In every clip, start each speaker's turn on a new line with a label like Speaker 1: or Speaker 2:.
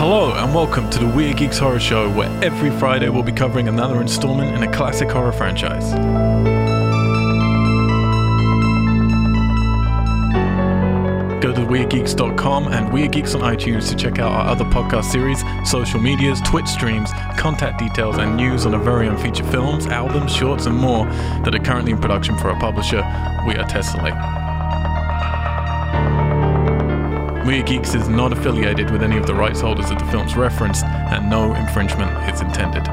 Speaker 1: Hello and welcome to the Weird Geeks Horror Show, where every Friday we'll be covering another installment in a classic horror franchise. Go to WeirdGeeks.com and Weird Geeks on iTunes to check out our other podcast series, social medias, Twitch streams, contact details, and news on our very own feature films, albums, shorts, and more that are currently in production for our publisher, We Are Tessellate. We Are Geeks is not affiliated with any of the rights holders of the films referenced, and no infringement is intended.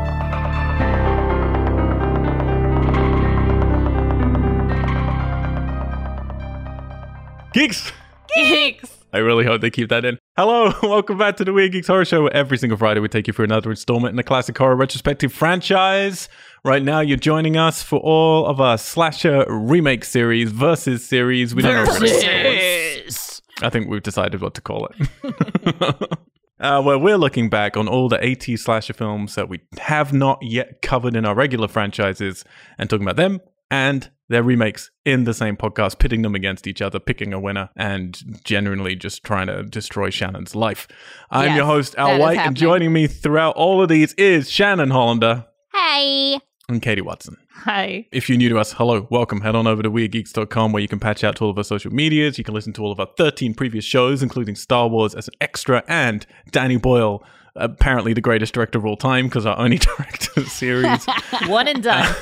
Speaker 1: Geeks!
Speaker 2: Geeks.
Speaker 1: I really hope they keep that in. Hello, welcome back to the Weird Geeks Horror Show, where every single Friday we take you through another installment in the classic horror retrospective franchise. Right now, you're joining us for all of our slasher remake series, versus series. We don't know what it is. I think we've decided what to call it. uh, where we're looking back on all the 80 slasher films that we have not yet covered in our regular franchises and talking about them and their remakes in the same podcast, pitting them against each other, picking a winner, and generally just trying to destroy Shannon's life. I'm
Speaker 2: Yes,
Speaker 1: your host,
Speaker 2: that
Speaker 1: Al
Speaker 2: is
Speaker 1: White, and
Speaker 2: happening.
Speaker 1: joining me throughout all of these is Shannon Hollander
Speaker 3: Hey.
Speaker 1: and Katie Watson.
Speaker 2: Hi.
Speaker 1: If you're new to us, hello, welcome. Head on over to WeirdGeeks.com where you can patch out to all of our social medias. You can listen to all of our 13 previous shows, including Star Wars as an extra and Danny Boyle, apparently the greatest director of all time because our only director series.
Speaker 2: One and done.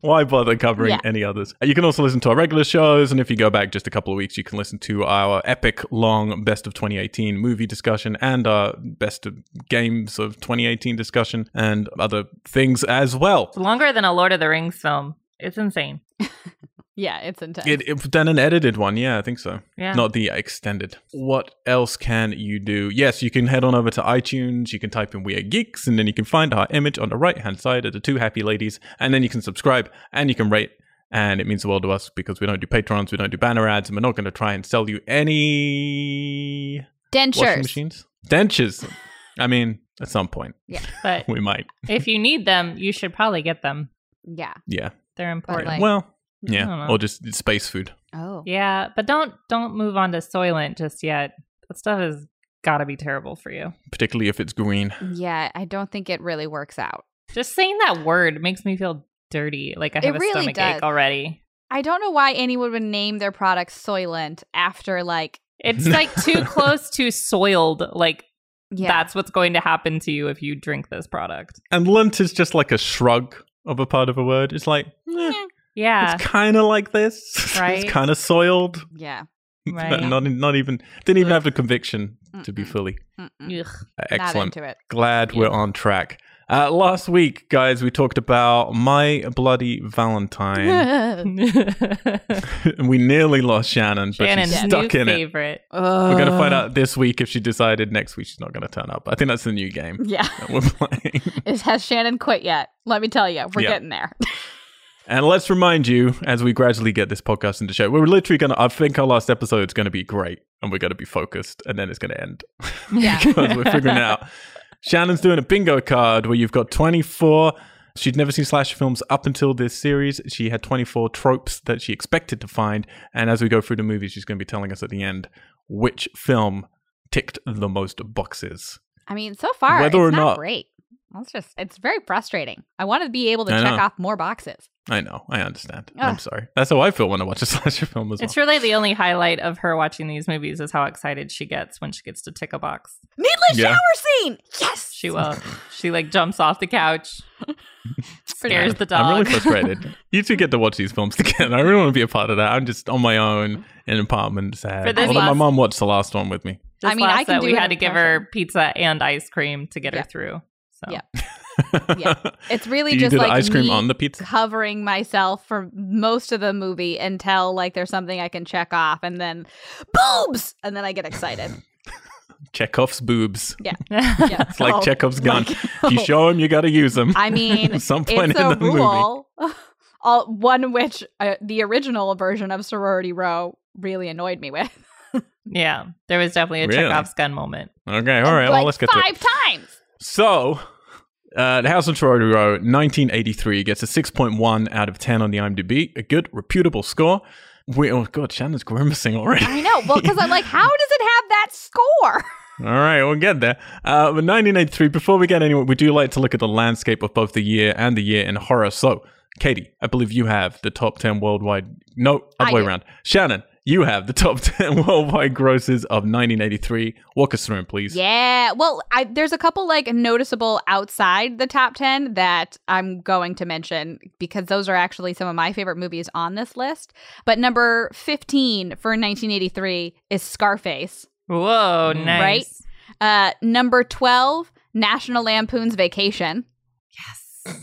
Speaker 1: Why bother covering
Speaker 3: Yeah.
Speaker 1: any others? Uh, You can also listen to our regular shows, and if you go back just a couple of weeks, you can listen to our epic long best of 2018 movie discussion and our best of games of 2018 discussion and other things as well.
Speaker 2: It's longer than a Lord of the Rings film. It's insane.
Speaker 3: Yeah, it's intense.
Speaker 1: It, it then an edited one, yeah, I think so.
Speaker 2: Yeah.
Speaker 1: Not the extended. What else can you do? Yes, you can head on over to iTunes. You can type in We Are Geeks, and then you can find our image on the right hand side of the two happy ladies. And then you can subscribe and you can rate. And it means the world to us because we don't do patrons, we don't do banner ads, and we're not going to try and sell you any washing
Speaker 3: Dentures.
Speaker 1: machines, dentures. I mean, at some point
Speaker 2: But
Speaker 1: we might.
Speaker 2: if you need them, you should probably get them.
Speaker 3: Yeah.
Speaker 1: Yeah.
Speaker 2: They're important.
Speaker 3: like-
Speaker 1: well,
Speaker 2: I don't
Speaker 1: yeah.
Speaker 2: know.
Speaker 1: Or just space food.
Speaker 3: Oh.
Speaker 2: yeah, but don't don't move on to Soylent just yet. That stuff has got to be terrible for you.
Speaker 1: Particularly if it's green.
Speaker 3: Yeah, I don't think it really works out.
Speaker 2: Just saying that word makes me feel dirty. Like I
Speaker 3: It
Speaker 2: have a
Speaker 3: really
Speaker 2: stomach
Speaker 3: does.
Speaker 2: ache already.
Speaker 3: I don't know why anyone would name their product Soylent after like
Speaker 2: It's like too close to soiled. Like
Speaker 3: yeah.
Speaker 2: that's what's going to happen to you if you drink this product.
Speaker 1: And lint is just like a shrug of a part of a word. It's like, eh,
Speaker 2: Yeah.
Speaker 1: it's kind of like this.
Speaker 2: Right.
Speaker 1: it's kind of soiled.
Speaker 3: yeah.
Speaker 1: but
Speaker 2: Right.
Speaker 1: Not, not even, didn't even
Speaker 2: Ugh.
Speaker 1: have the conviction to be
Speaker 3: Mm-mm.
Speaker 1: fully.
Speaker 3: Mm-mm.
Speaker 2: Ugh.
Speaker 1: Uh,
Speaker 3: Not
Speaker 1: Excellent.
Speaker 3: into it.
Speaker 1: Glad we're on track. Uh, last week, guys, we talked about My Bloody Valentine. and we nearly lost Shannon, but
Speaker 2: Shannon's
Speaker 1: she's stuck
Speaker 2: new
Speaker 1: in it.
Speaker 2: favorite.
Speaker 1: We're going to find out this week if she decided next week she's not going to turn up. I think that's the new game
Speaker 3: Yeah.
Speaker 1: that we're playing.
Speaker 3: Is, has Shannon quit yet? Let me tell you, we're
Speaker 1: Yeah.
Speaker 3: getting there.
Speaker 1: And let's remind you, as we gradually get this podcast into shape, we're literally going to, I think our last episode is going to be great and we're going to be focused and then it's going to end.
Speaker 3: Yeah.
Speaker 1: Because we're figuring it out. Shannon's doing a bingo card where you've got 24. She'd never seen slasher films up until this series. She had 24 tropes that she expected to find. And as we go through the movies, she's going to be telling us at the end which film ticked the most boxes.
Speaker 3: I mean, so far
Speaker 1: Whether
Speaker 3: it's
Speaker 1: or
Speaker 3: not
Speaker 1: not-
Speaker 3: great. That's just it's very frustrating. I want to be able to
Speaker 1: I
Speaker 3: check
Speaker 1: know.
Speaker 3: off more boxes.
Speaker 1: I know. I understand. I'm
Speaker 3: Ugh.
Speaker 1: sorry. That's how I feel when I watch a slasher film as well.
Speaker 2: It's really the only highlight of her watching these movies is how excited she gets when she gets to tick a box.
Speaker 3: Needless
Speaker 1: Yeah.
Speaker 3: shower scene. Yes.
Speaker 2: She will. she like jumps off the couch, scares the
Speaker 1: I'm
Speaker 2: dog.
Speaker 1: really frustrated. you two get to watch these films together. I really want to be a part of that. I'm just on my own in an apartment, sad.
Speaker 2: For this
Speaker 1: Although my
Speaker 2: last-
Speaker 1: mom watched the last one with me.
Speaker 2: Just
Speaker 3: I mean, I
Speaker 2: last
Speaker 3: can
Speaker 2: night
Speaker 3: do
Speaker 2: We
Speaker 3: an
Speaker 2: had to give her pizza and ice cream to get
Speaker 3: Yeah.
Speaker 2: her through. So
Speaker 3: Yeah. Yeah. It's really
Speaker 1: you
Speaker 3: just
Speaker 1: did
Speaker 3: like
Speaker 1: ice cream
Speaker 3: me
Speaker 1: on the pizza.
Speaker 3: covering myself for most of the movie until like there's something I can check off and then boobs and then I get excited.
Speaker 1: Chekhov's boobs.
Speaker 3: Yeah.
Speaker 1: It's like
Speaker 3: So,
Speaker 1: Chekhov's gun.
Speaker 3: like-
Speaker 1: If you show him, you got to use him.
Speaker 3: Oh I mean,
Speaker 1: At some point
Speaker 3: it's
Speaker 1: in
Speaker 3: a
Speaker 1: the movie.
Speaker 3: rule. All, one which uh, the original version of Sorority Row really annoyed me with.
Speaker 2: yeah, there was definitely a
Speaker 1: Really?
Speaker 2: Chekhov's gun moment.
Speaker 1: Okay, all right.
Speaker 3: Like
Speaker 1: well, let's get to it.
Speaker 3: five times.
Speaker 1: So, uh, The House on Sorority Row, 1983, gets a 6.1 out of 10 on the IMDb. A good, reputable score. We, oh, God, Shannon's grimacing already.
Speaker 3: I know. Well, because I'm like, how does it have that score?
Speaker 1: All right, we'll get there. Uh, but 1983, before we get anywhere, we do like to look at the landscape of both the year and the year in horror. So, Katie, I believe you have the top 10 worldwide. No, other
Speaker 3: I
Speaker 1: way
Speaker 3: do.
Speaker 1: around. Shannon, you have the top 10 worldwide grosses of 1983. Walk us through them, please.
Speaker 3: Yeah. Well, I, there's a couple like noticeable outside the top 10 that I'm going to mention because those are actually some of my favorite movies on this list. But number 15 for 1983 is Scarface.
Speaker 2: Whoa,
Speaker 1: Mm.
Speaker 2: nice.
Speaker 3: Right? Uh, number 12, National Lampoon's Vacation.
Speaker 2: Yes.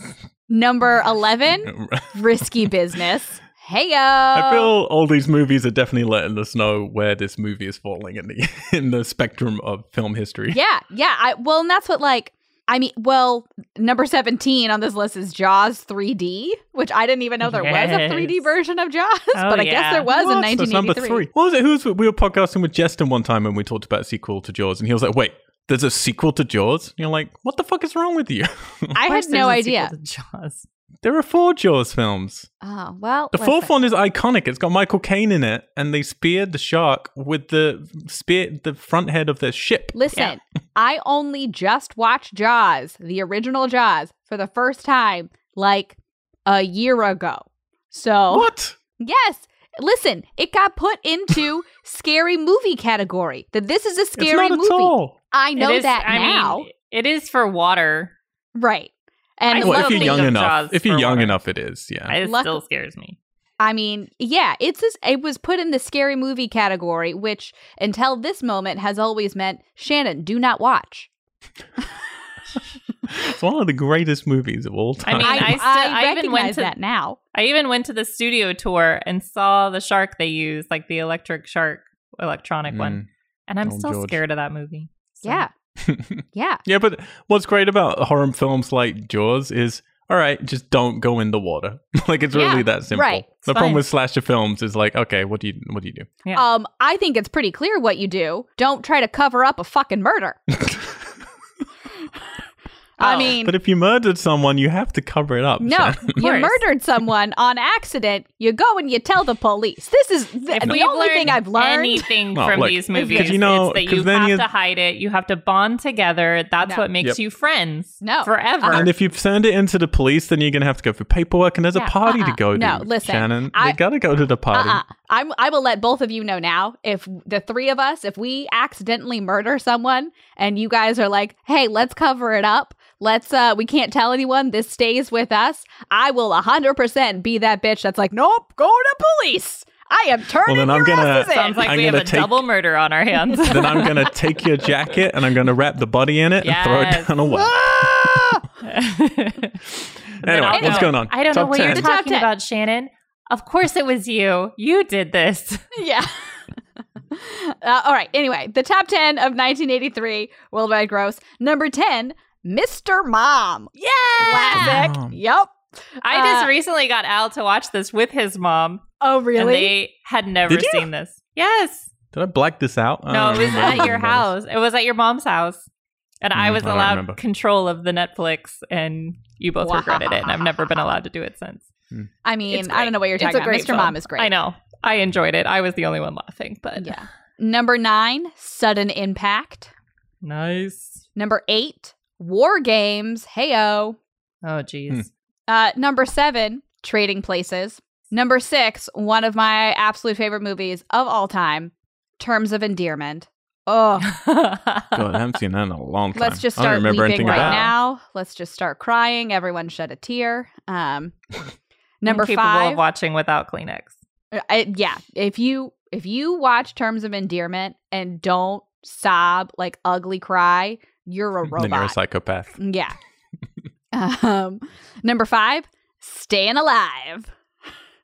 Speaker 3: Number 11, Risky Business. Hey, yo. I
Speaker 1: I
Speaker 3: Um,
Speaker 1: feel all these movies are definitely letting us know where this movie is falling in the in the spectrum of film history.
Speaker 3: Yeah, yeah. I well, and that's what like I mean. Well, number seventeen on this list is Jaws 3D, which I didn't even know there was a
Speaker 2: Yes.
Speaker 3: 3D version of Jaws,
Speaker 2: Oh,
Speaker 3: but I guess
Speaker 2: yeah.
Speaker 3: there was in
Speaker 1: What? That's number
Speaker 3: 1983.
Speaker 1: three. What was it? Who was, we were podcasting with Justin one time and we talked about a sequel to Jaws, and he was like, "Wait, there's a sequel to Jaws?" And you're like, "What the fuck is wrong with you?
Speaker 3: I
Speaker 2: Of
Speaker 3: had
Speaker 2: course
Speaker 3: no
Speaker 2: there's a sequel
Speaker 3: idea.
Speaker 2: to Jaws.
Speaker 1: there are four Jaws films.
Speaker 3: Oh well,
Speaker 1: The fourth one is iconic. It's got Michael Caine in it, and they speared the shark with the spear the front head of their ship.
Speaker 3: Listen, I only just watched Jaws, the original Jaws, for the first time like a year ago.
Speaker 2: Oh.
Speaker 3: So
Speaker 1: What?
Speaker 3: yes. Listen, it got put into scary movie category. That this is a scary
Speaker 1: it's not
Speaker 3: movie.
Speaker 1: at all.
Speaker 3: I know
Speaker 2: It is-
Speaker 3: that
Speaker 2: I mean,
Speaker 3: now.
Speaker 2: it is for water.
Speaker 3: Right. And
Speaker 2: I
Speaker 3: the
Speaker 2: still
Speaker 1: Well, if
Speaker 3: one
Speaker 1: you're
Speaker 2: think
Speaker 3: thing-
Speaker 1: young
Speaker 2: of
Speaker 1: enough,
Speaker 2: Jaws
Speaker 1: if you're
Speaker 2: for
Speaker 1: young
Speaker 2: water.
Speaker 1: enough, it is. Yeah.
Speaker 2: It
Speaker 3: Luck-
Speaker 2: still scares me.
Speaker 3: I mean, yeah, it's just, it was put in the scary movie category, which until this moment has always meant Shannon, do not watch.
Speaker 1: It's one of the greatest movies of all
Speaker 2: I
Speaker 1: time.
Speaker 2: mean, I, still, I, even went
Speaker 3: recognize
Speaker 2: to
Speaker 3: that now.
Speaker 2: I even went to the studio tour and saw the shark they used, like the electric shark, electronic one, and I'm
Speaker 1: Oh,
Speaker 2: still
Speaker 1: George.
Speaker 2: scared of that movie. So-
Speaker 3: Yeah,
Speaker 1: Mm.
Speaker 3: yeah.
Speaker 1: yeah, but what's great about horror films like Jaws is, all right, just don't go in the water. like it's really
Speaker 3: Yeah,
Speaker 1: that simple.
Speaker 3: right.
Speaker 1: The
Speaker 2: It's
Speaker 1: problem
Speaker 2: fine.
Speaker 1: with slasher films is like, okay, what do you what do you do?
Speaker 2: Yeah.
Speaker 3: Um, I think it's pretty clear what you do. Don't try to cover up a fucking murder. I
Speaker 2: Oh.
Speaker 3: mean,
Speaker 1: But if you murdered someone, you have to cover it up.
Speaker 3: no,
Speaker 1: Shannon.
Speaker 3: you
Speaker 2: course.
Speaker 3: murdered someone on accident. You go and you tell the police. This is
Speaker 2: If
Speaker 3: th- the
Speaker 2: we've
Speaker 3: only thing
Speaker 2: learned
Speaker 3: I've learned.
Speaker 2: Anything
Speaker 1: No,
Speaker 2: from
Speaker 1: look,
Speaker 2: these
Speaker 3: you
Speaker 2: movies,
Speaker 1: know-
Speaker 2: it's that
Speaker 1: 'cause
Speaker 2: you
Speaker 1: then
Speaker 2: have
Speaker 1: you-
Speaker 2: to hide it. You have to bond together. That's
Speaker 3: No.
Speaker 2: what makes
Speaker 1: Yep.
Speaker 2: you friends.
Speaker 3: No.
Speaker 2: forever.
Speaker 1: And if you've turned it into the police, then you're gonna have to go for paperwork, and there's
Speaker 3: Yeah,
Speaker 1: a party to
Speaker 3: uh-uh.
Speaker 1: go to.
Speaker 3: No, listen,
Speaker 1: Shannon,
Speaker 3: I-
Speaker 1: we gotta go to the party.
Speaker 3: Uh-uh. I'm, I will let both of you know now. If the three of us, if we accidentally murder someone and you guys are like, hey, let's cover it up. Let's, uh, we can't tell anyone. This stays with us. I will 100% be that bitch that's like, nope, go to police. I am turning
Speaker 1: then
Speaker 3: your
Speaker 1: I'm gonna-
Speaker 3: asses in."
Speaker 2: Sounds like
Speaker 1: I'm
Speaker 2: we have
Speaker 1: gonna
Speaker 2: a
Speaker 1: take-
Speaker 2: double murder on our hands.
Speaker 1: then I'm gonna take your jacket and I'm gonna wrap the body in it and throw it
Speaker 2: Yes.
Speaker 1: down a well.
Speaker 3: Ah!
Speaker 1: Anyway,
Speaker 2: I
Speaker 1: what's
Speaker 2: don't-
Speaker 1: going on?
Speaker 2: I don't know
Speaker 1: Top
Speaker 2: what
Speaker 1: 10.
Speaker 2: you're
Speaker 3: The top
Speaker 2: talking
Speaker 3: 10.
Speaker 2: about, Shannon. Of course it was you. You did this.
Speaker 3: yeah. uh, all right. Anyway, the top 10 of 1983 worldwide gross. Number 10, Mr. Mom.
Speaker 2: Yeah.
Speaker 3: Classic.
Speaker 1: Mom.
Speaker 3: Yep.
Speaker 2: I just
Speaker 3: Uh,
Speaker 2: recently got Al to watch this with his mom,
Speaker 3: Oh, really?
Speaker 2: and they had never
Speaker 1: Did you?
Speaker 2: seen this. Yes.
Speaker 1: Did I black this out? I
Speaker 2: No,
Speaker 1: don't
Speaker 2: it was
Speaker 1: remember
Speaker 2: at your
Speaker 1: doing this.
Speaker 2: house. It was at your mom's house. And I
Speaker 1: Mm,
Speaker 2: was
Speaker 1: I don't
Speaker 2: allowed
Speaker 1: remember.
Speaker 2: control of the Netflix, and you both regretted it. And I've never been allowed to do it since.
Speaker 3: I mean,
Speaker 2: It's
Speaker 3: I don't
Speaker 2: great.
Speaker 3: know what you're
Speaker 2: It's
Speaker 3: talking
Speaker 2: a
Speaker 3: about.
Speaker 2: great
Speaker 3: Mr.
Speaker 2: film.
Speaker 3: Mom is great.
Speaker 2: I know. I enjoyed it. I was the only one laughing, but
Speaker 3: Yeah. Number nine, sudden impact.
Speaker 2: nice.
Speaker 3: Number eight, war games. Heyo.
Speaker 2: Oh, geez.
Speaker 1: Hmm.
Speaker 3: Uh, number seven, trading places. Number six, one of my absolute favorite movies of all time, Terms of Endearment. Oh,
Speaker 1: Hmm. God, I haven't seen that in a long time.
Speaker 3: let's just
Speaker 1: I don't
Speaker 3: start
Speaker 1: remember
Speaker 3: weeping
Speaker 1: anything
Speaker 3: right
Speaker 1: about. it.
Speaker 3: now. Let's just start crying. Everyone shed a tear. Um, number
Speaker 2: capable
Speaker 3: five,
Speaker 2: of watching without Kleenex.
Speaker 3: Uh, I, yeah if you if you watch terms of endearment and don't sob like ugly cry you're a
Speaker 1: Then you're a
Speaker 3: robot Mm,
Speaker 1: psychopath.
Speaker 3: yeah um number five staying alive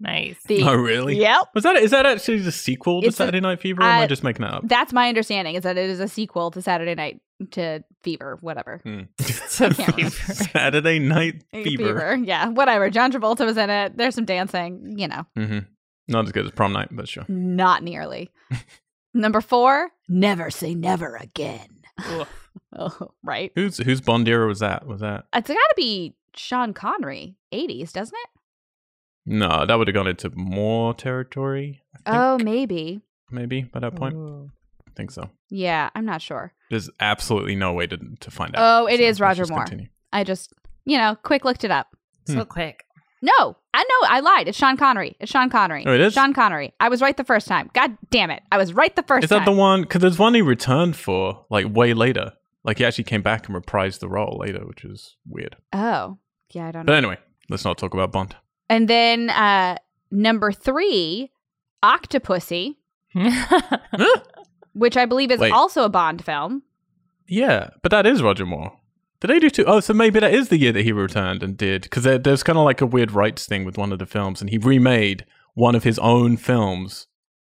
Speaker 2: Nice.
Speaker 3: the
Speaker 1: Oh, really?
Speaker 3: yep
Speaker 1: Was that is that actually the sequel to
Speaker 3: It's a-
Speaker 1: Saturday Night Fever? Or am I
Speaker 3: uh,
Speaker 1: just making that up?
Speaker 3: that's my understanding is that it is a sequel to saturday night to fever whatever
Speaker 2: It's a
Speaker 3: can't
Speaker 2: fever.
Speaker 1: Saturday Night Fever.
Speaker 3: yeah whatever john travolta was in it there's some dancing you know
Speaker 1: hmm Not as good as Prom Night, but sure.
Speaker 3: not nearly number four never say never again oh right
Speaker 1: Who's whose Bond era was that? Was that
Speaker 3: It's got to be Sean Connery, 80s, doesn't it?
Speaker 1: no? That would have gone into more territory, I think.
Speaker 3: Oh, maybe.
Speaker 1: maybe by that point.
Speaker 2: Ooh.
Speaker 1: think so.
Speaker 3: Yeah, I'm not sure.
Speaker 1: There's absolutely no way to, to find out.
Speaker 3: Oh, it
Speaker 1: So
Speaker 3: is
Speaker 1: let's
Speaker 3: Roger
Speaker 1: just
Speaker 3: Moore.
Speaker 1: continue.
Speaker 3: I just, you know, quick looked it up.
Speaker 1: Hmm.
Speaker 2: So quick.
Speaker 3: No, I know I lied. It's Sean Connery. It's Sean Connery.
Speaker 1: Oh, it is?
Speaker 3: Sean Connery. I was right the first time. God damn it. I was right the first
Speaker 1: Is
Speaker 3: time.
Speaker 1: that the one? Because there's one he returned for like way later. Like he actually came back and reprised the role later, which is weird.
Speaker 3: oh, yeah, I don't know.
Speaker 1: But anyway, let's not talk about Bond.
Speaker 3: And then uh number three, Octopussy, which I believe is
Speaker 1: Wait.
Speaker 3: also a Bond film.
Speaker 1: Yeah, but that is Roger Moore. Did they do two? Oh, so maybe that is the year that he returned and did because there, there's kind of like a weird rights thing with one of the films, and he remade one of his own films.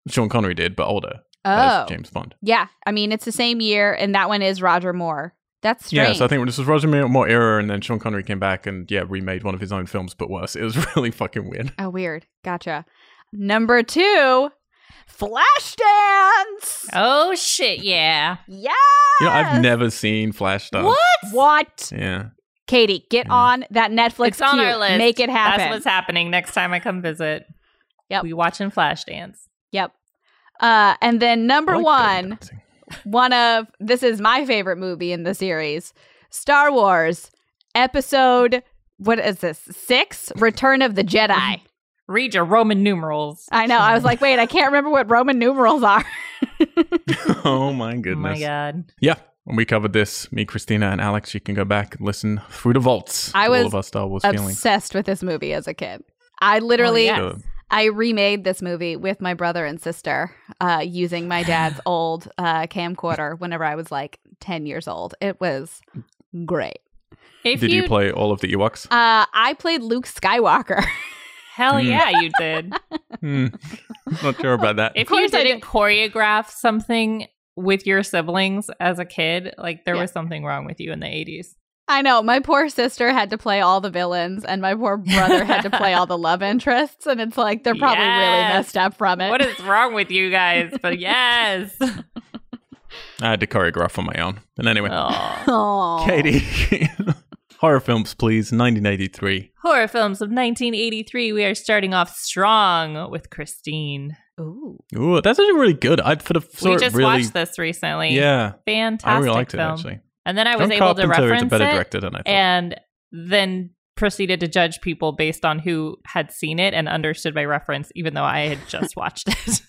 Speaker 1: Sean Connery did, but older.
Speaker 3: Oh,
Speaker 1: as James Bond.
Speaker 3: yeah. I mean, it's the same year, and that one is Roger Moore. That's strange.
Speaker 1: Yeah, so I think this was Roger Moore era, and then Sean Connery came back and yeah, remade one of his own films, but worse. It was really fucking weird.
Speaker 3: oh, weird. Gotcha. Number two, Flashdance.
Speaker 2: oh shit! Yeah.
Speaker 3: Yeah.
Speaker 1: You know, I've never seen Flashdance.
Speaker 3: What?
Speaker 1: Yeah.
Speaker 3: Katie, get
Speaker 1: Yeah.
Speaker 3: on that Netflix.
Speaker 2: It's on
Speaker 3: queue.
Speaker 2: our list.
Speaker 3: Make it happen.
Speaker 2: That's what's happening next time I come visit.
Speaker 3: Yep.
Speaker 2: We watching Flashdance.
Speaker 3: yep. Uh, and then number
Speaker 1: I like belly
Speaker 3: one,
Speaker 1: dancing.
Speaker 3: one of this is my favorite movie in the series Star Wars episode what is this 6 Return of the Jedi
Speaker 2: Read your Roman numerals.
Speaker 3: I know I was like wait I can't remember what Roman numerals are
Speaker 1: oh my goodness.
Speaker 2: Oh my god.
Speaker 1: Yeah. When we covered this, me, Christina, and Alex, you can go back and listen through the vaults.
Speaker 3: I
Speaker 1: to
Speaker 3: was
Speaker 1: all of our Star Wars feelings.
Speaker 3: obsessed with this movie as a kid I literally
Speaker 2: Oh, yeah.
Speaker 1: Uh,
Speaker 3: I remade this movie with my brother and sister uh, using my dad's old uh, camcorder whenever I was like 10 years old it was great
Speaker 2: If
Speaker 1: Did you,
Speaker 2: you
Speaker 1: play all of the Ewoks?
Speaker 3: uh, I played Luke Skywalker
Speaker 2: Hell
Speaker 1: Mm.
Speaker 2: yeah, you did.
Speaker 1: Hmm. Not sure about that.
Speaker 2: if you
Speaker 3: course I
Speaker 2: didn't choreograph something with your siblings as a kid, like there
Speaker 3: Yeah.
Speaker 2: was something wrong with you in the 80s.
Speaker 3: I know. My poor sister had to play all the villains, and my poor brother had to play all the love interests. And it's like they're probably
Speaker 2: Yes.
Speaker 3: really messed up from it.
Speaker 2: What is wrong with you guys? But yes.
Speaker 1: I had to choreograph on my own. But anyway,
Speaker 2: Aw.
Speaker 3: Aw.
Speaker 1: Katie, horror films, please. 1983.
Speaker 2: Horror films of 1983. We are starting off strong with Christine.
Speaker 3: Ooh.
Speaker 1: Ooh, that's actually really good. I for the saw
Speaker 2: we
Speaker 1: it
Speaker 2: just
Speaker 1: really.
Speaker 2: watched this recently.
Speaker 1: Yeah,
Speaker 2: Fantastic
Speaker 1: I really liked
Speaker 2: film.
Speaker 1: it actually.
Speaker 2: And then I was
Speaker 1: John
Speaker 2: able to
Speaker 1: Carpenter
Speaker 2: reference
Speaker 1: is a better
Speaker 2: it
Speaker 1: director than I thought.
Speaker 2: and then proceeded to judge people based on who had seen it and understood by reference, even though I had just watched it.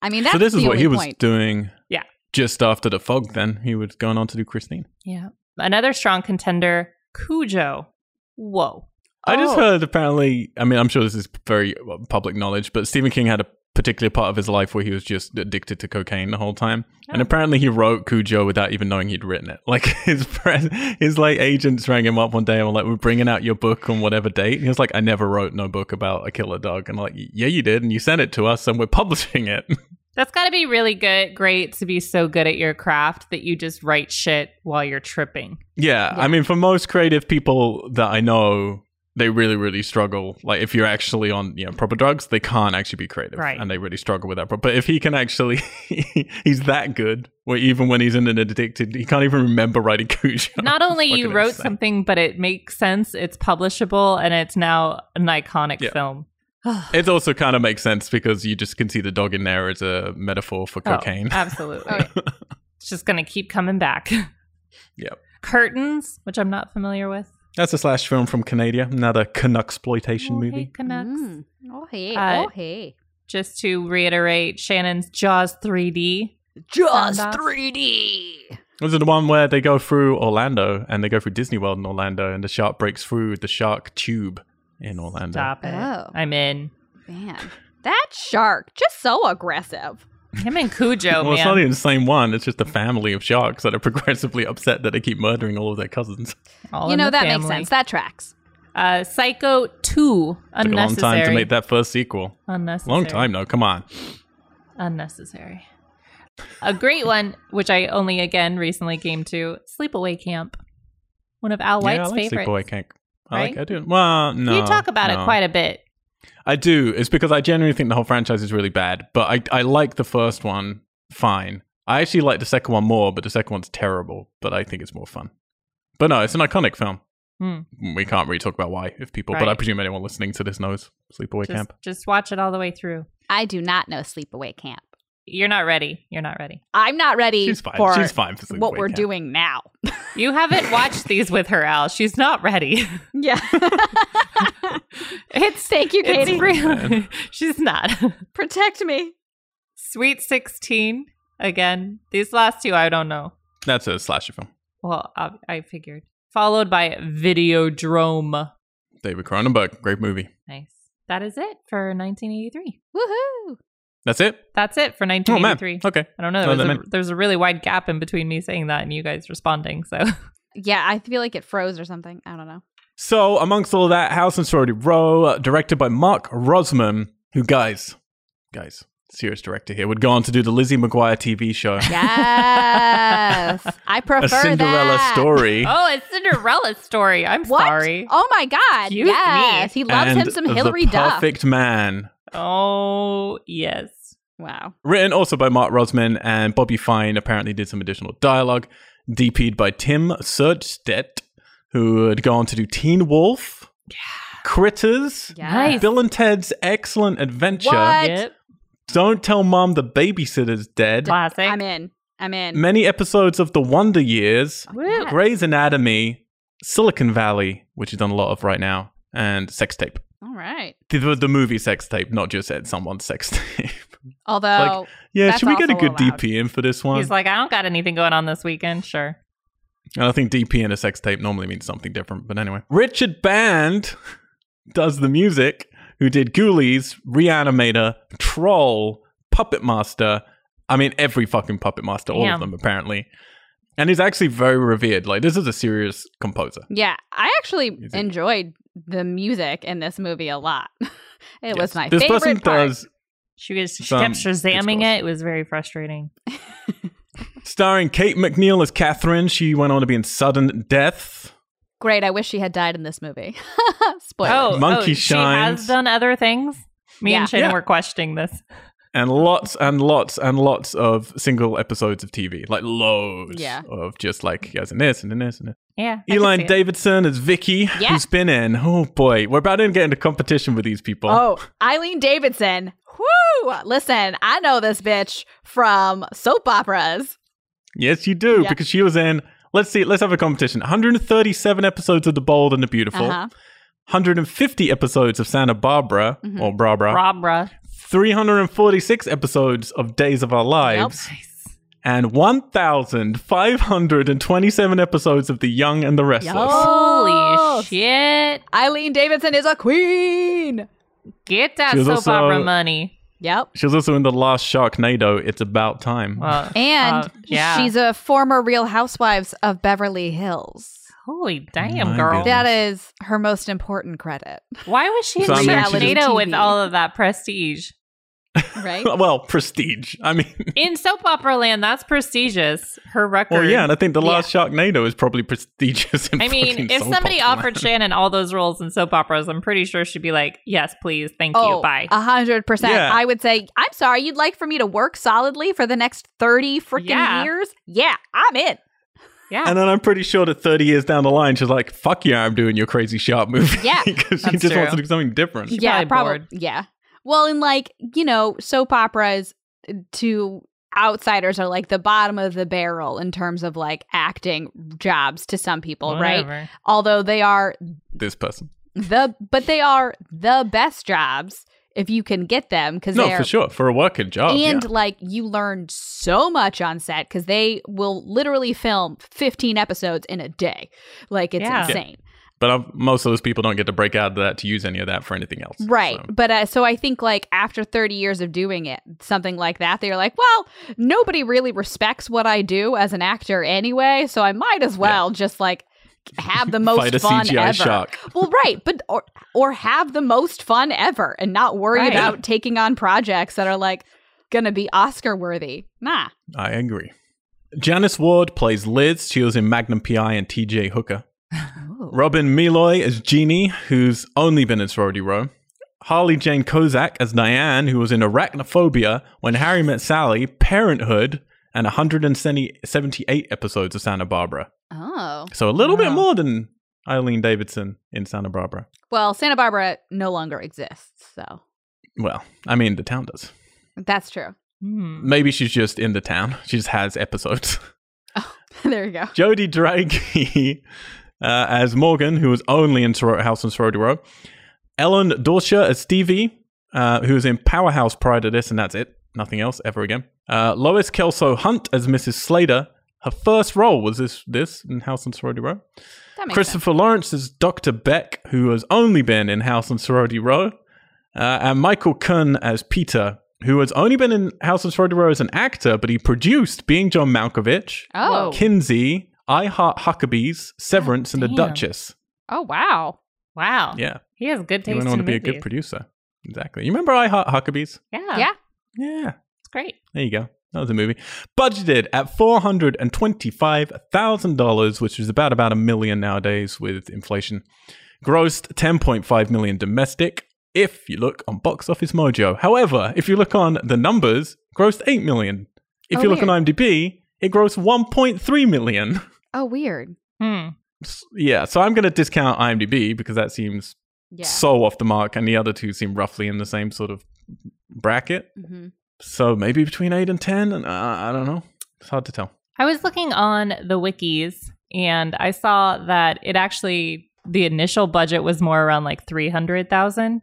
Speaker 3: I mean, that's
Speaker 1: so this
Speaker 3: the
Speaker 1: is what
Speaker 3: only
Speaker 1: he was
Speaker 3: point.
Speaker 1: doing.
Speaker 2: Yeah.
Speaker 1: Just after the fog, then he was going on to do Christine.
Speaker 2: Yeah. Another strong contender, Cujo. Whoa.
Speaker 1: I just
Speaker 3: Oh.
Speaker 1: heard apparently. I mean, I'm sure this is very uh, public knowledge, but Stephen King had a particular part of his life where he was just addicted to cocaine the whole time, and
Speaker 2: Oh.
Speaker 1: apparently he wrote Cujo without even knowing he'd written it. Like his friend, his like agents rang him up one day and were like, "We're bringing out your book on whatever date." And he was like, "I never wrote no book about a killer dog," and like, "Yeah, you did, and you sent it to us, and we're publishing it."
Speaker 2: That's got to be really good, great to be so good at your craft that you just write shit while you're tripping.
Speaker 1: Yeah, I mean, for most creative people that I know, they really, really struggle. Like, if you're actually on you know proper drugs, they can't actually be creative,
Speaker 2: Right.
Speaker 1: And they really struggle with that. But but if he can actually, he's that good. Where even when he's in an addicted, he can't even remember writing Cujo.
Speaker 2: Not only
Speaker 1: Fucking
Speaker 2: you wrote
Speaker 1: insane.
Speaker 2: something, but it makes sense, it's publishable, and it's now an iconic
Speaker 1: Yeah.
Speaker 2: film.
Speaker 1: It also kind of makes sense because you just can see the dog in there as a metaphor for
Speaker 2: Oh,
Speaker 1: cocaine.
Speaker 2: absolutely.
Speaker 3: Oh, yeah.
Speaker 2: It's just going to keep coming back.
Speaker 1: Yep.
Speaker 2: Curtains, which I'm not familiar with.
Speaker 1: That's a slash film from Canada, another Canuck exploitation
Speaker 2: Oh, hey,
Speaker 1: movie.
Speaker 2: Canucks.
Speaker 3: Mm. Oh, hey.
Speaker 2: Uh,
Speaker 3: oh, hey.
Speaker 2: Just to reiterate, Shannon's Jaws 3D.
Speaker 3: Jaws
Speaker 2: Sound off.
Speaker 3: 3D.
Speaker 1: Was it the one where they go through Orlando and they go through Disney World in Orlando and the shark breaks through the shark tube in Orlando?
Speaker 2: Stop it.
Speaker 3: Oh.
Speaker 2: I'm in.
Speaker 3: Man, that shark, just so aggressive.
Speaker 2: Him and Cujo,
Speaker 1: Well,
Speaker 2: Oh, man.
Speaker 1: it's not e- even the same one. It's just a family of sharks that are progressively upset that they keep murdering all of their cousins.
Speaker 2: All
Speaker 3: you
Speaker 2: in
Speaker 3: know,
Speaker 2: the
Speaker 3: that makes
Speaker 2: family.
Speaker 3: sense. That tracks.
Speaker 2: Uh, Psycho 2,
Speaker 1: Took a long
Speaker 2: unnecessary.
Speaker 1: time to make that first sequel.
Speaker 2: Unnecessary.
Speaker 1: Long time, though. Come on.
Speaker 2: Unnecessary. A great one, which I only again recently came to, Sleepaway Camp. One of Al White's
Speaker 1: yeah, I like
Speaker 2: favorites.
Speaker 1: Sleepaway Camp. I like.
Speaker 2: Right?
Speaker 1: I do. Well, no.
Speaker 2: you talk about it
Speaker 1: no.
Speaker 2: quite a bit.
Speaker 1: I do. It's because I genuinely think the whole franchise is really bad. But I, I like the first one fine. I actually like the second one more, but the second one's terrible. But I think it's more fun. But no, it's an iconic film.
Speaker 2: Hmm.
Speaker 1: We can't really talk about why if people, but I
Speaker 2: Right.
Speaker 1: presume anyone listening to this knows Sleepaway
Speaker 2: Just,
Speaker 1: Camp.
Speaker 2: just watch it all the way through.
Speaker 3: I do not know Sleepaway Camp.
Speaker 2: You're not ready. You're not ready.
Speaker 3: I'm not ready
Speaker 1: She's fine.
Speaker 3: for
Speaker 1: She's fine. For Sleepaway
Speaker 3: what we're
Speaker 1: Camp.
Speaker 3: doing now.
Speaker 2: You haven't watched these with her, Al. She's not ready.
Speaker 3: Yeah.
Speaker 2: It's
Speaker 3: Thank you, Katie.
Speaker 2: It's really, she's not.
Speaker 3: Protect me.
Speaker 2: Sweet 16. Again, these last two, I don't know.
Speaker 1: That's a slasher film.
Speaker 2: Well, I, I figured. Followed by Videodrome.
Speaker 1: David Cronenberg, great movie.
Speaker 2: Nice. That is it for 1983.
Speaker 3: Woohoo.
Speaker 1: That's it.
Speaker 2: That's it for
Speaker 1: Oh man.
Speaker 2: 1983.
Speaker 1: Okay.
Speaker 2: I don't know.
Speaker 1: Oh,
Speaker 2: There was
Speaker 1: that
Speaker 2: a,
Speaker 1: meant-
Speaker 2: there's a really wide gap in between me saying that and you guys responding. So
Speaker 3: Yeah, I feel like it froze or something. I don't know.
Speaker 1: So, amongst all that, House and Sorority Row, uh, directed by Mark Rosman, who, guys, guys, serious director here, would go on to do the Lizzie McGuire TV show,
Speaker 3: Yes. I prefer
Speaker 1: A Cinderella
Speaker 3: that.
Speaker 1: Story.
Speaker 2: oh, it's Cinderella story. I'm
Speaker 3: What?
Speaker 2: sorry.
Speaker 3: Oh my God.
Speaker 2: Excuse
Speaker 3: yes. He loves him
Speaker 1: and
Speaker 3: some Hillary
Speaker 1: the
Speaker 3: Duff.
Speaker 1: Perfect Man.
Speaker 2: Oh yes.
Speaker 3: Wow.
Speaker 1: Written also by Mark Rosman and Bobby Fine apparently did some additional dialogue. DP'd by Tim Sudstedt, who would go on to do Teen Wolf, Critters,
Speaker 3: Yes.
Speaker 2: Nice.
Speaker 1: Bill and Ted's Excellent Adventure,
Speaker 3: What?
Speaker 2: Yep.
Speaker 1: Don't Tell Mom the Babysitter's Dead,
Speaker 2: Classic.
Speaker 3: I'm in. I'm in.
Speaker 1: many episodes of The Wonder Years,
Speaker 3: Oh,
Speaker 2: Woo.
Speaker 3: yes.
Speaker 1: Grey's Anatomy, Silicon Valley, which he's done a lot of right now, and Sex Tape.
Speaker 3: All right.
Speaker 1: The, the, the movie Sex Tape, not just at someone's sex tape.
Speaker 3: Although,
Speaker 1: yeah,
Speaker 3: That's
Speaker 1: should we get a
Speaker 3: also
Speaker 1: good
Speaker 3: allowed.
Speaker 1: DP in for this one?
Speaker 2: He's like, I don't got anything going on this weekend. Sure.
Speaker 1: And I think DP in a sex tape normally means something different, but anyway. Richard Band does the music, who did Ghoulies, Reanimator, Troll, Puppet Master. I mean, every fucking Puppet Master, all
Speaker 2: Damn.
Speaker 1: of them apparently. And he's actually very revered. Like, this is a serious composer.
Speaker 3: yeah, I actually
Speaker 1: Music.
Speaker 3: enjoyed the music in my movie a lot. it was
Speaker 1: Yes.
Speaker 3: my
Speaker 1: This
Speaker 3: favorite
Speaker 1: person
Speaker 3: part.
Speaker 1: does
Speaker 2: She was she
Speaker 1: Some
Speaker 2: kept shazamming
Speaker 1: good
Speaker 2: it. It was very frustrating.
Speaker 1: starring Kate McNeil as Catherine. She went on to be in Sudden Death.
Speaker 3: Great. I wish she had died in this movie. Spoiler.
Speaker 2: Oh,
Speaker 1: Monkey
Speaker 2: oh, she has
Speaker 1: shines.
Speaker 2: done other things. Me
Speaker 3: Yeah.
Speaker 2: and Shannon
Speaker 1: Yeah.
Speaker 2: were questioning this.
Speaker 1: and lots and lots and lots of single episodes of TV, like loads
Speaker 3: Yeah.
Speaker 1: of just like he has in this and in this and this.
Speaker 2: Yeah. I
Speaker 1: Eline
Speaker 2: could see it.
Speaker 1: Davidson is Vicky,
Speaker 3: Yeah.
Speaker 1: who's been in. Oh boy, we're about to get into competition with these people.
Speaker 3: Oh, Eileen Davidson. Whoo! Listen, I know this bitch from soap operas.
Speaker 1: Yes, you do,
Speaker 3: Yeah.
Speaker 1: because she was in. Let's see. Let's have a competition. 137 episodes of The Bold and the Beautiful,
Speaker 3: Uh-huh.
Speaker 1: 150 episodes of Santa Barbara
Speaker 3: Mhm.
Speaker 1: or Barbara,
Speaker 2: Robra.
Speaker 1: 346 episodes of Days of Our Lives,
Speaker 2: Nice.
Speaker 1: and 1,527 episodes of The Young and the Restless.
Speaker 2: Holy
Speaker 3: Yes.
Speaker 2: shit.
Speaker 3: Eileen Davidson is a queen.
Speaker 2: Get that
Speaker 1: She was
Speaker 2: soap
Speaker 1: also-
Speaker 2: opera money.
Speaker 3: Yep.
Speaker 1: She was also in the last Sharknado. It's about time.
Speaker 2: Well,
Speaker 3: And
Speaker 2: uh, yeah.
Speaker 3: she's a former Real Housewives of Beverly Hills.
Speaker 2: holy damn
Speaker 1: My
Speaker 2: girl.
Speaker 1: goodness.
Speaker 3: That is her most important credit,
Speaker 2: Why was she in
Speaker 1: So I mean,
Speaker 2: Sharknado
Speaker 1: she
Speaker 3: just-
Speaker 2: with all of that prestige?
Speaker 3: right?
Speaker 1: well, prestige. I mean,
Speaker 2: In soap opera land, that's prestigious. Her record.
Speaker 1: well, yeah, and I think the last Sharknado is probably prestigious. In
Speaker 2: I mean,
Speaker 1: fucking
Speaker 2: if
Speaker 1: soap
Speaker 2: somebody
Speaker 1: opera.
Speaker 2: offered Shannon all those roles in soap operas, I'm pretty sure she'd be like, "Yes, please, thank you, bye."
Speaker 3: Oh, a hundred percent.
Speaker 1: Yeah.
Speaker 3: I would say, I'm sorry, you'd like for me to work solidly for the next thirty freaking
Speaker 2: Yeah.
Speaker 3: years? Yeah, I'm in.
Speaker 2: yeah,
Speaker 1: and then I'm pretty sure that 30 years down the line, she's like, "Fuck yeah, I'm doing your crazy shark movie."
Speaker 3: Yeah,
Speaker 1: because she
Speaker 2: that's
Speaker 1: just wants
Speaker 2: true.
Speaker 1: to do something different.
Speaker 2: She's probably bored.
Speaker 3: Yeah. Well, and like you know, soap operas to outsiders are like the bottom of the barrel in terms of like acting jobs to some people, right?
Speaker 2: Whatever.
Speaker 3: Although they are
Speaker 1: This person,
Speaker 3: the but they are the best jobs if you can get them because
Speaker 1: no,
Speaker 3: they're
Speaker 1: for sure, for a working job.
Speaker 3: and
Speaker 1: Oh, yeah.
Speaker 3: like you learn so much on set because they will literally film 15 episodes in a day like it's
Speaker 2: Yeah. Yeah.
Speaker 3: insane
Speaker 1: but i most of those people don't get to break out of that to use any of that for anything else.
Speaker 3: right
Speaker 1: So,
Speaker 3: but uh, so i think like after 30 years of doing it something like that they're like well nobody really respects what i do as an actor anyway so i might as well just like have the most
Speaker 1: fight a
Speaker 3: fun
Speaker 1: CGI
Speaker 3: ever
Speaker 1: shark.
Speaker 3: well right but or or have the most fun ever and not worry
Speaker 2: Right.
Speaker 3: about taking on projects that are like gonna be oscar worthy nah
Speaker 1: I agree. Janice Ward plays Liz. She was in Magnum PI and TJ Hooker.
Speaker 2: Oh.
Speaker 1: Robin Meloy as Jeannie, who's only been in Sorority Row. Harley Jane Kozak as Diane, who was in Arachnophobia, When Harry Met Sally, Parenthood, and 178 episodes of Santa Barbara.
Speaker 3: oh
Speaker 1: So a little bit
Speaker 2: Wow.
Speaker 1: more than Eileen Davidson in Santa Barbara.
Speaker 3: well santa barbara no longer exists so
Speaker 1: Well, I mean, the town does.
Speaker 3: that's true
Speaker 2: Hmm.
Speaker 1: Maybe she's just in the town. She just has episodes.
Speaker 3: there you go.
Speaker 1: Jodie Draghi uh, as Morgan, who was only in Sor- House and Sorority Row. Ellen Dorscher as Stevie, uh, who was in Powerhouse prior to this, and that's it. Nothing else ever again. Uh, Lois Kelso Hunt as Mrs. Slater. Her first role was this this in House and Sorority Row.
Speaker 3: That makes sense.
Speaker 1: Christopher Lawrence is Dr. Beck, who has only been in House and Sorority Row, uh, and Michael Kuhn as Peter, who has only been in House and Sorority Row as an actor, but he produced Being John Malkovich,
Speaker 3: Oh,
Speaker 2: Whoa.
Speaker 1: Kinsey, I Heart Huckabees, Severance, and The
Speaker 2: Damn.
Speaker 1: Duchess.
Speaker 3: oh wow. Ah,
Speaker 2: Wow.
Speaker 1: Yeah,
Speaker 2: He has good
Speaker 1: you
Speaker 2: taste.
Speaker 1: want
Speaker 2: in
Speaker 1: to be a
Speaker 2: movies.
Speaker 1: good producer. Exactly. You remember I Heart Huckabees?
Speaker 2: Yeah.
Speaker 3: Yeah.
Speaker 1: Yeah,
Speaker 2: It's great.
Speaker 1: there you go. That was a movie. Budgeted at four hundred and twenty-five thousand dollars, which is about about a million nowadays with inflation. Grossed ten point five million domestic. If you look on Box Office Mojo, however, if you look on the numbers, grossed eight million. If
Speaker 3: Oh,
Speaker 1: you look
Speaker 3: weird.
Speaker 1: on IMDb, it grossed one point three million.
Speaker 3: Oh, weird.
Speaker 2: Hmm.
Speaker 1: S- Yeah, so I'm going to discount IMDb because that seems
Speaker 3: Yeah.
Speaker 1: so off the mark, and the other two seem roughly in the same sort of bracket.
Speaker 3: hmm
Speaker 1: So maybe between eight and ten, and uh, I don't know. It's hard to tell.
Speaker 2: I was looking on the wikis and I saw that it actually the initial budget was more around like 300,000.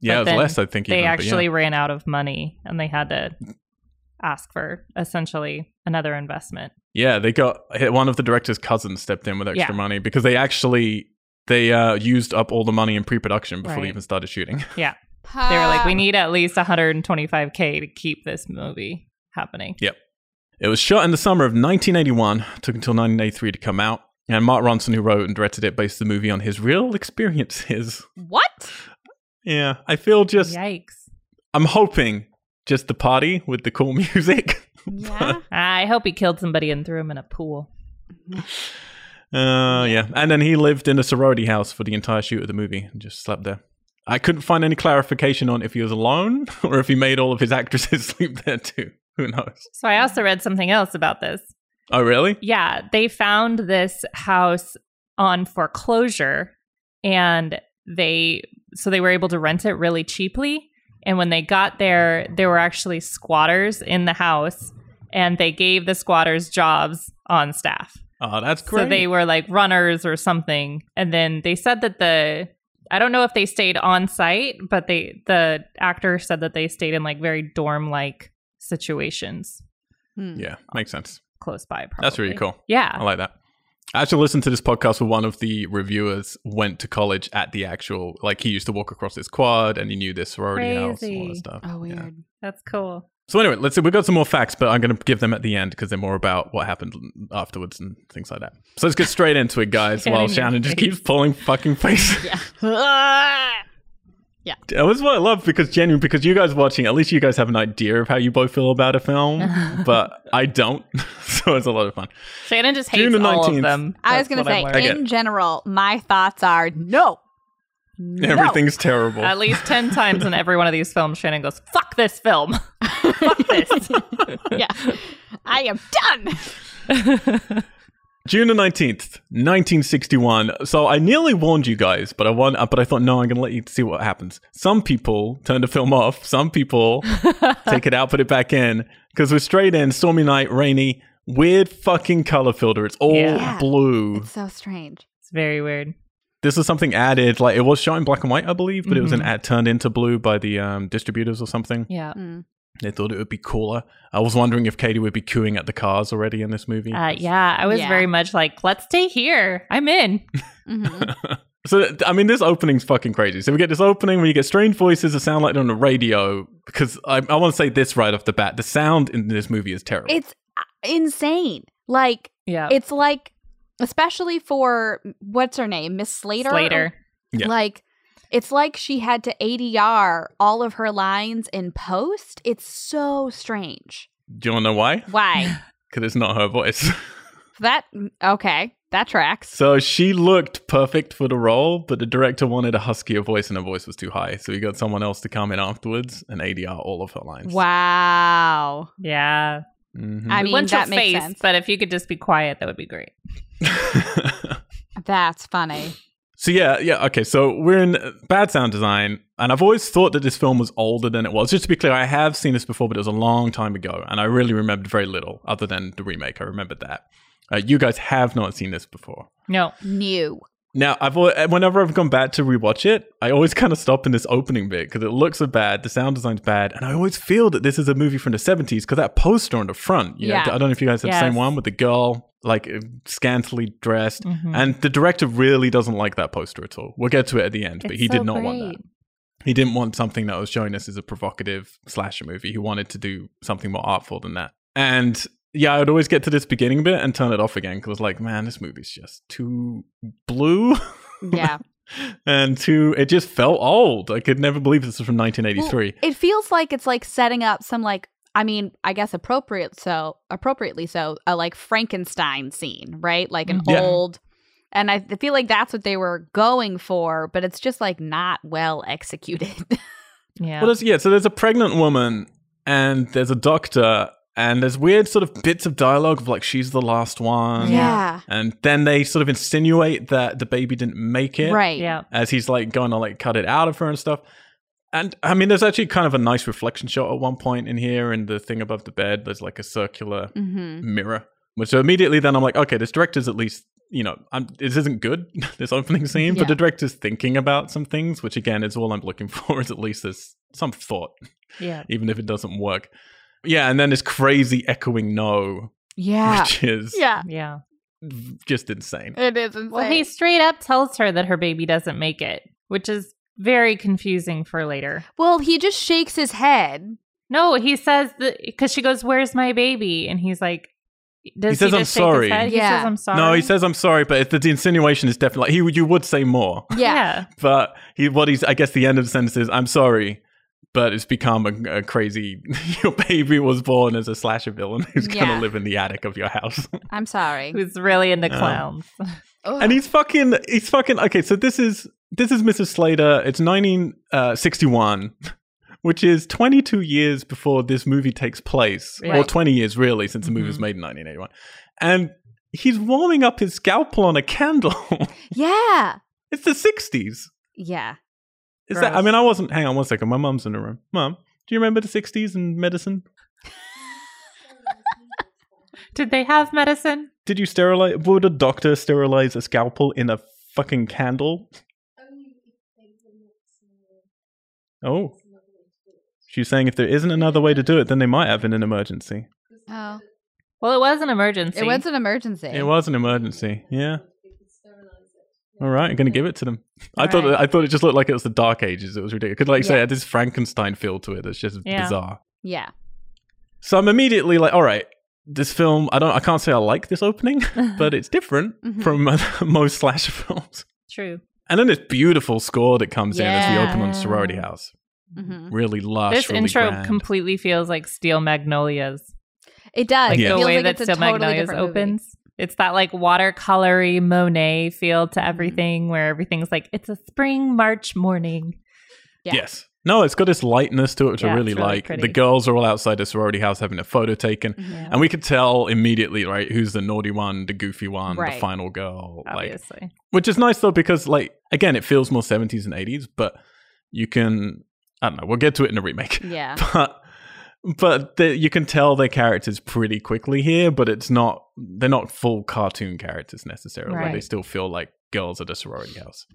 Speaker 1: Yeah,
Speaker 2: But
Speaker 1: it
Speaker 2: then
Speaker 1: was less, I think.
Speaker 2: They
Speaker 1: even, but yeah.
Speaker 2: actually ran out of money and they had to ask for essentially another investment.
Speaker 1: yeah. they got eh, one of the director's cousins stepped in with extra
Speaker 2: Yeah.
Speaker 1: money because they actually they uh, used up all the money in pre-production before they
Speaker 2: Right.
Speaker 1: even started shooting.
Speaker 2: They were
Speaker 3: Uh,
Speaker 2: like we need at least 125k to keep this movie happening.
Speaker 1: It was shot in the summer of 1981, took until 1983 to come out, and Mark Ronson, who wrote and directed it, based the movie on his real experiences.
Speaker 3: what?
Speaker 1: Yeah, I feel just
Speaker 2: Yikes.
Speaker 1: I'm hoping just the party with the cool music.
Speaker 3: Yeah.
Speaker 2: I hope he killed somebody and threw him in a pool.
Speaker 1: Uh, yeah. And then he lived in a sorority house for the entire shoot of the movie and just slept there. I couldn't find any clarification on if he was alone or if he made all of his actresses sleep there too. Who knows?
Speaker 2: So I also read something else about this.
Speaker 1: Oh, really?
Speaker 2: Yeah, they found this house on foreclosure and they so they were able to rent it really cheaply and when they got there there were actually squatters in the house and they gave the squatters jobs on staff.
Speaker 1: Oh, that's great.
Speaker 2: So they were like runners or something and then they said that the I don't know if they stayed on site but they the actor said that they stayed in like very dorm like situations
Speaker 3: Hmm.
Speaker 1: yeah, makes sense.
Speaker 2: close by probably. Ah.
Speaker 1: That's really cool. Oh.
Speaker 2: Yeah.
Speaker 1: I like that. I actually listened to this podcast where one of the reviewers went to college at the actual, like he used to walk across this quad and he knew this sorority house and all
Speaker 2: Crazy.
Speaker 1: this stuff.
Speaker 3: Oh,
Speaker 1: Yeah.
Speaker 3: weird.
Speaker 2: That's cool.
Speaker 1: So anyway, let's see. We've got some more facts, but I'm going to give them at the end because they're more about what happened afterwards and things like that. So let's get straight into it, guys.
Speaker 2: Get
Speaker 1: while
Speaker 2: in your
Speaker 1: Shannon just
Speaker 2: face.
Speaker 1: keeps pulling fucking face.
Speaker 3: Yeah.
Speaker 1: that was what I love because genuine because you guys watching, at least you guys have an idea of how you both feel about a film, but I don't. So it's a lot of fun.
Speaker 2: Shannon just
Speaker 1: June
Speaker 2: hates
Speaker 1: the
Speaker 2: all
Speaker 1: 19th.
Speaker 2: of them.
Speaker 3: I
Speaker 2: That's
Speaker 3: was gonna
Speaker 2: what I'm
Speaker 3: say,
Speaker 2: learning.
Speaker 1: get
Speaker 3: in general, my thoughts are no. No.
Speaker 1: Everything's terrible.
Speaker 2: at least 10 times in every one of these films, Shannon goes, fuck this film. fuck this.
Speaker 3: yeah. I am done.
Speaker 1: June the 19th, 1961. So I nearly warned you guys, but I want, but I thought, no, I'm going to let you see what happens. Some people turn the film off. Some people take it out, put it back in. Because we're straight in, stormy night, rainy, weird fucking color filter. It's all
Speaker 2: Yeah.
Speaker 1: blue.
Speaker 3: It's so strange.
Speaker 2: It's very weird.
Speaker 1: This is something added. Like it was shot in black and white, I believe, but it was an
Speaker 2: Mhm.
Speaker 1: ad turned into blue by the um, distributors or something.
Speaker 2: Yeah.
Speaker 3: Mm.
Speaker 1: They thought it would be cooler. I was wondering if Katie would be cooing at the cars already in this movie.
Speaker 2: Uh, yeah. I was
Speaker 3: Yeah.
Speaker 2: very much like, let's stay here. I'm in.
Speaker 3: Mhm.
Speaker 1: So th- I mean, this opening's fucking crazy. So we get this opening where you get strange voices that sound like they're on the radio. Because I, I want to say this right off the bat: the sound in this movie is terrible.
Speaker 3: it's uh, insane. Like
Speaker 2: Yeah.
Speaker 3: it's like, especially for what's her name, Miss Slater.
Speaker 2: Slater.
Speaker 1: Yeah.
Speaker 3: Like it's like she had to ADR all of her lines in post. It's so strange.
Speaker 1: Do you want to know why?
Speaker 3: Why?
Speaker 1: Because it's not her voice.
Speaker 3: that mm, okay. That tracks.
Speaker 1: so she looked perfect for the role, but the director wanted a huskier voice, and her voice was too high. So he got someone else to come in afterwards and ADR all of her lines.
Speaker 3: Wow.
Speaker 2: Yeah.
Speaker 1: Mhm.
Speaker 3: I
Speaker 2: We
Speaker 3: mean
Speaker 2: want your
Speaker 3: that makes
Speaker 2: face,
Speaker 3: sense.
Speaker 2: But if you could just be quiet, that would be great.
Speaker 3: That's funny.
Speaker 1: So yeah, yeah, okay. So we're in uh, bad sound design, and I've always thought that this film was older than it was. Just to be clear, I have seen this before, but it was a long time ago, and I really remembered very little other than the remake. I remembered that. Uh, you guys have not seen this before.
Speaker 2: No.
Speaker 3: New.
Speaker 1: Now, I've al- uh, whenever I've gone back to rewatch it, I always kind of stop in this opening bit because it looks so bad, the sound design's bad, and I always feel that this is a movie from the seventies because that poster on the front. You know,
Speaker 3: Yeah.
Speaker 1: I don't know if you guys have the same
Speaker 2: Yes.
Speaker 1: one with the girl like uh, scantily dressed,
Speaker 2: Mhm.
Speaker 1: and the director really doesn't like that poster at all. We'll get to it at the end, but
Speaker 2: It's
Speaker 1: he
Speaker 2: so
Speaker 1: did not want that.
Speaker 2: great.
Speaker 1: He didn't want something that was showing us as a provocative slasher movie. He wanted to do something more artful than that. And yeah, I would always get to this beginning bit and turn it off again because I was like, man, this movie's just too blue
Speaker 3: Yeah.
Speaker 1: and too. It just felt old. I could never believe this was from 1983.
Speaker 3: it feels like it's like setting up some like I mean, I guess appropriate so appropriately so a like Frankenstein scene, right? Like an
Speaker 2: Mhm. Yeah.
Speaker 3: old and I feel like that's what they were going for, but it's just like not well executed.
Speaker 2: Yeah.
Speaker 1: Well, there's, yeah, so there's a pregnant woman and there's a doctor and there's weird sort of bits of dialogue of like, she's the last one.
Speaker 2: Yeah.
Speaker 1: And then they sort of insinuate that the baby didn't make it.
Speaker 3: Right.
Speaker 2: yeah.
Speaker 1: As he's like going to like cut it out of her and stuff. And I mean, there's actually kind of a nice reflection shot at one point in here and the thing above the bed. There's like a circular
Speaker 3: Mm-hmm.
Speaker 1: mirror. Which so immediately then I'm like, okay, this director's at least, you know, I'm, this isn't good, this opening scene, but
Speaker 3: Yeah.
Speaker 1: the director's thinking about some things, which again is all I'm looking for is at least there's some thought,
Speaker 2: Yeah.
Speaker 1: even if it doesn't work. Yeah. And then this crazy echoing no,
Speaker 3: Yeah.
Speaker 1: which is
Speaker 3: yeah.
Speaker 2: Yeah.
Speaker 1: just insane.
Speaker 3: It is insane.
Speaker 2: Well, he straight up tells her that her baby doesn't make it, which is very confusing for later.
Speaker 3: well, he just shakes his head.
Speaker 2: No, he says that because she goes, "Where's my baby?" and he's like, does
Speaker 1: He says, "I'm
Speaker 2: just shake his
Speaker 1: sorry."
Speaker 2: head? He
Speaker 3: Yeah.
Speaker 2: says, "I'm sorry."
Speaker 1: No, he says I'm sorry, but the, the insinuation is definitely like he would- you would say more,
Speaker 3: Yeah.
Speaker 1: but he what he's I guess the end of the sentence is I'm sorry, but it's become a, a crazy your baby was born as a slasher villain who's
Speaker 3: Yeah.
Speaker 1: gonna live in the attic of your house,
Speaker 3: I'm sorry.
Speaker 2: Who's really into
Speaker 1: Yeah.
Speaker 2: clowns?
Speaker 1: and he's fucking he's fucking okay. So this is this is Mrs. Slater. It's 1961. Which is 22 years before this movie takes place, or
Speaker 3: Right. Mm-hmm.
Speaker 1: 20 years really, since the movie was
Speaker 2: Mhm.
Speaker 1: made in 1981. And he's warming up his scalpel on a candle.
Speaker 3: yeah.
Speaker 1: It's the sixties.
Speaker 3: Yeah.
Speaker 1: Is that? I
Speaker 2: Gross.
Speaker 1: mean, I wasn't. Hang on one second. My mom's in the room. Mom, do you remember the sixties and medicine?
Speaker 2: Did they have medicine?
Speaker 1: Did you sterilize? Would a doctor sterilize a scalpel in a fucking candle? Oh, she's saying if there isn't another way to do it, then they might have in an emergency.
Speaker 3: Oh.
Speaker 2: Well, it was an emergency.
Speaker 3: It was an emergency.
Speaker 1: It was an emergency. Yeah. All right, I'm gonna give it to them. I
Speaker 2: All
Speaker 1: thought
Speaker 2: right.
Speaker 1: I thought it just looked like it was the Dark Ages. It was ridiculous. Because, like you say,
Speaker 3: Yeah.
Speaker 1: it had this Frankenstein feel to it. That's just
Speaker 2: Yeah.
Speaker 1: bizarre.
Speaker 3: Yeah.
Speaker 1: So I'm immediately like, all right, this film. I don't. I can't say I like this opening. but it's different
Speaker 2: Mm-hmm.
Speaker 3: Mhm.
Speaker 1: from most slasher films.
Speaker 2: true.
Speaker 1: And then this beautiful score that comes in as we open on
Speaker 2: Yeah.
Speaker 1: Sorority House.
Speaker 2: Mm-hmm.
Speaker 3: Mhm.
Speaker 1: Really lush,
Speaker 2: this
Speaker 1: really
Speaker 2: intro
Speaker 1: grand.
Speaker 2: completely feels like Steel Magnolias,
Speaker 3: It does.
Speaker 2: like
Speaker 1: Yeah.
Speaker 3: It
Speaker 2: the
Speaker 3: feels
Speaker 2: way
Speaker 3: like
Speaker 2: that
Speaker 3: it's a
Speaker 2: Steel
Speaker 3: totally
Speaker 2: Magnolias
Speaker 3: different movie.
Speaker 2: opens. It's that like watercolory Monet feel
Speaker 3: Mm-hmm.
Speaker 2: to everything, where everything's like it's a spring March morning.
Speaker 3: Yeah.
Speaker 1: Yes. No, it's got this lightness to it, which I
Speaker 2: Yeah, it's
Speaker 1: really,
Speaker 2: really
Speaker 1: like.
Speaker 2: pretty.
Speaker 1: The girls are all outside the Sorority House having a photo taken.
Speaker 3: Mhm.
Speaker 1: And we could tell immediately, right, who's the naughty one, the goofy one, the
Speaker 3: Right.
Speaker 1: final girl. Like,
Speaker 2: Obviously,
Speaker 1: which is nice though, because like again, it feels more seventies and eighties, but you can I don't know. We'll get to it in the remake.
Speaker 3: Yeah.
Speaker 1: but but the, you can tell their characters pretty quickly here but it's not they're not full cartoon characters necessarily they
Speaker 2: Right.
Speaker 1: still feel like girls at a sorority house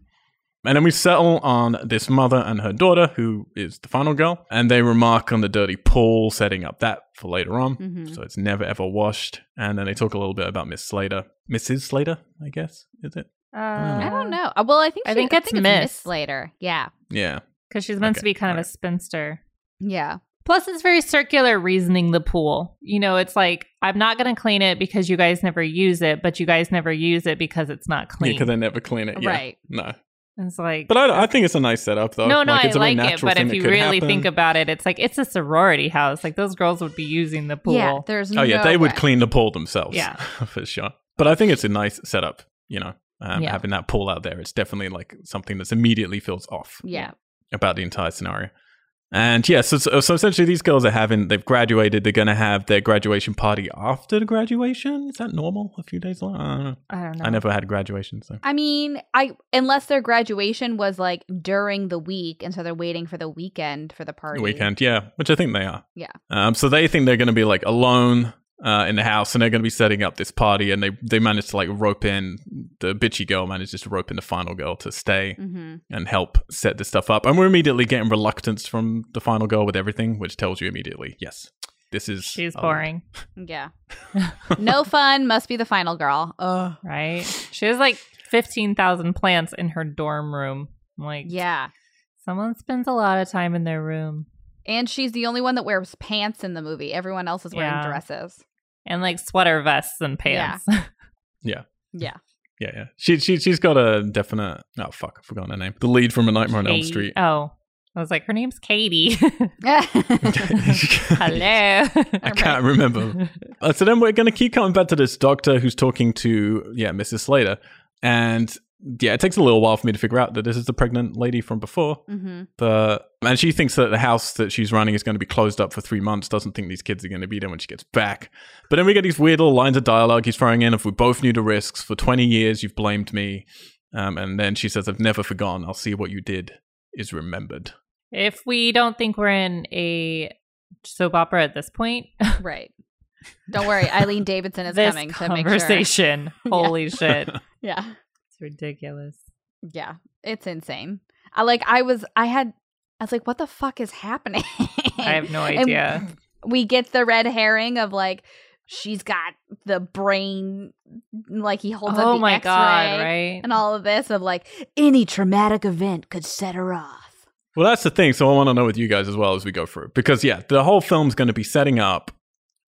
Speaker 1: and then we settle on this mother and her daughter who is the final girl and they remark on the dirty pool setting up that for later on
Speaker 2: Mm-hmm.
Speaker 3: Mhm.
Speaker 1: so it's never ever washed and then they talk a little bit about miss slater mrs slater i guess is it
Speaker 3: Mm.
Speaker 2: Uh,
Speaker 3: I don't know. Uh, Well, I think
Speaker 2: I
Speaker 3: she-
Speaker 2: think it's Miss.
Speaker 3: Slater. Yeah.
Speaker 1: yeah
Speaker 2: because she's meant
Speaker 1: Okay,
Speaker 2: to be kind of
Speaker 1: alright.
Speaker 2: a spinster.
Speaker 3: Yeah.
Speaker 2: Plus, it's very circular reasoning the pool. You know, it's like, I'm not going to clean it because you guys never use it, but you guys never use it because it's not clean.
Speaker 1: because they never clean it yeah
Speaker 3: Right.
Speaker 1: no
Speaker 2: it's like,
Speaker 1: but I, I think it's a nice setup though
Speaker 2: no, no,
Speaker 1: it's a very
Speaker 2: I like it.
Speaker 1: natural
Speaker 2: But
Speaker 1: thing
Speaker 2: if
Speaker 1: that
Speaker 2: you
Speaker 1: could
Speaker 2: really
Speaker 1: happen.
Speaker 2: think about it, it's like, it's a sorority house. Like, those girls would be using the pool.
Speaker 3: Yeah. There's
Speaker 1: Oh yeah,
Speaker 3: no
Speaker 1: they would
Speaker 3: way.
Speaker 1: clean the pool themselves.
Speaker 2: Yeah.
Speaker 1: for sure. But I think it's a nice setup. You know, um,
Speaker 2: Yeah.
Speaker 1: having that pool out there, it's definitely like something that's immediately feels off
Speaker 3: Yeah.
Speaker 1: about the entire scenario. And yeah, so, so so essentially, these girls are having they've graduated. They're going to have their graduation party after the graduation. Is that normal? A few days later, I don't know.
Speaker 2: I don't know.
Speaker 1: I never had a graduation, so
Speaker 3: I mean, I unless their graduation was like during the week, and so they're waiting for the weekend for the party.
Speaker 1: weekend, yeah, which I think they are.
Speaker 3: Yeah.
Speaker 1: Um, so they think they're going to be like alone uh, in the house, and they're going to be setting up this party, and they they manage to like rope in the bitchy girl manages to rope in the final girl to stay
Speaker 3: Mm-hmm.
Speaker 1: and help set this stuff up, and we're immediately getting reluctance from the final girl with everything, which tells you immediately, yes, this is um,
Speaker 2: She's
Speaker 1: a-
Speaker 2: boring,
Speaker 3: Yeah. no fun. Must be the final girl. Oh.
Speaker 2: right? She has like 15,000 plants in her dorm room. I'm like,
Speaker 3: Yeah.
Speaker 2: someone spends a lot of time in their room.
Speaker 3: And she's the only one that wears pants in the movie. Everyone else is wearing
Speaker 2: Yeah.
Speaker 3: dresses.
Speaker 2: And like sweater vests and pants.
Speaker 3: Yeah.
Speaker 1: Yeah, yeah. She she she's got a definite. Oh fuck, I forgot her name. The lead from A Nightmare on Elm
Speaker 2: Katie-
Speaker 1: Street.
Speaker 2: Oh, I was like, her name's Katie.
Speaker 1: I
Speaker 2: Hello.
Speaker 1: can't remember. Uh, so then we're going to keep coming back to this doctor who's talking to yeah Mrs. Slater, and yeah, it takes a little while for me to figure out that this is the pregnant lady from before.
Speaker 3: hmm
Speaker 1: But and she thinks that the house that she's running is going to be closed up for three months. Doesn't think these kids are going to be there when she gets back. But then we get these weird little lines of dialogue he's throwing in. If we both knew the risks for twenty years, you've blamed me. Um, and then she says, "I've never forgotten. I'll see what you did is remembered."
Speaker 2: if we don't think we're in a soap opera at this point,
Speaker 3: Right. Don't worry. Eileen Davidson is
Speaker 2: this
Speaker 3: coming to make sure.
Speaker 2: conversation, holy shit, it's
Speaker 3: Yeah.
Speaker 2: ridiculous.
Speaker 3: Yeah. It's insane. I like, I was, I had, I was like, what the fuck is happening?
Speaker 2: I have no
Speaker 3: And
Speaker 2: idea.
Speaker 3: we get the red herring of like, she's got the brain, like he holds up
Speaker 2: oh
Speaker 3: the
Speaker 2: my
Speaker 3: X-ray
Speaker 2: god, right?
Speaker 3: and all of this of like any traumatic event could set her off.
Speaker 1: Well, that's the thing. So I want to know with you guys as well as we go through, because yeah, the whole film's going to be setting up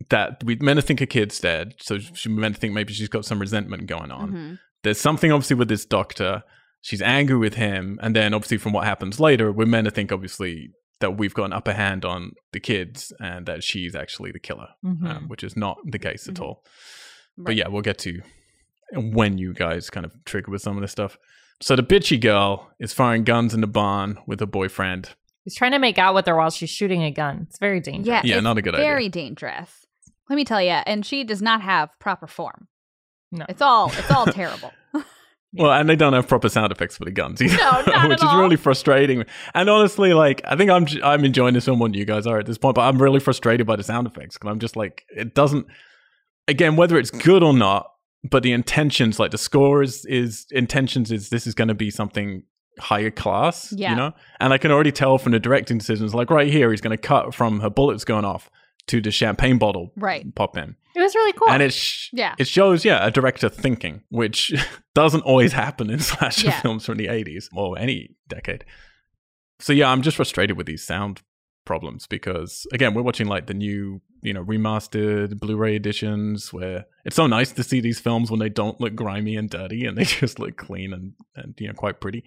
Speaker 1: that we meant to think her kid's dead. So she meant to think maybe she's got some resentment going on.
Speaker 2: Mm-hmm.
Speaker 3: Mhm.
Speaker 1: there's something obviously with this doctor. She's angry with him, and then obviously from what happens later, we're meant to think obviously that we've got an upper hand on the kids and that she's actually the killer,
Speaker 2: Mhm.
Speaker 1: um, which is not the case at
Speaker 3: Mhm.
Speaker 1: all. But
Speaker 3: Right.
Speaker 1: yeah, we'll get to when you guys kind of trigger with some of this stuff. So the bitchy girl is firing guns in the barn with her boyfriend.
Speaker 2: He's trying to make out with her while she's shooting a gun. It's very dangerous.
Speaker 3: Yeah,
Speaker 1: Yeah,
Speaker 3: it's
Speaker 1: not a good
Speaker 3: very
Speaker 1: idea.
Speaker 3: dangerous. Let me tell you, and she does not have proper form.
Speaker 2: No.
Speaker 3: It's all it's all terrible.
Speaker 1: Well, and they don't have proper sound effects for the guns either,
Speaker 3: No, not
Speaker 1: which
Speaker 3: at
Speaker 1: is
Speaker 3: all.
Speaker 1: really frustrating. And honestly, like I think I'm j- I'm enjoying this film more than you guys are at this point, but I'm really frustrated by the sound effects because I'm just like it doesn't. Again, whether it's good or not, but the intentions, like the score is is intentions is this is going to be something higher class,
Speaker 3: Yeah.
Speaker 1: you know. And I can already tell from the directing decisions, like right here, he's going to cut from her bullets going off to the champagne bottle
Speaker 3: Right.
Speaker 1: pop in,
Speaker 2: It was really cool.
Speaker 1: and it's. Sh-
Speaker 3: Yeah.
Speaker 1: it shows, yeah, a director thinking, which doesn't always happen in slasher
Speaker 3: Yeah.
Speaker 1: films from the 80s or any decade. So, yeah, I'm just frustrated with these sound problems because, again, we're watching like the new, you know, remastered Blu ray editions where it's so nice to see these films when they don't look grimy and dirty and they just look clean and, and you know, quite pretty.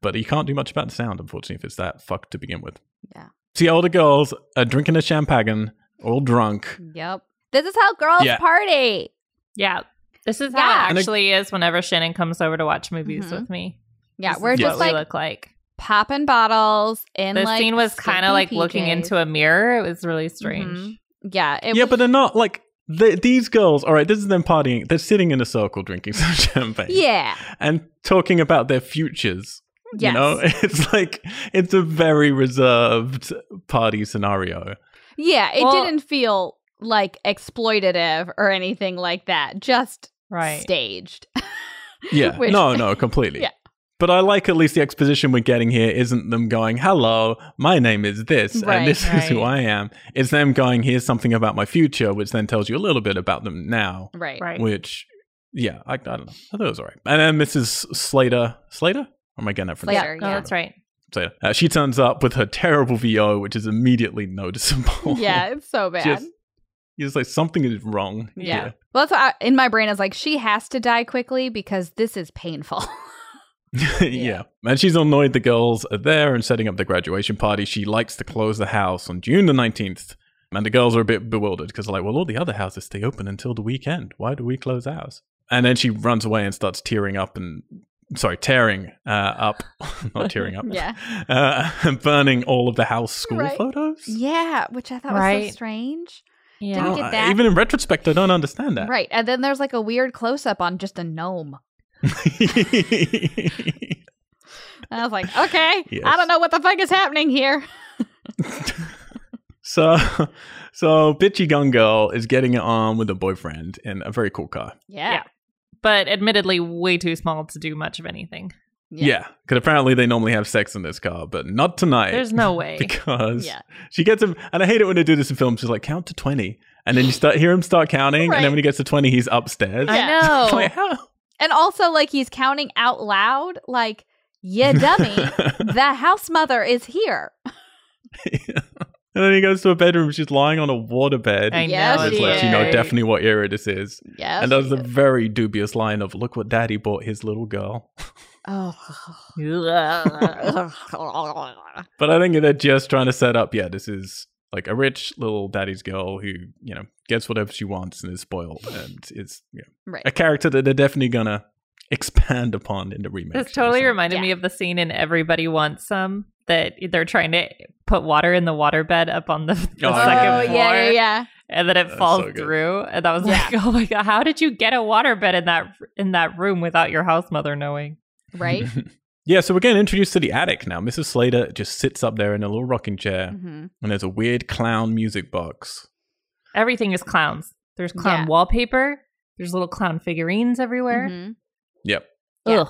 Speaker 1: But you can't do much about the sound, unfortunately, if it's that fucked to begin with.
Speaker 3: Yeah.
Speaker 1: See, all the girls are drinking a champagne, all drunk.
Speaker 3: Yep. This is how girls
Speaker 1: Yeah.
Speaker 3: party.
Speaker 2: yeah. This is
Speaker 3: Yeah.
Speaker 2: how it
Speaker 1: And I-
Speaker 2: actually is whenever Shannon comes over to watch movies
Speaker 3: Mhm.
Speaker 2: with me.
Speaker 3: Yeah,
Speaker 2: This
Speaker 3: we're
Speaker 2: is
Speaker 3: just
Speaker 2: what we
Speaker 3: like
Speaker 2: look like.
Speaker 3: popping bottles in
Speaker 2: The
Speaker 3: like
Speaker 2: scene was kind of like
Speaker 3: skimpy
Speaker 2: looking
Speaker 3: PJs.
Speaker 2: into a mirror. It was really strange.
Speaker 3: Mhm. Yeah, it
Speaker 1: yeah,
Speaker 3: was-
Speaker 1: but they're not like th these girls. All right, this is them partying. They're sitting in a circle drinking some champagne.
Speaker 3: yeah,
Speaker 1: and talking about their futures.
Speaker 3: yes.
Speaker 1: You know, it's like it's a very reserved party scenario.
Speaker 3: yeah. It
Speaker 2: Well-
Speaker 3: didn't feel like exploitative or anything like that. Just
Speaker 2: Right.
Speaker 3: staged.
Speaker 1: Yeah,
Speaker 3: Which-
Speaker 1: no, no, completely.
Speaker 3: Yeah.
Speaker 1: But I like at least the exposition we're getting here isn't them going, "Hello, my name is this,
Speaker 3: Right,
Speaker 1: and this is who
Speaker 2: right.
Speaker 1: I am." It's them going, "Here's something about my future," which then tells you a little bit about them now.
Speaker 3: right.
Speaker 2: Right.
Speaker 1: Which, yeah, I, I don't know. I thought it was all right. And then Mrs. Slater, Slater, or am I getting that from
Speaker 3: Slater,
Speaker 2: yeah. No,
Speaker 3: yeah.
Speaker 2: that's right.
Speaker 1: So uh, she turns up with her terrible VO, which is immediately noticeable.
Speaker 3: Yeah, it's so bad.
Speaker 1: just, you're just like something is wrong.
Speaker 3: Yeah.
Speaker 1: here.
Speaker 3: Well, that's what I, in my brain. I was like, she has to die quickly because this is painful.
Speaker 1: yeah. And she's annoyed the girls are there and setting up the graduation party. She likes to close the house on June the 19th. And the girls are a bit bewildered because they're like, well, all the other houses stay open until the weekend. Why do we close ours? And then she runs away and starts tearing up and sorry, tearing uh, up, not tearing up,
Speaker 3: Yeah.
Speaker 1: uh, burning all of the house school
Speaker 3: Right.
Speaker 1: photos.
Speaker 3: Yeah, which I thought was
Speaker 2: Right.
Speaker 3: so strange.
Speaker 2: Yeah.
Speaker 3: Don't
Speaker 1: Oh,
Speaker 3: get
Speaker 1: I-
Speaker 3: that.
Speaker 1: even in retrospect, I don't understand that.
Speaker 3: Right. And then there's like a weird close up on just a gnome. And I was like, okay, I
Speaker 1: Yes.
Speaker 3: don't know what the fuck is happening here.
Speaker 1: so, so bitchy gun girl is getting it on with a boyfriend in a very cool car.
Speaker 3: Yeah.
Speaker 2: But admittedly, way too small to do much of anything.
Speaker 1: Yeah, because apparently they normally have sex in this car, but not tonight.
Speaker 2: There's no way.
Speaker 1: because
Speaker 3: Yeah.
Speaker 1: she gets him, and I hate it when they do this in films. She's like, count to twenty, and then you start hear him start counting, and
Speaker 3: Right.
Speaker 1: then when he gets to twenty, he's upstairs.
Speaker 3: Yeah.
Speaker 2: I know.
Speaker 1: Like, how?
Speaker 3: And also, like, he's counting out loud, like, you dummy, the house mother is here.
Speaker 1: And then he goes to a bedroom. She's lying on a waterbed.
Speaker 2: I
Speaker 3: Yeah,
Speaker 2: know.
Speaker 1: Which
Speaker 3: she
Speaker 1: lets
Speaker 3: is.
Speaker 1: you know definitely what era this is.
Speaker 3: Yeah.
Speaker 1: and there's a very dubious line of, look what daddy bought his little girl.
Speaker 3: oh.
Speaker 2: Ugh.
Speaker 1: But I think they're just trying to set up, yeah, this is like a rich little daddy's girl who, you know, gets whatever she wants and is spoiled. And it's you know,
Speaker 3: right.
Speaker 1: a character that they're definitely going to expand upon in the remake.
Speaker 2: This totally reminded
Speaker 3: Yeah.
Speaker 2: me of the scene in Everybody Wants Some that they're trying to put water in the waterbed up on the, the
Speaker 1: Oh,
Speaker 2: second
Speaker 1: yeah.
Speaker 3: Oh, yeah,
Speaker 2: floor,
Speaker 3: yeah, yeah.
Speaker 2: and then it
Speaker 1: That's
Speaker 2: falls
Speaker 1: so good.
Speaker 2: through. And that was
Speaker 3: Yeah.
Speaker 2: like, oh my god, how did you get a waterbed in that in that room without your house mother knowing?
Speaker 3: Right.
Speaker 1: yeah, so we're getting introduced to the attic now. Mrs. Slater just sits up there in a little rocking chair,
Speaker 2: Mm-hmm.
Speaker 3: hmm
Speaker 1: and there's a weird clown music box.
Speaker 2: Everything is clowns. There's clown
Speaker 3: Yeah.
Speaker 2: wallpaper. There's little clown figurines everywhere.
Speaker 1: Yep.
Speaker 3: Yeah.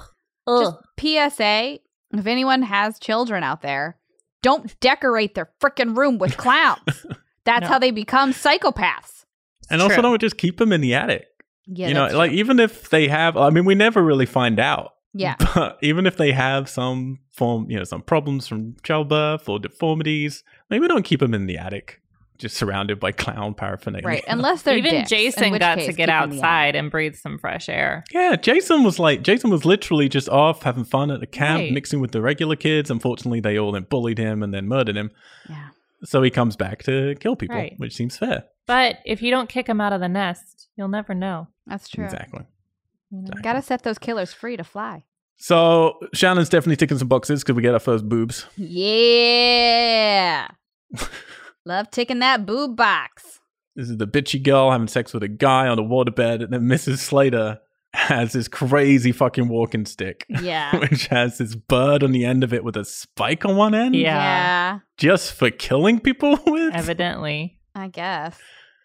Speaker 2: Ugh.
Speaker 3: Just PSA if anyone has children out there, don't decorate their freaking room with clowns. That's
Speaker 2: No.
Speaker 3: how they become psychopaths.
Speaker 1: And
Speaker 2: It's
Speaker 1: also,
Speaker 2: true.
Speaker 1: don't just keep them in the attic.
Speaker 3: Yeah.
Speaker 1: you know,
Speaker 3: that's
Speaker 1: like
Speaker 3: true.
Speaker 1: even if they have, I mean, we never really find out.
Speaker 3: yeah.
Speaker 1: But even if they have some form, you know, some problems from childbirth or deformities, maybe don't keep them in the attic, just surrounded by clown paraphernalia.
Speaker 3: Right. Unless they're
Speaker 2: Even
Speaker 3: dicks, in
Speaker 2: Jason
Speaker 3: which
Speaker 2: got
Speaker 3: case,
Speaker 2: to
Speaker 3: keep
Speaker 2: get
Speaker 3: 'em in the attic.
Speaker 2: outside and breathe some fresh air.
Speaker 1: Yeah, Jason was like, Jason was literally just off having fun at the camp,
Speaker 2: Right.
Speaker 1: mixing with the regular kids. Unfortunately, they all then bullied him and then murdered him.
Speaker 3: Yeah.
Speaker 1: So he comes back to kill people,
Speaker 2: Right.
Speaker 1: which seems fair.
Speaker 2: But if you don't kick him out of the nest, you'll never know.
Speaker 3: That's true.
Speaker 1: Exactly.
Speaker 2: you know?
Speaker 1: Exactly.
Speaker 3: Got to set those killers free to fly.
Speaker 1: So Shannon's definitely ticking some boxes because we get our first boobs.
Speaker 3: Yeah. Love ticking that boob box.
Speaker 1: This is the bitchy girl having sex with a guy on a waterbed, and then Mrs. Slater has this crazy fucking walking stick,
Speaker 3: Yeah.
Speaker 1: which has this bird on the end of it with a spike on one end,
Speaker 2: Yeah.
Speaker 3: yeah.
Speaker 1: just for killing people with.
Speaker 2: Evidently.
Speaker 3: I guess.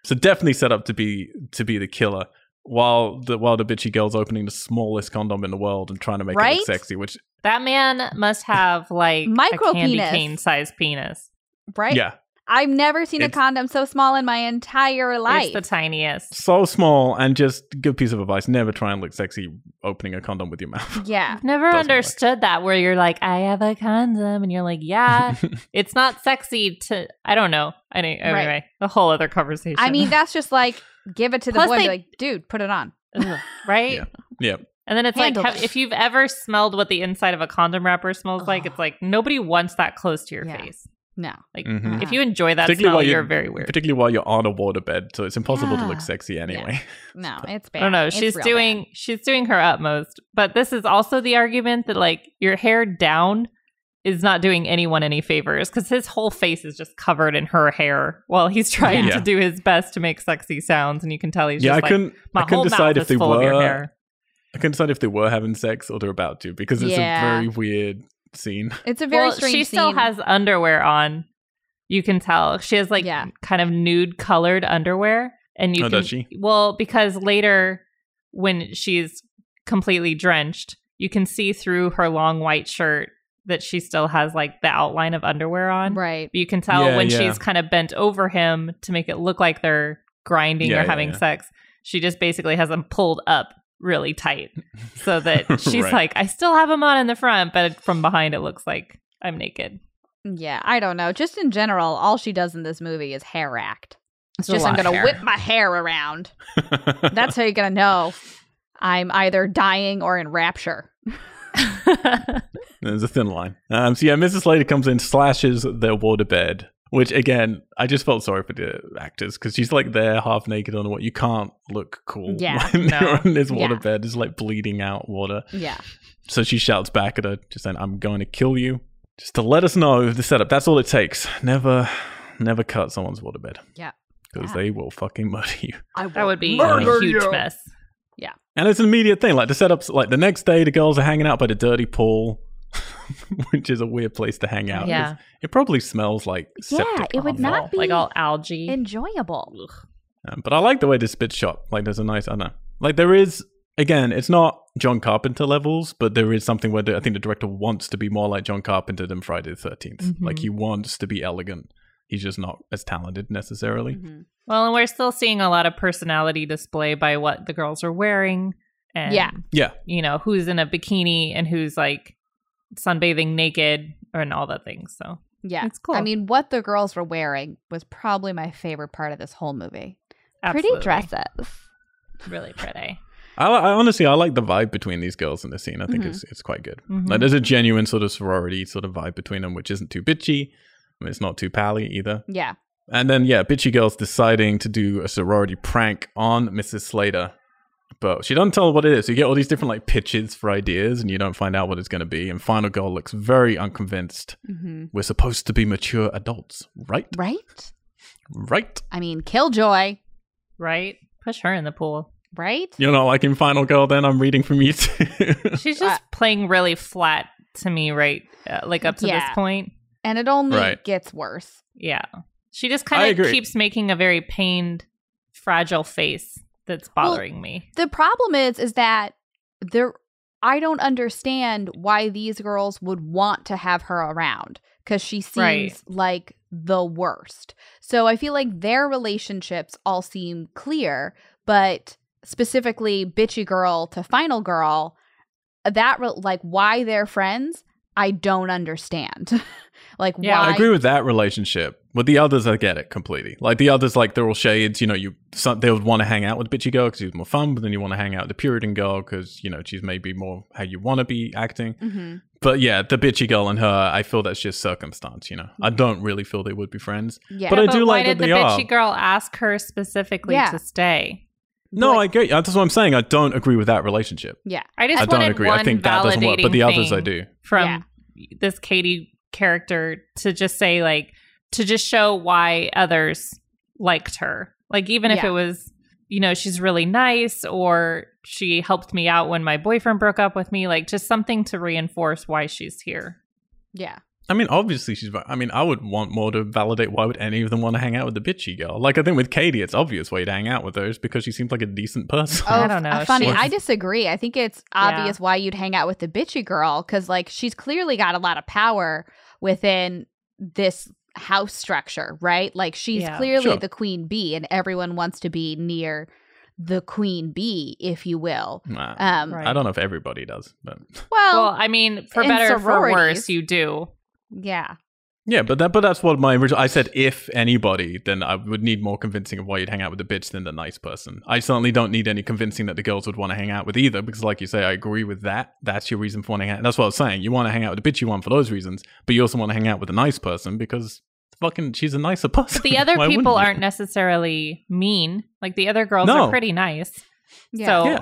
Speaker 1: so definitely set up to be to be the killer. While the while the bitchy girl's opening the smallest condom in the world and trying to make it
Speaker 3: Right?
Speaker 1: look sexy, which
Speaker 2: That man must have like
Speaker 3: Micro
Speaker 2: a candy
Speaker 3: penis.
Speaker 2: cane sized penis.
Speaker 3: Right?
Speaker 1: yeah,
Speaker 3: I've never seen a
Speaker 1: It's-
Speaker 3: condom so small in my entire life.
Speaker 2: It's the tiniest.
Speaker 1: so small and just good piece of advice: never try and look sexy opening a condom with your mouth.
Speaker 3: yeah.
Speaker 2: I've never
Speaker 1: Doesn't work.
Speaker 2: understood that where you're like, I have a condom, and you're like, yeah, it's not sexy to. I don't know. Any,
Speaker 3: Right.
Speaker 2: anyway, a whole other conversation.
Speaker 3: I mean, that's just like give it to the
Speaker 2: Plus
Speaker 3: boy. and be
Speaker 2: they-
Speaker 3: like, dude, put it on.
Speaker 2: Ugh, right?
Speaker 1: Yeah. Yep.
Speaker 2: And then it's like,
Speaker 3: Handle
Speaker 2: have,
Speaker 3: it.
Speaker 2: if you've ever smelled what the inside of a condom wrapper smells like,
Speaker 3: Ugh.
Speaker 2: it's like nobody wants that close to your
Speaker 3: Yeah.
Speaker 2: face.
Speaker 3: No.
Speaker 2: Like,
Speaker 1: Mhm.
Speaker 2: if you enjoy that
Speaker 1: Particularly
Speaker 2: smell,
Speaker 1: while you-
Speaker 2: you're very weird.
Speaker 1: particularly while you're on a waterbed, so it's impossible to look
Speaker 3: Yeah.
Speaker 1: sexy anyway.
Speaker 3: No, it's bad.
Speaker 2: I don't know.
Speaker 3: It's
Speaker 2: She's
Speaker 3: real
Speaker 2: doing she's doing her utmost, but this is also the argument that like your hair down is not doing anyone any favors because his whole face is just covered in her hair while he's trying
Speaker 1: Yeah.
Speaker 2: to do his best to make sexy sounds, and you can tell he's
Speaker 1: yeah, I
Speaker 2: just like
Speaker 1: couldn't.
Speaker 2: my
Speaker 1: I couldn't
Speaker 2: whole
Speaker 1: decide
Speaker 2: mouth
Speaker 1: if they
Speaker 2: is full of your
Speaker 1: were.
Speaker 2: hair.
Speaker 1: I couldn't decide if they were having sex or they're about to because it's
Speaker 3: Yeah.
Speaker 1: a very weird scene.
Speaker 3: bad. It's a very
Speaker 2: well,
Speaker 3: strange
Speaker 2: she still
Speaker 3: scene.
Speaker 2: has underwear on. You can tell she has like
Speaker 3: Yeah.
Speaker 2: kind of nude colored underwear, and you
Speaker 1: Oh,
Speaker 2: can,
Speaker 1: does she?
Speaker 2: Well, because later when she's completely drenched, you can see through her long white shirt that she still has like the outline of underwear on.
Speaker 3: Right.
Speaker 2: But you can tell
Speaker 1: Yeah,
Speaker 2: when
Speaker 1: yeah.
Speaker 2: she's kind of bent over him to make it look like they're grinding
Speaker 1: Yeah,
Speaker 2: or
Speaker 1: yeah,
Speaker 2: having
Speaker 1: yeah.
Speaker 2: sex. She just basically has them pulled up really tight so that she's
Speaker 1: Right.
Speaker 2: like, I still have them on in the front, but from behind it looks like I'm naked.
Speaker 3: Yeah, I don't know. Just in general, all she does in this movie is hair act.
Speaker 2: It's
Speaker 3: It's
Speaker 2: a
Speaker 3: just I'm
Speaker 2: lot of
Speaker 3: gonna
Speaker 2: hair.
Speaker 3: whip my hair around. That's how you're gonna know I'm either dying or in rapture.
Speaker 1: There's a thin line. Um, so yeah, Mrs. Slater comes in, slashes their waterbed, which again, I just felt sorry for the actors because she's like there half naked on what you can't look cool.
Speaker 3: Yeah,
Speaker 1: when
Speaker 2: no.
Speaker 1: you're on this
Speaker 3: Yeah.
Speaker 1: waterbed, it's like bleeding out water.
Speaker 3: Yeah.
Speaker 1: So she shouts back at her, just saying, I'm going to kill you. Just to let us know the setup. That's all it takes. Never, never cut someone's waterbed.
Speaker 3: Yeah.
Speaker 1: Because
Speaker 3: Yeah.
Speaker 1: they will fucking murder you.
Speaker 3: I
Speaker 2: That would be
Speaker 1: Murder
Speaker 2: a huge
Speaker 1: you.
Speaker 2: mess.
Speaker 1: And it's an immediate thing. Like the setups, like the next day, the girls are hanging out by the dirty pool, which is a weird place to hang out.
Speaker 2: Yeah.
Speaker 1: It probably smells like
Speaker 3: Yeah,
Speaker 1: septic
Speaker 3: it would
Speaker 1: lava.
Speaker 3: not be
Speaker 2: Like all algae.
Speaker 3: enjoyable.
Speaker 1: Um, but I like the way this bit's shot. Like, there's a nice, I don't know. Like, there is, again, it's not John Carpenter levels, but there is something where the, I think the director wants to be more like John Carpenter than Friday the 13th. Like,
Speaker 3: Mm-hmm.
Speaker 2: Mhm.
Speaker 1: he wants to be elegant. He's just not as talented necessarily.
Speaker 3: Mhm.
Speaker 2: Well, and we're still seeing a lot of personality display by what the girls are wearing and
Speaker 3: Yeah.
Speaker 1: Yeah.
Speaker 2: you know, who's in a bikini and who's like sunbathing naked or and all that thing. So
Speaker 3: Yeah.
Speaker 2: it's cool.
Speaker 3: I mean, what the girls were wearing was probably my favorite part of this whole movie.
Speaker 2: Absolutely.
Speaker 3: Pretty dresses.
Speaker 2: Really pretty.
Speaker 1: I, li- I honestly, I like the vibe between these girls in the scene. I think
Speaker 3: Mhm.
Speaker 1: it's, it's quite good.
Speaker 2: Mhm.
Speaker 1: Like, there's a genuine sort of sorority sort of vibe between them, which isn't too bitchy. I mean, it's not too pally either.
Speaker 3: Yeah.
Speaker 1: And then, yeah, Bitchy Girl's deciding to do a sorority prank on Mrs. Slater. But she doesn't tell what it is. You get all these different like pitches for ideas and you don't find out what it's going to be. And Final Girl looks very unconvinced.
Speaker 3: hmm
Speaker 1: We're supposed to be mature adults, right?
Speaker 3: Right?
Speaker 1: Right?
Speaker 3: I mean, Killjoy,
Speaker 2: right? Push her in the pool.
Speaker 3: right?
Speaker 1: You're not liking Final Girl then? I'm reading from you too.
Speaker 2: She's
Speaker 3: Uh,
Speaker 2: just playing really flat to me, right? Uh, like up to
Speaker 3: Yeah.
Speaker 2: this point.
Speaker 3: And it only
Speaker 1: Right.
Speaker 3: gets worse.
Speaker 2: Yeah. She just
Speaker 1: I
Speaker 2: kind of
Speaker 1: agree.
Speaker 2: keeps making a very pained, fragile face that's
Speaker 3: Well,
Speaker 2: bothering me.
Speaker 3: The problem is is that there I don't understand why these girls would want to have her around cuz she
Speaker 2: Right.
Speaker 3: seems like the worst. So I feel like their relationships all seem clear, but specifically bitchy girl to final girl that re- like why they're friends, I don't understand. like
Speaker 2: Yeah,
Speaker 3: why
Speaker 1: I agree with that relationship. With the others, I get it completely. Like the others, like they're all shades. You know, you some, they would want to hang out with bitchy girl because she was more fun, but then you want to hang out with the Puritan girl because you know she's maybe more how you want to be acting.
Speaker 3: Mhm.
Speaker 1: But yeah, the bitchy girl and her, I feel that's just circumstance. You know, I don't really feel they would be friends.
Speaker 3: Yeah.
Speaker 1: But I do
Speaker 2: why
Speaker 1: like that
Speaker 2: did the
Speaker 1: they are.
Speaker 2: bitchy girl ask her specifically
Speaker 3: Yeah.
Speaker 2: to stay?
Speaker 1: No,
Speaker 3: Like-
Speaker 1: I get. That's what I'm saying. I don't agree with that relationship.
Speaker 2: I just
Speaker 1: I don't
Speaker 2: wanted
Speaker 1: agree.
Speaker 2: one
Speaker 1: I think that doesn't work. But
Speaker 2: validating
Speaker 1: the others, I
Speaker 2: thing
Speaker 1: do.
Speaker 2: From this Katie character to just say like to just show why others liked her. Like even if
Speaker 3: Yeah.
Speaker 2: it was you know she's really nice or she helped me out when my boyfriend broke up with me like just something to reinforce why she's here.
Speaker 3: yeah.
Speaker 1: I mean, obviously she's. I mean, I would want more to validate. Why would any of them want to hang out with the bitchy girl? Like I think with Katie, it's obvious why you'd hang out with her is because she seems like a decent person.
Speaker 2: I don't know.
Speaker 3: f- Oh, Funny,
Speaker 2: She's-
Speaker 3: I disagree. I think it's obvious why you'd hang out with the bitchy girl because, like, she's clearly got a lot of power within this house structure, right? Like, she's
Speaker 2: Yeah.
Speaker 3: clearly
Speaker 1: Sure.
Speaker 3: the queen bee, and everyone wants to be near the queen bee, if you will.
Speaker 1: Nah,
Speaker 3: Um,
Speaker 2: Right.
Speaker 1: I don't know if everybody does, but
Speaker 3: well,
Speaker 2: Well, I mean, for
Speaker 3: in
Speaker 2: better or for
Speaker 3: sororities.
Speaker 2: worse, you do.
Speaker 3: yeah,
Speaker 1: yeah, but that, but that's what my original. I said if anybody, then I would need more convincing of why you'd hang out with the bitch than the nice person. I certainly don't need any convincing that the girls would want to hang out with either, because like you say, I agree with that. That's your reason for wanting. to hang- That's what I was saying. You want to hang out with the bitchy one for those reasons, but you also want to hang out with a nice person because fucking she's a nicer person.
Speaker 2: But the other
Speaker 1: Why wouldn't
Speaker 2: people
Speaker 1: you?
Speaker 2: aren't necessarily mean. Like the other girls
Speaker 1: No.
Speaker 2: are pretty nice.
Speaker 3: yeah.
Speaker 2: So
Speaker 1: Yeah.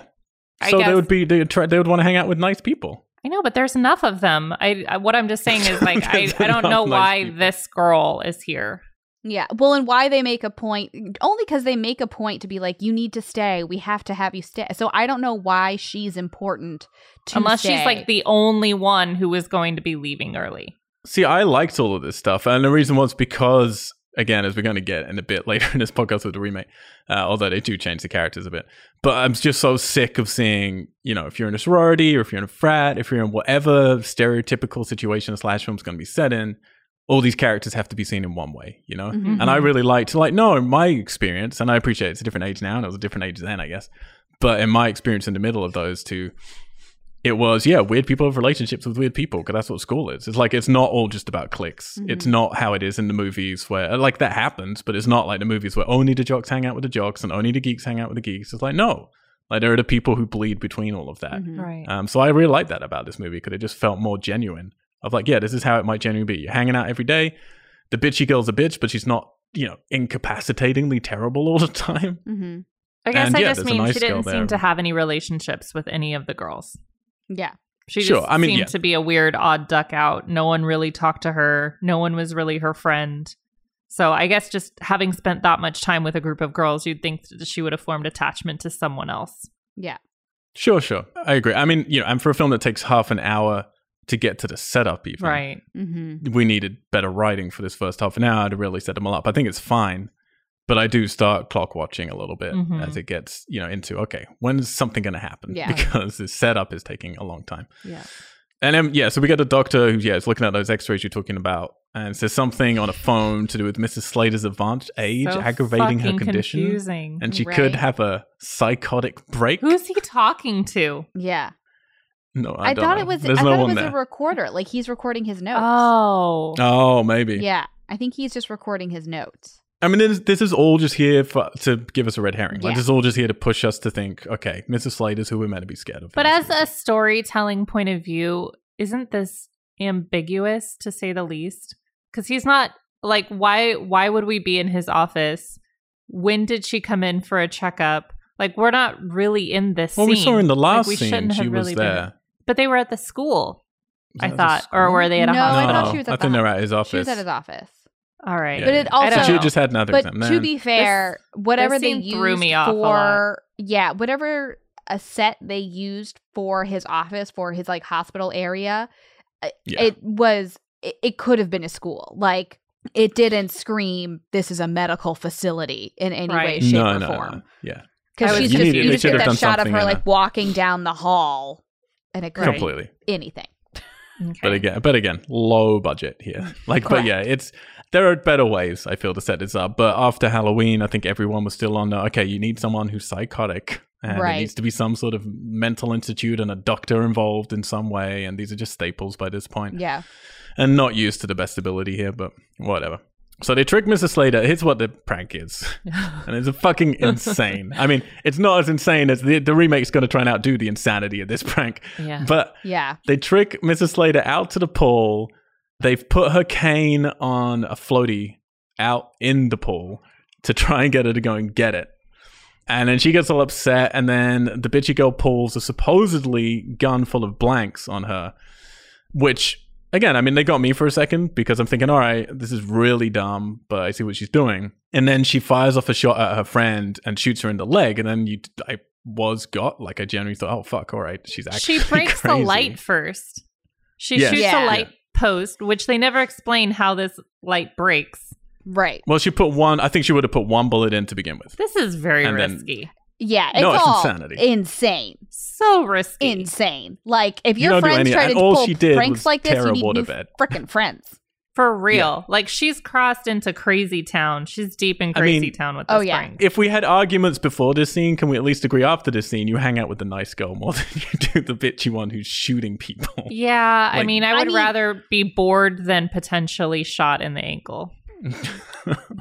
Speaker 2: I
Speaker 1: so they
Speaker 2: guess-
Speaker 1: would be they, try, they would want to hang out with nice people.
Speaker 2: I know, but there's enough of them. I, I what I'm just saying is like I,
Speaker 1: There's
Speaker 2: I don't know
Speaker 1: enough nice
Speaker 2: why
Speaker 1: people.
Speaker 2: this girl is here.
Speaker 3: Yeah. Well, and why they make a point only because they make a point to be like, you need to stay. We have to have you stay. So I don't know why she's important to
Speaker 2: Unless she's
Speaker 3: stay.
Speaker 2: like the only one who is going to be leaving early.
Speaker 1: See, I liked all of this stuff, and the reason was because, again, as we're going to get in a bit later in this podcast with the remake, uh, although they do change the characters a bit. But I'm just so sick of seeing, you know, if you're in a sorority or if you're in a frat, if you're in whatever stereotypical situation a slash film's going to be set in, all these characters have to be seen in one way, you know.
Speaker 3: Mhm.
Speaker 1: And I really liked, like, no, in my experience, and I appreciate it's a different age now, and it was a different age then, I guess. But in my experience in the middle of those two, it was, yeah, weird people have relationships with weird people because that's what school is. It's like, it's not all just about clicks. It's not how it is in the movies where, like, that happens, but it's not like the movies where only the jocks hang out with the jocks and only the geeks hang out with the geeks. It's like, no, like, there are the people who bleed between all of that.
Speaker 3: Mhm.
Speaker 2: Right.
Speaker 1: Um, so I really like that about this movie because it just felt more genuine. Of like, yeah, this is how it might genuinely be. You're hanging out every day. The bitchy girl's a bitch, but she's not, you know, incapacitatingly terrible all the time.
Speaker 3: hmm
Speaker 2: I guess
Speaker 1: and
Speaker 2: I
Speaker 1: yeah,
Speaker 2: just
Speaker 1: there's a
Speaker 2: mean
Speaker 1: nice
Speaker 2: she
Speaker 1: girl
Speaker 2: didn't
Speaker 1: there.
Speaker 2: seem to have any relationships with any of the girls.
Speaker 3: Yeah.
Speaker 2: She
Speaker 1: Sure,
Speaker 2: just
Speaker 1: I mean,
Speaker 2: seemed
Speaker 1: yeah.
Speaker 2: to be a weird odd duck out. No one really talked to her. No one was really her friend. So I guess just having spent that much time with a group of girls, you'd think that she would have formed attachment to someone else.
Speaker 1: Sure, sure. I agree. I mean, you know, and for a film that takes half an hour to get to the setup, even
Speaker 2: Right.
Speaker 3: Mm-hmm.
Speaker 1: we needed better writing for this first half an hour to really set them all up. I think it's fine, but I do start clock watching a little bit
Speaker 2: Mhm.
Speaker 1: as it gets, you know, into okay, when is something going to happen?
Speaker 3: Mm-hmm. Yeah.
Speaker 1: Because the setup is taking a long time.
Speaker 3: Yeah.
Speaker 1: And then yeah, so we get a doctor who yeah is looking at those X-rays you're talking about, and says something on a phone to do with Mrs. Slater's advanced age
Speaker 2: So
Speaker 1: aggravating her
Speaker 2: fucking
Speaker 1: condition,
Speaker 2: Confusing.
Speaker 1: and she
Speaker 3: Right.
Speaker 1: could have a psychotic break.
Speaker 2: Who's he talking to?
Speaker 3: Yeah.
Speaker 1: no, I,
Speaker 3: I,
Speaker 1: don't
Speaker 3: thought
Speaker 1: know.
Speaker 3: it was.
Speaker 1: There's
Speaker 3: I
Speaker 1: no
Speaker 3: thought it
Speaker 1: one
Speaker 3: was
Speaker 1: there.
Speaker 3: a recorder. Like he's recording his notes.
Speaker 2: Oh.
Speaker 1: oh, maybe.
Speaker 3: Yeah. I think he's just recording his notes.
Speaker 1: I mean, this, this is all just here for, to give us a red herring. Like,
Speaker 3: Yeah.
Speaker 1: this is all just here to push us to think, okay, Mrs. Slater's who we're meant to be scared of.
Speaker 2: But
Speaker 1: And
Speaker 2: as a storytelling point of view, isn't this ambiguous to say the least? Because he's not like why why would we be in his office? When did she come in for a checkup? Like we're not really in this.
Speaker 1: well, we
Speaker 2: scene.
Speaker 1: saw in the
Speaker 2: Like,
Speaker 1: last
Speaker 2: we
Speaker 1: scene
Speaker 2: shouldn't
Speaker 1: she
Speaker 2: have
Speaker 1: was
Speaker 2: really been-
Speaker 1: there.
Speaker 2: but they were at the school,
Speaker 1: Was that
Speaker 2: I
Speaker 1: at the
Speaker 2: thought, or
Speaker 1: school?
Speaker 2: were they at a
Speaker 3: No,
Speaker 1: No,
Speaker 3: I
Speaker 2: hospital?
Speaker 3: thought she was at
Speaker 1: I
Speaker 3: the
Speaker 1: think they were at his office.
Speaker 3: She was at his office.
Speaker 2: All right,
Speaker 1: Yeah.
Speaker 3: But it
Speaker 2: I
Speaker 1: So
Speaker 2: don't
Speaker 3: also-
Speaker 1: she
Speaker 2: know.
Speaker 1: just had another
Speaker 3: But
Speaker 1: exam.
Speaker 3: to
Speaker 1: then.
Speaker 3: be fair, whatever they
Speaker 2: scene
Speaker 3: used
Speaker 2: threw me off a
Speaker 3: for, yeah, whatever a set they used for his office for his like hospital area, uh,
Speaker 1: Yeah.
Speaker 3: it was it, it could have been a school. Like it didn't scream this is a medical facility in any
Speaker 2: Right.
Speaker 3: way, shape,
Speaker 1: no,
Speaker 3: or
Speaker 1: no,
Speaker 3: form.
Speaker 1: no. Yeah,
Speaker 2: I
Speaker 3: Because
Speaker 2: was
Speaker 3: she's
Speaker 2: You
Speaker 3: just
Speaker 2: needed-
Speaker 3: you
Speaker 2: they
Speaker 3: just
Speaker 2: should
Speaker 1: have
Speaker 3: get that
Speaker 1: done
Speaker 3: shot of
Speaker 1: something
Speaker 3: her
Speaker 1: in
Speaker 3: like
Speaker 1: a-
Speaker 3: walking down the hall, and it could have been
Speaker 1: completely.
Speaker 3: anything.
Speaker 2: Okay.
Speaker 1: But again, but again, low budget here. Like, but yeah, it's there are better ways I feel to set this up. But after Halloween, I think everyone was still on the okay. You need someone who's psychotic, and there
Speaker 3: Right.
Speaker 1: needs to be some sort of mental institute and a doctor involved in some way. And these are just staples by this point,
Speaker 3: Yeah,
Speaker 1: and not used to the best ability here. But whatever. So they trick Mrs. Slater. Here's what the prank is, and it's a fucking insane. I mean, it's not as insane as the the remake's going to try and outdo the insanity of this prank,
Speaker 3: Uh-huh.
Speaker 2: yeah,
Speaker 1: but.
Speaker 3: yeah,
Speaker 1: They trick Mrs. Slater out to the pool. They've put her cane on a floaty out in the pool to try and get her to go and get it. And then she gets all upset, and then the bitchy girl pulls a supposedly gun full of blanks on her, which, again, I mean, they got me for a second because I'm thinking, all right, this is really dumb, but I see what she's doing. And then she fires off a shot at her friend and shoots her in the leg, and then you, I was got like I genuinely thought, oh fuck, all right, she's actually
Speaker 2: she breaks
Speaker 1: crazy.
Speaker 2: the light first. She
Speaker 1: Yeah.
Speaker 2: shoots a
Speaker 3: Yeah.
Speaker 2: light post, which they never explain how this light breaks.
Speaker 3: right.
Speaker 1: Well, she put one. I think she would have put one bullet in to begin with.
Speaker 2: This is very
Speaker 1: And then-
Speaker 2: risky.
Speaker 3: Yeah, it's,
Speaker 1: No, it's
Speaker 3: all
Speaker 1: insanity.
Speaker 3: insane.
Speaker 2: so risky.
Speaker 3: insane. Like if
Speaker 1: You
Speaker 3: your
Speaker 1: don't do
Speaker 3: friends
Speaker 1: any-
Speaker 3: try to
Speaker 1: and all
Speaker 3: pull
Speaker 1: she did was
Speaker 3: pranks like this,
Speaker 1: tear a
Speaker 3: you need
Speaker 1: water
Speaker 3: new
Speaker 1: bed.
Speaker 3: frickin' friends.
Speaker 2: For real. Like she's crossed into crazy town. She's deep in
Speaker 1: I
Speaker 2: crazy
Speaker 1: mean-
Speaker 2: town with this
Speaker 3: Oh, yeah.
Speaker 2: prank.
Speaker 1: If we had arguments before this scene, can we at least agree after this scene? You hang out with the nice girl more than you do the bitchy one who's shooting people.
Speaker 2: yeah, I
Speaker 1: Like-
Speaker 2: mean, I
Speaker 3: I
Speaker 2: would
Speaker 3: mean-
Speaker 2: rather be bored than potentially shot in the ankle.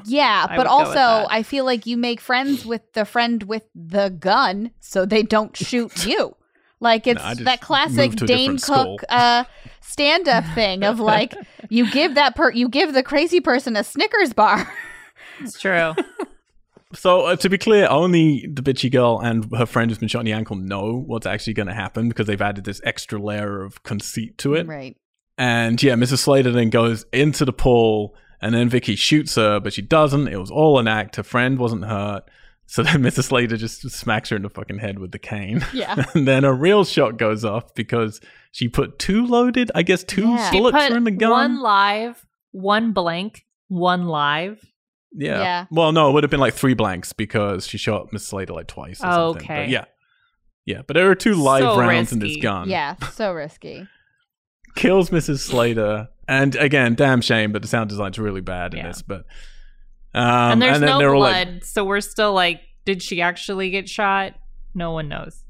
Speaker 3: Yeah,
Speaker 2: I
Speaker 3: but
Speaker 2: would go with
Speaker 3: also
Speaker 2: that.
Speaker 3: I feel like you make friends with the friend with the gun, so they don't shoot you. Like it's
Speaker 1: I just
Speaker 3: that classic
Speaker 1: moved to a
Speaker 3: Dane
Speaker 1: different school.
Speaker 3: Cook uh, stand-up thing of like you give that per you give the crazy person a Snickers bar.
Speaker 2: It's true.
Speaker 1: So uh, to be clear, only the bitchy girl and her friend who's been shot in the ankle know what's actually going to happen because they've added this extra layer of conceit to it.
Speaker 3: right.
Speaker 1: And yeah, Mrs. Slater then goes into the pool, and then Vicky shoots her, but she doesn't. It was all an act. Her friend wasn't hurt. So then Mrs. Slater just smacks her in the fucking head with the cane.
Speaker 3: Yeah.
Speaker 1: And then a real shot goes off because she put two loaded, I guess two
Speaker 3: Yeah. She
Speaker 1: bullets
Speaker 2: Put
Speaker 1: were in the gun.
Speaker 2: one live, one blank, one live.
Speaker 1: yeah.
Speaker 3: Yeah.
Speaker 1: Well, no, it would have been like three blanks because she shot Mrs. Slater like twice. Or
Speaker 2: Oh,
Speaker 1: something. But
Speaker 2: okay.
Speaker 1: yeah. Yeah. But there are two live
Speaker 2: So
Speaker 1: rounds in this
Speaker 2: risky.
Speaker 1: gun.
Speaker 3: Yeah. So risky.
Speaker 1: kills Mrs. Slater. And again, damn shame, but the sound design's really bad in
Speaker 2: Yeah.
Speaker 1: this. But um,
Speaker 2: and there's
Speaker 1: then
Speaker 2: no
Speaker 1: they're all
Speaker 2: blood.
Speaker 1: like,
Speaker 2: so we're still like, did she actually get shot? No one knows.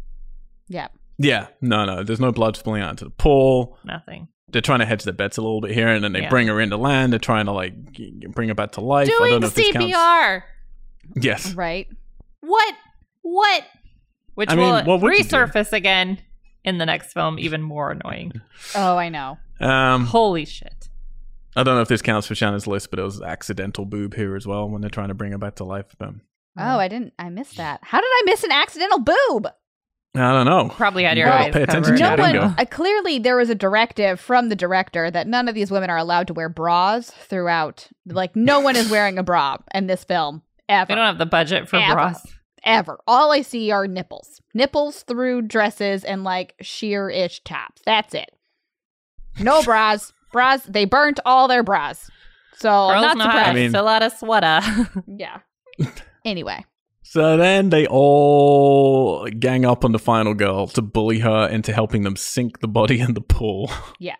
Speaker 1: yeah, no, no, there's no blood spilling out into the pool.
Speaker 2: Nothing.
Speaker 1: They're trying to hedge their bets a little bit here, and then they
Speaker 2: Yeah.
Speaker 1: bring her into land. They're trying to like g- g- bring her back to life. I don't
Speaker 2: Doing
Speaker 1: know if this counts.
Speaker 2: CPR.
Speaker 1: Yes,
Speaker 3: Right.
Speaker 2: What? What? Which
Speaker 1: I mean,
Speaker 2: will
Speaker 1: what would you do?
Speaker 2: resurface again in the next film, even more annoying.
Speaker 3: Oh, I know.
Speaker 1: um,
Speaker 2: Holy shit.
Speaker 1: I don't know if this counts for Shannon's list, but it was accidental boob here as well when they're
Speaker 2: Oh.
Speaker 1: trying to bring her back to life. But
Speaker 3: Oh, I didn't. I missed that. How did I miss an accidental boob?
Speaker 1: I don't know.
Speaker 2: Probably had
Speaker 1: You
Speaker 2: your
Speaker 1: gotta
Speaker 2: eyes
Speaker 1: pay attention
Speaker 2: covered.
Speaker 1: to
Speaker 3: No
Speaker 1: Yeah,
Speaker 3: one.
Speaker 1: bingo.
Speaker 3: Uh, clearly, there was a directive from the director that none of these women are allowed to wear bras throughout. Like, no one is wearing a bra in this film ever.
Speaker 2: They don't have the budget for
Speaker 3: Ever.
Speaker 2: bras.
Speaker 3: ever. All I see are nipples, nipples through dresses and like sheer ish tops. That's it. No bras. Bras. They burnt all their bras. So I'm
Speaker 2: Girls
Speaker 3: not
Speaker 2: know how to
Speaker 3: surprised.
Speaker 1: I mean-
Speaker 2: fill out a sweater.
Speaker 3: yeah. Anyway,
Speaker 1: So then they all gang up on the final girl to bully her into helping them sink the body in the pool.
Speaker 3: Yeah.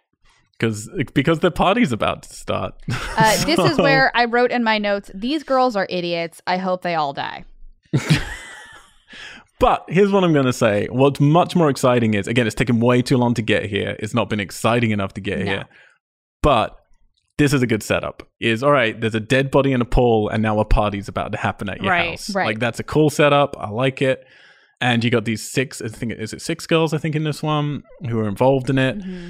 Speaker 1: Because because their party's about to start.
Speaker 3: uh, this is
Speaker 1: So-
Speaker 3: where I wrote in my notes: these girls are idiots. I hope they all die.
Speaker 1: But here's what I'm going to say. What's much more exciting is, again, it's taken way too long to get here. It's not been exciting enough to get
Speaker 3: No.
Speaker 1: here. But this is a good setup. Is all right, there's a dead body in a pool, and now a party's about to happen at your
Speaker 2: Right,
Speaker 1: house.
Speaker 3: right.
Speaker 1: Like, that's a cool setup. I like it. And you got these six, I think, is it six girls, I think, in this one who are involved in it.
Speaker 2: Mm-hmm.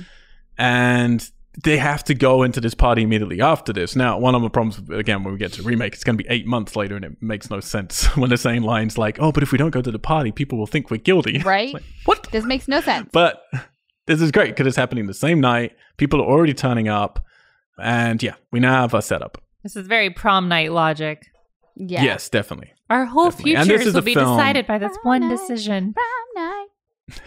Speaker 1: And they have to go into this party immediately after this. Now, one of the problems, again, when we get to the remake, it's going to be eight months later, and it makes no sense when they're saying lines like, oh, but if we don't go to the party, people will think we're guilty.
Speaker 3: Right?
Speaker 1: Like, what?
Speaker 3: This makes no sense.
Speaker 1: But this is great because it's happening the same night. People are already turning up. And yeah, we now have our setup.
Speaker 2: this is very prom night logic.
Speaker 3: yeah.
Speaker 1: Yes, definitely.
Speaker 2: Our whole
Speaker 1: Definitely. And this
Speaker 2: futures
Speaker 1: is a
Speaker 2: will be
Speaker 1: film-
Speaker 2: decided by this one
Speaker 3: Prom night.
Speaker 2: decision.
Speaker 3: Prom night.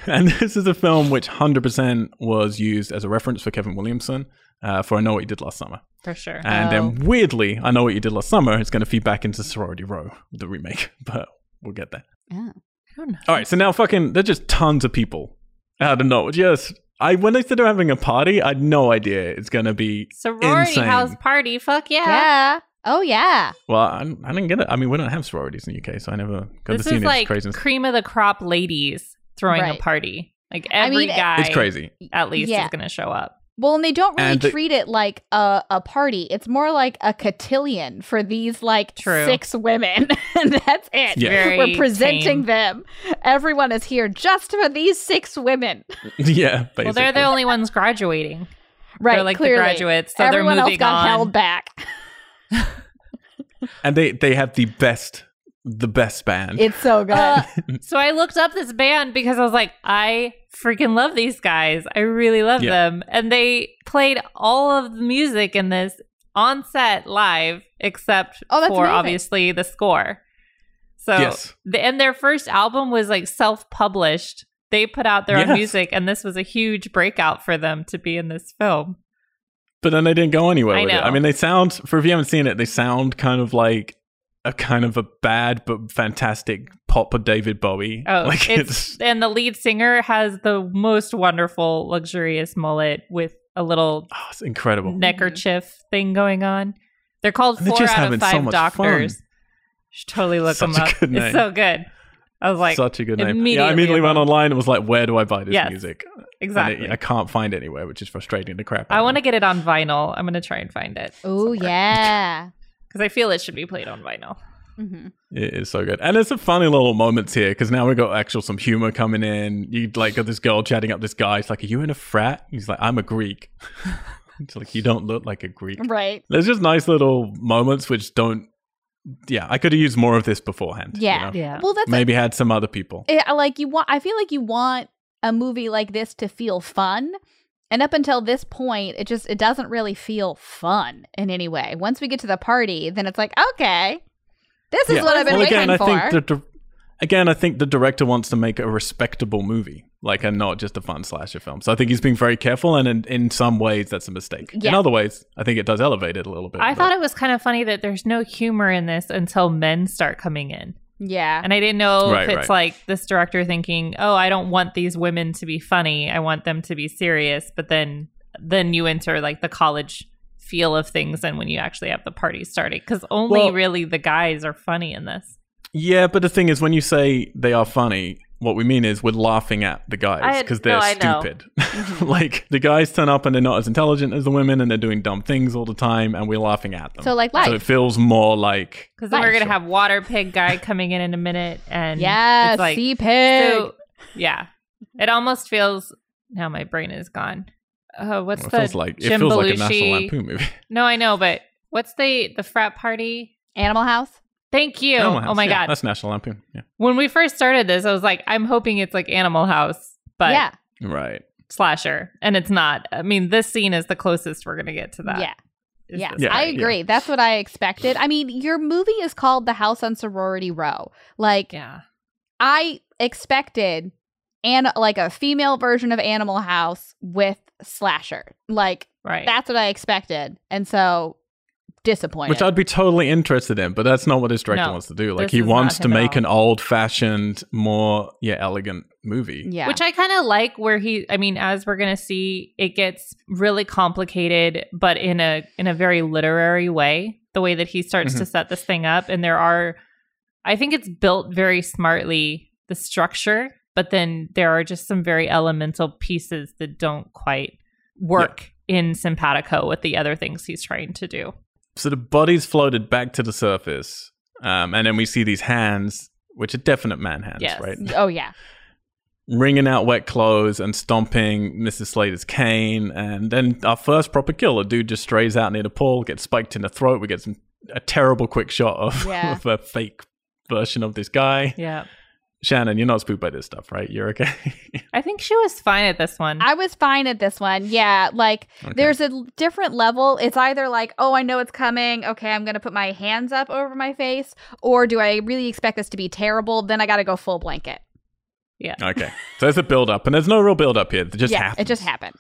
Speaker 1: And this is a film which 100% was used as a reference for Kevin Williamson uh, for I Know What You Did Last Summer.
Speaker 2: For sure.
Speaker 1: And
Speaker 3: Oh.
Speaker 1: then weirdly, I Know What You Did Last Summer is going to feed back into Sorority Row, the remake, but we'll get there.
Speaker 2: I don't know.
Speaker 1: All right, so now fucking, there's just tons of people out of nowhere. Just, I, when they said they're having a party, I had no idea it's going to be
Speaker 2: Sorority
Speaker 1: insane.
Speaker 2: house party. Fuck yeah.
Speaker 3: Yeah. Oh yeah.
Speaker 1: Well, I, I didn't get it. I mean, we don't have sororities in the UK, so I never got
Speaker 2: This
Speaker 1: to see
Speaker 2: is
Speaker 1: any
Speaker 2: like
Speaker 1: of this craziness.
Speaker 2: cream of the crop ladies throwing
Speaker 3: Right.
Speaker 2: a party. Like
Speaker 3: I
Speaker 2: every
Speaker 3: mean, it-
Speaker 2: guy
Speaker 1: it's crazy.
Speaker 2: at least
Speaker 3: Yeah.
Speaker 2: is going to show up.
Speaker 3: Well, and they don't really
Speaker 1: And the-
Speaker 3: treat it like a, a party. It's more like a cotillion for these like
Speaker 2: True.
Speaker 3: six women. and that's it.
Speaker 1: Yeah.
Speaker 2: Very
Speaker 3: We're presenting
Speaker 2: tame.
Speaker 3: them. Everyone is here just for these six women.
Speaker 1: yeah, basically.
Speaker 2: Well, they're the only ones graduating.
Speaker 3: Right.
Speaker 2: They're like
Speaker 3: clearly.
Speaker 2: the graduates, so
Speaker 3: Everyone
Speaker 2: they're
Speaker 3: else
Speaker 2: moving
Speaker 3: got
Speaker 2: on.
Speaker 3: held back.
Speaker 1: and they they have the best the best band.
Speaker 3: It's so good.
Speaker 2: Uh, so I looked up this band because I was like, I freaking love these guys. I really love
Speaker 1: Yeah.
Speaker 2: them. And they played all of the music in this on set live, except
Speaker 3: Oh, that's
Speaker 2: for
Speaker 3: amazing.
Speaker 2: obviously the score. So,
Speaker 1: yes,
Speaker 2: the, and their first album was like self published. They put out their own
Speaker 1: Yes.
Speaker 2: music, and this was a huge breakout for them to be in this film.
Speaker 1: but then they didn't go anywhere
Speaker 2: I
Speaker 1: with it.
Speaker 2: know.
Speaker 1: I mean, they sound for if you haven't seen it, they sound kind of like a kind of a bad but fantastic pop of David Bowie.
Speaker 2: Oh,
Speaker 1: like
Speaker 2: it's, and the lead singer has the most wonderful, luxurious mullet with a little
Speaker 1: oh, it's incredible.
Speaker 2: neckerchief thing going on. They're called
Speaker 1: And they're
Speaker 2: four
Speaker 1: just
Speaker 2: out
Speaker 1: having
Speaker 2: of
Speaker 1: so
Speaker 2: five
Speaker 1: much
Speaker 2: doctors.
Speaker 1: fun.
Speaker 2: You should totally look
Speaker 1: Such
Speaker 2: them
Speaker 1: a
Speaker 2: up.
Speaker 1: good name.
Speaker 2: It's so good. I was like,
Speaker 1: Such a good name. Yeah, I
Speaker 2: immediately
Speaker 1: immediately went
Speaker 2: above.
Speaker 1: online and was like, "Where do I buy this
Speaker 2: Yes,
Speaker 1: music?" And it-
Speaker 2: exactly.
Speaker 1: I can't find it anywhere, which is frustrating the crap.
Speaker 2: I want
Speaker 1: to.
Speaker 2: to get it on vinyl. I'm going to try and find it
Speaker 3: oh yeah.
Speaker 2: because I feel it should be played on vinyl.
Speaker 3: Mhm.
Speaker 2: Mm-hmm.
Speaker 1: It is so good. And there's some funny little moments here because now we've got actual some humor coming in. You like got this girl chatting up this guy. It's like, Are you in a frat? He's like, I'm a Greek. it's like, You don't look like a Greek.
Speaker 3: Right.
Speaker 1: There's just nice little moments which don't. Yeah, I could have used more of this beforehand. you know?
Speaker 3: Yeah.
Speaker 2: Yeah.
Speaker 3: Well, that's
Speaker 1: Maybe had some other people.
Speaker 3: it, I like you want i feel like you want a movie like this to feel fun and up until this point it just it doesn't really feel fun in any way once we get to the party then it's like okay this is
Speaker 1: Yeah.
Speaker 3: what i've been
Speaker 1: well,
Speaker 3: waiting
Speaker 1: again, I
Speaker 3: for
Speaker 1: think the, dir- again, I think the director wants to make a respectable movie, like and not just a fun slasher film. So I think he's being very careful, and in, in some ways that's a mistake. In
Speaker 3: Yeah.
Speaker 1: other ways, I think it does elevate it a little bit.
Speaker 2: I
Speaker 1: but-
Speaker 2: thought it was kind of funny that there's no humor in this until men start coming in.
Speaker 3: yeah
Speaker 2: And I didn't know
Speaker 1: Right,
Speaker 2: if it's
Speaker 1: right.
Speaker 2: like this director thinking, "Oh, I don't want these women to be funny. I want them to be serious." But then then you enter like the college feel of things and when you actually have the party started cuz only
Speaker 1: Well-
Speaker 2: really the guys are funny in this.
Speaker 1: Yeah, but the thing is, when you say they are funny, what we mean is we're laughing at the guys
Speaker 2: I-
Speaker 1: because
Speaker 2: no,
Speaker 1: they're
Speaker 2: I know.
Speaker 1: stupid. like the guys turn up and they're not as intelligent as the women, and they're doing dumb things all the time, and we're laughing at them.
Speaker 3: so like
Speaker 1: So it
Speaker 3: life
Speaker 1: feels more like
Speaker 2: Cuz then
Speaker 3: Right,
Speaker 2: we're going to
Speaker 1: sure.
Speaker 2: have water pig guy coming in in a minute and
Speaker 3: yeah
Speaker 2: it's like
Speaker 3: sea pig
Speaker 2: so- yeah. It almost feels now my brain is gone. Uh, what's
Speaker 1: well, it
Speaker 2: the
Speaker 1: feels like it
Speaker 2: Jim
Speaker 1: feels like a
Speaker 2: Belushi-
Speaker 1: National Lampoon movie.
Speaker 2: No, I know, but what's the the frat party?
Speaker 3: animal house
Speaker 2: Thank you.
Speaker 1: Animal House,
Speaker 2: oh my
Speaker 1: yeah,
Speaker 2: god.
Speaker 1: That's National Lampoon. Yeah.
Speaker 2: When we first started this, I was like, I'm hoping it's like Animal House, but
Speaker 3: yeah,
Speaker 1: Right.
Speaker 2: slasher. And it's not. I mean, this scene is the closest we're gonna get to that.
Speaker 3: yeah,
Speaker 2: Is
Speaker 3: yeah.
Speaker 2: this
Speaker 1: Yeah,
Speaker 3: I
Speaker 1: yeah.
Speaker 3: agree. That's what I expected. I mean, your movie is called The House on Sorority Row. Like,
Speaker 2: Yeah.
Speaker 3: I expected and like a female version of Animal House with slasher. Like
Speaker 2: Right.
Speaker 3: that's what I expected, and so disappointed.
Speaker 1: Which I'd be totally interested in, but that's not what his director
Speaker 2: No,
Speaker 1: wants to do. Like
Speaker 2: this
Speaker 1: he
Speaker 2: is not
Speaker 1: wants to
Speaker 2: him at
Speaker 1: make
Speaker 2: all.
Speaker 1: an old fashioned, more yeah, elegant movie.
Speaker 3: yeah,
Speaker 2: Which I kind of like where he I mean as we're going to see it gets really complicated but in a in a very literary way the way that he starts
Speaker 3: Mm-hmm.
Speaker 2: to set this thing up and there are I think it's built very smartly the structure but then there are just some very elemental pieces that don't quite work in simpatico with the other things he's trying to do.
Speaker 1: So the body's floated back to the surface. Um, and then we see these hands, which are definite man hands,
Speaker 2: Yes.
Speaker 1: right?
Speaker 3: oh yeah,
Speaker 1: Wringing out wet clothes and stomping Mrs. Slater's cane. And then our first proper kill, a dude just strays out near the pool, gets spiked in the throat. We get some, a terrible quick shot of,
Speaker 3: Yeah.
Speaker 1: of a fake version of this guy.
Speaker 2: Yeah.
Speaker 1: Shannon, you're not spooked by this stuff, right? You're okay.
Speaker 2: I think she was fine at this one.
Speaker 3: I was fine at this one. Yeah, like
Speaker 1: Okay.
Speaker 3: there's a l- different level. It's either like, oh, I know it's coming. Okay, I'm gonna put my hands up over my face, or do I really expect this to be terrible? Then I got to go full blanket.
Speaker 1: Okay. So there's a build up, and there's no real build up here. It just
Speaker 3: yeah,
Speaker 1: happens.
Speaker 3: it just happened.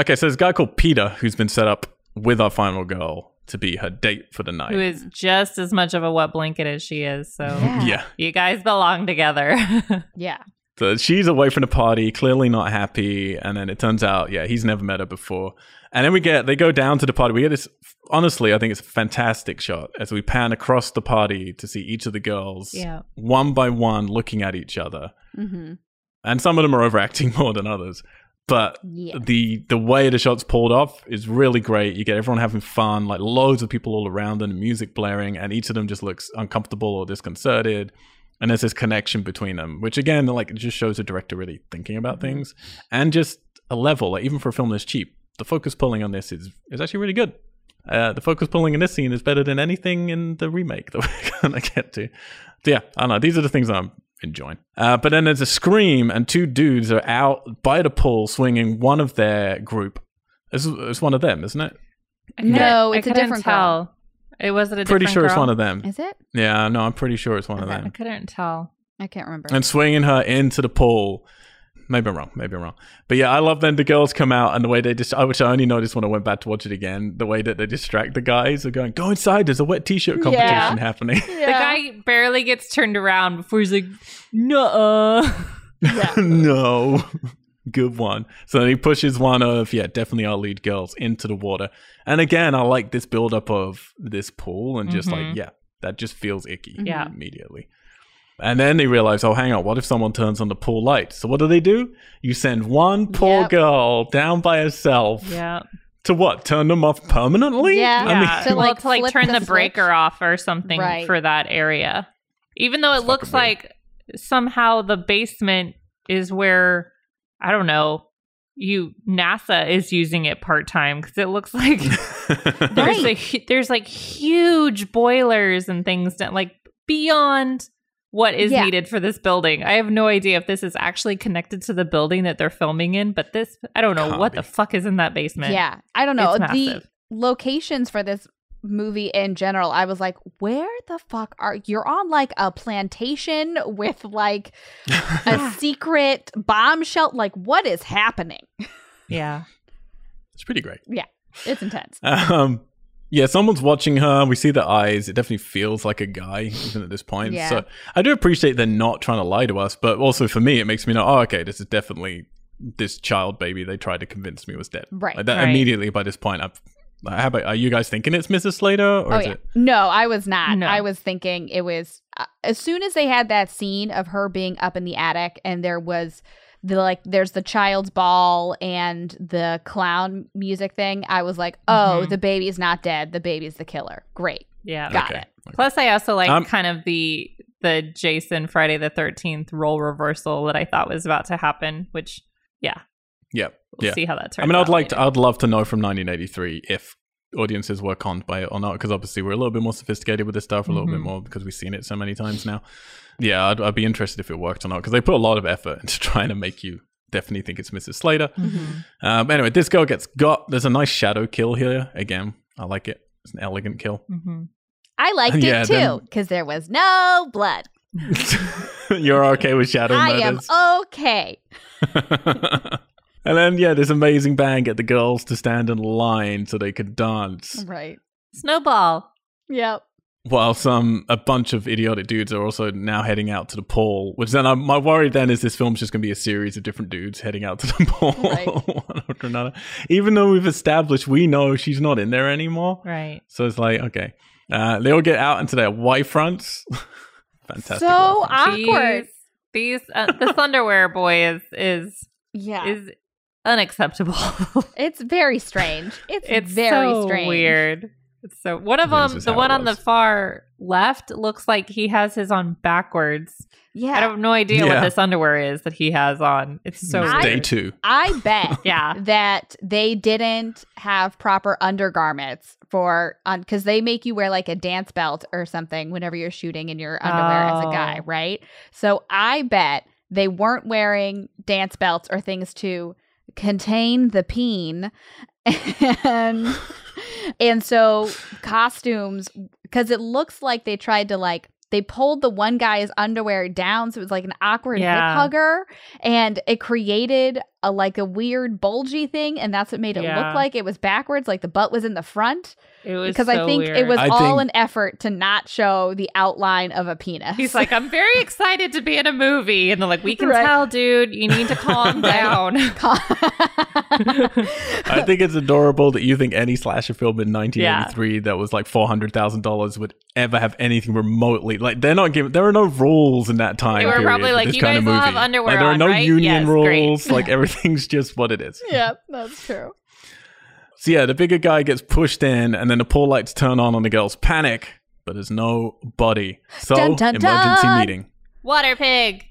Speaker 1: Okay, so there's a guy called Peter who's been set up with our final girl to be her date for the night.
Speaker 2: who is just as much of a wet blanket as she is. So
Speaker 3: Yeah.
Speaker 1: yeah.
Speaker 2: you guys belong together.
Speaker 3: Yeah,
Speaker 1: So she's away from the party, clearly not happy. And then it turns out, yeah, he's never met her before. And then we get, they go down to the party. We get this, honestly, I think it's a fantastic shot as we pan across the party to see each of the girls
Speaker 2: yeah.
Speaker 1: one by one looking at each other.
Speaker 3: mm-hmm.
Speaker 1: And some of them are overacting more than others. But
Speaker 3: yeah,
Speaker 1: the the way the shots pulled off is really great. You get everyone having fun, like loads of people all around and music blaring, and each of them just looks uncomfortable or disconcerted. And there's this connection between them, which again, like, it just shows the director really thinking about things and just a level. Like, even for a film that's cheap, the focus pulling on this is is actually really good. Uh, the focus pulling in this scene is better than anything in the remake that we're gonna get to. So yeah, I don't know. These are the things I'm enjoying. Uh, but then there's a scream, and two dudes are out by the pool swinging one of their group. It's, it's one of them, isn't it?
Speaker 3: No,
Speaker 2: I
Speaker 3: it's a
Speaker 2: couldn't
Speaker 3: different
Speaker 2: tell. It wasn't a
Speaker 1: Pretty
Speaker 2: different
Speaker 1: sure it's
Speaker 2: girl?
Speaker 1: one of them.
Speaker 3: is it?
Speaker 1: Yeah, no, I'm pretty sure it's one of
Speaker 3: Okay.
Speaker 1: them.
Speaker 2: I couldn't tell.
Speaker 3: I can't remember.
Speaker 1: and swinging her into the pool. Maybe I'm wrong. Maybe I'm wrong. But yeah, I love then the girls come out and the way they just. I wish I only noticed when I went back to watch it again. The way that they distract the guys are going, go inside. There's a wet t-shirt competition
Speaker 3: Yeah.
Speaker 1: happening.
Speaker 2: The guy barely gets turned around before he's like, "Nuh-uh."
Speaker 3: Yeah.
Speaker 1: no, good one. So then he pushes one of yeah, definitely our lead girls into the water. And again, I like this build up of this pool and just
Speaker 2: Mhm.
Speaker 1: like yeah, that just feels icky.
Speaker 2: Yeah.
Speaker 1: immediately. And then they realize, oh, hang on, what if someone turns on the pool light? So what do they do? You send one poor
Speaker 3: Yep.
Speaker 1: girl down by herself
Speaker 2: yeah.
Speaker 1: to what? Turn them off permanently?
Speaker 3: Yeah.
Speaker 1: I mean,
Speaker 2: yeah.
Speaker 3: To,
Speaker 2: well,
Speaker 3: like,
Speaker 2: to like
Speaker 3: flip
Speaker 2: turn
Speaker 3: the
Speaker 2: the,
Speaker 3: switch.
Speaker 2: breaker off or something
Speaker 3: Right.
Speaker 2: for that area. Even though it
Speaker 1: It's
Speaker 2: looks
Speaker 1: fucking weird.
Speaker 2: like somehow the basement is where I don't know you NASA is using it part time because it looks like there's a hu- there's like huge boilers and things that like beyond what is
Speaker 3: Yeah.
Speaker 2: needed for this building. I have no idea if this is actually connected to the building that they're filming in, but this I don't know
Speaker 1: Can't
Speaker 2: what
Speaker 1: be.
Speaker 2: the fuck is in that basement.
Speaker 3: Yeah, I don't know.
Speaker 2: It's
Speaker 3: the
Speaker 2: massive.
Speaker 3: locations for this movie in general, I was like, where the fuck are you're on like a plantation with like a secret bomb shelter? Like, what is happening?
Speaker 2: Yeah.
Speaker 1: it's pretty great.
Speaker 3: It's intense.
Speaker 1: Um, yeah, someone's watching her. We see the eyes. It definitely feels like a guy, even at this point.
Speaker 3: Yeah.
Speaker 1: So I do appreciate they're not trying to lie to us, but also for me, it makes me know, oh, okay, this is definitely this child baby they tried to convince me was dead.
Speaker 3: Right.
Speaker 1: Like that
Speaker 2: Right.
Speaker 1: immediately by this point, I've. like, How about are you guys thinking it's Mrs. Slater or
Speaker 3: oh
Speaker 1: is
Speaker 3: yeah.
Speaker 1: it?
Speaker 3: No, I was not.
Speaker 2: No.
Speaker 3: I was thinking it was uh, as soon as they had that scene of her being up in the attic and there was the like there's the child's ball and the clown music thing. I was like, "Oh,
Speaker 2: Mhm.
Speaker 3: the baby's not dead. The baby's the killer." Great.
Speaker 2: Yeah.
Speaker 3: Got
Speaker 1: Okay.
Speaker 3: it.
Speaker 2: Plus, I also like
Speaker 1: Um,
Speaker 2: kind of the the Jason Friday the Thirteenth role reversal that I thought was about to happen. Which
Speaker 1: Yeah.
Speaker 2: we'll
Speaker 1: Yeah.
Speaker 2: see how that turns.
Speaker 1: I mean,
Speaker 2: out
Speaker 1: I'd like to.
Speaker 2: later.
Speaker 1: I'd love to know from 1983 if audiences were conned by it or not, because obviously we're a little bit more sophisticated with this stuff, a little
Speaker 3: Mm-hmm.
Speaker 1: bit
Speaker 2: Mhm.
Speaker 1: more because we've seen it so many times now. Yeah, I'd, I'd be interested if it worked or not, because they put a lot of effort into trying to make you definitely think it's Mrs. Slater.
Speaker 3: Mm-hmm.
Speaker 1: Um, anyway, this girl gets got. There's a nice shadow kill here. Again, I like it. It's an elegant kill.
Speaker 2: Mm-hmm.
Speaker 3: I liked
Speaker 1: Yeah,
Speaker 3: it too
Speaker 1: then-
Speaker 3: because there was no blood.
Speaker 1: You're okay with shadow
Speaker 3: I am Oh.
Speaker 1: murders.
Speaker 3: okay.
Speaker 1: and then, yeah, this amazing band get the girls to stand in line so they could dance.
Speaker 3: Right.
Speaker 2: Snowball.
Speaker 3: Yep.
Speaker 1: While some um, a bunch of idiotic dudes are also now heading out to the pool, which then I, my worry then is this film's just going to be a series of different dudes heading out to the pool
Speaker 3: Right.
Speaker 1: one after another. Even though we've established we know she's not in there anymore,
Speaker 2: Right.
Speaker 1: so it's like okay, uh, they all get out into their wife fronts. Fantastic.
Speaker 3: So
Speaker 1: wife fronts.
Speaker 3: awkward.
Speaker 2: These, these uh, this underwear boy is is
Speaker 3: Yeah.
Speaker 2: is unacceptable.
Speaker 3: it's very strange. It's,
Speaker 2: it's
Speaker 3: very
Speaker 2: so
Speaker 3: strange.
Speaker 2: weird. It's so one of
Speaker 1: I think this
Speaker 2: them,
Speaker 1: is
Speaker 2: the
Speaker 1: how
Speaker 2: one
Speaker 1: it
Speaker 2: on the
Speaker 1: was.
Speaker 2: far left, looks like he has his on backwards. I
Speaker 3: Yeah.
Speaker 2: have no idea
Speaker 1: Yeah.
Speaker 2: what this underwear is that he has on. It's so
Speaker 1: It's
Speaker 3: I-
Speaker 1: day
Speaker 2: weird.
Speaker 1: two.
Speaker 3: I, bet
Speaker 2: Yeah.
Speaker 3: that they didn't have proper undergarments for on because they make you wear like a dance belt or something whenever you're shooting in your underwear as a guy,
Speaker 2: Oh.
Speaker 3: right? So I bet they weren't wearing dance belts or things to contain the peen and and so costumes because it looks like they tried to like they pulled the one guy's underwear down so it was like an awkward
Speaker 2: Yeah.
Speaker 3: hip hugger and it created a like a weird bulgy thing and that's what made it
Speaker 2: Yeah.
Speaker 3: look like it was backwards like the butt was in the front
Speaker 2: It was
Speaker 3: because
Speaker 2: so
Speaker 3: i think it
Speaker 2: weird.
Speaker 3: was
Speaker 1: I
Speaker 3: all
Speaker 1: think-
Speaker 3: an effort to not show the outline of a penis
Speaker 2: He's like, I'm very excited to be in a movie, and they're like, we can
Speaker 3: Right.
Speaker 2: tell, dude. You need to calm down.
Speaker 1: I think it's adorable that you think any slasher film in 1983 that was like four hundred thousand dollars would ever have anything remotely like they're not given. There are no rules in that time.
Speaker 2: They were
Speaker 1: period
Speaker 2: probably
Speaker 1: for
Speaker 2: like,
Speaker 1: this
Speaker 2: "You
Speaker 1: kind of
Speaker 2: guys all
Speaker 1: movie."
Speaker 2: have underwear
Speaker 1: Like, there are
Speaker 2: on,
Speaker 1: no
Speaker 2: right?
Speaker 1: union
Speaker 2: Yes, great.
Speaker 1: rules. Like everything's just what it is.
Speaker 3: yeah that's true
Speaker 1: So yeah, the bigger guy gets pushed in, and then the pool lights turn on, and the girls panic. But there's no body. So
Speaker 3: Dun, dun,
Speaker 1: emergency
Speaker 3: dun.
Speaker 1: meeting.
Speaker 2: Water pig.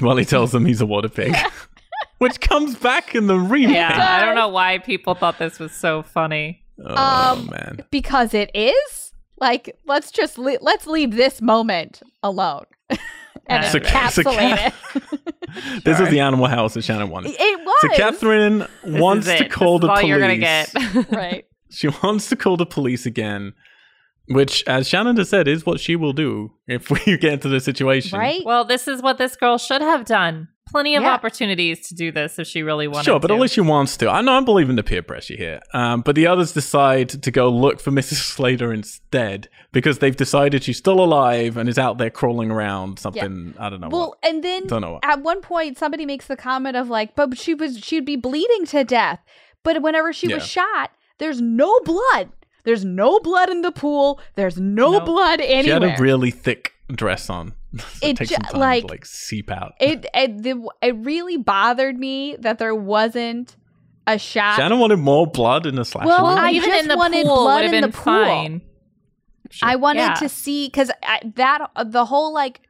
Speaker 1: Well, he tells them he's a water pig, which comes back in the remake.
Speaker 2: Yeah, I don't know why people thought this was so funny.
Speaker 1: Oh
Speaker 3: Um,
Speaker 1: man.
Speaker 3: because it is like let's just le- let's leave this moment alone and
Speaker 2: So-
Speaker 3: encapsulate
Speaker 1: so Ca-
Speaker 3: it
Speaker 1: This
Speaker 2: Sure.
Speaker 1: is the animal house that Shannon wanted.
Speaker 3: it was
Speaker 1: So Catherine
Speaker 2: This
Speaker 1: wants
Speaker 2: is
Speaker 1: to
Speaker 2: it.
Speaker 1: call
Speaker 2: this
Speaker 1: the
Speaker 2: is all
Speaker 1: police.
Speaker 2: You're gonna get.
Speaker 3: right
Speaker 1: She wants to call the police again, which, as Shannon has said, is what she will do if we get into the situation.
Speaker 3: right
Speaker 2: well, this is what this girl should have done. Plenty of
Speaker 3: Yeah.
Speaker 2: opportunities to do this if she really wanted.
Speaker 1: Sure, but
Speaker 2: to.
Speaker 1: at least she wants to. I know I'm believing the peer pressure here. Um, but the others decide to go look for Mrs. Slater instead because they've decided she's still alive and is out there crawling around something. I don't know.
Speaker 3: well
Speaker 1: what.
Speaker 3: and then
Speaker 1: Don't know what.
Speaker 3: at one point somebody makes the comment of like but she was she'd be bleeding to death but whenever she was shot there's no blood there's no blood in the pool there's no
Speaker 2: Nope.
Speaker 3: blood
Speaker 1: She
Speaker 3: anywhere
Speaker 1: had a really thick dress on. so it
Speaker 3: It
Speaker 1: takes
Speaker 3: ju-
Speaker 1: some time
Speaker 3: like-
Speaker 1: to like seep out.
Speaker 3: it it, the, it really bothered me that there wasn't a shot
Speaker 1: Shannon wanted more blood in the slasher.
Speaker 3: Well,
Speaker 1: movie.
Speaker 3: I
Speaker 2: even
Speaker 3: just
Speaker 2: in the
Speaker 3: wanted
Speaker 2: pool
Speaker 3: blood
Speaker 2: would have
Speaker 3: in
Speaker 2: been
Speaker 3: the pool.
Speaker 2: fine.
Speaker 3: I wanted
Speaker 2: Yeah.
Speaker 3: to see because that the whole like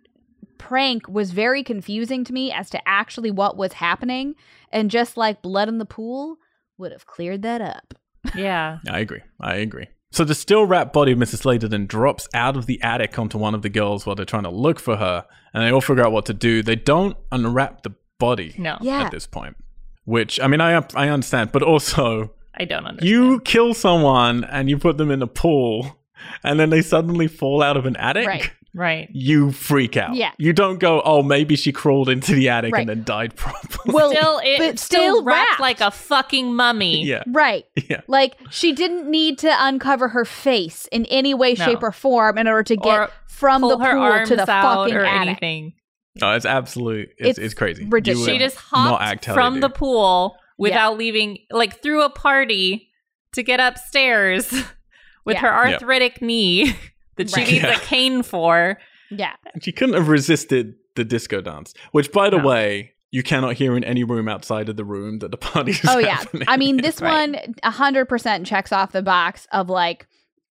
Speaker 3: prank was very confusing to me as to actually what was happening, and just like blood in the pool would have cleared that up.
Speaker 2: Yeah.
Speaker 1: I agree. I agree. So the still wrapped body of Mrs. Slater then drops out of the attic onto one of the girls while they're trying to look for her, and they all figure out what to do. They don't unwrap the body
Speaker 2: No,
Speaker 3: Yeah,
Speaker 1: at this point, which I mean, I I understand, but also
Speaker 2: I don't understand.
Speaker 1: you kill someone and you put them in a pool, and then they suddenly fall out of an attic.
Speaker 3: Right.
Speaker 2: right?
Speaker 1: You freak out.
Speaker 3: Yeah.
Speaker 1: You don't go, oh, maybe she crawled into the attic
Speaker 3: Right.
Speaker 1: and then died properly.
Speaker 3: well,
Speaker 2: Still, it
Speaker 3: but
Speaker 2: still
Speaker 3: still
Speaker 2: wrapped,
Speaker 3: wrapped.
Speaker 2: like a fucking mummy.
Speaker 1: yeah.
Speaker 3: right.
Speaker 1: Yeah.
Speaker 3: Like she didn't need to uncover her face in any way,
Speaker 2: No.
Speaker 3: shape, or form in order to get
Speaker 2: Or
Speaker 3: from the
Speaker 2: Pull her
Speaker 3: pool
Speaker 2: arms
Speaker 3: to the
Speaker 2: out
Speaker 3: fucking
Speaker 2: or
Speaker 3: attic.
Speaker 2: anything.
Speaker 1: No, it's absolutely, it's, it's,
Speaker 3: It's
Speaker 1: crazy. You
Speaker 3: ridiculous.
Speaker 1: would
Speaker 2: She just
Speaker 1: not
Speaker 2: hopped
Speaker 1: act how they
Speaker 2: from
Speaker 1: do.
Speaker 2: the pool without leaving, like through a party to get upstairs with
Speaker 3: Yeah.
Speaker 2: her
Speaker 1: Yeah.
Speaker 2: arthritic knee that she
Speaker 3: Right.
Speaker 2: needs
Speaker 1: Yeah.
Speaker 2: a cane for.
Speaker 3: Yeah,
Speaker 1: And She couldn't have resisted the disco dance, which, by the
Speaker 2: No.
Speaker 1: way, you cannot hear in any room outside of the room that the party is.
Speaker 3: Oh yeah.
Speaker 1: happening.
Speaker 3: I mean, this
Speaker 2: Right.
Speaker 3: one one hundred percent checks off the box of like,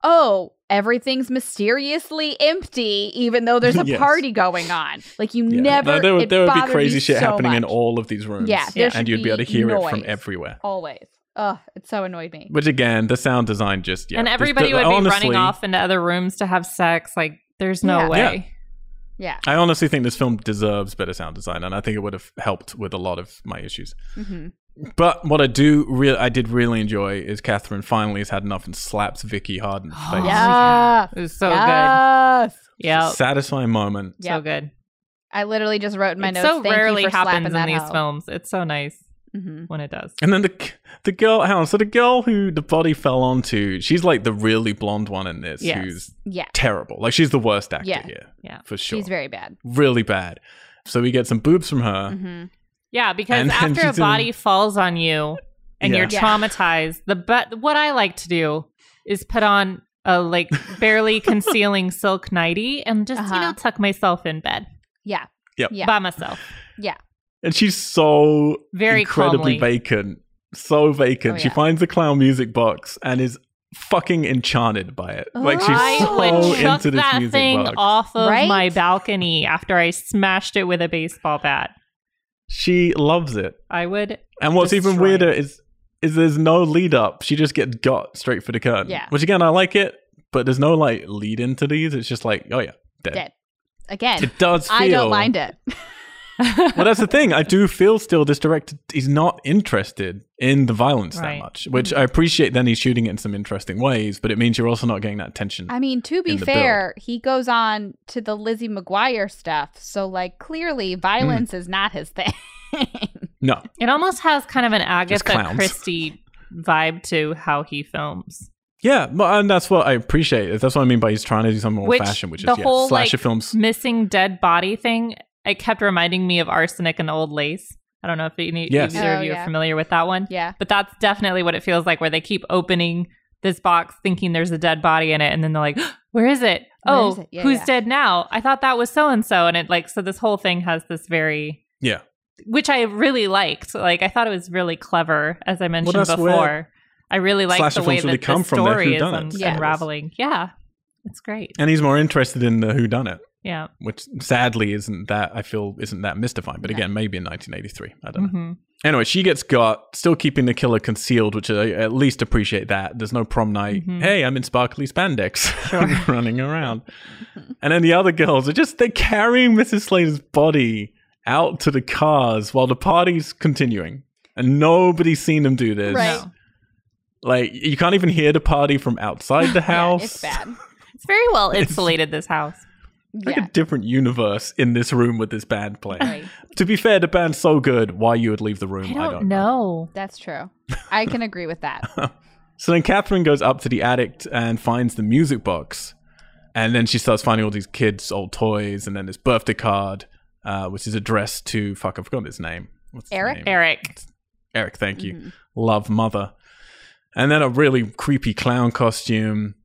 Speaker 3: oh, everything's mysteriously empty, even though there's a
Speaker 1: Yes.
Speaker 3: party going on. Like you
Speaker 1: Yeah.
Speaker 3: never.
Speaker 1: No, there would,
Speaker 3: it
Speaker 1: there would be
Speaker 3: bothered me
Speaker 1: crazy shit
Speaker 3: so
Speaker 1: happening in
Speaker 3: much.
Speaker 1: all of these rooms.
Speaker 3: Yeah, there
Speaker 1: and
Speaker 3: should
Speaker 1: you'd be able to
Speaker 3: be
Speaker 1: hear it from
Speaker 3: noise.
Speaker 1: everywhere.
Speaker 3: Always. Oh, it so annoyed me.
Speaker 1: Which again, the sound design just yeah.
Speaker 2: and
Speaker 1: just-
Speaker 2: everybody
Speaker 1: the-
Speaker 2: would be
Speaker 1: honestly-
Speaker 2: running off into other rooms to have sex. Like, there's no
Speaker 3: Yeah.
Speaker 1: Yeah.
Speaker 2: way.
Speaker 3: Yeah.
Speaker 1: I honestly think this film deserves better sound design, and I think it would have helped with a lot of my issues.
Speaker 3: hmm
Speaker 1: But what I do, re- I did really enjoy is Catherine finally has had enough and slaps Vicky hard in the
Speaker 2: Oh,
Speaker 1: face.
Speaker 3: Yeah.
Speaker 2: It was so
Speaker 3: yes.
Speaker 2: good. Yeah,
Speaker 1: Satisfying moment.
Speaker 3: Yeah.
Speaker 2: so good.
Speaker 3: I literally just wrote in my
Speaker 2: It
Speaker 3: notes.
Speaker 2: so
Speaker 3: "Thank you
Speaker 2: rarely
Speaker 3: for slapping
Speaker 2: happens in
Speaker 3: that
Speaker 2: these
Speaker 3: hoe."
Speaker 2: films. It's so nice
Speaker 3: Mhm.
Speaker 2: when it does.
Speaker 1: And then the c- the girl, hang on, so the girl who the body fell onto, she's like the really blonde one in this,
Speaker 2: Yes.
Speaker 1: who's
Speaker 3: Yeah.
Speaker 1: terrible. Like she's the worst actor
Speaker 3: Yeah.
Speaker 1: here,
Speaker 2: Yeah.
Speaker 1: for sure,
Speaker 3: She's very bad.
Speaker 1: really bad. So we get some boobs from her.
Speaker 2: Mm-hmm.
Speaker 3: Mhm.
Speaker 2: Yeah, because
Speaker 1: And then
Speaker 2: after a
Speaker 1: she's in-
Speaker 2: body falls on you and
Speaker 1: Yeah.
Speaker 2: you're
Speaker 3: Yeah.
Speaker 2: traumatized, the but what I like to do is put on a like barely concealing silk nightie and just you
Speaker 3: Uh-huh.
Speaker 2: know tuck myself in bed
Speaker 3: Yeah. Yeah.
Speaker 2: by myself.
Speaker 1: And she's so
Speaker 2: Very
Speaker 1: incredibly
Speaker 2: calmly.
Speaker 1: vacant. So vacant.
Speaker 3: Oh,
Speaker 1: She
Speaker 3: yeah.
Speaker 1: finds the clown music box and is fucking enchanted by it. Like she's
Speaker 3: I
Speaker 1: so
Speaker 2: would chuck
Speaker 1: into this
Speaker 2: that
Speaker 1: music
Speaker 2: thing
Speaker 1: box.
Speaker 2: off of
Speaker 3: Right?
Speaker 2: my balcony after I smashed it with a baseball bat.
Speaker 1: She loves it.
Speaker 2: I would
Speaker 1: And what's even
Speaker 2: Destroy it.
Speaker 1: weirder is is there's no lead up. She just gets got straight for the curtain.
Speaker 3: Yeah.
Speaker 1: Which again I like it, but there's no like lead into these. It's just like, oh yeah, dead.
Speaker 3: Dead. Again,
Speaker 1: It does feel
Speaker 3: I don't mind it.
Speaker 1: well, that's the thing. I do feel still this director is not interested in the violence that
Speaker 2: Right.
Speaker 1: much, which I appreciate. Then he's shooting it in some interesting ways, but it means you're also not getting that tension.
Speaker 3: I mean, to be
Speaker 1: in the
Speaker 3: fair, he goes on to the Lizzie McGuire stuff. So, like, clearly violence is not his thing.
Speaker 1: no,
Speaker 2: it almost has kind of an Agatha
Speaker 1: clowns.
Speaker 2: Christie vibe to how he films.
Speaker 1: yeah, but, and that's what I appreciate. That's what I mean by he's trying to do something old
Speaker 2: Which-
Speaker 1: fashioned, which is
Speaker 2: the
Speaker 1: yeah,
Speaker 2: whole,
Speaker 1: slasher
Speaker 2: like,
Speaker 1: films.
Speaker 2: missing dead body thing, it kept reminding me of arsenic and old lace. I don't know if any,
Speaker 1: Yes.
Speaker 2: either
Speaker 3: Oh,
Speaker 2: of you
Speaker 3: yeah.
Speaker 2: are familiar with that one,
Speaker 3: yeah.
Speaker 2: but that's definitely what it feels like where they keep opening this box thinking there's a dead body in it and then they're like, where is it?
Speaker 3: Where
Speaker 2: oh,
Speaker 3: is it? Yeah,
Speaker 2: who's
Speaker 3: yeah.
Speaker 2: dead now? I thought that was so and so. And it like, so this whole thing has this very,
Speaker 1: Yeah.
Speaker 2: which I really liked. Like, I thought it was really clever, as I mentioned
Speaker 1: that's where
Speaker 2: before. I really like
Speaker 1: slasher
Speaker 2: the way
Speaker 1: films
Speaker 2: that
Speaker 1: really come
Speaker 2: the
Speaker 1: from, they're
Speaker 2: story is
Speaker 1: whodunits.
Speaker 2: un-
Speaker 3: Yeah.
Speaker 2: unraveling. Yeah. It's great.
Speaker 1: And he's more interested in the who done it,
Speaker 2: Yeah.
Speaker 1: which sadly isn't that I feel isn't that mystifying. But
Speaker 3: No.
Speaker 1: again, maybe in 1983, I don't
Speaker 3: Mm-hmm.
Speaker 1: know.
Speaker 2: hmm
Speaker 1: Anyway, she gets got, still keeping the killer concealed, which I at least appreciate that. There's no prom night.
Speaker 3: Mm-hmm.
Speaker 2: Mhm.
Speaker 1: Hey, I'm in sparkly spandex
Speaker 2: Sure.
Speaker 1: running around. and then the other girls are just, they're carrying Mrs. Slater's body out to the cars while the party's continuing. And nobody's seen them do this.
Speaker 3: Right.
Speaker 2: No.
Speaker 1: Like, you can't even hear the party from outside the
Speaker 3: Yeah,
Speaker 1: house.
Speaker 3: it's bad.
Speaker 2: It's very well insulated, this house.
Speaker 1: Like
Speaker 3: Yeah.
Speaker 1: a different universe in this room with this band playing.
Speaker 3: Right.
Speaker 1: to be fair, the band's so good, why you would leave the room,
Speaker 2: I don't, know.
Speaker 3: That's true. I can agree with that.
Speaker 1: So then Catherine goes up to the attic and finds the music box. And then she starts finding all these kids' old toys and then this birthday card, uh, which is addressed to, fuck, I've forgotten his name. What's his
Speaker 3: Eric?
Speaker 1: name?
Speaker 2: Eric.
Speaker 1: Eric, thank you.
Speaker 3: Mhm.
Speaker 1: Love mother. And then a really creepy clown costume,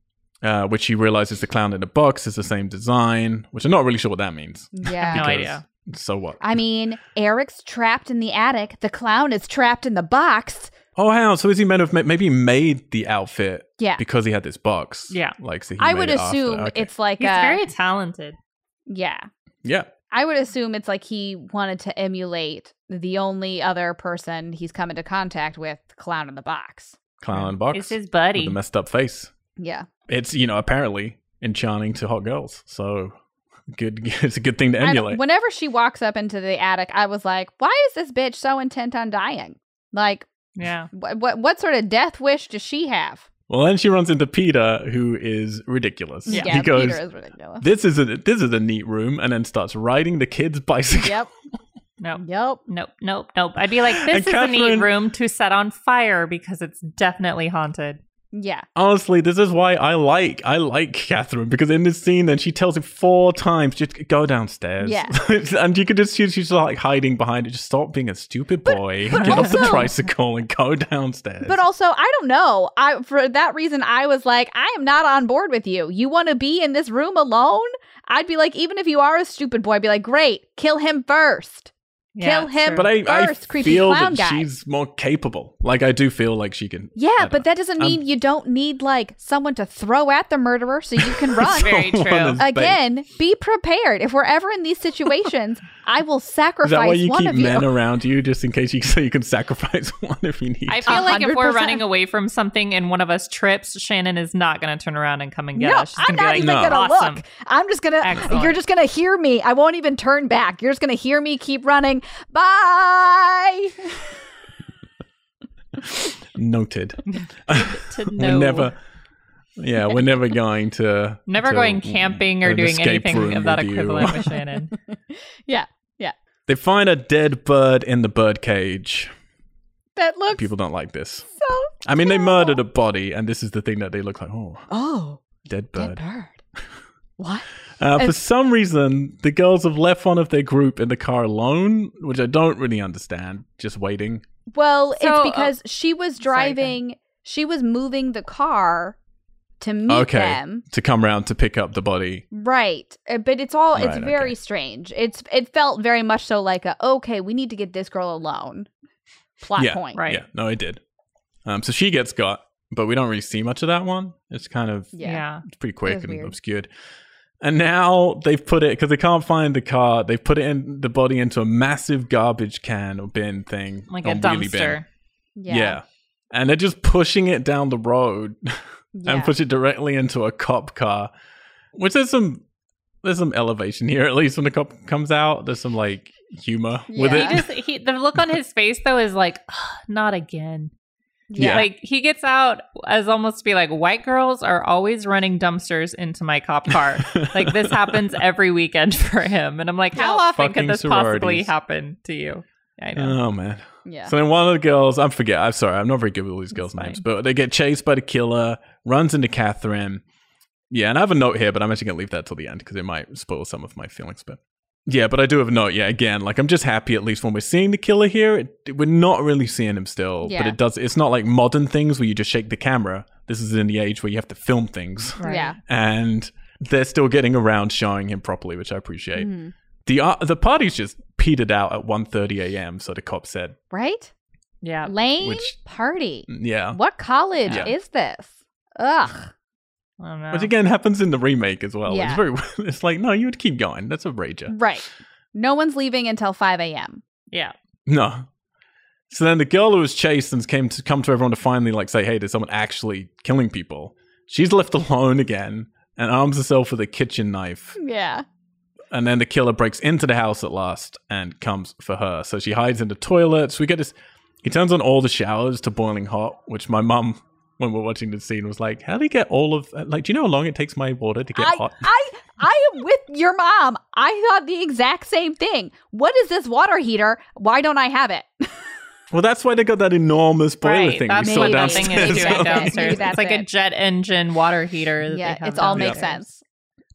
Speaker 1: uh, which she realizes the clown in the box is the same design, which I'm not really sure what that means.
Speaker 3: Yeah.
Speaker 2: No
Speaker 1: Because-
Speaker 2: idea.
Speaker 1: So what?
Speaker 3: I mean, Eric's trapped in the attic. The clown is trapped in the box.
Speaker 1: Oh, how? So is he meant to have ma- maybe he made the outfit
Speaker 3: Yeah.
Speaker 1: because he had this box?
Speaker 2: Yeah.
Speaker 1: Like, so he
Speaker 3: I
Speaker 1: made
Speaker 3: would
Speaker 1: it after.
Speaker 3: assume
Speaker 1: Okay.
Speaker 3: it's like uh,
Speaker 2: He's
Speaker 3: a.
Speaker 2: very talented.
Speaker 3: yeah.
Speaker 1: Yeah.
Speaker 3: I would assume it's like he wanted to emulate the only other person he's come into contact with, clown in the box.
Speaker 1: Clown in the box.
Speaker 2: It's his
Speaker 1: with
Speaker 2: buddy.
Speaker 1: a messed up face.
Speaker 3: Yeah.
Speaker 1: It's you know apparently enchanting to hot girls, so good. It's a good thing to
Speaker 3: I don't-
Speaker 1: emulate.
Speaker 3: whenever she walks up into the attic, I was like, why is this bitch so intent on dying? Like,
Speaker 2: yeah.
Speaker 3: what what, what sort of death wish does she have?
Speaker 1: well, then she runs into Peter, who is ridiculous.
Speaker 2: Yeah.
Speaker 1: he goes,
Speaker 3: Peter is ridiculous.
Speaker 1: "This is a this is a neat room," and then starts riding the kid's bicycle.
Speaker 3: yep.
Speaker 2: No.
Speaker 3: Yep.
Speaker 2: Nope. Nope. Nope. I'd be like, this
Speaker 1: And
Speaker 2: is a
Speaker 1: Catherine-
Speaker 2: neat room to set on fire because it's definitely haunted.
Speaker 3: Yeah.
Speaker 1: Honestly, this is why I like I like Catherine because in this scene, then she tells him four times, "Just go downstairs."
Speaker 3: Yeah.
Speaker 1: and you can just she's she's like hiding behind it. Just stop being a stupid boy, get off the
Speaker 3: also-
Speaker 1: tricycle, and go downstairs.
Speaker 3: But also, I don't know. I for that reason, I was like, I am not on board with you. You want to be in this room alone? I'd be like, even if you are a stupid boy, I'd be like, great, kill him first. Kill him.
Speaker 1: But I, I
Speaker 3: First creepy
Speaker 1: feel
Speaker 3: clown
Speaker 1: that
Speaker 3: guy.
Speaker 1: she's more capable. Like I do feel like she can.
Speaker 3: Yeah,
Speaker 1: I
Speaker 3: but that doesn't
Speaker 1: I'm-
Speaker 3: mean you don't need like someone to throw at the murderer so you can run.
Speaker 2: Very true.
Speaker 1: Someone is bait.
Speaker 3: Again, be prepared. If we're ever in these situations, I will
Speaker 1: Is that why
Speaker 3: sacrifice
Speaker 1: you
Speaker 3: one
Speaker 1: keep
Speaker 3: of you.
Speaker 1: men around you just in case you so you can sacrifice one if you need?
Speaker 2: I
Speaker 1: to?
Speaker 2: feel like if we're
Speaker 3: 100%.
Speaker 2: running away from something and one of us trips, Shannon is not going to turn around and come and get
Speaker 3: no,
Speaker 2: us. She's
Speaker 3: I'm
Speaker 2: gonna be like,
Speaker 3: not even
Speaker 1: No.
Speaker 3: gonna
Speaker 2: awesome.
Speaker 3: look. I'm just gonna.
Speaker 2: Excellent.
Speaker 3: You're just gonna hear me. I won't even turn back. You're just gonna hear me keep running. Bye.
Speaker 1: Noted.
Speaker 2: To
Speaker 1: We're
Speaker 2: know.
Speaker 1: never. Yeah, we're never going to.
Speaker 2: Never
Speaker 1: to
Speaker 2: going camping or
Speaker 1: an
Speaker 2: doing
Speaker 1: escape room
Speaker 2: anything of that
Speaker 1: with you.
Speaker 2: equivalent with Shannon.
Speaker 3: Yeah,
Speaker 1: They find a dead bird in the bird cage.
Speaker 3: that looks
Speaker 1: People don't like this.
Speaker 3: so.
Speaker 1: I mean, they
Speaker 3: terrible.
Speaker 1: murdered a body, and this is the thing that they look like. Oh,
Speaker 3: Oh,
Speaker 1: dead
Speaker 3: dead
Speaker 1: bird.
Speaker 3: bird. What?
Speaker 1: Uh, for
Speaker 3: And-
Speaker 1: some reason, the girls have left one of their group in the car alone, which I don't really understand. Just waiting.
Speaker 3: Well,
Speaker 2: So,
Speaker 3: it's
Speaker 2: uh,
Speaker 3: because she was
Speaker 2: sorry, go ahead.
Speaker 3: driving. she was moving the car to meet
Speaker 1: Okay.
Speaker 3: them.
Speaker 1: to come round to pick up the body.
Speaker 3: Right. Uh, But it's all it's
Speaker 1: Right,
Speaker 3: very
Speaker 1: okay.
Speaker 3: strange. It's it felt very much so like a okay, we need to get this girl alone. Plot
Speaker 1: Yeah,
Speaker 3: point.
Speaker 2: Right.
Speaker 1: Yeah, no, it did. Um, so she gets got, but we don't really see much of that one. It's kind of
Speaker 2: Yeah.
Speaker 1: it's pretty quick
Speaker 3: was
Speaker 1: and
Speaker 3: weird.
Speaker 1: obscured. And now they've put it because they can't find the car. They've put it in the body into a massive garbage can or bin thing,
Speaker 2: Like
Speaker 1: or
Speaker 2: a
Speaker 1: wheelie bin.
Speaker 2: dumpster.
Speaker 1: Yeah. and they're just pushing it down the road
Speaker 3: Yeah.
Speaker 1: and push it directly into a cop car, which there's some there's some elevation here at least when the cop comes out. There's some like humor with
Speaker 3: Yeah.
Speaker 1: it.
Speaker 2: He just he the look on his face though is like "Ugh, not again.
Speaker 1: Yeah.
Speaker 2: Like he gets out as almost to be like white girls are always running dumpsters into my cop car. like this happens every weekend for him and I'm like how
Speaker 3: Yeah.
Speaker 2: often could
Speaker 1: Fucking
Speaker 2: this possibly
Speaker 1: sororities.
Speaker 2: happen to you? I know.
Speaker 1: Oh man.
Speaker 3: Yeah.
Speaker 1: So then one of the girls, I forget, I'm sorry, I'm not very good with all these girls'
Speaker 2: fine.
Speaker 1: names, but they get chased by the killer, runs into Catherine. Yeah, and I have a note here, but I'm actually going to leave that till the end because it might spoil some of my feelings. But yeah, but I do have a note. Yeah, again, like I'm just happy at least when we're seeing the killer here, it, we're not really seeing him still, but
Speaker 3: Yeah.
Speaker 1: it does, it's not like modern things where you just shake the camera. This is in the age where you have to film things
Speaker 2: Right.
Speaker 3: Yeah.
Speaker 1: and they're still getting around showing him properly, which I appreciate.
Speaker 3: Mhm.
Speaker 1: The, uh, the party's just petered out at 1.30 a.m., so the cop said.
Speaker 3: Right?
Speaker 2: Yeah.
Speaker 3: Lame
Speaker 1: Which-
Speaker 3: party.
Speaker 1: Yeah.
Speaker 3: What college
Speaker 1: Yeah.
Speaker 3: is this? Ugh.
Speaker 2: I don't know.
Speaker 1: Which again happens in the remake as well. It's
Speaker 3: Yeah.
Speaker 1: very. It's like no, you would keep going. That's a rager.
Speaker 3: Right. No one's leaving until 5 a.m.
Speaker 2: yeah.
Speaker 1: No. So then the girl who was chased and came to come to everyone to finally like say, hey, there's someone actually killing people. She's left alone again and arms herself with a kitchen knife.
Speaker 3: Yeah.
Speaker 1: And then the killer breaks into the house at last and comes for her. So she hides in the toilets. We get this. He turns on all the showers to boiling hot, which my mum, when we we're watching the scene, was like, "How do you get all of? Like, do you know how long it takes my water to get
Speaker 3: I,
Speaker 1: hot?"
Speaker 3: I I am with your mom. I thought the exact same thing. What is this water heater? Why don't I have it?
Speaker 1: Well, that's why they got that enormous boiler
Speaker 2: right.
Speaker 1: thing
Speaker 2: That's
Speaker 1: we saw
Speaker 2: what
Speaker 3: maybe
Speaker 2: that
Speaker 3: that's
Speaker 2: thing
Speaker 1: downstairs.
Speaker 2: is
Speaker 3: Maybe
Speaker 2: doing
Speaker 3: that's it.
Speaker 2: downstairs.
Speaker 3: Maybe
Speaker 2: It's
Speaker 3: that's
Speaker 2: like a
Speaker 3: it.
Speaker 2: jet engine water heater. that
Speaker 3: Yeah,
Speaker 2: they have
Speaker 3: it's all
Speaker 1: down
Speaker 3: makes
Speaker 2: downstairs.
Speaker 3: sense.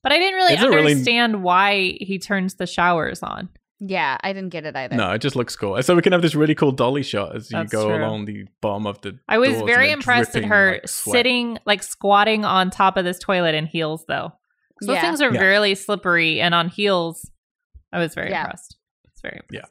Speaker 2: But I didn't really
Speaker 1: Is it really-
Speaker 2: understand why he turns the showers on.
Speaker 3: Yeah, I didn't get it either.
Speaker 1: No, it just looks cool. So we can have this really cool dolly shot as you
Speaker 2: That's
Speaker 1: go
Speaker 2: true.
Speaker 1: along the bottom of the.
Speaker 2: I was
Speaker 1: doors and
Speaker 2: very
Speaker 1: they're
Speaker 2: impressed at
Speaker 1: dripping,
Speaker 2: her
Speaker 1: like, sweat.
Speaker 2: sitting, like squatting on top of this toilet in heels, though. 'Cause
Speaker 3: Yeah.
Speaker 2: Those things are
Speaker 1: Yeah.
Speaker 2: really slippery, and on heels, I was very
Speaker 3: Yeah.
Speaker 2: impressed. It's very
Speaker 1: Yeah.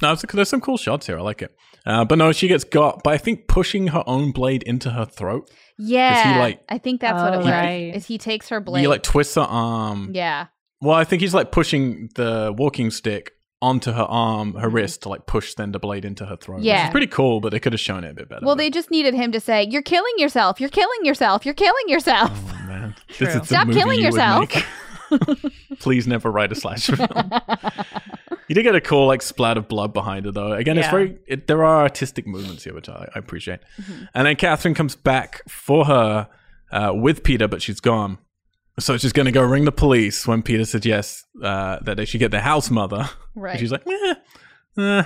Speaker 1: No, it's, there's some cool shots here. I like it. Uh, but no, she gets got by I think pushing her own blade into her throat.
Speaker 3: Yeah,
Speaker 1: like-
Speaker 3: I think that's what it
Speaker 2: Oh,
Speaker 3: was.
Speaker 2: right.
Speaker 3: Is he takes her blade?
Speaker 1: He like twists her arm.
Speaker 3: yeah,
Speaker 1: Well, I think he's like pushing the walking stick onto her arm, her wrist to like push then the blade into her throat. which is
Speaker 3: Mm-hmm. Yeah.
Speaker 1: pretty cool, but they could have shown it a bit better.
Speaker 3: Well,
Speaker 1: but-
Speaker 3: they just needed him to say, "You're killing yourself. You're killing yourself. You're killing yourself."
Speaker 1: Oh man,
Speaker 2: True.
Speaker 1: this is the
Speaker 3: Stop
Speaker 1: movie
Speaker 3: killing
Speaker 1: you would
Speaker 3: yourself.
Speaker 1: make. Please never write a slasher film. you did get a cool like splat of blood behind her though. Again, it's
Speaker 2: Yeah.
Speaker 1: very it, there are artistic movements here which I, I appreciate.
Speaker 3: Mm-hmm.
Speaker 1: And then Catherine comes back for her uh, with Peter, but she's gone. So she's going to go ring the police when Peter suggests uh, that they should get the house mother.
Speaker 3: Right.
Speaker 1: And she's like, "Meh, eh."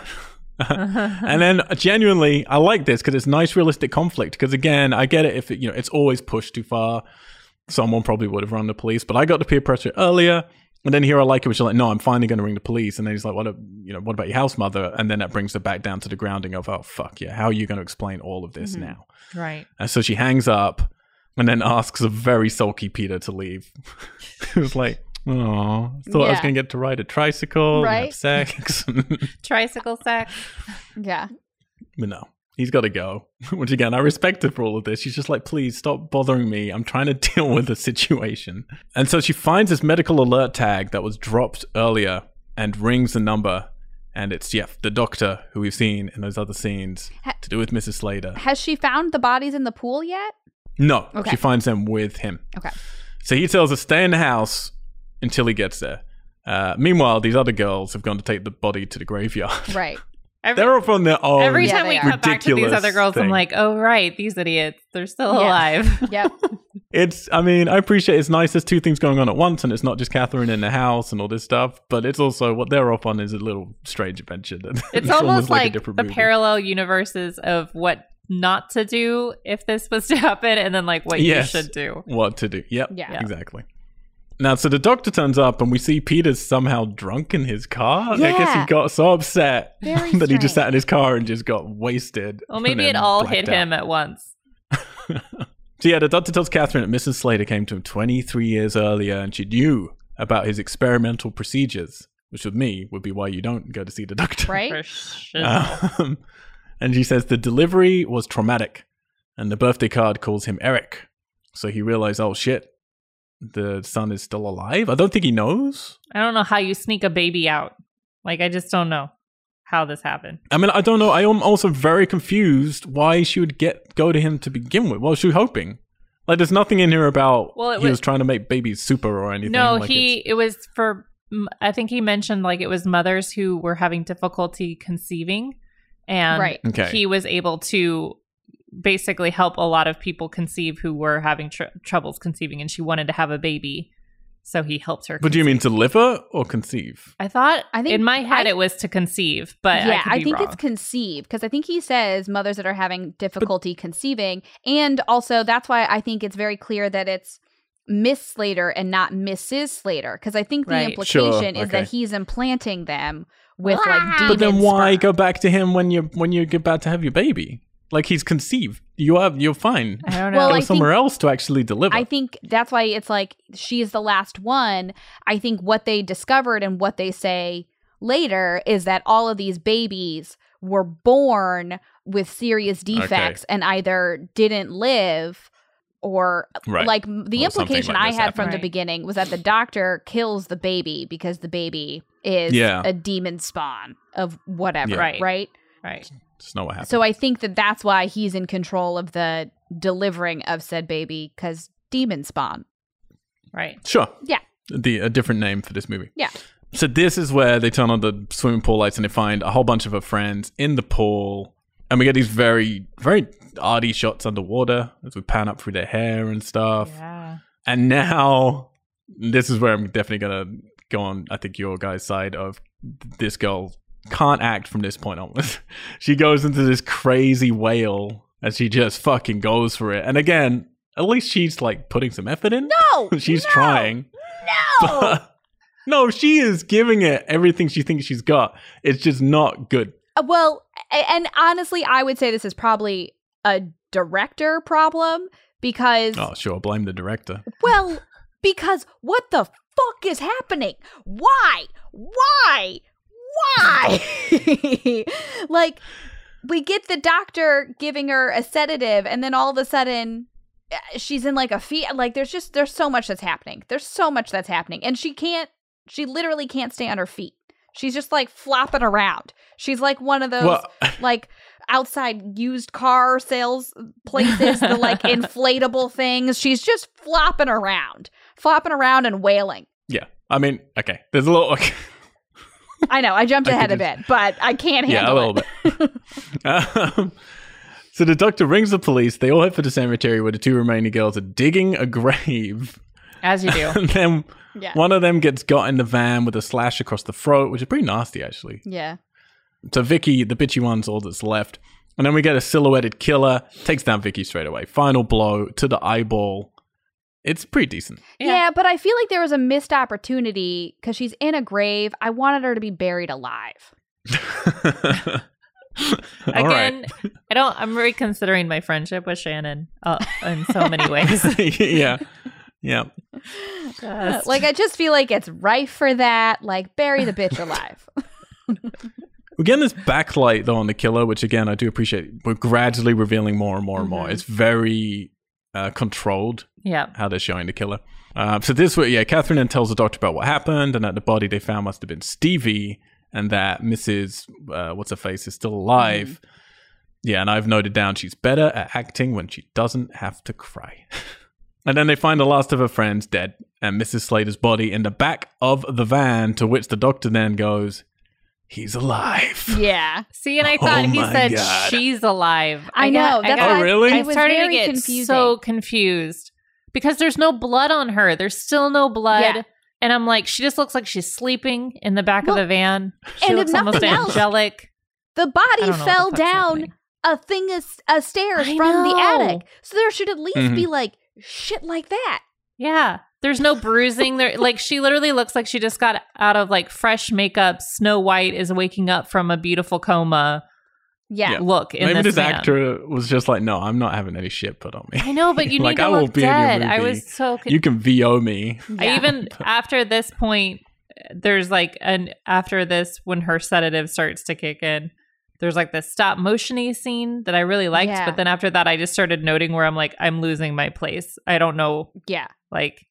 Speaker 1: and then genuinely, I like this because it's nice, realistic conflict. Because again, I get it if it, you know it's always pushed too far. Someone probably would have run the police, but I got the peer pressure earlier. And then here I like it, which is like, no, I'm finally going to ring the police. And then he's like, what? A, you know, what about your house mother? And then that brings her back down to the grounding of, oh fuck yeah, how are you going to explain all of this
Speaker 3: Mhm.
Speaker 1: now?
Speaker 2: right.
Speaker 1: And so she hangs up and then asks a very sulky Peter to leave. it was like, Oh, thought I was
Speaker 3: Yeah.
Speaker 1: gonna get to ride a tricycle, and have
Speaker 3: Right?
Speaker 1: sex,
Speaker 2: Tricycle sex.
Speaker 3: Yeah.
Speaker 1: But no, he's got to go. Which again, I respect her for all of this. She's just like, please stop bothering me. I'm trying to deal with the situation. And so she finds this medical alert tag that was dropped earlier and rings the number. And it's, yeah, the doctor who we've seen in those other scenes
Speaker 3: Ha-
Speaker 1: to do with Mrs. Slater.
Speaker 3: Has she found the bodies in the pool yet?
Speaker 1: No,
Speaker 3: Okay.
Speaker 1: she finds them with him.
Speaker 3: Okay.
Speaker 1: So he tells her, stay in the house until he gets there. Uh, meanwhile, these other girls have gone to take the body to the graveyard.
Speaker 3: Right.
Speaker 2: Every,
Speaker 1: They're off on their own.
Speaker 2: every
Speaker 3: Yeah,
Speaker 2: time we
Speaker 3: they
Speaker 2: come
Speaker 1: are.
Speaker 2: back to these
Speaker 1: Ridiculous
Speaker 2: other girls,
Speaker 1: thing.
Speaker 2: I'm like, oh right, these idiots. They're still
Speaker 3: Yeah.
Speaker 2: alive.
Speaker 3: Yep.
Speaker 1: It's, I mean, I appreciate it's nice there's two things going on at once and it's not just Catherine in the house and all this stuff, but it's also what they're off on is a little strange adventure. That
Speaker 2: It's almost like,
Speaker 1: different
Speaker 2: the
Speaker 1: movie.
Speaker 2: parallel universes of what not to do if this was to happen, and then like what
Speaker 1: Yes.
Speaker 2: you should do.
Speaker 1: What to do. Yep.
Speaker 3: Yeah.
Speaker 1: Exactly. Now, so the doctor turns up and we see Peter's somehow drunk in his car. I guess he
Speaker 3: Yeah.
Speaker 1: got so upset
Speaker 3: Very
Speaker 1: that he just
Speaker 3: strange.
Speaker 1: sat in his car and just got wasted.
Speaker 2: Well,
Speaker 1: and
Speaker 2: maybe it
Speaker 1: then
Speaker 2: all
Speaker 1: blacked
Speaker 2: hit
Speaker 1: out.
Speaker 2: him at once.
Speaker 1: So yeah, the doctor tells Catherine that Mrs. Slater came to him 23 years earlier and she knew about his experimental procedures, which with me would be why you don't go to see the doctor.
Speaker 2: For
Speaker 3: Right.
Speaker 2: sure.
Speaker 1: Um, and she says the delivery was traumatic and the birthday card calls him Eric. So he realized, oh shit, the son is still alive. I don't think he knows.
Speaker 2: I don't know how you sneak a baby out. Like I just don't know how this happened.
Speaker 1: I mean, I don't know. I am also very confused why she would get go to him to begin with. What was she hoping? Like, there's nothing in here about
Speaker 2: Well, it
Speaker 1: he
Speaker 2: was-
Speaker 1: was trying to make babies super or anything.
Speaker 2: No,
Speaker 1: Like,
Speaker 2: he it was for m- I think he mentioned like it was mothers who were having difficulty conceiving and
Speaker 3: Right.
Speaker 1: Okay.
Speaker 2: he was able to basically help a lot of people conceive who were having tr- troubles conceiving and she wanted to have a baby. So he helped her.
Speaker 1: But do you
Speaker 2: conceive.
Speaker 1: mean deliver or conceive?
Speaker 2: I thought
Speaker 3: I think-
Speaker 2: in my head
Speaker 3: I-
Speaker 2: it was to conceive, but
Speaker 3: yeah,
Speaker 2: I, could be
Speaker 3: think
Speaker 2: wrong.
Speaker 3: it's conceive because I think he says mothers that are having difficulty conceiving, and also that's why I think it's very clear that it's Miss Slater and not Mrs. Slater because I think the
Speaker 2: Right.
Speaker 1: Sure,
Speaker 3: implication is
Speaker 1: okay.
Speaker 3: that he's implanting them with
Speaker 2: Wow.
Speaker 3: like demon
Speaker 1: But then why
Speaker 3: sperm.
Speaker 1: go back to him when you when you're about to have your baby? Like he's conceived. You are you're fine.
Speaker 2: I don't know.
Speaker 3: Well,
Speaker 1: go
Speaker 3: I think-
Speaker 1: somewhere else to actually deliver.
Speaker 3: I think that's why it's like she's the last one. I think what they discovered and what they say later is that all of these babies were born with serious defects and either didn't live or
Speaker 1: right.
Speaker 3: like m- the
Speaker 1: Or something
Speaker 3: implication
Speaker 1: like
Speaker 3: I
Speaker 1: this
Speaker 3: had from the
Speaker 2: happened. Right.
Speaker 3: beginning was that the doctor kills the baby because the baby is
Speaker 1: Yeah.
Speaker 3: a demon spawn of whatever,
Speaker 1: Yeah.
Speaker 2: Right.
Speaker 3: right?
Speaker 2: right.
Speaker 1: it's not what happened.
Speaker 3: So I think that that's why he's in control of the delivering of said baby because demon spawn.
Speaker 2: Right.
Speaker 1: Sure.
Speaker 3: Yeah.
Speaker 1: The a different name for this movie.
Speaker 3: Yeah.
Speaker 1: So this is where they turn on the swimming pool lights and they find a whole bunch of her friends in the pool, and we get these very very arty shots underwater as we pan up through their hair and stuff.
Speaker 2: Yeah.
Speaker 1: And now this is where I'm definitely gonna go on. I think your guy's side of this girl can't act from this point onwards. she goes into this crazy wail and she just fucking goes for it. And again, at least she's like putting some effort in.
Speaker 3: No,
Speaker 1: she's trying. But- no, she is giving it everything she thinks she's got. It's just not good.
Speaker 3: Uh, Well, a- and honestly, I would say this is probably a director problem because,
Speaker 1: Oh, sure. Blame the director.
Speaker 3: well, because what the fuck is happening? Why? Why? Why? like, we get the doctor giving her a sedative, and then all of a sudden, uh, she's in like a feet. Like, there's just, there's so much that's happening. There's so much that's happening. And she can't, she literally can't stay on her feet. She's just like flopping around. She's like one of those
Speaker 1: Well,
Speaker 3: like outside used car sales places, the like inflatable things. She's just flopping around, flopping around and wailing.
Speaker 1: yeah. I mean, okay. There's a lot.
Speaker 3: I know I jumped
Speaker 1: I
Speaker 3: ahead a
Speaker 1: could
Speaker 3: bit, but I can't handle
Speaker 1: yeah, a little
Speaker 3: it.
Speaker 1: bit. um, so the doctor rings the police. They all head for the cemetery where the two remaining girls are digging a grave.
Speaker 2: As you do.
Speaker 1: And then
Speaker 3: Yeah,
Speaker 1: one of them gets got in the van with a slash across the throat, which is pretty nasty, actually.
Speaker 3: yeah,
Speaker 1: So Vicky, the bitchy one's all that's left. And then we get a silhouetted killer, takes down Vicky straight away. Final blow to the eyeball. It's pretty decent.
Speaker 2: Yeah.
Speaker 3: yeah, But I feel like there was a missed opportunity because she's in a grave. I wanted her to be buried alive.
Speaker 1: All right.
Speaker 2: Again, I don't. I'm reconsidering my friendship with Shannon uh, in so many ways.
Speaker 1: yeah. Yeah.
Speaker 2: Just-
Speaker 3: Like I just feel like it's rife for that. Like bury the bitch alive.
Speaker 1: We're getting this backlight though on the killer, which again I do appreciate. We're gradually revealing more and more and more.
Speaker 3: Mhm.
Speaker 1: It's very uh, controlled
Speaker 2: yeah.
Speaker 1: how they're showing the killer. Uh, so this way, yeah, Catherine then tells the doctor about what happened and that the body they found must have been Stevie and that Mrs. Uh, what's her face is still alive.
Speaker 2: Mm-hmm.
Speaker 1: Yeah, and I've noted down she's better at acting when she doesn't have to cry. and then they find the last of her friends dead and Mrs. Slater's body in the back of the van, to which the doctor then goes, He's alive.
Speaker 3: yeah.
Speaker 2: See, and I thought
Speaker 1: Oh
Speaker 2: he
Speaker 1: my
Speaker 2: said
Speaker 1: God.
Speaker 2: she's alive.
Speaker 3: I
Speaker 2: Got,
Speaker 3: know. That's
Speaker 2: I,
Speaker 1: Oh,
Speaker 2: got,
Speaker 3: why I-
Speaker 1: really?
Speaker 3: I
Speaker 2: I
Speaker 3: was
Speaker 2: started to
Speaker 3: very
Speaker 2: get
Speaker 3: confusing.
Speaker 2: so confused because there's no blood on her. There's still no blood.
Speaker 3: Yeah.
Speaker 2: And I'm like, she just looks like she's sleeping in the back
Speaker 3: Well,
Speaker 2: of the van. She
Speaker 3: and if
Speaker 2: looks almost
Speaker 3: nothing else,
Speaker 2: angelic.
Speaker 3: the
Speaker 2: I don't
Speaker 3: body
Speaker 2: know what the
Speaker 3: fell
Speaker 2: fuck's
Speaker 3: down
Speaker 2: happening.
Speaker 3: a thing is a stairs
Speaker 2: I
Speaker 3: from the
Speaker 2: know.
Speaker 3: attic. So there should at least
Speaker 1: Mhm.
Speaker 3: be like shit like that.
Speaker 2: Yeah. There's no bruising there. Like she literally looks like she just got out of like fresh makeup. Snow White is waking up from a beautiful coma
Speaker 3: Yeah.
Speaker 1: Yeah.
Speaker 2: look in
Speaker 1: Maybe
Speaker 2: this
Speaker 1: this
Speaker 2: van.
Speaker 1: actor was just like, no, I'm not having any shit put on me.
Speaker 2: I know, but you
Speaker 1: Like,
Speaker 2: need to
Speaker 1: I will
Speaker 2: look
Speaker 1: be in your
Speaker 2: dead. I
Speaker 1: movie.
Speaker 2: was so confused.
Speaker 1: You can VO me.
Speaker 2: I even after this point, there's like an after this when her sedative starts to kick in. There's like this stop motiony scene that I really liked,
Speaker 3: Yeah.
Speaker 2: but then after that, I just started noting where I'm like, I'm losing my place. I don't know,
Speaker 3: yeah.
Speaker 2: like,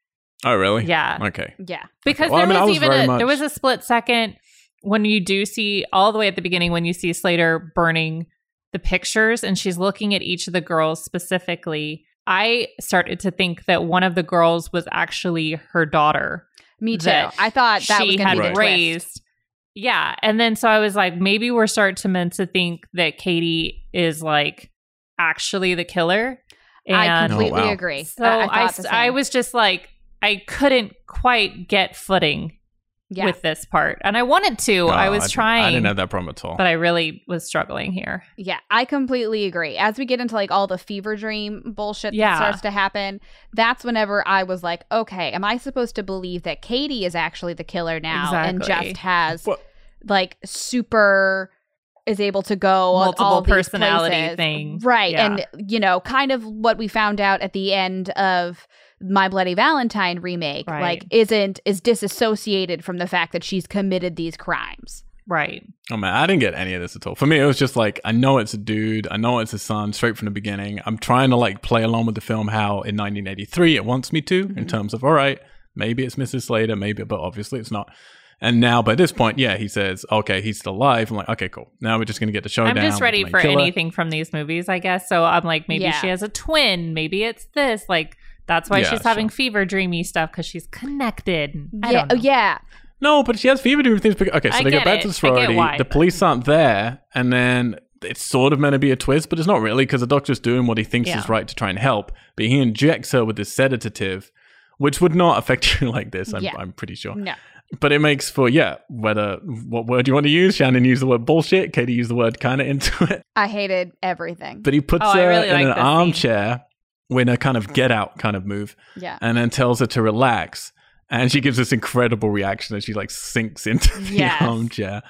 Speaker 1: Oh, really?
Speaker 2: yeah,
Speaker 1: Okay.
Speaker 3: Yeah.
Speaker 2: because
Speaker 1: Well, I
Speaker 2: there
Speaker 1: mean, I
Speaker 2: was,
Speaker 1: was
Speaker 2: even
Speaker 1: very
Speaker 2: a,
Speaker 1: much-
Speaker 2: there was a split second when you do see all the way at the beginning when you see Slater burning the pictures and she's looking at each of the girls specifically. I started to think that one of the girls was actually her daughter
Speaker 3: Me too.
Speaker 2: that
Speaker 3: I thought Uh, that was
Speaker 2: she
Speaker 3: gonna
Speaker 2: had
Speaker 3: be the
Speaker 1: Right.
Speaker 3: twist.
Speaker 2: raised. Yeah, and then so I was like, maybe we're starting to meant to think that Katie is like actually the killer.
Speaker 3: I
Speaker 2: And
Speaker 3: completely
Speaker 1: Oh, wow.
Speaker 3: agree.
Speaker 2: so
Speaker 3: I, I,
Speaker 2: I,
Speaker 3: thought
Speaker 2: s-
Speaker 3: the
Speaker 2: I
Speaker 3: same.
Speaker 2: was just like, I couldn't quite get footing
Speaker 3: yeah.
Speaker 2: with this part, and I wanted to. I
Speaker 1: No,
Speaker 2: was
Speaker 1: didn't-
Speaker 2: trying,
Speaker 1: I didn't have that problem at all.
Speaker 2: but I really was struggling here.
Speaker 3: Yeah, I completely agree. As we get into like all the fever dream bullshit
Speaker 2: Yeah.
Speaker 3: that starts to happen, that's whenever I was like, okay, am I supposed to believe that Katie is actually the killer now and
Speaker 2: Exactly.
Speaker 3: just has
Speaker 1: Well-
Speaker 3: like super is able to go
Speaker 2: Multiple
Speaker 3: on all these
Speaker 2: personality
Speaker 3: places.
Speaker 2: thing.
Speaker 3: Right.
Speaker 2: Yeah.
Speaker 3: And you know, kind of what we found out at the end of my Bloody Valentine remake,
Speaker 2: Right.
Speaker 3: like isn't is disassociated from the fact that she's committed these crimes.
Speaker 2: Right?
Speaker 1: oh man, I didn't get any of this at all. For me, it was just like I know it's a dude, I know it's a son, straight from the beginning. I'm trying to like play along with the film how in 1983 it wants me to
Speaker 2: Mm-hmm.
Speaker 1: in
Speaker 3: Mhm.
Speaker 1: terms of all right, maybe it's Mrs. Slater, maybe, but obviously it's not. And now by this point, yeah, he says, okay, he's still alive. I'm like, okay, cool. Now we're just gonna get the showdown.
Speaker 2: I'm just
Speaker 1: with
Speaker 2: ready
Speaker 1: the main
Speaker 2: for
Speaker 1: killer.
Speaker 2: anything from these movies, I guess. So I'm like, maybe
Speaker 3: Yeah.
Speaker 2: she has a twin. Maybe it's this. Like that's why
Speaker 1: Yeah,
Speaker 2: she's having fever dreamy stuff because she's connected. I
Speaker 3: yeah,
Speaker 2: don't know.
Speaker 3: oh, yeah.
Speaker 1: No, but she has fever dream things. Because, okay, so
Speaker 2: I
Speaker 1: they go
Speaker 2: get
Speaker 1: back
Speaker 2: it.
Speaker 1: to the
Speaker 2: I get
Speaker 1: sorority.
Speaker 2: why,
Speaker 1: The
Speaker 2: but-
Speaker 1: police aren't there, and then it's sort of meant to be a twist, but it's not really because the doctor's doing what he thinks
Speaker 2: Yeah.
Speaker 1: is right to try and help. But he injects her with this sedative, which would not affect you like this. I'm,
Speaker 3: Yeah.
Speaker 1: I'm pretty sure.
Speaker 3: No.
Speaker 1: But it makes for yeah, whether what word you want to use. Shannon used the word bullshit. Katie used the word kind of into it.
Speaker 3: I hated everything.
Speaker 1: But he puts
Speaker 2: Oh, I
Speaker 1: her
Speaker 2: really
Speaker 1: in
Speaker 2: like
Speaker 1: an
Speaker 2: this scene.
Speaker 1: armchair in a kind of get out kind of move
Speaker 3: yeah.
Speaker 1: and then tells her to relax. And she gives this incredible reaction as she like sinks into the
Speaker 3: Yes.
Speaker 1: armchair.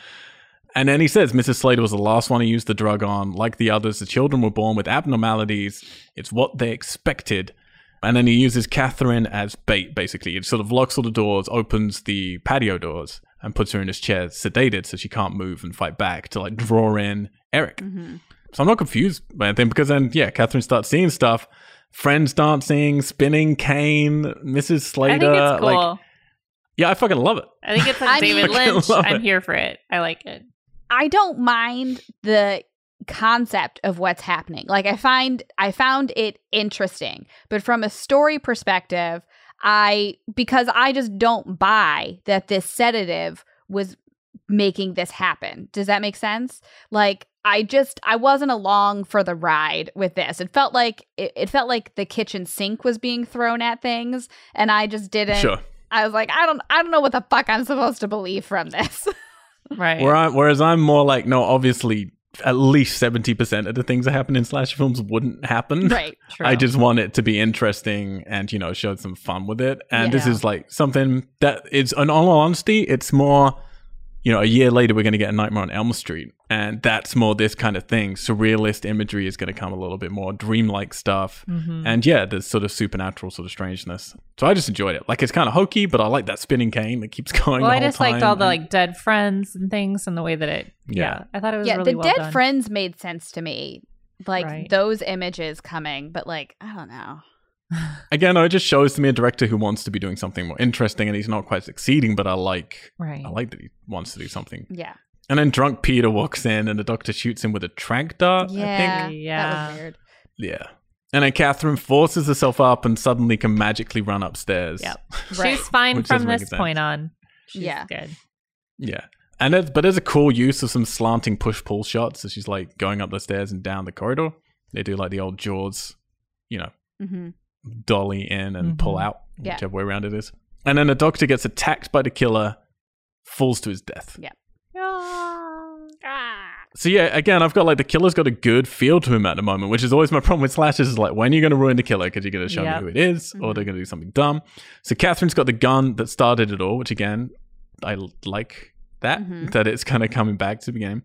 Speaker 1: And then he says Mrs. Slater was the last one who used the drug on. Like the others, the children were born with abnormalities. It's what they expected. And then he uses Catherine as bait, basically. It sort of locks all the doors, opens the patio doors, and puts her in this chair, sedated, so she can't move and fight back to like draw in Eric.
Speaker 2: Mm-hmm.
Speaker 3: hmm
Speaker 1: So I'm not confused by anything because then, yeah, Catherine starts seeing stuff. Friends dancing, spinning cane, Mrs. Slater.
Speaker 2: I think it's cool.
Speaker 1: Like, yeah, I fucking love it.
Speaker 2: I think it's like
Speaker 3: I
Speaker 2: David
Speaker 1: mean- Fucking
Speaker 2: Lynch.
Speaker 1: love
Speaker 2: I'm
Speaker 1: it.
Speaker 2: here for it. I like it.
Speaker 3: I don't mind the concept of what's happening. Like I find I found it interesting, but from a story perspective, I because I just don't buy that this sedative was making this happen. Does that make sense? Like I just I wasn't along for the ride with this. It felt like it, it felt like the kitchen sink was being thrown at things and I just didn't
Speaker 1: Sure.
Speaker 3: I was like I don't I don't know what the fuck I'm supposed to believe from this.
Speaker 2: Right.
Speaker 1: Where I, whereas I'm more like, no, obviously, at least 70% of the things that happen in slasher films wouldn't happen.
Speaker 3: right.
Speaker 2: True.
Speaker 1: I just want it to be interesting and, you know, show some fun with it. And this
Speaker 3: Yeah.
Speaker 1: is like something that is, in all honesty, it's more, you know, a year later, we're going to get a Nightmare on Elm Street. and that's more this kind of thing. Surrealist imagery is going to come a little bit more dreamlike stuff.
Speaker 2: Mhm.
Speaker 1: And yeah, there's sort of supernatural sort of strangeness. So I just enjoyed it. Like it's kind of hokey, but I like that spinning cane that keeps going.
Speaker 2: well,
Speaker 1: the
Speaker 2: I
Speaker 1: whole
Speaker 2: just liked
Speaker 1: time.
Speaker 2: all the
Speaker 1: And-
Speaker 2: like dead friends and things and the way that it. Yeah,
Speaker 1: Yeah.
Speaker 2: I thought it was
Speaker 3: yeah,
Speaker 2: really
Speaker 3: the
Speaker 2: well
Speaker 3: dead
Speaker 2: done.
Speaker 3: friends made sense to me. Like
Speaker 2: Right.
Speaker 3: those images coming, but like I don't know.
Speaker 1: again, it just shows to me a director who wants to be doing something more interesting, and he's not quite succeeding. But I like,
Speaker 2: right?
Speaker 1: I like that he wants to do something.
Speaker 3: Yeah,
Speaker 1: And then drunk Peter walks in, and the doctor shoots him with a trank dart. I think.
Speaker 3: yeah, that
Speaker 2: Uh, yeah.
Speaker 3: was weird.
Speaker 1: Yeah. And then Catherine forces herself up and suddenly can magically run upstairs.
Speaker 2: Yep.
Speaker 3: Right.
Speaker 2: She's fine
Speaker 1: Which
Speaker 2: from
Speaker 1: doesn't make
Speaker 2: this
Speaker 1: sense.
Speaker 2: point on. She's
Speaker 3: Yeah.
Speaker 2: good.
Speaker 1: Yeah. And it's, but there's a cool use of some slanting push pull shots. So she's like going up the stairs and down the corridor. They do like the old Jaws, you know,
Speaker 3: hmm
Speaker 1: dolly in and
Speaker 2: Mhm.
Speaker 1: pull out,
Speaker 3: Mm-hmm. Yeah.
Speaker 1: whichever way around it is. And then the doctor gets attacked by the killer, falls to his death.
Speaker 2: Ah.
Speaker 1: So yeah, again, I've got like the killer's got a good feel to him at the moment, which is always my problem with slashes. Is like, when are you going to ruin the killer? Because you're going to show
Speaker 2: Yep.
Speaker 1: me who it is,
Speaker 2: Mm-hmm.
Speaker 1: or they're going to do something dumb. So Catherine's got the gun that started it all, which again, I l- like that
Speaker 2: Mm-hmm.
Speaker 3: Mhm.
Speaker 1: that it's kind of coming back to the game.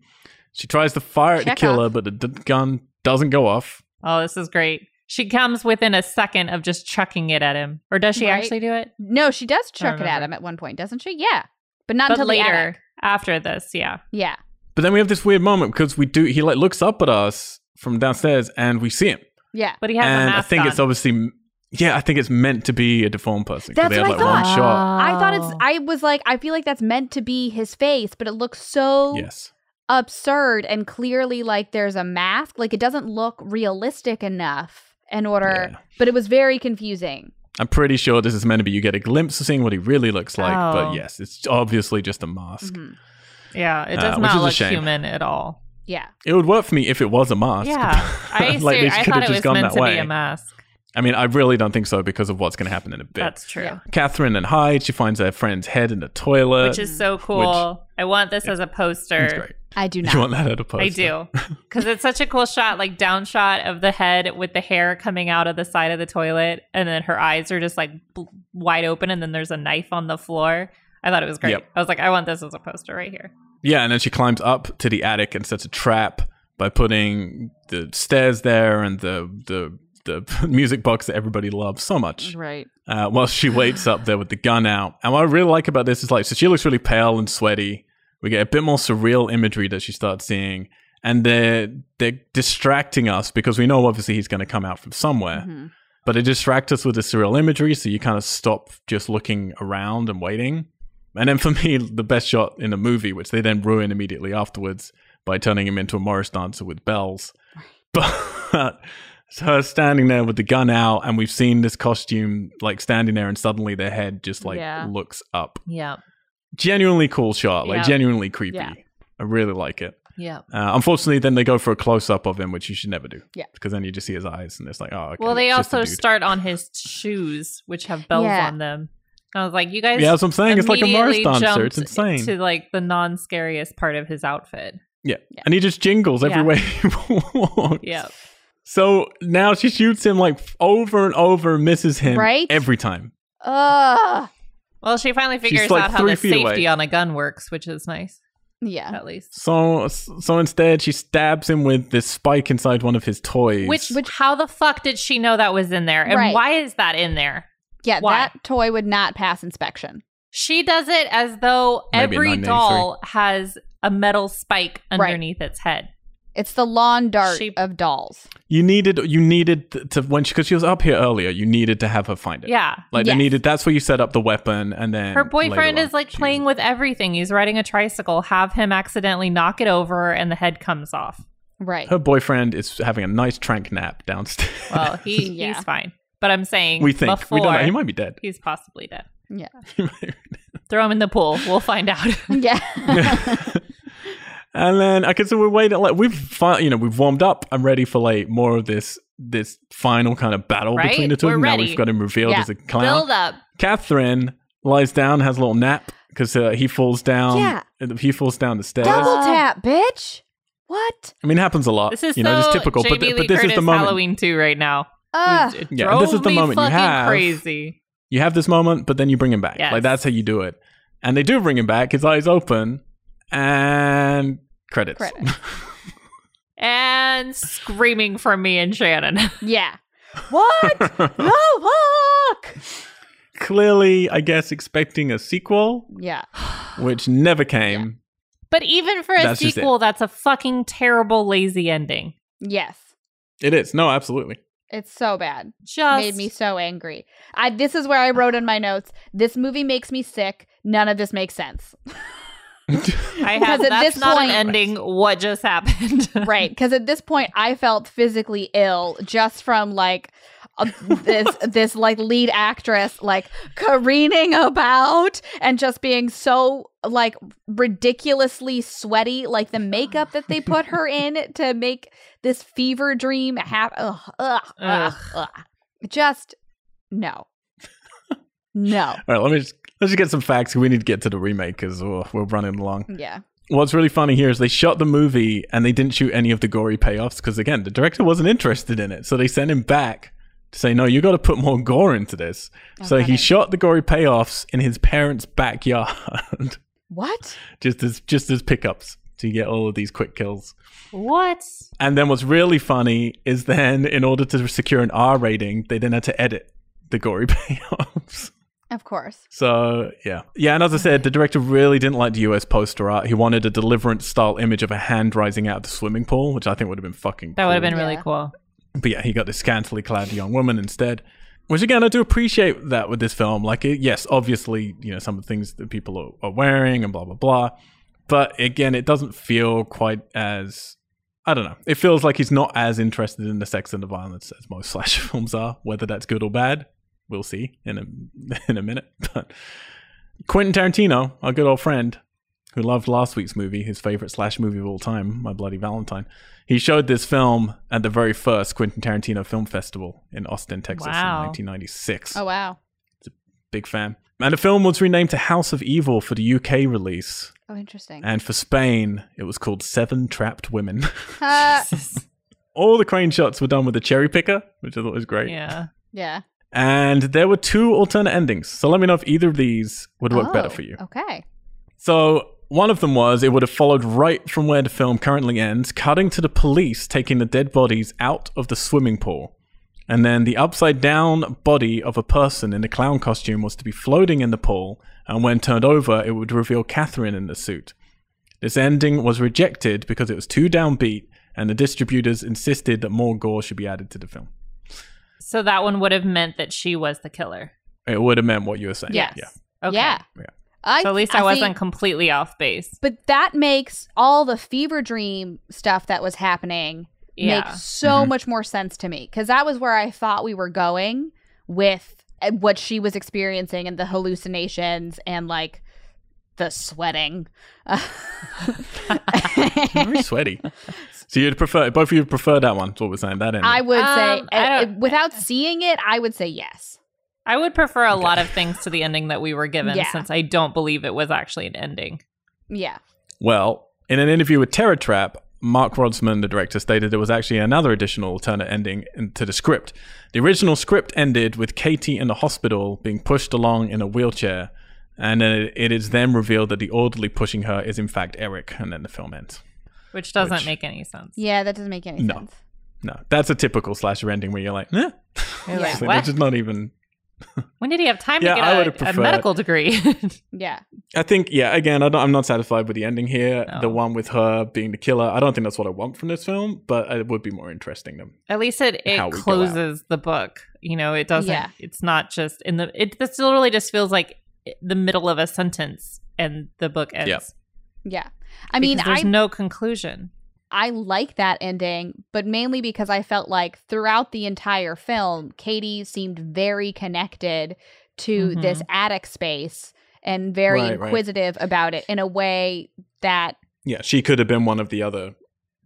Speaker 1: She tries to fire at
Speaker 3: Chekhov.
Speaker 1: the killer, but the d- gun doesn't go off.
Speaker 2: Oh, this is great. She comes within a second of just chucking it at him, or does she
Speaker 3: Right.
Speaker 2: actually do it?
Speaker 3: No, she does chuck it at
Speaker 2: remember.
Speaker 3: him at one point, doesn't she? Yeah, but not
Speaker 2: But
Speaker 3: until the
Speaker 2: later,
Speaker 3: attic.
Speaker 2: after this, yeah.
Speaker 3: Yeah,
Speaker 1: But then we have this weird moment because we do. He like looks up at us from downstairs, and we see him.
Speaker 3: yeah.
Speaker 2: But he has a
Speaker 1: and I
Speaker 2: mask
Speaker 1: think
Speaker 2: on.
Speaker 1: it's obviously. Yeah, I think it's meant to be a deformed person. 'cause
Speaker 3: That's
Speaker 1: they had,
Speaker 3: what I
Speaker 1: like, one
Speaker 3: thought.
Speaker 1: shot.
Speaker 3: I thought
Speaker 2: Oh.
Speaker 3: it's. I was like, I feel like that's meant to be his face, but it looks so
Speaker 1: Yes.
Speaker 3: absurd and clearly like there's a mask. Like it doesn't look realistic enough in order.
Speaker 1: Yeah.
Speaker 3: But it was very confusing.
Speaker 1: I'm pretty sure this is meant to be you get a glimpse of seeing what he really looks like,
Speaker 2: Oh. Mm-hmm.
Speaker 1: but yes, it's obviously just a mask.
Speaker 3: Mhm.
Speaker 2: yeah, it does
Speaker 1: Uh, which is
Speaker 2: not
Speaker 1: a
Speaker 2: look
Speaker 1: shame.
Speaker 2: human at all.
Speaker 3: Yeah,
Speaker 1: It would work for me if it was a mask.
Speaker 2: Yeah, I,
Speaker 1: Like, they
Speaker 2: ser-
Speaker 1: could've
Speaker 2: I thought it
Speaker 1: just
Speaker 2: was
Speaker 1: gone
Speaker 2: meant
Speaker 1: that
Speaker 2: to
Speaker 1: way.
Speaker 2: be a mask.
Speaker 1: I mean, I really don't think so because of what's going to happen in a bit.
Speaker 2: That's true.
Speaker 3: Yeah.
Speaker 1: Catherine and Hyde, she finds her friend's head in the toilet.
Speaker 2: Which is so cool. I want this as a poster.
Speaker 1: It's great.
Speaker 3: I do
Speaker 1: You
Speaker 3: not.
Speaker 1: want that at a poster?
Speaker 2: I do. Because it's such a cool shot, like down shot of the head with the hair coming out of the side of the toilet. And then her eyes are just like bl- wide open. And then there's a knife on the floor. I thought it was great.
Speaker 1: Yep.
Speaker 2: I was like, I want this as a poster right here.
Speaker 1: Yeah, and then she climbs up to the attic and sets a trap by putting the stairs there and the the the music box that everybody loves so much.
Speaker 3: Right.
Speaker 1: uh, while she waits up there with the gun out. And what I really like about this is like, so she looks really pale and sweaty. We get a bit more surreal imagery that she starts seeing, and they're they're distracting us because we know obviously he's going to come out from somewhere.
Speaker 3: Mhm.
Speaker 1: But they distract us with the surreal imagery, so you kind of stop just looking around and waiting. And then for me, the best shot in the movie, which they then ruin immediately afterwards by turning him into a Morris dancer with bells. But it's her standing there with the gun out, and we've seen this costume like standing there, and suddenly their head just like
Speaker 3: Yeah.
Speaker 1: looks up.
Speaker 2: Yeah.
Speaker 1: Genuinely cool shot, like
Speaker 2: Yeah.
Speaker 1: genuinely creepy.
Speaker 3: Yeah.
Speaker 1: I really like it.
Speaker 2: Yeah.
Speaker 1: Uh, unfortunately, then they go for a close up of him, which you should never do.
Speaker 3: Yeah.
Speaker 1: Because then you just see his eyes, and it's like, oh, okay,
Speaker 2: well, they
Speaker 1: it's just a
Speaker 2: also
Speaker 1: dude.
Speaker 2: start on his shoes, which have bells
Speaker 3: Yeah.
Speaker 2: on them. I was like, you guys.
Speaker 1: Yeah, that's what I'm saying. It's like a Mars
Speaker 2: immediately
Speaker 1: dancer. It's
Speaker 2: jumped
Speaker 1: insane.
Speaker 2: To like the non scariest part of his outfit.
Speaker 1: yeah.
Speaker 3: Yeah.
Speaker 1: And he just jingles
Speaker 2: Yeah.
Speaker 1: everywhere he walks.
Speaker 2: Yeah.
Speaker 1: So now she shoots him like over and over, misses him
Speaker 3: Right?
Speaker 1: every time.
Speaker 3: Ugh.
Speaker 2: Well, she finally figures
Speaker 1: like,
Speaker 2: out how
Speaker 1: three
Speaker 2: the
Speaker 1: feet
Speaker 2: safety
Speaker 1: away.
Speaker 2: on a gun works, which is nice,
Speaker 3: Yeah.
Speaker 2: at least.
Speaker 1: So so instead, she stabs him with this spike inside one of his toys.
Speaker 2: Which, which, how the fuck did she know that was in there, and
Speaker 3: Right.
Speaker 2: why is that in there?
Speaker 3: Yeah.
Speaker 2: Why?
Speaker 3: That toy would not pass inspection.
Speaker 2: She does it as though
Speaker 1: Maybe in
Speaker 2: every
Speaker 1: 1983.
Speaker 2: doll has a metal spike
Speaker 3: Right.
Speaker 2: underneath its head.
Speaker 3: It's the lawn dart
Speaker 2: She-
Speaker 3: of dolls.
Speaker 1: you needed you needed th- to when she because she was up here earlier. You needed to have her find it.
Speaker 2: Yeah,
Speaker 1: Like
Speaker 3: Yes.
Speaker 1: they needed. That's where you set up the weapon, and then
Speaker 2: her boyfriend
Speaker 1: later
Speaker 2: is
Speaker 1: on,
Speaker 2: like
Speaker 1: she
Speaker 2: playing
Speaker 1: was-
Speaker 2: with everything. He's riding a tricycle. Have him accidentally knock it over, and the head comes off.
Speaker 3: Right.
Speaker 1: Her boyfriend is having a nice trank nap downstairs.
Speaker 2: Well, he
Speaker 3: Yeah.
Speaker 2: he's fine, but I'm saying
Speaker 1: we think
Speaker 2: before
Speaker 1: we don't know. He might be dead.
Speaker 2: he's possibly dead.
Speaker 1: He might
Speaker 2: Throw him in the pool. We'll find out.
Speaker 3: yeah.
Speaker 1: and then okay, so we're waiting. Like we've fi- you know we've warmed up. I'm ready for like more of this this final kind of battle
Speaker 2: Right?
Speaker 1: between the 2 of
Speaker 2: We're
Speaker 1: them. Now
Speaker 2: ready.
Speaker 1: we've got him revealed
Speaker 3: Yeah.
Speaker 1: as a clown.
Speaker 2: Build up.
Speaker 1: Catherine lies down, has a little nap because uh, he falls down.
Speaker 3: Yeah.
Speaker 1: he falls down the stairs.
Speaker 3: Double
Speaker 2: Uh,
Speaker 3: tap, bitch. What?
Speaker 1: I mean, it happens a lot.
Speaker 2: This is
Speaker 1: Uh, you know,
Speaker 2: so
Speaker 1: just typical.
Speaker 2: Jamie
Speaker 1: but, th-
Speaker 2: Lee
Speaker 1: but this
Speaker 2: Curtis
Speaker 1: is the moment.
Speaker 2: Halloween two right now.
Speaker 3: Ugh.
Speaker 2: It
Speaker 1: Yeah, but this
Speaker 2: drove
Speaker 1: is the
Speaker 2: me
Speaker 1: moment you
Speaker 2: fucking
Speaker 1: have.
Speaker 2: crazy.
Speaker 1: You have this moment, but then you bring him back.
Speaker 2: Yes.
Speaker 1: Like that's how you do it. And they do bring him back. His eyes open, and Credits.
Speaker 3: Credits.
Speaker 2: and screaming from me and Shannon.
Speaker 3: Yeah. What? no, look.
Speaker 1: Clearly, I guess, expecting a sequel,
Speaker 3: Yeah.
Speaker 1: which never came.
Speaker 2: But even for a
Speaker 1: That's just
Speaker 2: sequel, that's a fucking terrible, lazy ending.
Speaker 3: Yes.
Speaker 1: It is. No, absolutely.
Speaker 3: It's so bad.
Speaker 2: Just
Speaker 3: Made me so angry. I this is where I wrote in my notes. This movie makes me sick. None of this makes sense.
Speaker 2: I
Speaker 3: Because
Speaker 2: have
Speaker 3: at
Speaker 2: that's
Speaker 3: this
Speaker 2: not
Speaker 3: point-
Speaker 2: an ending. What just happened?
Speaker 3: right because at this point i felt physically ill just from like uh, this this like lead actress like careening about and just being so like ridiculously sweaty like the makeup that they put her in to make this fever dream happen ugh, ugh, ugh, ugh. just no no
Speaker 1: All right, let me just let's just get some facts. We need to get to the remake because we're running long.
Speaker 3: yeah
Speaker 1: What's really funny here is they shot the movie and they didn't shoot any of the gory payoffs because again, the director wasn't interested in it, so they sent him back to say, "No, you got to put more gore into this." so he
Speaker 3: funny.
Speaker 1: shot the gory payoffs in his parents' backyard,
Speaker 3: what
Speaker 1: just as just as pickups to get all of these quick kills.
Speaker 2: What?
Speaker 1: And then what's really funny is then in order to secure an R rating, they then had to edit the gory payoffs.
Speaker 3: of course
Speaker 1: So yeah, yeah, and as I said, the director really didn't like the U.S. poster art. He wanted a deliverance style image of a hand rising out of the swimming pool, which I think would have been fucking.
Speaker 2: That would have been
Speaker 1: cool.
Speaker 2: really
Speaker 3: Yeah.
Speaker 2: cool.
Speaker 1: But yeah, he got this scantily clad young woman instead. Which again, I do appreciate that with this film. Like, it, yes, obviously, you know some of the things that people are, are wearing and blah blah blah. But again, it doesn't feel quite as I don't know. It feels like he's not as interested in the sex and the violence as most slasher films are. Whether that's good or bad, we'll see in a in a minute. But Quentin Tarantino, our good old friend, who loved last week's movie, his favorite slash movie of all time, My Bloody Valentine, he showed this film at the very first Quentin Tarantino Film Festival in Austin, Texas,
Speaker 2: Wow.
Speaker 1: in 1996.
Speaker 3: oh wow
Speaker 1: Big fan. And the film was renamed to House of Evil for the UK release,
Speaker 3: oh interesting
Speaker 1: and for Spain, it was called Seven Trapped Women.
Speaker 3: uh,
Speaker 2: Jesus.
Speaker 1: all the crane shots were done with a cherry picker, which I thought was great.
Speaker 2: Yeah.
Speaker 3: yeah
Speaker 1: And there were two alternate endings. So let me know if either of these would work better
Speaker 3: Oh,
Speaker 1: for you.
Speaker 3: okay
Speaker 1: So one of them was it would have followed right from where the film currently ends, cutting to the police taking the dead bodies out of the swimming pool. And then the upside down body of a person in a clown costume was to be floating in the pool, and when turned over, it would reveal Catherine in the suit. This ending was rejected because it was too downbeat, and the distributors insisted that more gore should be added to the film.
Speaker 2: So that one would have meant that she was the killer.
Speaker 1: It would have meant what you were saying.
Speaker 3: Yes.
Speaker 1: Yeah.
Speaker 2: Okay.
Speaker 3: Yeah.
Speaker 1: Yeah.
Speaker 3: I,
Speaker 2: So at least I,
Speaker 3: see-
Speaker 2: wasn't completely off base.
Speaker 3: but that makes all the fever dream stuff that was happening
Speaker 2: Yeah.
Speaker 3: make so
Speaker 1: Mhm.
Speaker 3: much more sense to me because that was where I thought we were going with uh, what she was experiencing and the hallucinations and like the sweating.
Speaker 1: Very sweaty. so you'd prefer, both of you prefer that one, is what we're saying, that ending.
Speaker 3: I would say,
Speaker 2: Um, I
Speaker 3: uh,
Speaker 2: don't-
Speaker 3: without seeing it, I would say yes.
Speaker 2: I would prefer a lot of things to the ending that we were given
Speaker 3: Yeah.
Speaker 2: since I don't believe it was actually an ending.
Speaker 3: Yeah.
Speaker 1: Well, in an interview with Terror Trap, Mark Rodsman, the director, stated there was actually another additional alternate ending in- to the script. The original script ended with Katie in the hospital being pushed along in a wheelchair, and then it- it is then revealed that the orderly pushing her is in fact Eric, and then the film ends.
Speaker 2: Which doesn't
Speaker 1: Which-
Speaker 2: make any sense.
Speaker 3: Yeah, that doesn't make any
Speaker 1: No.
Speaker 3: sense.
Speaker 1: No, that's a typical slasher ending where you're like, eh,
Speaker 2: You're
Speaker 3: Yeah.
Speaker 2: like,
Speaker 1: so
Speaker 2: what?
Speaker 1: that's just not even.
Speaker 2: When did he have time
Speaker 1: Yeah, I
Speaker 2: to
Speaker 1: would've
Speaker 2: get a- a,
Speaker 1: preferred-
Speaker 2: medical degree?
Speaker 3: Yeah.
Speaker 1: I think, yeah, again, I don't, I'm not satisfied with the ending here.
Speaker 2: No.
Speaker 1: The one with her being the killer, I don't think that's what I want from this film, but it would be more interesting than
Speaker 2: At least it,
Speaker 1: How
Speaker 2: it
Speaker 1: we go out.
Speaker 2: closes the book. You know, it doesn't.
Speaker 3: Yeah.
Speaker 2: It's not just in the. It this literally just feels like the middle of a sentence and the book ends.
Speaker 1: Yeah.
Speaker 3: Yeah. I mean,
Speaker 2: Because there's
Speaker 3: I
Speaker 2: no conclusion.
Speaker 3: I like that ending, but mainly because I felt like throughout the entire film, Katie seemed very connected to
Speaker 2: Mhm.
Speaker 3: this attic space and very
Speaker 1: Right, right.
Speaker 3: inquisitive about it in a way that,
Speaker 1: yeah, she could have been one of the other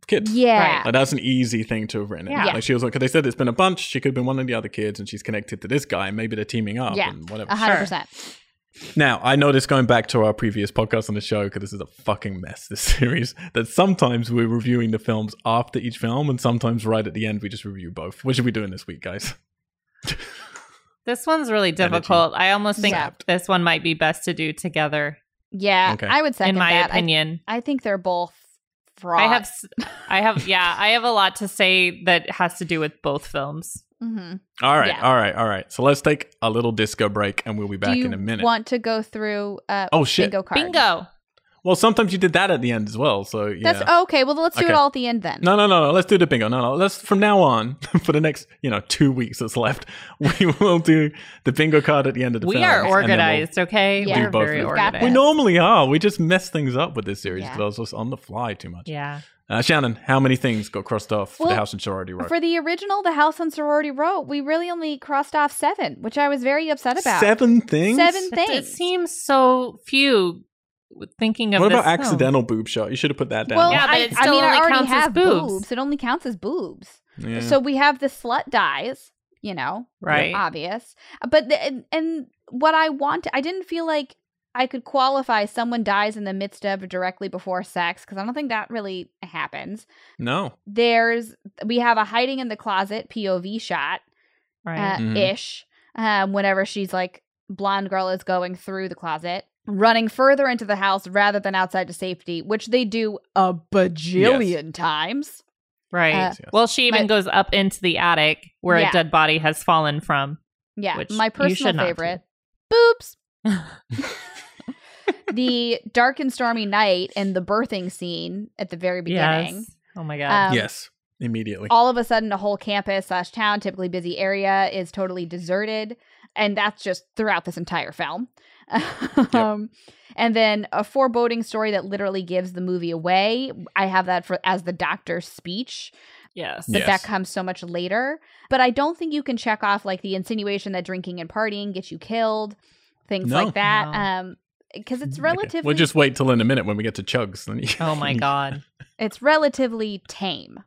Speaker 1: kids.
Speaker 3: yeah,
Speaker 1: Like, that's an easy thing to have written. in.
Speaker 2: Yeah.
Speaker 1: Like she was like, 'cause they said it's been a bunch. She could have been one of the other kids, and she's connected to this guy. Maybe they're teaming up
Speaker 3: Yeah. Uh-huh.
Speaker 1: and whatever.
Speaker 3: a hundred percent.
Speaker 1: Now, I noticed going back to our previous podcast on the show, because this is a fucking mess, this series, that sometimes we're reviewing the films after each film, and sometimes right at the end, we just review both. What should we be doing this week, guys?
Speaker 2: This one's really difficult. I almost think
Speaker 1: Zapped.
Speaker 2: this one might be best to do together,
Speaker 3: Yeah,
Speaker 1: Okay.
Speaker 3: I would second
Speaker 2: in my
Speaker 3: that. I,
Speaker 2: opinion.
Speaker 3: I think they're both fraud.
Speaker 2: I have, s- I have, yeah, I have a lot to say that has to do with both films.
Speaker 3: hmm
Speaker 1: All right,
Speaker 3: Yeah.
Speaker 1: all right, all right. So let's take a little disco break and we'll be back
Speaker 3: Do you
Speaker 1: in a minute.
Speaker 3: want to go through uh,
Speaker 1: oh shit.
Speaker 3: bingo card?
Speaker 2: Bingo.
Speaker 1: Well, sometimes you did that at the end as well. So yeah.
Speaker 3: That's oh, okay. Well, let's do
Speaker 1: Okay.
Speaker 3: it all at the end then.
Speaker 1: no, no, no, no. Let's do the bingo. No, no. Let's from now on for the next, you know, two weeks that's left, we will do the bingo card at the end of the
Speaker 2: We
Speaker 1: film.
Speaker 2: are
Speaker 1: and then we'll-
Speaker 2: organized, okay?
Speaker 3: Yeah.
Speaker 2: We're
Speaker 1: Do both
Speaker 2: very
Speaker 1: of them.
Speaker 3: We've got
Speaker 2: organized.
Speaker 1: We
Speaker 3: Yes.
Speaker 1: normally are. We just mess things up with this series
Speaker 3: Yeah.
Speaker 1: because I was just on the fly too much.
Speaker 2: Yeah.
Speaker 1: Uh, Shannon, how many things got crossed off for the
Speaker 3: Well,
Speaker 1: House and Sorority Row?
Speaker 3: For the original, the House and Sorority Row, we really only crossed off seven, which I was very upset about.
Speaker 1: Seven things?
Speaker 3: Seven
Speaker 2: But It
Speaker 3: things.
Speaker 2: seems so few thinking of
Speaker 1: What about
Speaker 2: this film.
Speaker 1: accidental boob shot? You should have put that down.
Speaker 3: well,
Speaker 2: Yeah, but
Speaker 3: I,
Speaker 2: it
Speaker 3: I
Speaker 2: still
Speaker 3: mean, I
Speaker 2: only
Speaker 3: already
Speaker 2: counts as
Speaker 3: have
Speaker 2: boobs.
Speaker 3: boobs. It only counts as boobs.
Speaker 1: Yeah.
Speaker 3: So we have the slut dies, you know,
Speaker 2: Right.
Speaker 3: obvious. But the, and, and what I want, I didn't feel like I could qualify someone dies in the midst of or directly before sex because I don't think that really happens.
Speaker 1: no.
Speaker 3: There's we have a hiding in the closet POV shot
Speaker 2: Right.
Speaker 3: uh,
Speaker 1: Mhm.
Speaker 3: ish um, whenever she's like blonde girl is going through the closet running further into the house rather than outside to safety which they do a bajillion times
Speaker 2: right.
Speaker 3: uh,
Speaker 1: Yes, yes.
Speaker 2: well, she even
Speaker 3: my-
Speaker 2: goes up into the attic where
Speaker 3: Yeah.
Speaker 2: a dead body has fallen from.
Speaker 3: yeah
Speaker 2: Which
Speaker 3: my
Speaker 2: you
Speaker 3: personal
Speaker 2: should not do.
Speaker 3: favorite boops
Speaker 2: right.
Speaker 3: the dark and stormy night and the birthing scene at the very beginning
Speaker 2: Yes. Oh my god.
Speaker 3: Um,
Speaker 1: yes. Immediately.
Speaker 3: all of a sudden a whole campus slash town typically busy area is totally deserted and that's just throughout this entire film um, and then a foreboding story that literally gives the movie away i have that for as the doctor's speech
Speaker 2: yes.
Speaker 3: but
Speaker 1: Yeah. Yes.
Speaker 3: that comes so much later but i don't think you can check off like the insinuation that drinking and partying gets you killed things
Speaker 1: No. Mm,
Speaker 3: like that
Speaker 2: No.
Speaker 3: um because it's
Speaker 1: Okay.
Speaker 3: relatively
Speaker 1: We'll just wait till in a minute when we get to Chugs. Then you-
Speaker 2: Oh my god.
Speaker 3: it's relatively tame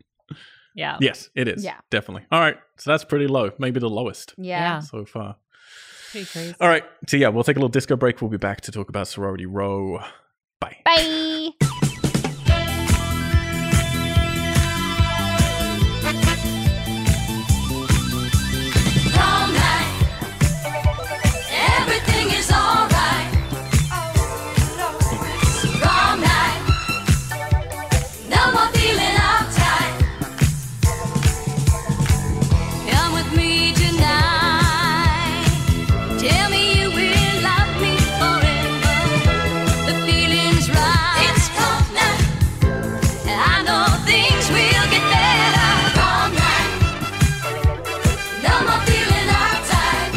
Speaker 2: Yeah.
Speaker 1: yes, it is.
Speaker 3: Yeah.
Speaker 1: Definitely. All right. So that's pretty low. Maybe the lowest
Speaker 3: yeah.
Speaker 2: Yeah.
Speaker 1: so far.
Speaker 2: Pretty crazy.
Speaker 1: All right. So yeah, we'll take a little disco break. We'll be back to talk about Sorority Row. Bye.
Speaker 3: bye
Speaker 4: Prom night. Everything is alright. Prom night. No more feeling uptight. Come with me tonight. Tell me you will love me forever. The feeling's right. It's prom night. I know things will get better. Prom night. No more feeling uptight.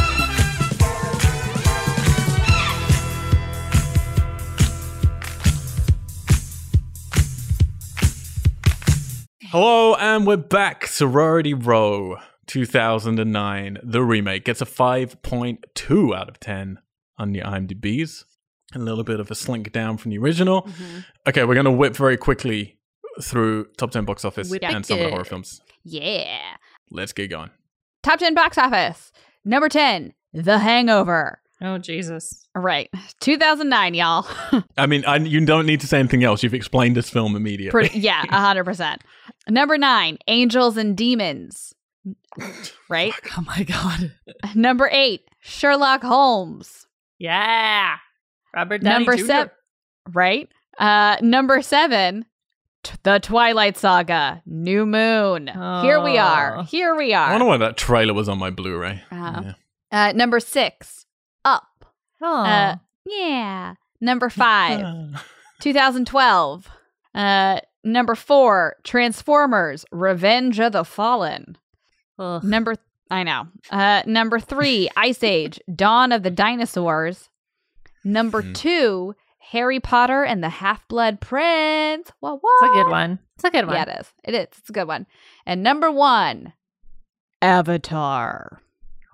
Speaker 1: Hello, and we're back. Sorority Row 2009, the remake, gets a 5.2 out of 10 on the IMDb's. A little bit of a slink down from the original.
Speaker 2: Mm-hmm.
Speaker 1: Okay, we're going to whip very quickly through top 10 box office
Speaker 2: Whip
Speaker 1: and
Speaker 2: it.
Speaker 1: some of the horror films.
Speaker 3: yeah
Speaker 1: Let's get going.
Speaker 3: Top 10 box office. Number 10, The Hangover.
Speaker 2: Oh Jesus.
Speaker 3: All Right. 2009, y'all.
Speaker 1: I mean, I, you don't need to say anything else. You've explained this film immediately.
Speaker 3: Pretty, yeah, 100%. Number 9, Angels and Demons. Right?
Speaker 2: Oh my god.
Speaker 3: Number 8, Sherlock Holmes.
Speaker 2: Yeah. Robert Downey
Speaker 3: Number
Speaker 2: Jr.
Speaker 3: seven. Right? Uh, number 7, T- The Twilight Saga, New Moon. Here we
Speaker 2: Oh.
Speaker 3: are. Here we
Speaker 1: I wonder
Speaker 3: are.
Speaker 1: why that trailer was on my Blu ray.
Speaker 3: Uh-huh. Uh, number 6, Up.
Speaker 2: Oh.
Speaker 3: Uh, yeah. Number 5,
Speaker 1: Ah.
Speaker 3: 2012. Uh, number four, Transformers: Revenge of the Fallen.
Speaker 2: Ugh.
Speaker 3: Number I know. Uh, number three, Ice Age: Dawn of the Dinosaurs. Number
Speaker 1: Mhm.
Speaker 3: two, Harry Potter and the Half Blood Prince. Well, what?
Speaker 2: It's a good one. It's a good one.
Speaker 3: Yeah, it is. It is. It's a good one. And number one, Avatar.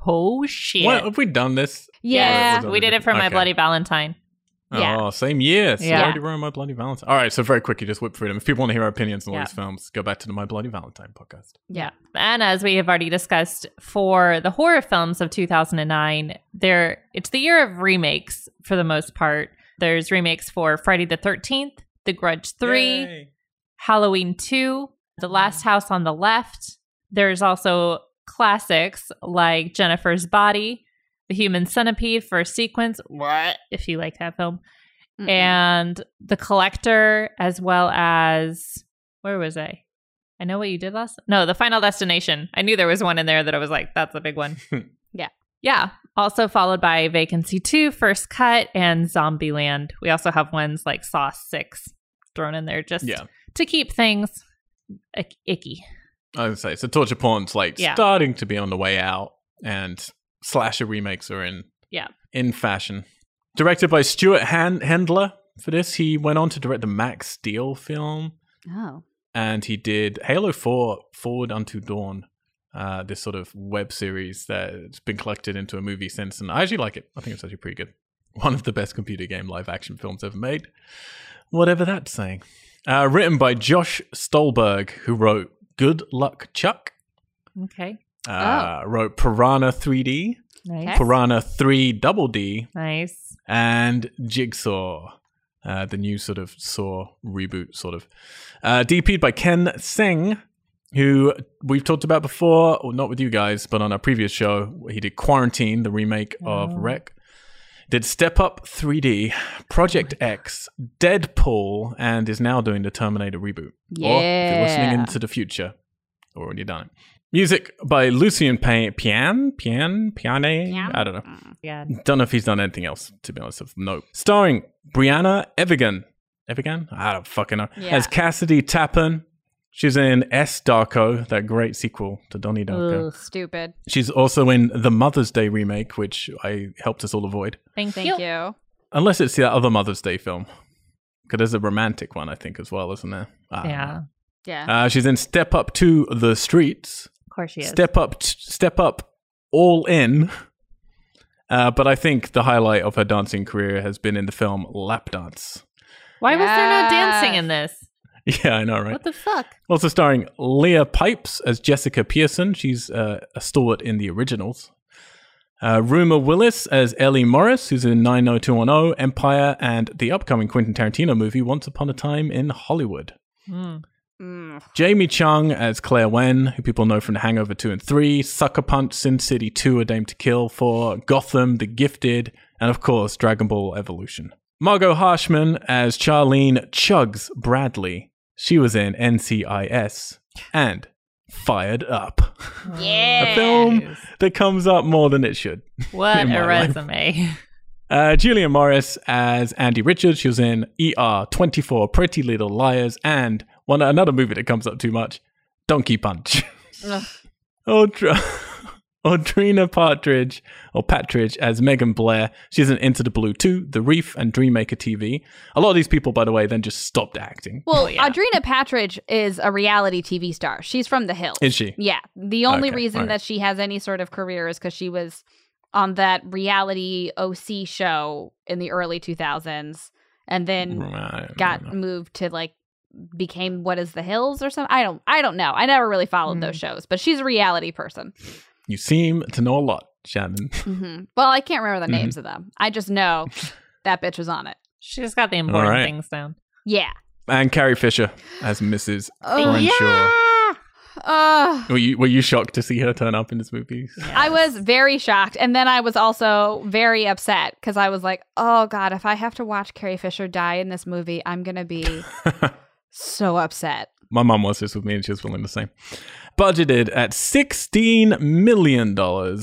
Speaker 2: Oh shit.
Speaker 1: What, have we done this?
Speaker 3: Yeah.
Speaker 2: Yes, we did it for my
Speaker 1: Okay.
Speaker 2: bloody Valentine.
Speaker 3: Yeah.
Speaker 1: Oh, same year.
Speaker 2: Yeah.
Speaker 1: Sorority Row and My Bloody Valentine. All right, so very quickly, just whip through them. If people want to hear our opinions on all
Speaker 2: Yeah.
Speaker 1: these films, go back to the My Bloody Valentine podcast.
Speaker 3: Yeah.
Speaker 2: And as we have already discussed for the horror films of 2009, there it's the year of remakes for the most part. There's remakes for Friday the 13th, The Grudge 3, Halloween 2, The Last House on the Left. There's also classics like Jennifer's Body, The Human Centipede First Sequence. What? If you like that film.
Speaker 3: Mm-mm.
Speaker 2: and The Collector, as well as Where was I? I know what you did last. No, the Final Destination. I knew there was one in there that I was like, that's a big one.
Speaker 3: Yeah.
Speaker 2: yeah. Also followed by Vacancy Two, First Cut, and Zombieland. We also have ones like Saw Six thrown in there just
Speaker 1: Yeah.
Speaker 2: to keep things ick- icky.
Speaker 1: I would say so. Torture porn's like
Speaker 2: Yeah.
Speaker 1: starting to be on the way out, and slasher remakes are in
Speaker 2: Yeah.
Speaker 1: in fashion. Directed by Stuart Han- Handler for this, he went on to direct the Max Steel film,
Speaker 3: Oh.
Speaker 1: and he did Halo Four: Forward Unto Dawn. Uh, this sort of web series that's been collected into a movie since, and I actually like it. I think it's actually pretty good. One of the best computer game live action films ever made. Whatever that's saying. Uh, written by Josh Stolberg, who wrote Good Luck Chuck,
Speaker 2: Okay.
Speaker 1: uh, wrote Piranha 3D,
Speaker 2: Nice.
Speaker 3: Okay.
Speaker 1: Piranha 3 Double D,
Speaker 2: Nice.
Speaker 1: and Jigsaw, uh, the new sort of Saw reboot, sort of. Uh, DP'd by Ken Singh, who we've talked about before, or not with you guys, but on our previous show. He did Quarantine, the remake of
Speaker 2: Oh.
Speaker 1: Wreck. Did Step Up 3D, Project X, Deadpool, and is now doing the Terminator reboot. Or if you're listening
Speaker 3: Yeah.
Speaker 1: into the future, already done it. Music by Lucian pa- Pian? Pian? Piane?
Speaker 3: Pian?
Speaker 1: I don't know.
Speaker 3: Mm.
Speaker 2: Yeah.
Speaker 1: Don't know if he's done anything else, to be honest. Of note. Starring Brianna Evigan. Evigan? I don't fucking know.
Speaker 3: Yeah.
Speaker 1: As Cassidy Tappan. She's in S. Darko, that great sequel to Donnie Darko.
Speaker 2: Ugh.
Speaker 3: Stupid.
Speaker 1: She's also in the Mother's Day remake, which I helped us all avoid.
Speaker 2: Thank,
Speaker 3: Thank
Speaker 2: you.
Speaker 3: you.
Speaker 1: Unless it's the other Mother's Day film. Because there's a romantic one, I think, as well, isn't there? I don't
Speaker 2: Yeah.
Speaker 1: know.
Speaker 3: Yeah.
Speaker 1: Uh, she's in Step Up to the Streets.
Speaker 2: Of course she is.
Speaker 1: Step up, t- step up, all in. Uh, but I think the highlight of her dancing career has been in the film Lap Dance.
Speaker 2: Why was there no dancing
Speaker 3: Yes.
Speaker 2: in this?
Speaker 1: Yeah, I know, right?
Speaker 2: What the fuck?
Speaker 1: Also starring Leah Pipes as Jessica Pearson. She's uh, a stalwart in the originals. Uh, Rumor Willis as Ellie Morris, who's in 90210, Empire, and the upcoming Quentin Tarantino movie Once Upon a Time in Hollywood.
Speaker 2: Hmm.
Speaker 3: Mm.
Speaker 1: Jamie Chung as Claire Wen, who people know from The Hangover 2 and 3, Sucker Punch, Sin City 2, A Dame to Kill 4, Gotham, The Gifted, and of course, Dragon Ball Evolution. Margot Harshman as Charlene Chugs Bradley. She was in NCIS and Fired Up,
Speaker 3: Yeah.
Speaker 1: a film that comes up more than it should.
Speaker 2: What
Speaker 1: In my
Speaker 2: a
Speaker 1: life.
Speaker 2: resume.
Speaker 1: Uh, Julia Morris as Andy Richards. She was in ER 24, Pretty Little Liars, and one another movie that comes up too much, Donkey Punch.
Speaker 3: Ugh.
Speaker 1: Audra- Audrina Partridge or Patridge as Megan Blair. She's in Into the Blue 2, The Reef, and Dreammaker TV. A lot of these people, by the way, then just stopped acting.
Speaker 3: Well,
Speaker 2: Oh, yeah.
Speaker 3: Audrina Patridge is a reality TV star. She's from The Hills.
Speaker 1: Is she?
Speaker 3: Yeah. The only
Speaker 1: Okay,
Speaker 3: reason
Speaker 1: alright.
Speaker 3: that she has any sort of career is because she was on that reality OC show in the early 2000s and then
Speaker 1: Right,
Speaker 3: got
Speaker 1: right.
Speaker 3: moved to like became what is The Hills or something. I don't I don't know. I never really followed those
Speaker 1: Hmm.
Speaker 3: shows, but she's a reality person.
Speaker 1: You seem to know a lot, Shannon.
Speaker 3: hmm Well, I can't remember the
Speaker 1: Mhm.
Speaker 3: names of them. I just know that bitch was on it.
Speaker 2: She just got the important
Speaker 1: right.
Speaker 2: things down.
Speaker 3: Yeah.
Speaker 1: And Carrie Fisher as Mrs.
Speaker 3: Oh,
Speaker 1: Crenshaw.
Speaker 3: Ugh.
Speaker 1: Were you, were you shocked to see her turn up in this movie?
Speaker 3: I was very shocked. And then I was also very upset because I was like, oh God, if I have to watch Carrie Fisher die in this movie, I'm going to be so upset.
Speaker 1: My mum watched this with me and she was willing the same. Budgeted at $16 million. Uh,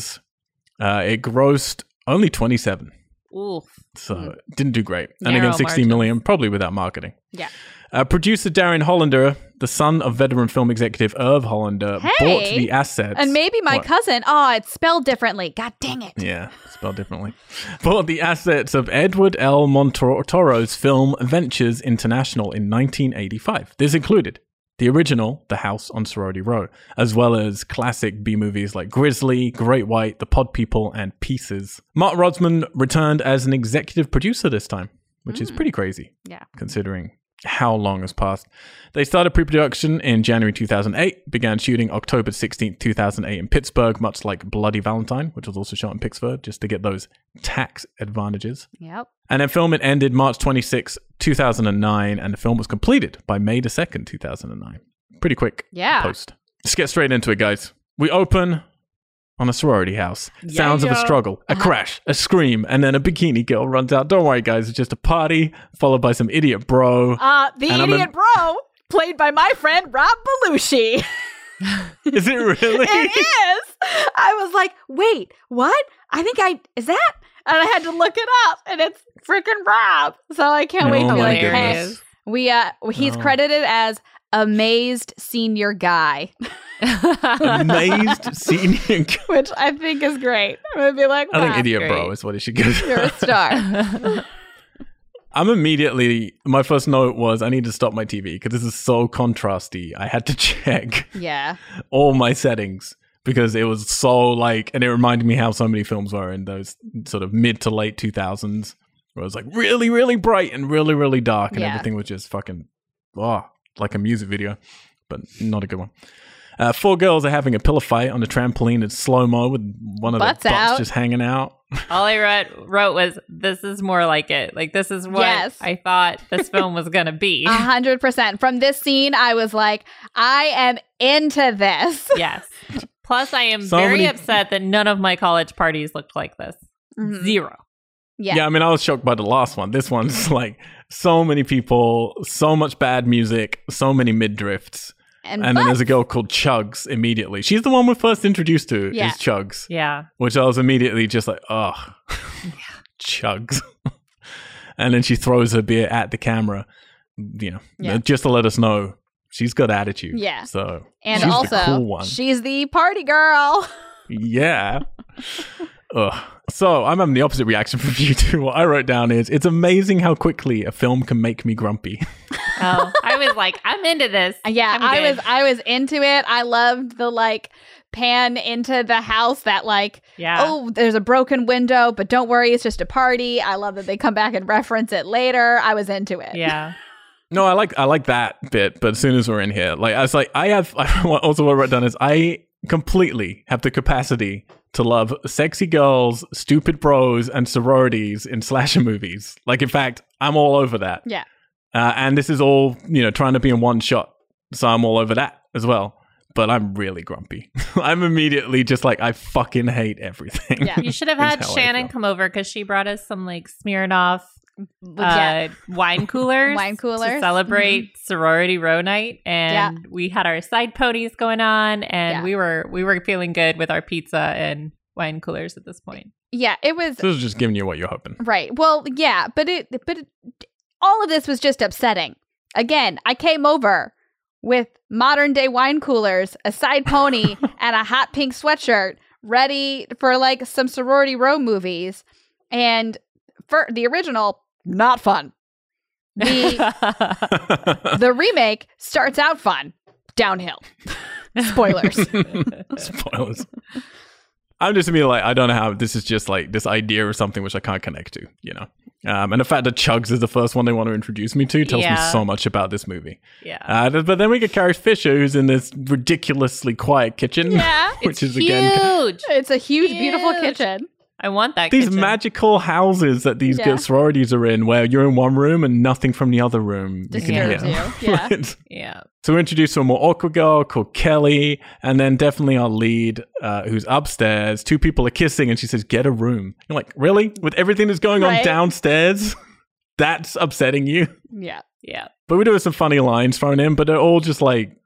Speaker 1: it grossed only 27
Speaker 2: Oof.
Speaker 1: So
Speaker 3: Mm.
Speaker 1: it didn't do great. And
Speaker 2: Narrow
Speaker 1: again, sixteen
Speaker 2: margins.
Speaker 1: million, probably without marketing.
Speaker 3: Yeah.
Speaker 1: Uh, producer Darren Hollander, the son of veteran film executive Irv Hollander, bought
Speaker 3: Hey!
Speaker 1: the assets.
Speaker 3: and maybe my
Speaker 1: What?
Speaker 3: cousin, oh, it's spelled differently. God dang it.
Speaker 1: Yeah, spelled differently. Bought the assets of Edward L. Montoro's film Ventures International in 1985. This included the original The House on Sorority Row, as well as classic B movies like Grizzly, Great White, The Pod People, and Pieces. Mark Rodsman returned as an executive producer this time, which is pretty crazy
Speaker 3: Yeah.
Speaker 1: considering how long has passed. They started pre production in January 2008, began shooting October 16, 2008, in Pittsburgh, much like Bloody Valentine, which was also shot in Pittsburgh, just to get those tax advantages.
Speaker 3: Yep.
Speaker 1: And then filming ended March 26, 2009, and the film was completed by May the 2nd, 2009. Pretty quick
Speaker 3: Yeah.
Speaker 1: post. Let's get straight into it, guys. We open on a sorority house. Sounds of a struggle,
Speaker 3: Uh-huh.
Speaker 1: a crash, a scream, and then a bikini girl runs out. Don't worry, guys. It's just a party followed by some idiot bro.
Speaker 3: Uh, the
Speaker 1: And I'm
Speaker 3: idiot
Speaker 1: in-
Speaker 3: bro. played by my friend Rob Belushi.
Speaker 1: Is it really?
Speaker 3: it is. I was like, wait, what? I think I is that? And I had to look it up, and it's freaking Rob. So I can't wait to
Speaker 1: Oh
Speaker 3: be
Speaker 1: my
Speaker 3: like, hey,
Speaker 1: goodness.
Speaker 2: hilarious.
Speaker 3: we uh, he's
Speaker 1: Oh.
Speaker 3: credited as amazed senior guy,
Speaker 1: Amazed senior. guy.
Speaker 3: which I think is great. I'm gonna be like,
Speaker 1: I
Speaker 3: wow,
Speaker 1: think idiot bro
Speaker 2: great.
Speaker 1: is what he should get.
Speaker 3: You're a star.
Speaker 1: I'm immediately. My first note was I need to stop my TV because this is so contrasty. I had to check
Speaker 3: yeah,
Speaker 1: all my settings because it was so like, and it reminded me how so many films were in those sort of mid to late 2000s, where it was like really, really bright and really, really dark, and
Speaker 3: Yeah.
Speaker 1: everything was just fucking, oh, like a music video, but not a good one. Uh, four girls are having a pillow fight on a trampoline in slow mo with one of
Speaker 3: Butts
Speaker 1: the butts
Speaker 3: out.
Speaker 1: just hanging out.
Speaker 2: All I wrote, wrote was, "This is more like it. Like this is what
Speaker 3: Yes. Uh-huh.
Speaker 2: I thought this film was gonna be."
Speaker 3: a hundred percent. From this scene, I was like, I am into this.
Speaker 2: yes. Plus, I am
Speaker 1: So
Speaker 2: very
Speaker 1: many-
Speaker 2: upset that none of my college parties looked like this.
Speaker 3: Mhm.
Speaker 2: Zero.
Speaker 3: Yeah.
Speaker 1: I mean, I was shocked by the last one. This one's like so many people, so much bad music, so many mid drifts.
Speaker 3: and,
Speaker 1: And, then there's a girl called Chugs immediately. She's the one we're first introduced to,
Speaker 3: Yeah.
Speaker 1: is Chugs,
Speaker 2: Yeah.
Speaker 1: which I was immediately just like, oh, Chugs. and then she throws her beer at the camera, you know,
Speaker 3: Yeah.
Speaker 1: just to let us know she's got attitude.
Speaker 3: Yeah.
Speaker 1: So,
Speaker 3: and
Speaker 1: she's
Speaker 3: also
Speaker 1: the cool one.
Speaker 3: she's the party girl.
Speaker 1: Yeah. Ugh. So I'm having the opposite reaction from you two. What I wrote down is it's amazing how quickly a film can make me grumpy.
Speaker 2: Oh, I was like, I'm into this.
Speaker 3: Yeah,
Speaker 2: I'm
Speaker 3: I
Speaker 2: good.
Speaker 3: was I was into it. I loved the like pan into the house that like
Speaker 2: Yeah.
Speaker 3: oh there's a broken window but don't worry it's just a party. I love that they come back and reference it later. I was into it.
Speaker 2: Yeah.
Speaker 1: No, I like I like that bit, but as soon as we're in here, like I was like I have what- also what I wrote down is I completely have the capacity to love sexy girls, stupid bros, and sororities in slasher movies. Like in fact, I'm all over that.
Speaker 3: Yeah.
Speaker 1: Uh, and this is all you know trying to be in one shot, so I'm all over that as well. But I'm really grumpy. I'm immediately just like I fucking hate everything.
Speaker 3: Yeah.
Speaker 2: You should have
Speaker 1: Is
Speaker 2: had
Speaker 1: how I
Speaker 2: Shannon
Speaker 1: feel.
Speaker 2: come over because she brought us some like Smirnoff uh,
Speaker 3: yeah.
Speaker 2: wine coolers.
Speaker 3: Wine coolers. mm-hmm.
Speaker 2: To celebrate sorority row night. And we had our side ponies going on and
Speaker 3: Yeah.
Speaker 2: we were we were feeling good with our pizza and wine coolers at this point.
Speaker 3: Yeah, it was
Speaker 1: This is just giving you what you're hoping.
Speaker 3: right. Well, yeah, but it but it, all of this was just upsetting. Again, I came over with modern day wine coolers, a side pony, and a hot pink sweatshirt, ready for like some sorority row movies. And for the original, not fun. The the remake starts out fun, downhill. Spoilers.
Speaker 1: Spoilers. I'm just gonna be like, I don't know how this is just like this idea or something which I can't connect to, you know. Um, and the fact that Chugs is the first one they want to introduce me to tells me
Speaker 2: Yeah.
Speaker 1: so much about this movie.
Speaker 2: yeah.
Speaker 1: Uh, th- but then we get Carrie Fisher, who's in this ridiculously quiet kitchen,
Speaker 3: yeah.
Speaker 1: which is
Speaker 2: Huge.
Speaker 1: again
Speaker 3: It's a huge, beautiful
Speaker 2: Huge.
Speaker 3: kitchen.
Speaker 2: I want that.
Speaker 1: these
Speaker 2: kitchen.
Speaker 1: magical houses that these
Speaker 3: Yeah.
Speaker 1: sororities are in, where you're in one room and nothing from the other room
Speaker 3: Disturbs
Speaker 1: you
Speaker 3: you.
Speaker 1: can hear.
Speaker 3: Yeah.
Speaker 1: It's-
Speaker 2: Yeah.
Speaker 1: So we introduce a more awkward girl called Kelly, and then definitely our lead, uh, who's upstairs. Two people are kissing, and she says, "Get a room." You're like, really? With everything that's going on
Speaker 3: Right.
Speaker 1: downstairs, that's upsetting you.
Speaker 3: Yeah.
Speaker 2: Yeah.
Speaker 1: But we do have some funny lines thrown in, but they're all just like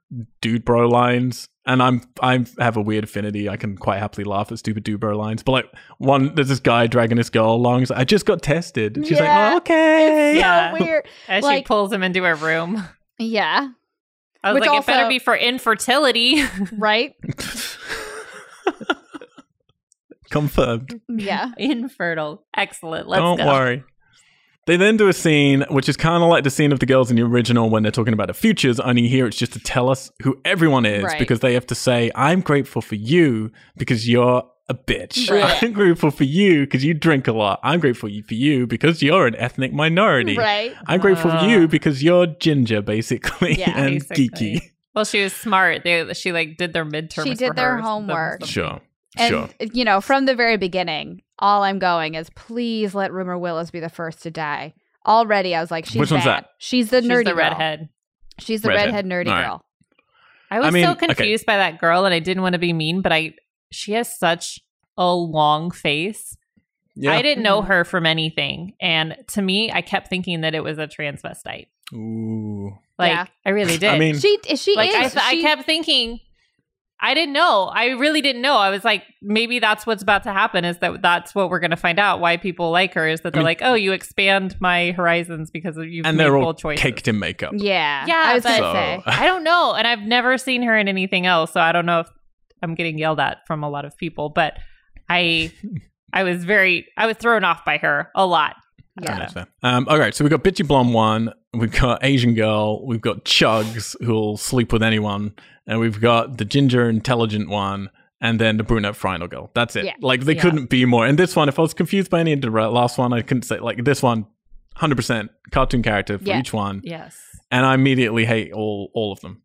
Speaker 1: dude bro lines. And I'm I have a weird affinity. I can quite happily laugh at stupid dude bro lines. But like one, there's this guy dragging this girl along. He's like, "I just got tested." She's
Speaker 3: Yeah.
Speaker 1: like, oh, "Okay."
Speaker 2: Yeah.
Speaker 3: So weird.
Speaker 2: As
Speaker 3: Like-
Speaker 2: she pulls him into her room.
Speaker 3: Yeah.
Speaker 2: I was
Speaker 3: Which
Speaker 2: like,
Speaker 3: also-
Speaker 2: it better be for infertility.
Speaker 3: Right?
Speaker 1: Confirmed.
Speaker 3: Yeah.
Speaker 2: Infertile. Excellent. Let's
Speaker 1: Don't
Speaker 2: go.
Speaker 1: worry. They then do a scene which is kind of like the scene of the girls in the original when they're talking about the futures, only here it's just to tell us who everyone is
Speaker 3: Right.
Speaker 1: because they have to say, I'm grateful for you because you're a bitch.
Speaker 3: Right.
Speaker 1: I'm grateful for you because you drink a lot. I'm grateful for you because you're an ethnic minority.
Speaker 3: Right. Uh.
Speaker 1: I'm grateful for
Speaker 2: Ah.
Speaker 1: you because you're ginger, basically,
Speaker 3: Yeah,
Speaker 1: and
Speaker 2: basically.
Speaker 1: geeky.
Speaker 2: Well, she was smart. They, she like did their midterm.
Speaker 3: She did their homework.
Speaker 1: Sure.
Speaker 3: And
Speaker 1: sure.
Speaker 3: you know, from the very beginning, all I'm going is please let Rumor Willis be the first to die. Already, I was like, she's
Speaker 1: Which one's
Speaker 3: bad.
Speaker 1: that?
Speaker 3: She's the
Speaker 2: She's
Speaker 3: nerdy
Speaker 2: the
Speaker 3: girl.
Speaker 2: redhead.
Speaker 3: She's the redhead,
Speaker 1: Redhead.
Speaker 3: nerdy
Speaker 1: All right.
Speaker 3: girl.
Speaker 2: I was
Speaker 1: I mean,
Speaker 2: so
Speaker 1: okay.
Speaker 2: confused by that girl, and I didn't want to be mean, but I she has such a long face.
Speaker 1: Yeah.
Speaker 2: I didn't know
Speaker 3: Mm-hmm.
Speaker 2: her from anything, and to me, I kept thinking that it was a transvestite.
Speaker 1: Ooh.
Speaker 2: Like
Speaker 3: Yeah.
Speaker 2: I really did.
Speaker 1: I mean,
Speaker 3: She she
Speaker 2: like I,
Speaker 3: is.
Speaker 2: th- I
Speaker 3: she-
Speaker 2: kept thinking i didn't know i really didn't know i was like maybe that's what's about to happen is that that's what we're going to find out why people like her is that they're
Speaker 1: mean-
Speaker 2: like oh you expand my horizons because of you've
Speaker 1: Mm. and
Speaker 2: made
Speaker 1: they're all
Speaker 2: bold choices
Speaker 1: caked in makeup.
Speaker 3: Yeah.
Speaker 2: Yeah,
Speaker 3: I was gonna
Speaker 1: but-
Speaker 3: say.
Speaker 1: So-
Speaker 2: i don't know and i've never seen her in anything else so i don't know if i'm getting yelled at from a lot of people but i i was very i was thrown off by her a lot
Speaker 1: I
Speaker 3: Yeah.
Speaker 1: understand. Um, all right, so we've got bitchy blonde one, we've got Asian girl, we've got Chugs who'll sleep with anyone, and we've got the ginger intelligent one, and then the brunette final girl. That's it.
Speaker 3: Yeah.
Speaker 1: Like they
Speaker 2: Yeah.
Speaker 1: couldn't be more. And this one, if I was confused by any of the re- last one, I couldn't say like this one, hundred percent cartoon character for
Speaker 3: Yeah.
Speaker 1: each one,
Speaker 2: yes
Speaker 1: and I immediately hate all all of them.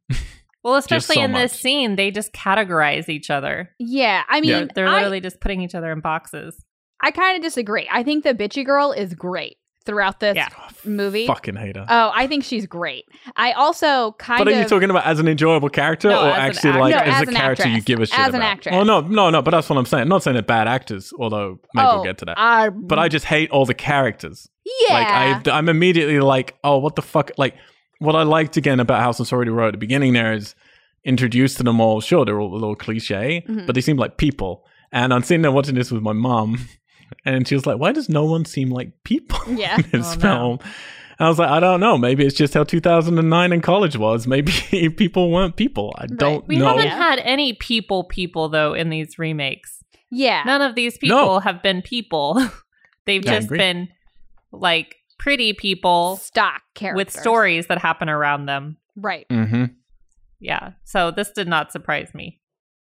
Speaker 2: well especially
Speaker 1: so
Speaker 2: in this
Speaker 1: much.
Speaker 2: scene they just categorize each other
Speaker 3: Yeah. I mean,
Speaker 1: Yeah.
Speaker 2: they're
Speaker 3: I-
Speaker 2: literally just putting each other in boxes
Speaker 3: I kind of disagree. I think the bitchy girl is great throughout this
Speaker 2: Yeah.
Speaker 3: movie.
Speaker 1: Fucking hate her.
Speaker 3: Oh, I think she's great. I also kind
Speaker 1: but are
Speaker 3: of
Speaker 1: you talking about as an enjoyable character,
Speaker 2: No,
Speaker 1: or
Speaker 2: as an
Speaker 1: actually
Speaker 2: act-
Speaker 1: like
Speaker 3: No,
Speaker 1: as,
Speaker 3: as
Speaker 1: a
Speaker 3: an
Speaker 1: character you
Speaker 3: actress.
Speaker 1: give a shit
Speaker 3: As an
Speaker 1: about?
Speaker 3: actress.
Speaker 1: Oh no, no, no. But that's what I'm saying. I'm not saying they're bad actors, although maybe
Speaker 3: Oh,
Speaker 1: we'll get to that.
Speaker 3: I-
Speaker 1: but I just hate all the characters.
Speaker 3: yeah.
Speaker 1: Like I, I'm immediately like, oh, what the fuck? Like, what I liked again about House on Sorority Row at the beginning there is introduced to them all. Sure, they're all a little cliche,
Speaker 2: Mm-hmm.
Speaker 3: Mhm.
Speaker 1: but they seem like people. And I'm sitting there watching this with my mom, and she was like, "Why does no one seem like people
Speaker 3: Yeah.
Speaker 1: in this
Speaker 2: Oh, no.
Speaker 1: film?" And I was like, "I don't know. Maybe it's just how 2009 in college was. Maybe people weren't people. I don't
Speaker 2: We
Speaker 1: know."
Speaker 2: haven't
Speaker 3: Yeah.
Speaker 2: had any people people though in these remakes.
Speaker 3: yeah.
Speaker 2: None of these people have been people. They've
Speaker 1: Yeah, I
Speaker 2: just
Speaker 1: agree.
Speaker 2: been like pretty people
Speaker 3: Stock characters
Speaker 2: with stories that happen around them.
Speaker 3: Right.
Speaker 1: Mm-hmm.
Speaker 2: Yeah. So this did not surprise me.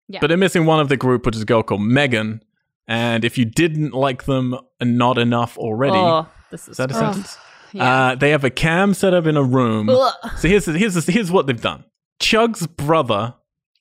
Speaker 3: Yeah.
Speaker 1: But they're missing one of the group, which is a girl called Megan. And if you didn't like them not enough already,
Speaker 2: Oh, this
Speaker 1: is
Speaker 2: is
Speaker 1: that a
Speaker 3: Ugh.
Speaker 1: sentence?
Speaker 3: Yeah.
Speaker 1: Uh, they have a cam set up in a room.
Speaker 2: Ugh.
Speaker 1: So here's here's here's what they've done. Chug's brother,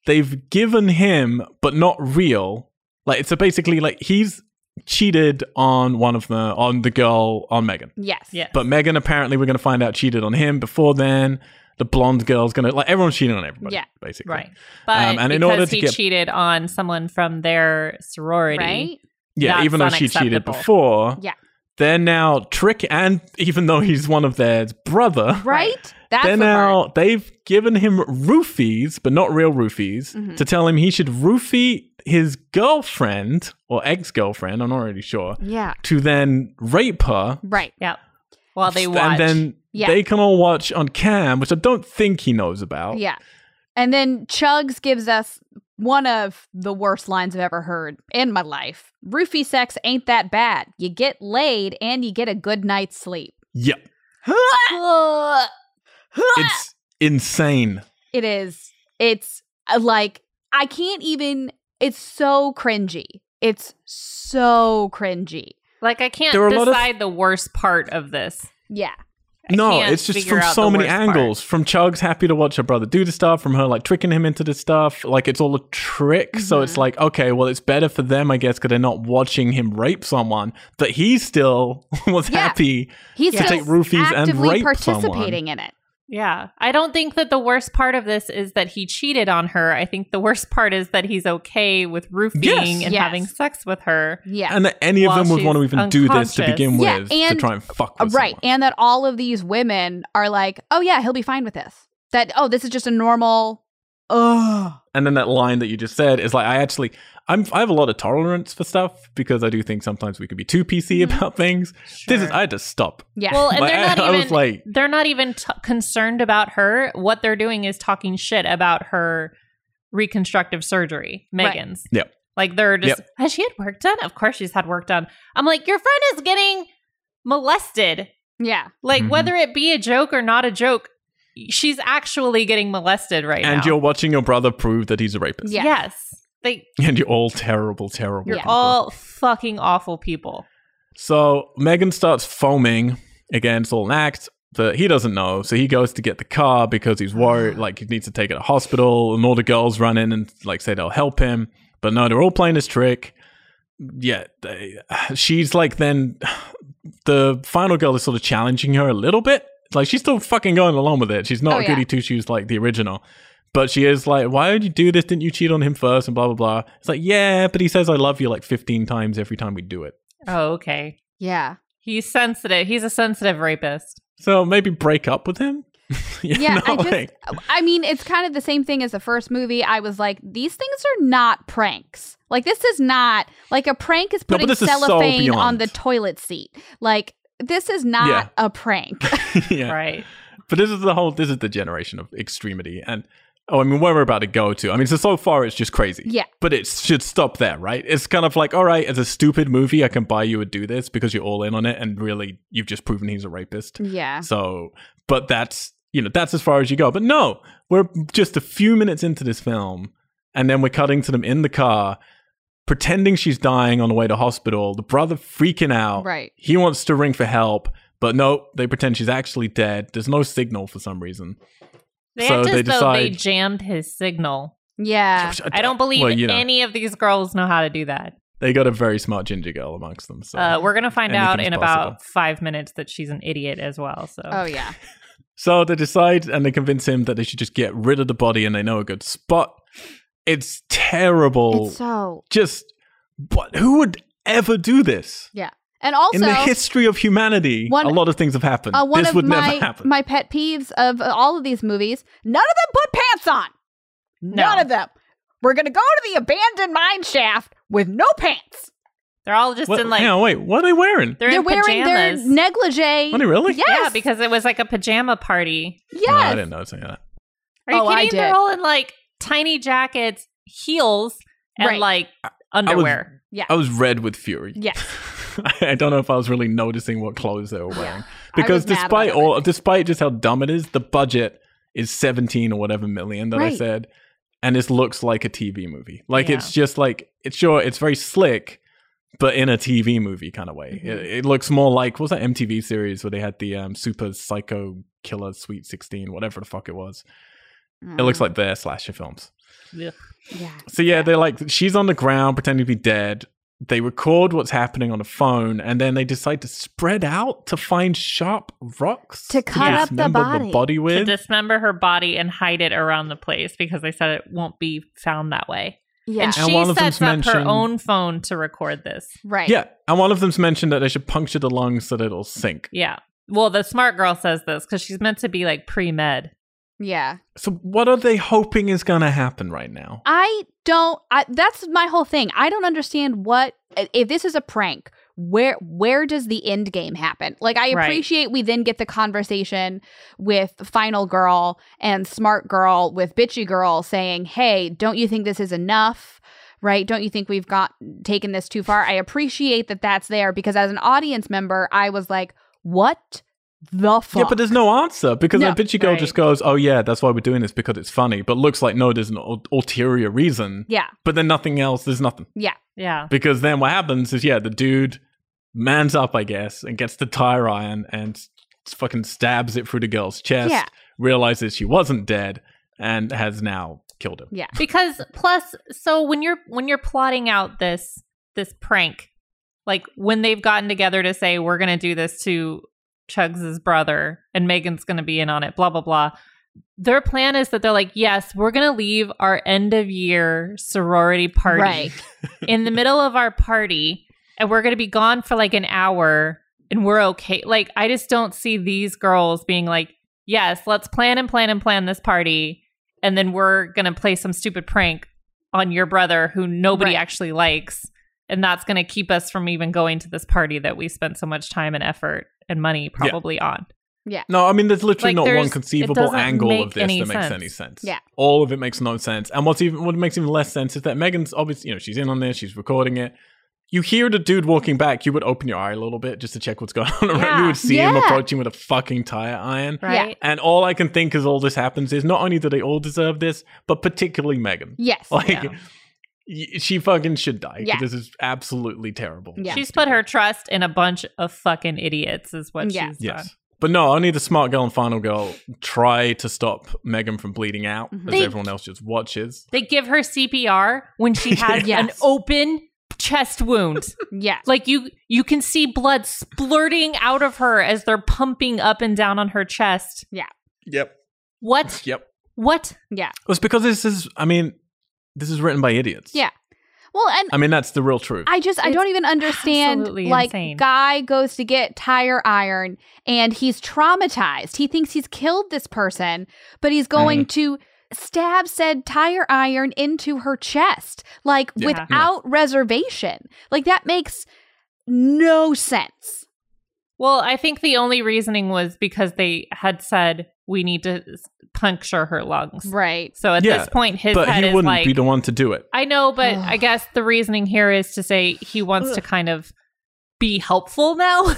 Speaker 1: they've given him, but not real. Like so, basically, like he's cheated on one of the on the girl on Megan.
Speaker 3: yes.
Speaker 2: Yes.
Speaker 1: But Megan apparently we're gonna find out cheated on him before then. The blonde girl's gonna like everyone's cheating on everybody.
Speaker 3: Yeah.
Speaker 1: basically.
Speaker 2: right. But
Speaker 1: Um, and in
Speaker 2: because
Speaker 1: order to
Speaker 2: he
Speaker 1: get-
Speaker 2: cheated on someone from their sorority.
Speaker 3: Right.
Speaker 1: Yeah,
Speaker 2: That's
Speaker 1: even though she cheated
Speaker 2: unacceptable.
Speaker 1: before.
Speaker 3: Yeah.
Speaker 1: They're now trick, and even though he's one of their brother,
Speaker 3: Right. That's
Speaker 1: they're
Speaker 3: the
Speaker 1: now
Speaker 3: part.
Speaker 1: they've given him roofies, but not real roofies,
Speaker 3: Mhm.
Speaker 1: to tell him he should roofie his girlfriend or ex-girlfriend, I'm not really sure,
Speaker 3: Yeah.
Speaker 1: to then rape her.
Speaker 3: Right.
Speaker 2: Yeah. While they watch.
Speaker 1: and then
Speaker 3: Yeah.
Speaker 1: they can all watch on cam, which I don't think he knows about.
Speaker 3: Yeah. And then Chugs gives us one of the worst lines I've ever heard in my life. Roofie sex ain't that bad. You get laid and you get a good night's sleep.
Speaker 1: Yep. It's insane.
Speaker 3: It is. It's uh, like I can't even. It's so cringy. It's so cringy.
Speaker 2: like I can't
Speaker 1: There were a lot of-
Speaker 2: decide the worst part of this.
Speaker 3: Yeah.
Speaker 2: I
Speaker 1: no,
Speaker 2: can't
Speaker 1: it's just
Speaker 2: figure
Speaker 1: from
Speaker 2: out
Speaker 1: so
Speaker 2: the
Speaker 1: many
Speaker 2: worst part.
Speaker 1: angles. From Chug's happy to watch her brother do the stuff, from her like tricking him into the stuff. Like it's all a trick. So it's
Speaker 2: Mm-hmm.
Speaker 3: Mhm.
Speaker 1: like, okay, well, it's better for them, I guess, because they're not watching him rape someone. But he still was
Speaker 3: Yeah.
Speaker 1: happy.
Speaker 3: He's
Speaker 1: To
Speaker 3: still
Speaker 1: take roofies and
Speaker 3: actively
Speaker 1: rape
Speaker 3: participating in it.
Speaker 2: Yeah. I don't think that the worst part of this is that he cheated on her. I think the worst part is that he's okay with roofing
Speaker 1: Yes.
Speaker 2: and
Speaker 3: Yes.
Speaker 2: having sex with her.
Speaker 3: Yeah.
Speaker 1: And that any
Speaker 2: While
Speaker 1: of them would want to
Speaker 2: she's
Speaker 1: even do this to
Speaker 2: unconscious.
Speaker 1: begin
Speaker 3: Yeah,
Speaker 1: with to
Speaker 3: and-
Speaker 1: try and fuck
Speaker 3: Uh,
Speaker 1: with
Speaker 3: right.
Speaker 1: someone.
Speaker 3: And that all of these women are like, oh, yeah, he'll be fine with this. That, oh, this is just a normal. Ugh.
Speaker 1: And then that line that you just said is like, I actually, I'm, I have a lot of tolerance for stuff because I do think sometimes we can be too PC
Speaker 3: Mhm.
Speaker 1: about things. This is, I had to stop.
Speaker 3: Yeah.
Speaker 2: Mm-hmm. well, and
Speaker 1: Like,
Speaker 2: they're not
Speaker 1: I,
Speaker 2: even
Speaker 1: was like,
Speaker 2: they're not even t- concerned about her. What they're doing is talking shit about her reconstructive surgery,
Speaker 3: Right.
Speaker 2: Megan's.
Speaker 1: Yep.
Speaker 2: Like they're just has she had work done? Of course she's had work done. I'm like your friend is getting molested.
Speaker 3: yeah.
Speaker 2: Like
Speaker 1: Mhm.
Speaker 2: whether it be a joke or not a joke, she's actually getting molested right now.
Speaker 1: and you're watching your brother prove that he's a rapist.
Speaker 3: Yeah.
Speaker 2: Yes. They
Speaker 1: And you're all terrible, terrible.
Speaker 2: you're
Speaker 3: Yeah.
Speaker 1: people.
Speaker 2: all fucking awful people.
Speaker 1: So Megan starts foaming. Again, it's all an act, but he doesn't know. So he goes to get the car because he's
Speaker 3: Ah.
Speaker 1: worried, like he needs to take it to hospital. And all the girls run in and like say they'll help him, but no, they're all playing this trick. Yeah, they, she's like then the final girl is sort of challenging her a little bit. Like she's still fucking going along with it. She's not
Speaker 3: Oh,
Speaker 1: a
Speaker 3: yeah.
Speaker 1: goody two shoes like the original. But she is like, why would you do this? Didn't you cheat on him first? And blah, blah, blah. It's like, yeah, but he says I love you like 15 times every time we do it.
Speaker 2: Oh, okay.
Speaker 3: Yeah.
Speaker 2: He's sensitive. He's a sensitive rapist.
Speaker 1: So maybe break up with him.
Speaker 3: Yeah, I
Speaker 1: no,
Speaker 3: just-
Speaker 1: like-
Speaker 3: I mean, it's kind of the same thing as the first movie. I was like, these things are not pranks. Like this is not like a prank is
Speaker 1: No, but
Speaker 3: putting
Speaker 1: this is so
Speaker 3: cellophane on
Speaker 1: beyond.
Speaker 3: the toilet seat. Like this is not
Speaker 1: Yeah.
Speaker 3: a prank.
Speaker 1: yeah.
Speaker 2: Right.
Speaker 1: But this is the whole. This is the generation of extremity, and oh, I mean, where we're about to go to. I mean, so so far it's just crazy.
Speaker 3: Yeah.
Speaker 1: But it should stop there, right? It's kind of like, all right, it's a stupid movie. I can buy you would do this because you're all in on it, and really, you've just proven he's a rapist.
Speaker 3: yeah.
Speaker 1: So, but that's you know that's as far as you go. But no, we're just a few minutes into this film, and then we're cutting to them in the car, pretending she's dying on the way to hospital. The brother freaking out.
Speaker 3: Right.
Speaker 1: He wants to ring for help, but no, they pretend she's actually dead. There's no signal for some reason.
Speaker 2: They
Speaker 1: So
Speaker 2: act as
Speaker 1: they
Speaker 2: though they
Speaker 1: decide-
Speaker 2: jammed his signal.
Speaker 3: Yeah.
Speaker 1: Which
Speaker 2: I don't believe
Speaker 1: well, you know,
Speaker 2: any of these girls know how to do that.
Speaker 1: They got a very smart ginger girl amongst them. So.
Speaker 2: uh, we're gonna find out in
Speaker 1: anything's
Speaker 2: about
Speaker 1: possible.
Speaker 2: five minutes that she's an idiot as well. So
Speaker 3: Oh yeah.
Speaker 1: So they decide and they convince him that they should just get rid of the body and they know a good spot. It's terrible.
Speaker 3: It's so
Speaker 1: just what who would ever do this
Speaker 3: and also
Speaker 1: in the history of humanity
Speaker 3: One-
Speaker 1: a lot of things have happened
Speaker 3: uh, one
Speaker 1: this
Speaker 3: of
Speaker 1: would
Speaker 3: my
Speaker 1: never happen
Speaker 3: my pet peeves of uh, all of these movies, none of them put pants on.
Speaker 2: No.
Speaker 3: None of them. We're gonna go to the abandoned mine shaft with no pants.
Speaker 2: they're all just
Speaker 1: what,
Speaker 2: in like
Speaker 1: hang on, wait what are they wearing
Speaker 2: they're,
Speaker 3: They're
Speaker 2: in
Speaker 3: wearing
Speaker 2: pajamas.
Speaker 3: their negligee.
Speaker 1: are they really
Speaker 3: Yes.
Speaker 2: Yeah, because it was like a pajama party.
Speaker 3: yes.
Speaker 1: No, i didn't know something like that
Speaker 2: Are you
Speaker 3: Oh, I
Speaker 2: kidding? They're
Speaker 3: did.
Speaker 2: all in like tiny jackets, heels, and
Speaker 3: Right.
Speaker 2: like underwear.
Speaker 1: i was red with fury
Speaker 3: Yes.
Speaker 1: i don't know if i was really noticing what clothes they were wearing
Speaker 3: I
Speaker 1: because
Speaker 3: was mad
Speaker 1: despite
Speaker 3: about it.
Speaker 1: all despite just how dumb it is the budget is 17 or whatever million that i
Speaker 3: Right.
Speaker 1: said and this looks like a tv movie like
Speaker 2: Yeah.
Speaker 1: it's just like it's sure it's very slick but in a TV movie kind of
Speaker 3: Mm-hmm.
Speaker 1: way. It, it looks more like what was that MTV series where they had the um, Super Psycho Killer Sweet Sixteen, whatever the fuck it was. It
Speaker 3: Mm.
Speaker 1: looks like their slasher films.
Speaker 3: Yeah.
Speaker 1: So yeah, they're like she's on the ground pretending to be dead. They record what's happening on a phone, and then they decide to spread out to find sharp rocks
Speaker 3: To cut up the
Speaker 1: dismember
Speaker 3: body.
Speaker 2: To
Speaker 1: with.
Speaker 2: dismember her body and hide it around the place because they said it won't be found that way.
Speaker 3: Yeah.
Speaker 2: And
Speaker 1: And
Speaker 2: she
Speaker 1: one of
Speaker 2: sets up
Speaker 1: them's
Speaker 2: her
Speaker 1: mentioned-
Speaker 2: own phone to record this.
Speaker 3: right.
Speaker 1: yeah, and one of them's mentioned that they should puncture the lungs so that it'll sink.
Speaker 2: Yeah. Well, the smart girl says this because she's meant to be like pre med.
Speaker 3: Yeah.
Speaker 1: So what are they hoping is going to happen right now?
Speaker 3: I don't I that's my whole thing. I don't understand what if this is a prank, where where does the end game happen? Like I
Speaker 2: Right.
Speaker 3: appreciate we then get the conversation with Final Girl and Smart Girl with Bitchy Girl saying, "Hey, don't you think this is enough?" Right? Don't you think we've got taken this too far? I appreciate that that's there because as an audience member, I was like, "What the fuck?"
Speaker 1: Yeah, but there's no answer because
Speaker 3: No.
Speaker 1: that bitchy girl
Speaker 2: Right.
Speaker 1: just goes, "Oh yeah, that's why we're doing this because it's funny," but looks like no, there's an ul- ulterior reason.
Speaker 3: yeah,
Speaker 1: But then nothing else. There's nothing
Speaker 2: Yeah.
Speaker 1: because then what happens is yeah, the dude mans up, I guess, and gets the tire iron and s- fucking stabs it through the girl's chest.
Speaker 3: Yeah.
Speaker 1: Realizes she wasn't dead and has now killed him.
Speaker 3: yeah,
Speaker 2: Because plus so when you're when you're plotting out this this prank, like when they've gotten together to say we're gonna do this to Chugs's brother and Megan's gonna be in on it, blah blah blah. Their plan is that they're like, yes, we're gonna leave our end of year sorority party
Speaker 3: right,
Speaker 2: in the middle of our party and we're going to be gone for like an hour and we're okay. Like, I just don't see these girls being like, yes, let's plan and plan and plan this party. And then we're going to play some stupid prank on your brother who nobody
Speaker 3: Right.
Speaker 2: actually likes. And that's going to keep us from even going to this party that we spent so much time and effort and money probably on.
Speaker 1: No, I mean, there's literally
Speaker 2: Like,
Speaker 1: not
Speaker 2: there's-
Speaker 1: one
Speaker 2: it
Speaker 1: conceivable
Speaker 2: doesn't
Speaker 1: angle
Speaker 2: make
Speaker 1: of this that
Speaker 2: any
Speaker 1: makes
Speaker 2: sense.
Speaker 1: any sense.
Speaker 3: Yeah.
Speaker 1: all of it makes no sense. And what's even what makes even less sense is that Megan's obviously, you know, she's in on this, she's recording it. You hear the dude walking back, you would open your eye a little bit just to check what's going on around.
Speaker 2: Yeah.
Speaker 1: You would see him
Speaker 3: Yeah.
Speaker 1: approaching with a fucking tire iron.
Speaker 2: Right.
Speaker 1: And all I can think as all this happens is not only do they all deserve this, but particularly Megan.
Speaker 3: yes,
Speaker 1: Like
Speaker 2: Yeah.
Speaker 1: y- she fucking should die. 'cause
Speaker 3: Yeah.
Speaker 1: This is absolutely terrible.
Speaker 3: Yeah.
Speaker 2: She's put her trust in a bunch of fucking idiots, is what
Speaker 3: Yeah.
Speaker 2: she's done.
Speaker 1: Yes. But no, only the smart girl and final girl try to stop Megan from bleeding out
Speaker 3: Mhm.
Speaker 1: as
Speaker 2: Mm-hmm. They-
Speaker 1: everyone else just watches.
Speaker 2: They give her CPR when she has
Speaker 3: Yes.
Speaker 2: an open chest wound.
Speaker 3: yes,
Speaker 2: like you you can see blood splurting out of her as they're pumping up and down on her chest.
Speaker 1: Yep.
Speaker 2: What?
Speaker 1: Yep.
Speaker 2: What?
Speaker 3: yeah.
Speaker 1: Well, It's because this is, I mean, this is written by idiots.
Speaker 3: Yeah. Well, and
Speaker 1: I mean, that's the real truth.
Speaker 3: I just I
Speaker 2: It's
Speaker 3: don't even understand.
Speaker 2: absolutely
Speaker 3: Like
Speaker 2: insane.
Speaker 3: guy goes to get tire iron and he's traumatized. He thinks he's killed this person, but he's
Speaker 2: Mm-hmm.
Speaker 3: going to stab said tire iron into her chest like
Speaker 1: Yeah.
Speaker 3: without reservation. Like that makes no sense.
Speaker 2: Well, I think the only reasoning was because they had said we need to s- puncture her lungs.
Speaker 3: Right.
Speaker 2: So at
Speaker 1: Yeah,
Speaker 2: this point, his
Speaker 1: but
Speaker 2: head
Speaker 1: he
Speaker 2: is
Speaker 1: wouldn't
Speaker 2: like,
Speaker 1: be the one to do it.
Speaker 2: I know, but
Speaker 3: Ugh.
Speaker 2: I guess the reasoning here is to say he wants to kind of be helpful now,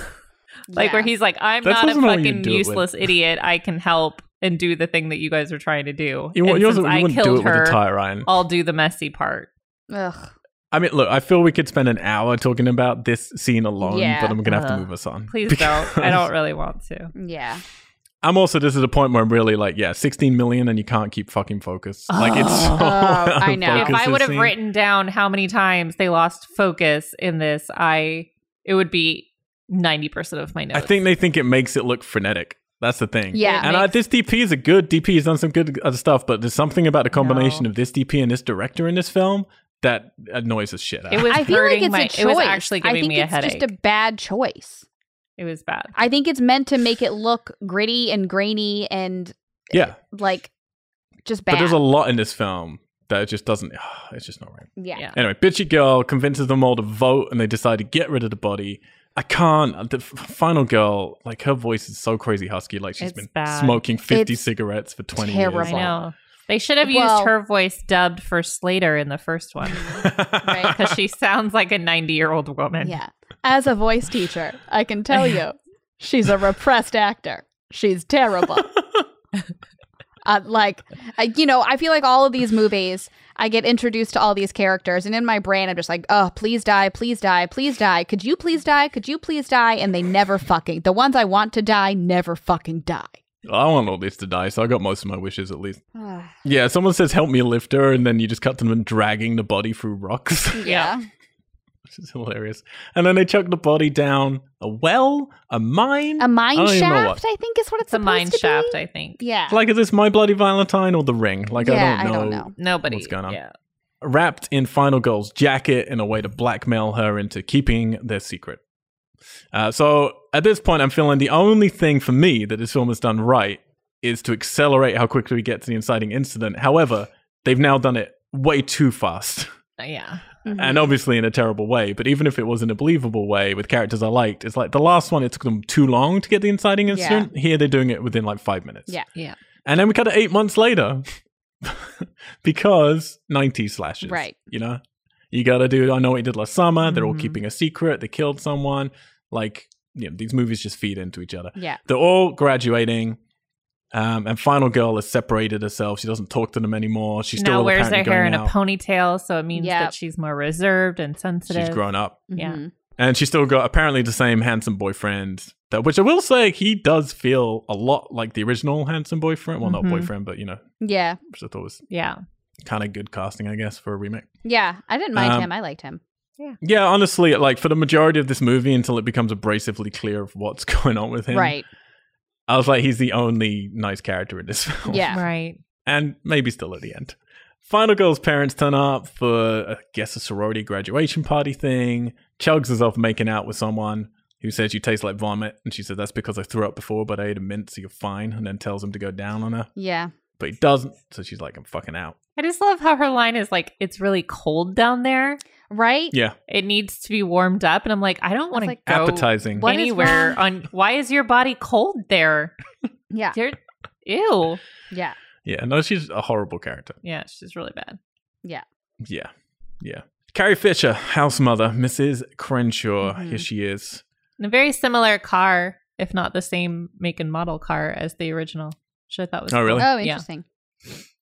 Speaker 2: like where he's like, I'm
Speaker 1: That's
Speaker 2: not a
Speaker 1: also not what you
Speaker 2: fucking
Speaker 1: do it with.
Speaker 2: useless idiot. I can help and do the thing that you guys are trying to do.
Speaker 1: You,
Speaker 2: and
Speaker 1: you
Speaker 2: since
Speaker 1: also, you
Speaker 2: I
Speaker 1: wouldn't do
Speaker 2: killed
Speaker 1: it with a
Speaker 2: her.
Speaker 1: tire iron.
Speaker 2: I'll do the messy part.
Speaker 3: Ugh.
Speaker 1: I mean, look, I feel we could spend an hour talking about this scene alone,
Speaker 3: Yeah.
Speaker 1: but I'm going to have to
Speaker 2: Ugh.
Speaker 1: move us on.
Speaker 2: uh-huh. Please don't. I
Speaker 1: Because-
Speaker 2: don't really want to.
Speaker 3: Yeah.
Speaker 1: I'm also, this is a point where I'm really like, yeah, 16 million and you can't keep fucking focus. Like, it's so.
Speaker 3: Oh, I
Speaker 1: out of
Speaker 3: know. If
Speaker 2: if
Speaker 1: focus,
Speaker 2: I
Speaker 1: this
Speaker 2: would have
Speaker 1: scene.
Speaker 2: written down how many times they lost focus in this, I it would be ninety percent of my notes.
Speaker 1: I think they think it makes it look frenetic. That's the thing.
Speaker 3: Yeah.
Speaker 1: And uh, this DP is a good DP. He's done some good other stuff, but there's something about the combination
Speaker 2: No.
Speaker 1: of this DP and this director in this film that annoys the shit out
Speaker 2: it
Speaker 1: of
Speaker 2: was.
Speaker 3: I feel like
Speaker 2: hurting
Speaker 3: it's
Speaker 2: my,
Speaker 3: a choice.
Speaker 2: It was actually
Speaker 3: I
Speaker 2: giving
Speaker 3: think
Speaker 2: me a
Speaker 3: it's
Speaker 2: headache.
Speaker 3: just a bad choice.
Speaker 2: it was bad.
Speaker 3: I think it's meant to make it look gritty and grainy and
Speaker 1: Yeah.
Speaker 3: like just
Speaker 1: But
Speaker 3: bad.
Speaker 1: there's a lot in this film that it just doesn't, it's just not right.
Speaker 3: yeah.
Speaker 2: Yeah.
Speaker 1: Anyway, bitchy girl convinces them all to vote, and they decide to get rid of the body. I can't. The f- final girl, like her voice is so crazy husky. Like she's
Speaker 2: It's
Speaker 1: been
Speaker 2: bad.
Speaker 1: smoking fifty
Speaker 3: It's
Speaker 1: cigarettes for twenty
Speaker 2: I
Speaker 1: years.
Speaker 3: terrible.
Speaker 2: know. They should have used
Speaker 3: Well-
Speaker 2: her voice dubbed for Slater in the first one
Speaker 3: Right.
Speaker 2: because she sounds like a ninety-year-old woman.
Speaker 3: Yeah. As a voice teacher, I can tell you, she's a repressed actor. She's terrible. uh, like, I, you know, I feel like all of these movies, I get introduced to all these characters, and in my brain, I'm just like, oh, please die, please die, please die. Could you please die? Could you please die? And they never fucking, the ones I want to die never fucking die.
Speaker 1: I want all this to die, so I got most of my wishes at least. Yeah, someone says help me lift her, and then you just cut to them dragging the body through rocks,
Speaker 3: yeah.
Speaker 1: which is hilarious. And then they chuck the body down a well, a mine.
Speaker 3: A mine
Speaker 1: I don't even know
Speaker 3: shaft, I think is what
Speaker 2: It's
Speaker 3: it's,
Speaker 2: a
Speaker 3: supposed
Speaker 2: mine
Speaker 3: to
Speaker 2: shaft,
Speaker 3: be.
Speaker 2: I think.
Speaker 3: yeah.
Speaker 1: like is this my bloody Valentine or the ring? Like
Speaker 3: yeah,
Speaker 1: I don't know.
Speaker 2: Nobody.
Speaker 1: What's going on?
Speaker 2: Yeah.
Speaker 1: wrapped in Final Girl's jacket in a way to blackmail her into keeping their secret. Uh, so at this point, I'm feeling the only thing for me that this film has done right is to accelerate how quickly we get to the inciting incident. However, they've now done it way too fast.
Speaker 2: uh, Yeah.
Speaker 3: Mhm.
Speaker 1: And obviously in a terrible way, but even if it was in a believable way with characters I liked, it's like the last one, it took them too long to get the inciting incident. Here they're doing it within like five minutes.
Speaker 3: Yeah.
Speaker 2: Yeah.
Speaker 1: And then we cut to eight months later because 90 slashes.
Speaker 3: Right.
Speaker 1: You know, you got to do, I know what you did last summer. They're all
Speaker 2: Mhm.
Speaker 1: keeping a secret. They killed someone. Like, you know, these movies just feed into each other.
Speaker 3: Yeah.
Speaker 1: They're all graduating. Um, and Final Girl has separated herself. She doesn't talk to them anymore. She still
Speaker 2: now wears their
Speaker 1: apparently
Speaker 2: hair
Speaker 1: going
Speaker 2: in a
Speaker 1: out.
Speaker 2: ponytail, so it means
Speaker 3: Yep.
Speaker 2: that she's more reserved and sensitive.
Speaker 1: She's grown up.
Speaker 2: Yeah.
Speaker 3: Mhm.
Speaker 1: And she's still got apparently the same handsome boyfriend, that, which I will say he does feel a lot like the original handsome boyfriend. Well,
Speaker 3: Mm-hmm.
Speaker 2: Mhm.
Speaker 1: not boyfriend, but you know,
Speaker 3: Yeah.
Speaker 1: which I thought was
Speaker 2: Yeah.
Speaker 1: kind of good casting, I guess, for a remake.
Speaker 3: Yeah. I didn't mind
Speaker 1: Um,
Speaker 3: him. I liked him.
Speaker 1: Yeah, honestly, like for the majority of this movie until it becomes abrasively clear of what's going on with him.
Speaker 3: Right.
Speaker 1: I was like, he's the only nice character in this film.
Speaker 3: Yeah.
Speaker 2: Right.
Speaker 1: And maybe still at the end. Final Girl's parents turn up for, I guess, a sorority graduation party thing. Chugs is off making out with someone who says, You taste like vomit. And she said, That's because I threw up before, but I ate a mint, so you're fine. And then tells him to go down on her.
Speaker 3: Yeah.
Speaker 1: But he doesn't. So she's like, I'm fucking out.
Speaker 2: I just love how her line is like, it's really cold down there.
Speaker 3: Right?
Speaker 1: Yeah.
Speaker 2: It needs to be warmed up. And I'm like, I don't want to
Speaker 3: like,
Speaker 2: go
Speaker 1: Appetizing.
Speaker 3: What is
Speaker 2: anywhere on why is your body cold there?
Speaker 3: Yeah.
Speaker 2: You're, ew.
Speaker 3: Yeah.
Speaker 1: Yeah. No, she's a horrible character.
Speaker 2: Yeah, she's really bad.
Speaker 1: Yeah. Yeah. Carrie Fisher, house mother, Mrs. Crenshaw.
Speaker 3: Mhm.
Speaker 1: Here she is.
Speaker 2: And a very similar car, if not the same make and model car as the original, which I thought was
Speaker 1: Oh, really?
Speaker 3: Oh,
Speaker 2: Yeah.
Speaker 3: interesting.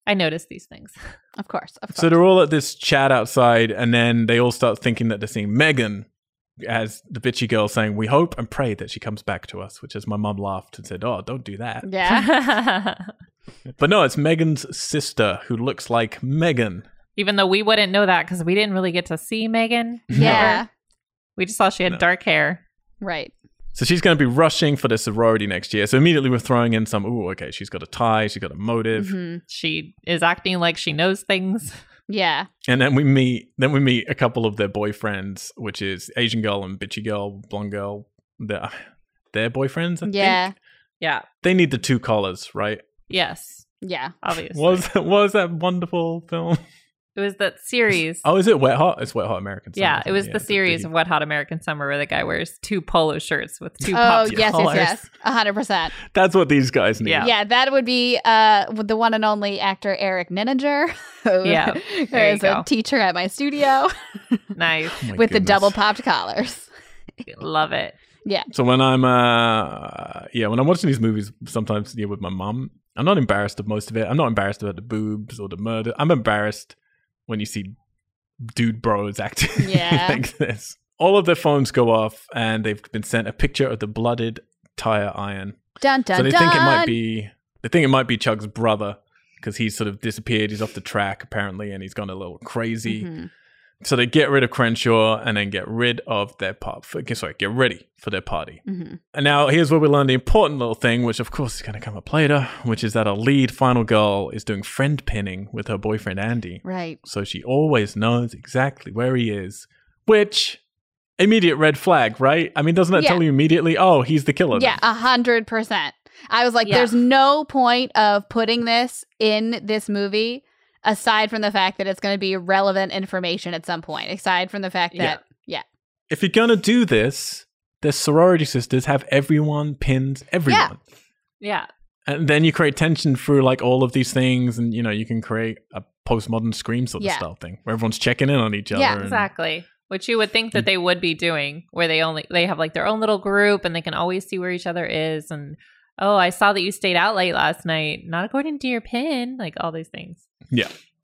Speaker 2: I noticed these things.
Speaker 3: Of course. Of course.
Speaker 1: So they're all at this chat outside, and then they all start thinking that they're seeing Megan as the bitchy girl saying, We hope and pray that she comes back to us, which is my mum laughed and said, Oh, don't do that.
Speaker 3: yeah.
Speaker 1: But no, it's Megan's sister who looks like Megan.
Speaker 2: Even though we wouldn't know that because we didn't really get to see Megan.
Speaker 3: Yeah.
Speaker 2: We just saw she had
Speaker 1: No.
Speaker 2: dark hair.
Speaker 3: Right.
Speaker 1: So she's going to be rushing for the sorority next year. So immediately we're throwing in some, oh, okay, she's got a tie, she's got a motive.
Speaker 3: Mhm.
Speaker 2: She is acting like she knows things.
Speaker 3: Yeah.
Speaker 1: And then we meet then we meet a couple of their boyfriends, which is Asian girl and bitchy girl, blonde girl. Their their boyfriends. I think.
Speaker 3: Yeah.
Speaker 2: Yeah.
Speaker 1: They need the two collars, right?
Speaker 2: Yes.
Speaker 3: Yeah.
Speaker 2: Obviously.
Speaker 1: Was what was that wonderful film?
Speaker 2: it was that series.
Speaker 1: Oh, is it Wet Hot? It's Wet Hot American. Summer,
Speaker 2: yeah,
Speaker 1: isn't
Speaker 2: it was the
Speaker 1: the
Speaker 2: series
Speaker 1: big-
Speaker 2: of Wet Hot American Summer where the guy wears two polo shirts with two
Speaker 3: Oh,
Speaker 2: pops.
Speaker 1: your
Speaker 3: yes, yes,
Speaker 1: collars.
Speaker 3: yes. A 100%.
Speaker 1: That's what these guys need.
Speaker 2: Yeah.
Speaker 3: Yeah, that would be uh with the one and only actor Eric Nininger. who
Speaker 2: Yeah, there you
Speaker 3: is
Speaker 2: go.
Speaker 3: a teacher at my studio
Speaker 2: Nice.
Speaker 1: Oh my
Speaker 3: with the
Speaker 1: goodness.
Speaker 3: double popped collars.
Speaker 2: Love it.
Speaker 1: So when I'm uh yeah, when I'm watching these movies sometimes yeah with my mum, I'm not embarrassed of most of it. I'm not embarrassed about the boobs or the murder. I'm embarrassed when you see dude bros acting
Speaker 3: Yeah.
Speaker 1: like this. All of their phones go off and they've been sent a picture of the blooded tire iron.
Speaker 3: Dun dun
Speaker 1: so they
Speaker 3: dun.
Speaker 1: think it might be they think it might be Chug's brother because he's sort of disappeared. He's off the track apparently and he's gone a little crazy.
Speaker 3: Mhm.
Speaker 1: So they get rid of Crenshaw and then get rid of their pop. Sorry, get ready for their party.
Speaker 3: Mhm.
Speaker 1: And now here's where we learn the important little thing, which of course is going to come up later, which is that our lead final girl is doing friend pinning with her boyfriend Andy.
Speaker 3: Right.
Speaker 1: So she always knows exactly where he is, which immediate red flag, right? I mean, doesn't that
Speaker 3: Yeah.
Speaker 1: tell you immediately, oh, he's the killer? then?
Speaker 3: Yeah, a hundred percent. I was like,
Speaker 2: Yeah.
Speaker 3: there's no point of putting this in this movie aside from the fact that it's going to be relevant information at some point. Aside from the fact
Speaker 1: Yeah.
Speaker 3: that
Speaker 1: If you're going to do this, the sorority sisters have everyone pinned everyone.
Speaker 2: Yeah.
Speaker 1: And then you create tension through like all of these things, and you know, you can create a postmodern scream sort of
Speaker 3: Yeah.
Speaker 1: style thing where everyone's checking in on each other.
Speaker 3: Yeah,
Speaker 1: and-
Speaker 2: Exactly. Which you would think that they would be doing, where they only they have like their own little group and they can always see where each other is and oh, I saw that you stayed out late last night, not according to your pin, like all these things.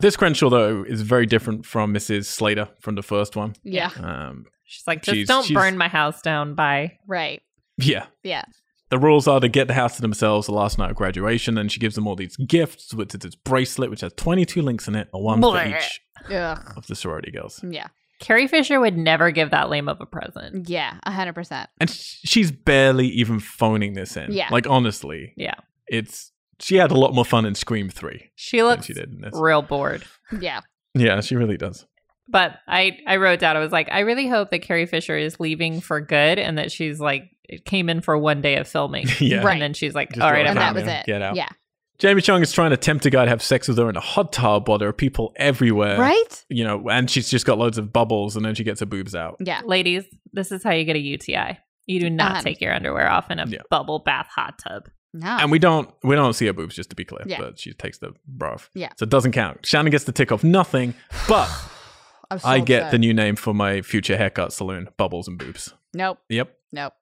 Speaker 1: This Crenshaw though is very different from Mrs. Slater from the first one.
Speaker 3: yeah,
Speaker 1: Um,
Speaker 2: She's like, just
Speaker 1: She's-
Speaker 2: don't
Speaker 1: she's-
Speaker 2: burn my house down by
Speaker 3: right.
Speaker 1: yeah,
Speaker 3: Yeah.
Speaker 1: the rules are to get the house to themselves the last night of graduation, and she gives them all these gifts, which is this bracelet which has twenty-two links in it, a one for
Speaker 2: Blech.
Speaker 1: each
Speaker 3: Ugh.
Speaker 1: of the sorority girls.
Speaker 3: Yeah.
Speaker 2: Carrie Fisher would never give that lame of a present.
Speaker 3: Yeah. A hundred percent.
Speaker 1: And sh- she's barely even phoning this in.
Speaker 3: Yeah.
Speaker 1: like honestly,
Speaker 2: Yeah.
Speaker 1: it's she had a lot more fun in Scream Three
Speaker 2: She
Speaker 1: than
Speaker 2: looks
Speaker 1: she did in this.
Speaker 2: real bored.
Speaker 3: Yeah.
Speaker 1: Yeah, she really does.
Speaker 2: But I, I wrote down, I was like, I really hope that Carrie Fisher is leaving for good and that she's like, it came in for one day of filming.
Speaker 1: Yeah.
Speaker 3: Right.
Speaker 2: And then she's like,
Speaker 1: Just
Speaker 2: all right,
Speaker 1: throw
Speaker 2: I'm
Speaker 3: And
Speaker 1: it
Speaker 2: out.
Speaker 3: that
Speaker 1: down
Speaker 3: was
Speaker 1: there.
Speaker 3: it.
Speaker 1: Get out.
Speaker 3: Yeah.
Speaker 1: Jamie Chung is trying to tempt a guy to have sex with her in a hot tub while there are people everywhere.
Speaker 3: right.
Speaker 1: you know, and she's just got loads of bubbles, and then she gets her boobs out.
Speaker 3: Yeah.
Speaker 2: Ladies, this is how you get a UTI. You do not
Speaker 3: Um,
Speaker 2: take your underwear off in a
Speaker 1: Yeah.
Speaker 2: bubble bath hot tub.
Speaker 3: No.
Speaker 1: And we don't we don't see her boobs, just to be clear.
Speaker 3: Yeah.
Speaker 1: But she takes the bra off.
Speaker 3: Yeah.
Speaker 1: So it doesn't count. Shannon gets the tick off nothing, but
Speaker 3: I'm so
Speaker 1: I get the
Speaker 3: upset.
Speaker 1: new name for my future haircut saloon: bubbles and boobs.
Speaker 3: Nope.
Speaker 1: Yep.
Speaker 3: Nope.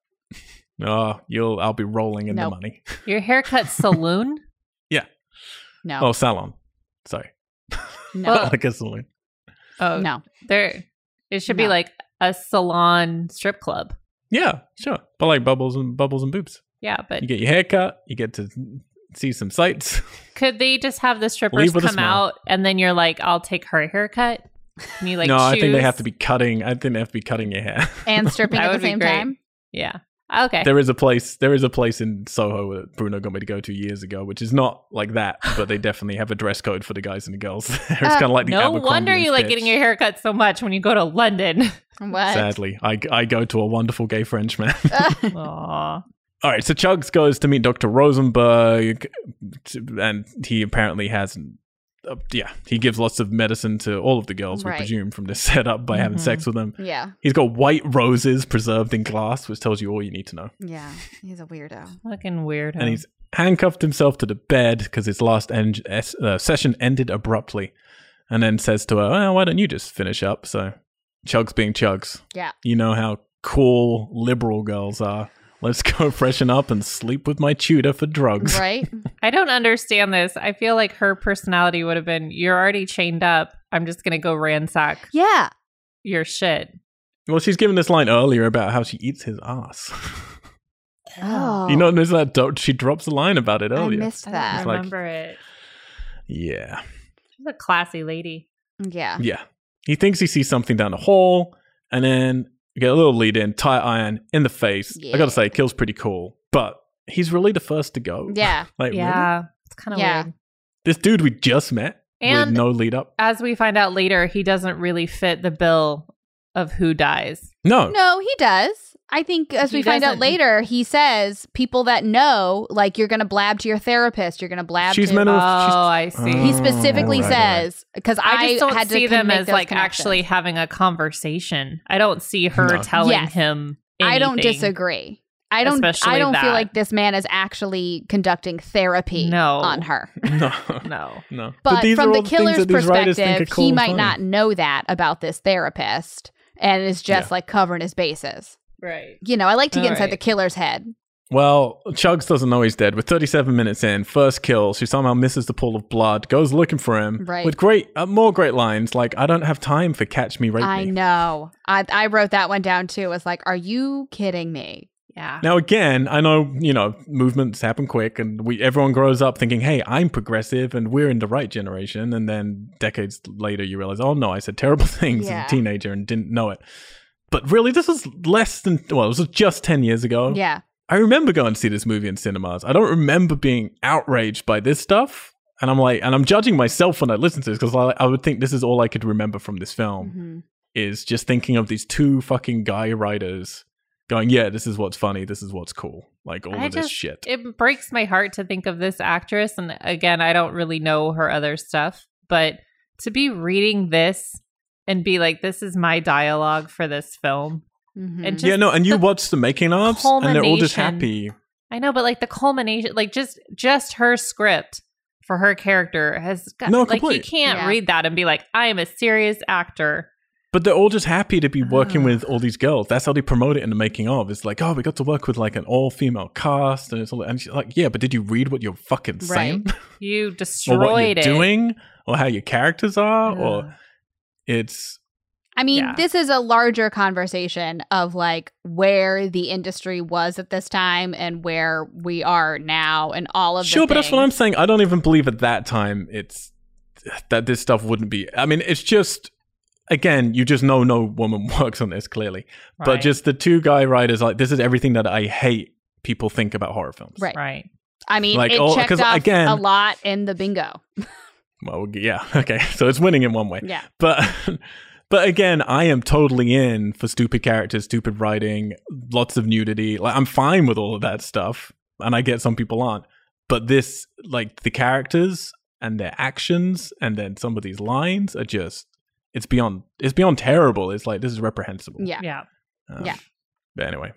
Speaker 1: Oh, you'll I'll be rolling in the
Speaker 3: Nope.
Speaker 1: money.
Speaker 2: Your haircut saloon?
Speaker 3: No.
Speaker 1: Oh, salon. Sorry,
Speaker 3: no.
Speaker 2: well-
Speaker 1: like a salon.
Speaker 2: Oh,
Speaker 3: no.
Speaker 2: There, it should be
Speaker 3: No.
Speaker 2: like a salon strip club.
Speaker 1: Yeah, sure. But like bubbles and bubbles and boobs.
Speaker 2: Yeah, but
Speaker 1: You get your haircut. You get to see some sights.
Speaker 2: could they just have the strippers
Speaker 1: Leave with a
Speaker 2: come
Speaker 1: smile.
Speaker 2: out and then you're like, I'll take her haircut? Can you like
Speaker 1: no, I think they have
Speaker 2: choose?
Speaker 1: to be cutting. I think they have to be cutting your hair.
Speaker 3: And stripping
Speaker 2: That
Speaker 3: at
Speaker 2: would
Speaker 3: the
Speaker 2: be
Speaker 3: same
Speaker 2: great.
Speaker 3: time.
Speaker 2: Yeah. Okay.
Speaker 1: there is a place there is a place in soho that bruno got me to go to years ago which is not like that but they definitely have a dress code for the guys and the girls it's kind of like the
Speaker 2: Uh, no
Speaker 1: Abercrombie
Speaker 2: wonder
Speaker 1: and
Speaker 2: you like
Speaker 1: Fitch.
Speaker 2: getting your haircut so much when you go to London.
Speaker 3: What?
Speaker 1: sadly I, I go to a wonderful gay frenchman
Speaker 2: Aw.
Speaker 1: all right so chugs goes to meet dr rosenberg t- and he apparently has uh, yeah he gives lots of medicine to all of the girls we
Speaker 3: Right. Mm-hmm.
Speaker 1: presume from this setup by having
Speaker 2: Mhm.
Speaker 1: sex with them
Speaker 3: yeah.
Speaker 1: he's got white roses preserved in glass which tells you all you need to know
Speaker 3: Yeah. He's a weirdo.
Speaker 2: Fucking weird.
Speaker 1: and he's handcuffed himself to the bed because his last en- es- uh, session ended abruptly and then says to her well, why don't you just finish up so chugs being chugs
Speaker 3: Yeah.
Speaker 1: you know how cool liberal girls are let's go freshen up and sleep with my tutor for drugs
Speaker 3: Right?
Speaker 2: I don't understand this. I feel like her personality would have been you're already chained up. I'm just going to go ransack
Speaker 3: yeah.
Speaker 2: your shit.
Speaker 1: well she's given this line earlier about how she eats his ass
Speaker 3: Oh.
Speaker 1: you know there's that do- she drops a line about it
Speaker 3: I
Speaker 1: earlier
Speaker 3: missed
Speaker 2: I
Speaker 3: that.
Speaker 1: It's
Speaker 2: don't
Speaker 1: like-
Speaker 2: remember it.
Speaker 1: yeah
Speaker 2: She's a classy lady.
Speaker 3: yeah.
Speaker 1: yeah he thinks he sees something down the hall and then you get a little lead in tire iron in the face i
Speaker 3: Yeah.
Speaker 1: gotta say kill's pretty cool but he's really the first to go
Speaker 3: Yeah.
Speaker 1: Like, really?
Speaker 2: yeah. It's kind of
Speaker 3: Yeah.
Speaker 2: weird.
Speaker 1: This dude we just met
Speaker 2: And
Speaker 1: with no lead up.
Speaker 2: as we find out later, he doesn't really fit the bill of who dies.
Speaker 1: No,
Speaker 3: No, he does. I think as
Speaker 2: He
Speaker 3: we find out
Speaker 2: doesn't.
Speaker 3: later, he says people that know, like you're going to blab to your therapist, you're going to blab
Speaker 1: she's
Speaker 3: to.
Speaker 2: Oh,
Speaker 1: mental. she's-
Speaker 2: I see.
Speaker 1: Oh,
Speaker 3: he specifically
Speaker 1: right, right.
Speaker 3: says because
Speaker 2: I
Speaker 3: I,
Speaker 2: just don't
Speaker 3: had to
Speaker 2: see
Speaker 3: con-
Speaker 2: them
Speaker 3: make
Speaker 2: as
Speaker 3: those
Speaker 2: like
Speaker 3: connections.
Speaker 2: actually having a conversation. I don't see her
Speaker 1: No.
Speaker 2: telling
Speaker 3: Yes.
Speaker 2: him.
Speaker 3: I don't
Speaker 2: anything.
Speaker 3: disagree. I don't.
Speaker 2: Especially
Speaker 3: I don't
Speaker 2: that.
Speaker 3: feel like this man is actually conducting therapy
Speaker 2: No.
Speaker 3: on her.
Speaker 1: no,
Speaker 2: No.
Speaker 1: no.
Speaker 3: But,
Speaker 1: these
Speaker 3: from
Speaker 1: are
Speaker 3: the
Speaker 1: all things
Speaker 3: killer's
Speaker 1: that these writers think
Speaker 3: perspective,
Speaker 1: are cool
Speaker 3: he
Speaker 1: and
Speaker 3: might
Speaker 1: funny.
Speaker 3: not know that about this therapist, and is just
Speaker 1: Yeah.
Speaker 3: like covering his bases.
Speaker 2: Right.
Speaker 3: You know, I like to get
Speaker 2: All
Speaker 3: inside
Speaker 2: right.
Speaker 3: the killer's head.
Speaker 1: Well, Chugs doesn't know he's dead. With 37 minutes in, first kill, she somehow misses the pool of blood, goes looking for him.
Speaker 3: Right.
Speaker 1: With great, uh, more great lines like, I don't have time for catch me, rape
Speaker 3: I
Speaker 1: me.
Speaker 3: know. I I wrote that one down too. It's like, are you kidding me?
Speaker 2: Yeah.
Speaker 1: Now, again, I know, you know, movements happen quick and we everyone grows up thinking, hey, I'm progressive and we're in the right generation. And then decades later, you realize, oh no, I said terrible things
Speaker 3: Yeah.
Speaker 1: as a teenager and didn't know it. But really, this was less than, well, this was just 10 years ago.
Speaker 3: Yeah.
Speaker 1: I remember going to see this movie in cinemas. I don't remember being outraged by this stuff. And I'm like, and I'm judging myself when I listen to this because I, I would think this is all I could remember from this
Speaker 2: Mm-hmm.
Speaker 1: film
Speaker 3: Mhm.
Speaker 1: is just thinking of these two fucking guy writers going, yeah, this is what's funny, this is what's cool, like all
Speaker 2: I
Speaker 1: of this
Speaker 2: just-
Speaker 1: shit.
Speaker 2: It breaks my heart to think of this actress. And again, I don't really know her other stuff, but to be reading this and be like, this is my dialogue for this film.
Speaker 3: Mhm.
Speaker 2: And just
Speaker 1: yeah, no, and you
Speaker 2: the
Speaker 1: watch the making ofs, and they're all just happy.
Speaker 2: culmination. I know, but like the culmination, like just just her script for her character has got,
Speaker 1: No,
Speaker 2: like you
Speaker 1: complete.
Speaker 2: can't
Speaker 3: Yeah.
Speaker 2: read that and be like, I am a serious actor.
Speaker 1: But they're all just happy to be working
Speaker 2: Ah.
Speaker 1: with all these girls. That's how they promote it in the making of. It's like, oh, we got to work with like an all female cast, and it's all. And she's like, yeah, but did you read what you're fucking saying?
Speaker 2: You
Speaker 1: or
Speaker 2: destroyed
Speaker 1: what you're
Speaker 2: it. Mm,
Speaker 1: doing or how your characters are
Speaker 2: Ugh.
Speaker 1: or it's
Speaker 3: I mean,
Speaker 2: Yeah.
Speaker 3: this is a larger conversation of like where the industry was at this time and where we are now and all of the
Speaker 1: sure but that's what i'm
Speaker 3: things.
Speaker 1: saying i don't even believe at that time it's that this stuff wouldn't be i mean it's just again you just know no woman works on this clearly but
Speaker 2: Right.
Speaker 1: just the two guy writers like this is everything that i hate people think about horror films
Speaker 3: Right.
Speaker 2: right.
Speaker 3: I mean,
Speaker 1: like,
Speaker 3: it
Speaker 1: all-
Speaker 3: checked
Speaker 1: 'cause
Speaker 3: off
Speaker 1: again-
Speaker 3: a lot in the bingo.
Speaker 1: well yeah okay so it's winning in one way
Speaker 3: Yeah.
Speaker 1: but but again i am totally in for stupid characters stupid writing lots of nudity like i'm fine with all of that stuff and i get some people aren't but this like the characters and their actions and then some of these lines are just it's beyond it's beyond terrible it's like this is reprehensible
Speaker 3: Yeah.
Speaker 2: Yeah.
Speaker 1: Um,
Speaker 3: yeah.
Speaker 1: but anyway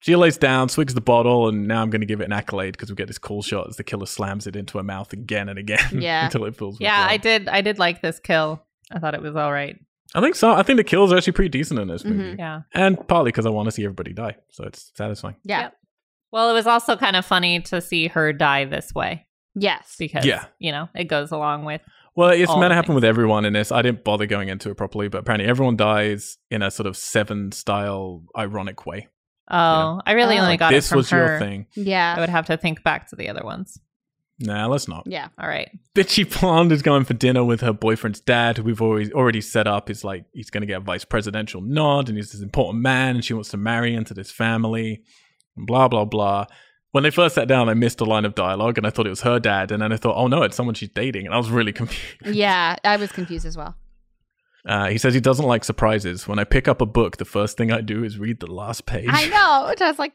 Speaker 1: she lays down, swigs the bottle, and now I'm going to give it an accolade because we get this cool shot as the killer slams it into her mouth again and again
Speaker 3: Yeah.
Speaker 1: until it fills. with
Speaker 2: Yeah,
Speaker 1: blood.
Speaker 2: I did I did like this kill. I thought it was all right.
Speaker 1: I think so. I think the kills are actually pretty decent in this movie,
Speaker 3: Mhm.
Speaker 2: Yeah.
Speaker 1: and partly because I want to see everybody die, so it's satisfying.
Speaker 3: Yeah.
Speaker 2: Yep. Well, it was also kind of funny to see her die this way
Speaker 3: Yes.
Speaker 2: because
Speaker 1: Yeah.
Speaker 2: you know, it goes along with
Speaker 1: Well, it's
Speaker 2: All
Speaker 1: meant to
Speaker 2: the
Speaker 1: happen with everyone in this. I didn't bother going into it properly, but apparently everyone dies in a sort of seven style ironic way.
Speaker 2: oh, I really
Speaker 3: Oh.
Speaker 2: only got it
Speaker 1: this
Speaker 2: from
Speaker 1: was
Speaker 2: her.
Speaker 1: your thing.
Speaker 2: I
Speaker 3: Yeah.
Speaker 2: would have to think back to the other ones.
Speaker 1: Nah, let's not.
Speaker 3: Yeah.
Speaker 2: All right.
Speaker 1: Bitchy blonde is going for dinner with her boyfriend's dad, who we've always already set up. Is like he's going to get a vice presidential nod, and he's this important man, and she wants to marry into this family, and blah blah blah. When they first sat down, I missed a line of dialogue, and I thought it was her dad, and then I thought, oh no, it's someone she's dating, and I was really confused.
Speaker 3: Yeah. I was confused as well.
Speaker 1: Uh, he says he doesn't like surprises. When I pick up a book, the first thing I do is read the last page.
Speaker 3: I know. Which I was like,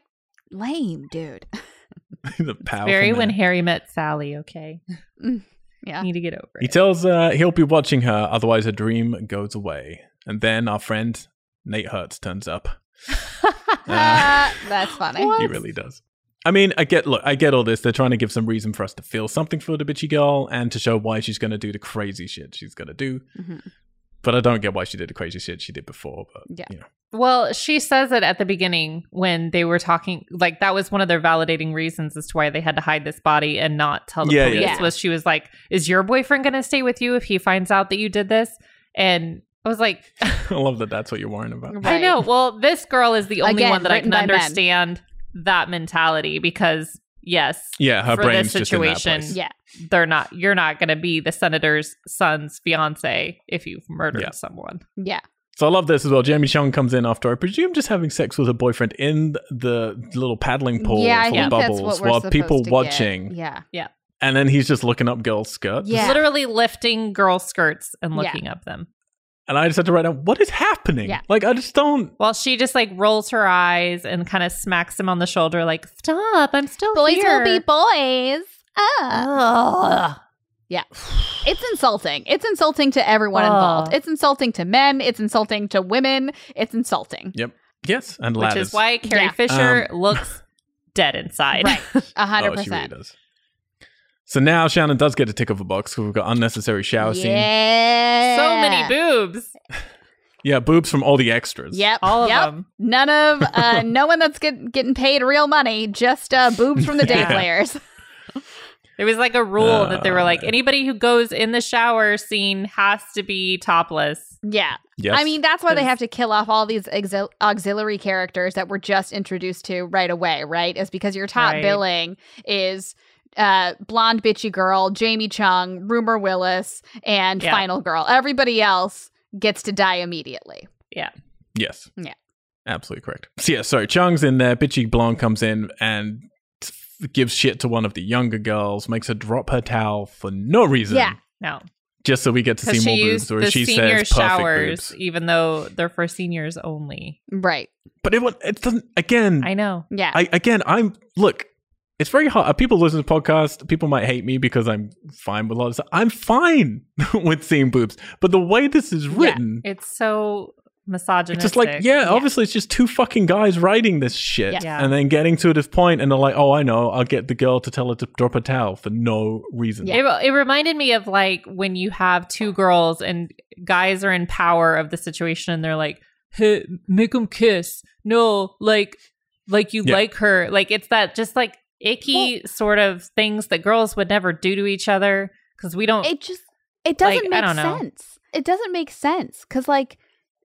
Speaker 3: lame, dude.
Speaker 1: He's a powerful
Speaker 2: Very
Speaker 1: man.
Speaker 2: when Harry met Sally, okay?
Speaker 3: Yeah.
Speaker 2: Need to get over
Speaker 1: He
Speaker 2: it.
Speaker 1: tells uh, he'll be watching her, otherwise her dream goes away. And then our friend Nate Hertz turns up. Uh,
Speaker 3: that's funny.
Speaker 1: He really does. I mean, I get look, I get all this. They're trying to give some reason for us to feel something for the bitchy girl and to show why she's going to do the crazy shit she's going to do.
Speaker 3: Mhm.
Speaker 1: But I don't get why she did the crazy shit she did before. But
Speaker 3: Yeah.
Speaker 1: you know.
Speaker 2: Well, she says it at the beginning when they were talking. Like that was one of their validating reasons as to why they had to hide this body and not tell the
Speaker 1: Yeah,
Speaker 2: police.
Speaker 3: yeah.
Speaker 2: Was she was like, "Is your boyfriend going to stay with you if he finds out that you did this?" And I was like,
Speaker 1: I love that. That's what you're worrying about.
Speaker 2: I
Speaker 3: Right.
Speaker 2: know. Well, this girl is the only
Speaker 3: Again,
Speaker 2: one that I
Speaker 3: written
Speaker 2: can
Speaker 3: by men.
Speaker 2: understand that mentality because yes,
Speaker 1: Yeah, her
Speaker 2: For
Speaker 1: brain's
Speaker 2: this
Speaker 1: just in that
Speaker 2: situation,
Speaker 1: place.
Speaker 3: Yeah.
Speaker 2: they're not. You're not going to be the senator's son's fiance if you've murdered
Speaker 1: Yeah.
Speaker 2: someone.
Speaker 3: Yeah.
Speaker 1: So I love this as well. Jamie Chung comes in after I presume just having sex with her boyfriend in the little paddling pool
Speaker 3: yeah.
Speaker 1: full
Speaker 3: I
Speaker 1: of
Speaker 3: think that's
Speaker 1: bubbles
Speaker 3: what we're
Speaker 1: while
Speaker 3: supposed
Speaker 1: people
Speaker 3: to get.
Speaker 1: watching.
Speaker 3: Yeah.
Speaker 1: And then he's just looking up girls' skirts.
Speaker 3: Yeah.
Speaker 2: Literally lifting girl skirts and
Speaker 3: Yeah.
Speaker 2: looking up them.
Speaker 1: And I just had to write down, what is happening?
Speaker 3: Yeah.
Speaker 1: Like, I just don't.
Speaker 2: While she just like rolls her eyes and kind of smacks him on the shoulder, like, stop, I'm still
Speaker 3: Boys
Speaker 2: here.
Speaker 3: will be boys. Ah.
Speaker 2: Ugh.
Speaker 3: It's insulting. It's insulting to everyone
Speaker 2: Oh.
Speaker 3: involved. It's insulting to men. It's insulting to women. It's insulting.
Speaker 1: Yes. And
Speaker 2: Which
Speaker 1: ladders.
Speaker 2: is why Carrie
Speaker 3: Yeah.
Speaker 2: Fisher
Speaker 1: Um,
Speaker 2: looks dead inside.
Speaker 3: Right. A hundred
Speaker 1: Oh, she really
Speaker 3: percent.
Speaker 1: does. So now Shannon does get to tick off a box because we've got unnecessary shower scene.
Speaker 3: Yeah.
Speaker 2: So many boobs.
Speaker 1: Yeah, boobs from all the extras.
Speaker 3: Yep.
Speaker 2: All of
Speaker 3: yep.
Speaker 2: them.
Speaker 3: None of uh, no one that's get, getting paid real money. Just uh, boobs from the day
Speaker 2: Yeah.
Speaker 3: players.
Speaker 2: There was like a rule that they were like,
Speaker 1: Uh,
Speaker 2: anybody who goes in the shower scene has to be topless.
Speaker 3: Yeah.
Speaker 1: Yes.
Speaker 3: I mean, that's why they
Speaker 2: Cause-
Speaker 3: have to kill off all these exil- auxiliary characters that we're just introduced to right away, right? Is because your top
Speaker 2: Right.
Speaker 3: billing is uh blonde bitchy girl, Jamie Chung, Rumor Willis, and
Speaker 2: Yeah.
Speaker 3: Final Girl. Everybody else gets to die immediately.
Speaker 1: Yes.
Speaker 3: Yeah.
Speaker 1: Absolutely correct. So yeah, sorry, Chung's in there. Bitchy Blonde comes in and t- gives shit to one of the younger girls, makes her drop her towel for no reason.
Speaker 3: Yeah.
Speaker 2: No,
Speaker 1: Just so we get to see
Speaker 2: because she
Speaker 1: more
Speaker 2: used
Speaker 1: boobs, or
Speaker 2: the
Speaker 1: as she
Speaker 2: senior
Speaker 1: says, perfect
Speaker 2: showers,
Speaker 1: boobs.
Speaker 2: even though they're for seniors only.
Speaker 3: Right.
Speaker 1: But it, wa- it doesn't. Again,
Speaker 2: I know.
Speaker 3: Yeah.
Speaker 1: I again, I'm look. It's very hard. uh, People listen to podcasts. People might hate me because I'm fine with a lot of stuff. I'm fine with seeing boobs, but the way this is written,
Speaker 2: It's so
Speaker 1: it's
Speaker 2: misogynistic.
Speaker 1: just like, yeah, obviously, it's just two fucking guys writing this shit,
Speaker 3: Yeah.
Speaker 2: Yeah.
Speaker 1: and then getting to this point, and they're like, oh, I know, I'll get the girl to tell her to drop a towel for no reason.
Speaker 3: Yeah.
Speaker 2: It, it reminded me of like when you have two girls and guys are in power of the situation and they're like, hey, make them kiss. No, like, like you
Speaker 1: Yeah.
Speaker 2: like her. Like it's that just like icky sort of things that girls would never do to each other because we don't.
Speaker 3: it just it
Speaker 2: Like,
Speaker 3: doesn't
Speaker 2: I
Speaker 3: make
Speaker 2: don't know.
Speaker 3: sense. It doesn't make sense cuz like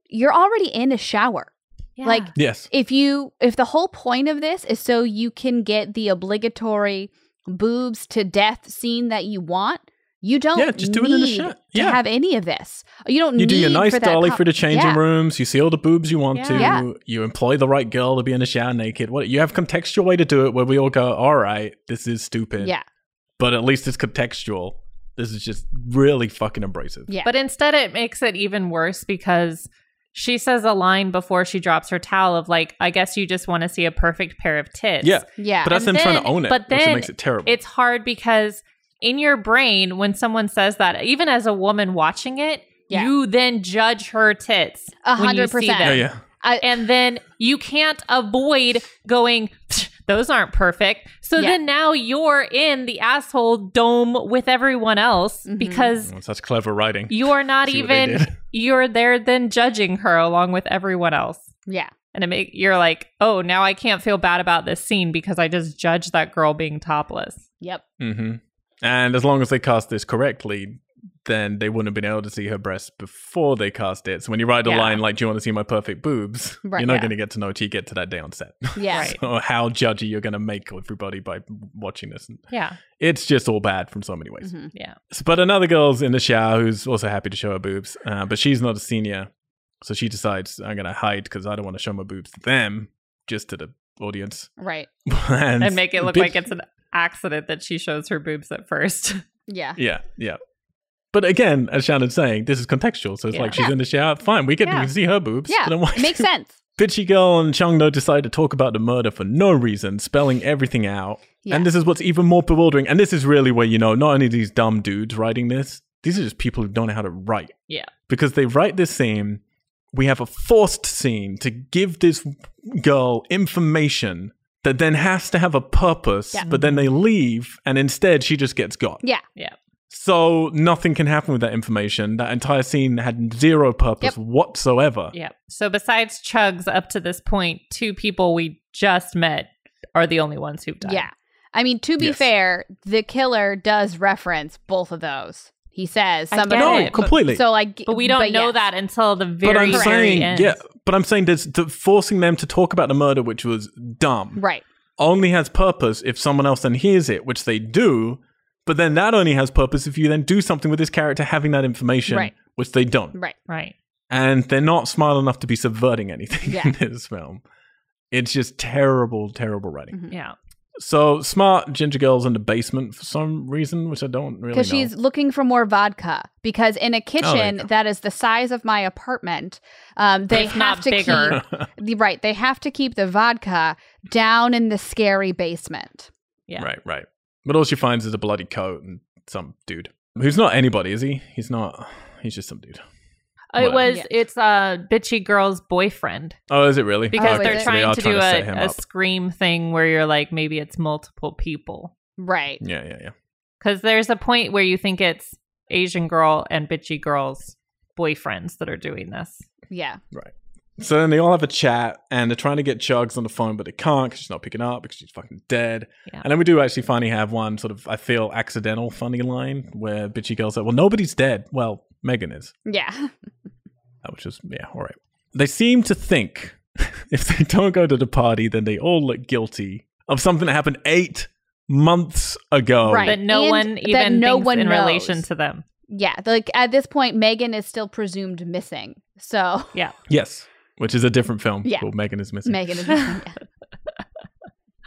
Speaker 3: you're already in a shower.
Speaker 2: Yeah.
Speaker 3: like,
Speaker 1: Yes.
Speaker 3: if you if the whole point of this is so you can get the obligatory boobs to death scene that you want you don't
Speaker 1: Yeah, just do it
Speaker 3: need
Speaker 1: in the shot. Yeah.
Speaker 3: to have any of this you don't
Speaker 1: You
Speaker 3: need
Speaker 1: do your nice
Speaker 3: for that
Speaker 1: dolly
Speaker 3: com-
Speaker 1: for the changing
Speaker 3: Yeah.
Speaker 1: rooms. You see all the boobs you want
Speaker 2: Yeah.
Speaker 1: to.
Speaker 3: Yeah.
Speaker 1: You employ the right girl to be in the shower naked. What you have contextual way to do it where we all go, all right, this is stupid.
Speaker 3: yeah
Speaker 1: but at least it's contextual. This is just really fucking abrasive.
Speaker 3: yeah
Speaker 2: But instead, it makes it even worse because she says a line before she drops her towel of like, "I guess you just want to see a perfect pair of tits."
Speaker 1: Yeah,
Speaker 3: yeah
Speaker 1: but that's
Speaker 2: And
Speaker 1: them trying to
Speaker 2: then-
Speaker 1: own it,
Speaker 2: but
Speaker 1: which
Speaker 2: then
Speaker 1: makes it terrible.
Speaker 2: it's hard because in your brain, when someone says that, even as a woman watching it,
Speaker 3: Yeah.
Speaker 2: you then judge her tits.
Speaker 3: A
Speaker 2: when you
Speaker 3: hundred
Speaker 2: see
Speaker 3: percent.
Speaker 1: Oh, yeah,
Speaker 2: them.
Speaker 1: yeah.
Speaker 2: And then you can't avoid going, "Psh, those aren't perfect. So
Speaker 3: Yeah.
Speaker 2: then now you're in the asshole dome with everyone else
Speaker 3: Mhm.
Speaker 2: because
Speaker 1: Well, that's clever writing.
Speaker 2: you're not
Speaker 1: See what they
Speaker 2: even,
Speaker 1: did.
Speaker 2: you're there then judging her along with everyone else.
Speaker 3: yeah
Speaker 2: And it make, you're like, oh, now I can't feel bad about this scene because I just judged that girl being topless.
Speaker 3: yep
Speaker 1: Mhm. And as long as they cast this correctly, then they wouldn't have been able to see her breasts before they cast it. So when you write a
Speaker 2: Yeah.
Speaker 1: line like, "Do you want to see my perfect boobs?"
Speaker 3: Right,
Speaker 1: you're not
Speaker 2: yeah.
Speaker 1: going to get to know it till you get to that day on set.
Speaker 3: yeah
Speaker 2: Right.
Speaker 1: or how judgy you're going to make everybody by watching this.
Speaker 2: Yeah.
Speaker 1: It's just all bad from so many ways.
Speaker 3: Mhm.
Speaker 1: But another girl's in the shower who's also happy to show her boobs, uh, but she's not a senior, so she decides I'm gonna hide because I don't want to show my boobs to them, just to the audience,
Speaker 3: right
Speaker 1: and,
Speaker 2: And make it look
Speaker 1: bitch-
Speaker 2: like it's an accident that she shows her boobs at first.
Speaker 3: yeah
Speaker 1: yeah, yeah. But again, as Shannon's saying, this is contextual, so it's
Speaker 2: Yeah.
Speaker 1: like she's in the shower. Fine, we can,
Speaker 2: Yeah.
Speaker 1: we can see her boobs.
Speaker 3: Yeah,
Speaker 1: but then why-
Speaker 3: makes sense
Speaker 1: Bitchy girl and Changno decide to talk about the murder for no reason, spelling everything out.
Speaker 3: yeah
Speaker 1: And this is what's even more bewildering. And this is really where, you know, not only these dumb dudes writing this, these are just people who don't know how to write.
Speaker 2: Yeah.
Speaker 1: Because they write this scene. We have a forced scene to give this girl information that then has to have a purpose,
Speaker 3: Yeah.
Speaker 1: but then they leave and instead she just gets got.
Speaker 3: Yeah.
Speaker 2: Yeah.
Speaker 1: So nothing can happen with that information. That entire scene had zero purpose whatsoever.
Speaker 2: yeah. So besides Chugs, up to this point, two people we just met are the only ones who've died.
Speaker 3: Yeah. I mean, to be
Speaker 1: Yes.
Speaker 3: fair, the killer does reference both of those. He says
Speaker 2: I
Speaker 3: some
Speaker 2: get
Speaker 3: of
Speaker 1: No,
Speaker 2: it,
Speaker 3: them.
Speaker 2: but-
Speaker 1: completely.
Speaker 3: So like
Speaker 2: But we don't know
Speaker 3: yes.
Speaker 2: that until the very,
Speaker 1: but I'm
Speaker 2: very
Speaker 1: saying,
Speaker 2: end.
Speaker 1: yeah, but I'm saying there's the forcing them to talk about the murder, which was dumb.
Speaker 3: Right.
Speaker 1: only has purpose if someone else then hears it, which they do. But then that only has purpose if you then do something with this character having that information,
Speaker 3: Right.
Speaker 1: which they don't.
Speaker 3: Right.
Speaker 2: Right.
Speaker 1: And they're not smart enough to be subverting anything
Speaker 3: Yeah.
Speaker 1: in this film. It's just terrible, terrible writing.
Speaker 3: Mhm.
Speaker 2: Yeah.
Speaker 1: So smart ginger girl's in the basement for some reason, which I don't really know. Oh,
Speaker 3: Because she's looking for more vodka. Because in a kitchen
Speaker 1: go.
Speaker 3: that is the size of my apartment, um, they
Speaker 2: If
Speaker 3: have
Speaker 2: not
Speaker 3: to
Speaker 2: bigger.
Speaker 3: keep the- right. They have to keep the vodka down in the scary basement.
Speaker 2: Yeah.
Speaker 1: Right, right. But all she finds is a bloody coat and some dude who's not anybody, is he? He's not. He's just some dude.
Speaker 2: It
Speaker 1: Whatever.
Speaker 2: was. It's a uh, bitchy girl's boyfriend
Speaker 1: Oh, is it really?
Speaker 2: because
Speaker 3: Oh, is
Speaker 2: they're
Speaker 3: it?
Speaker 1: so they
Speaker 2: trying
Speaker 1: are
Speaker 2: to do
Speaker 1: set him
Speaker 2: a, a
Speaker 1: up.
Speaker 2: scream thing where you're like maybe it's multiple people
Speaker 3: Right.
Speaker 1: Yeah, yeah, yeah.
Speaker 2: because there's a point where you think it's Asian girl and bitchy girl's boyfriends that are doing this.
Speaker 3: Yeah.
Speaker 1: So then they all have a chat and they're trying to get Chugs on the phone, but they can't because she's not picking up because she's fucking dead.
Speaker 2: Yeah.
Speaker 1: And then we do actually finally have one sort of, I feel, accidental funny line where Bitchy Girl said, Well, nobody's dead. Well, Megan is,
Speaker 3: Yeah.
Speaker 1: Uh, which is, yeah, all right. They seem to think if they don't go to the party, then they all look guilty of something that happened eight months ago.
Speaker 3: Right.
Speaker 2: That no
Speaker 3: And
Speaker 2: one
Speaker 3: that
Speaker 2: even
Speaker 3: no
Speaker 2: thinks
Speaker 3: one
Speaker 2: in relation
Speaker 3: knows.
Speaker 2: to them.
Speaker 3: Yeah. Like at this point, Megan is still presumed missing. So
Speaker 1: Yes. Which is a different film
Speaker 3: Yeah.
Speaker 1: called Megan is Missing.
Speaker 3: Megan is missing. Yeah.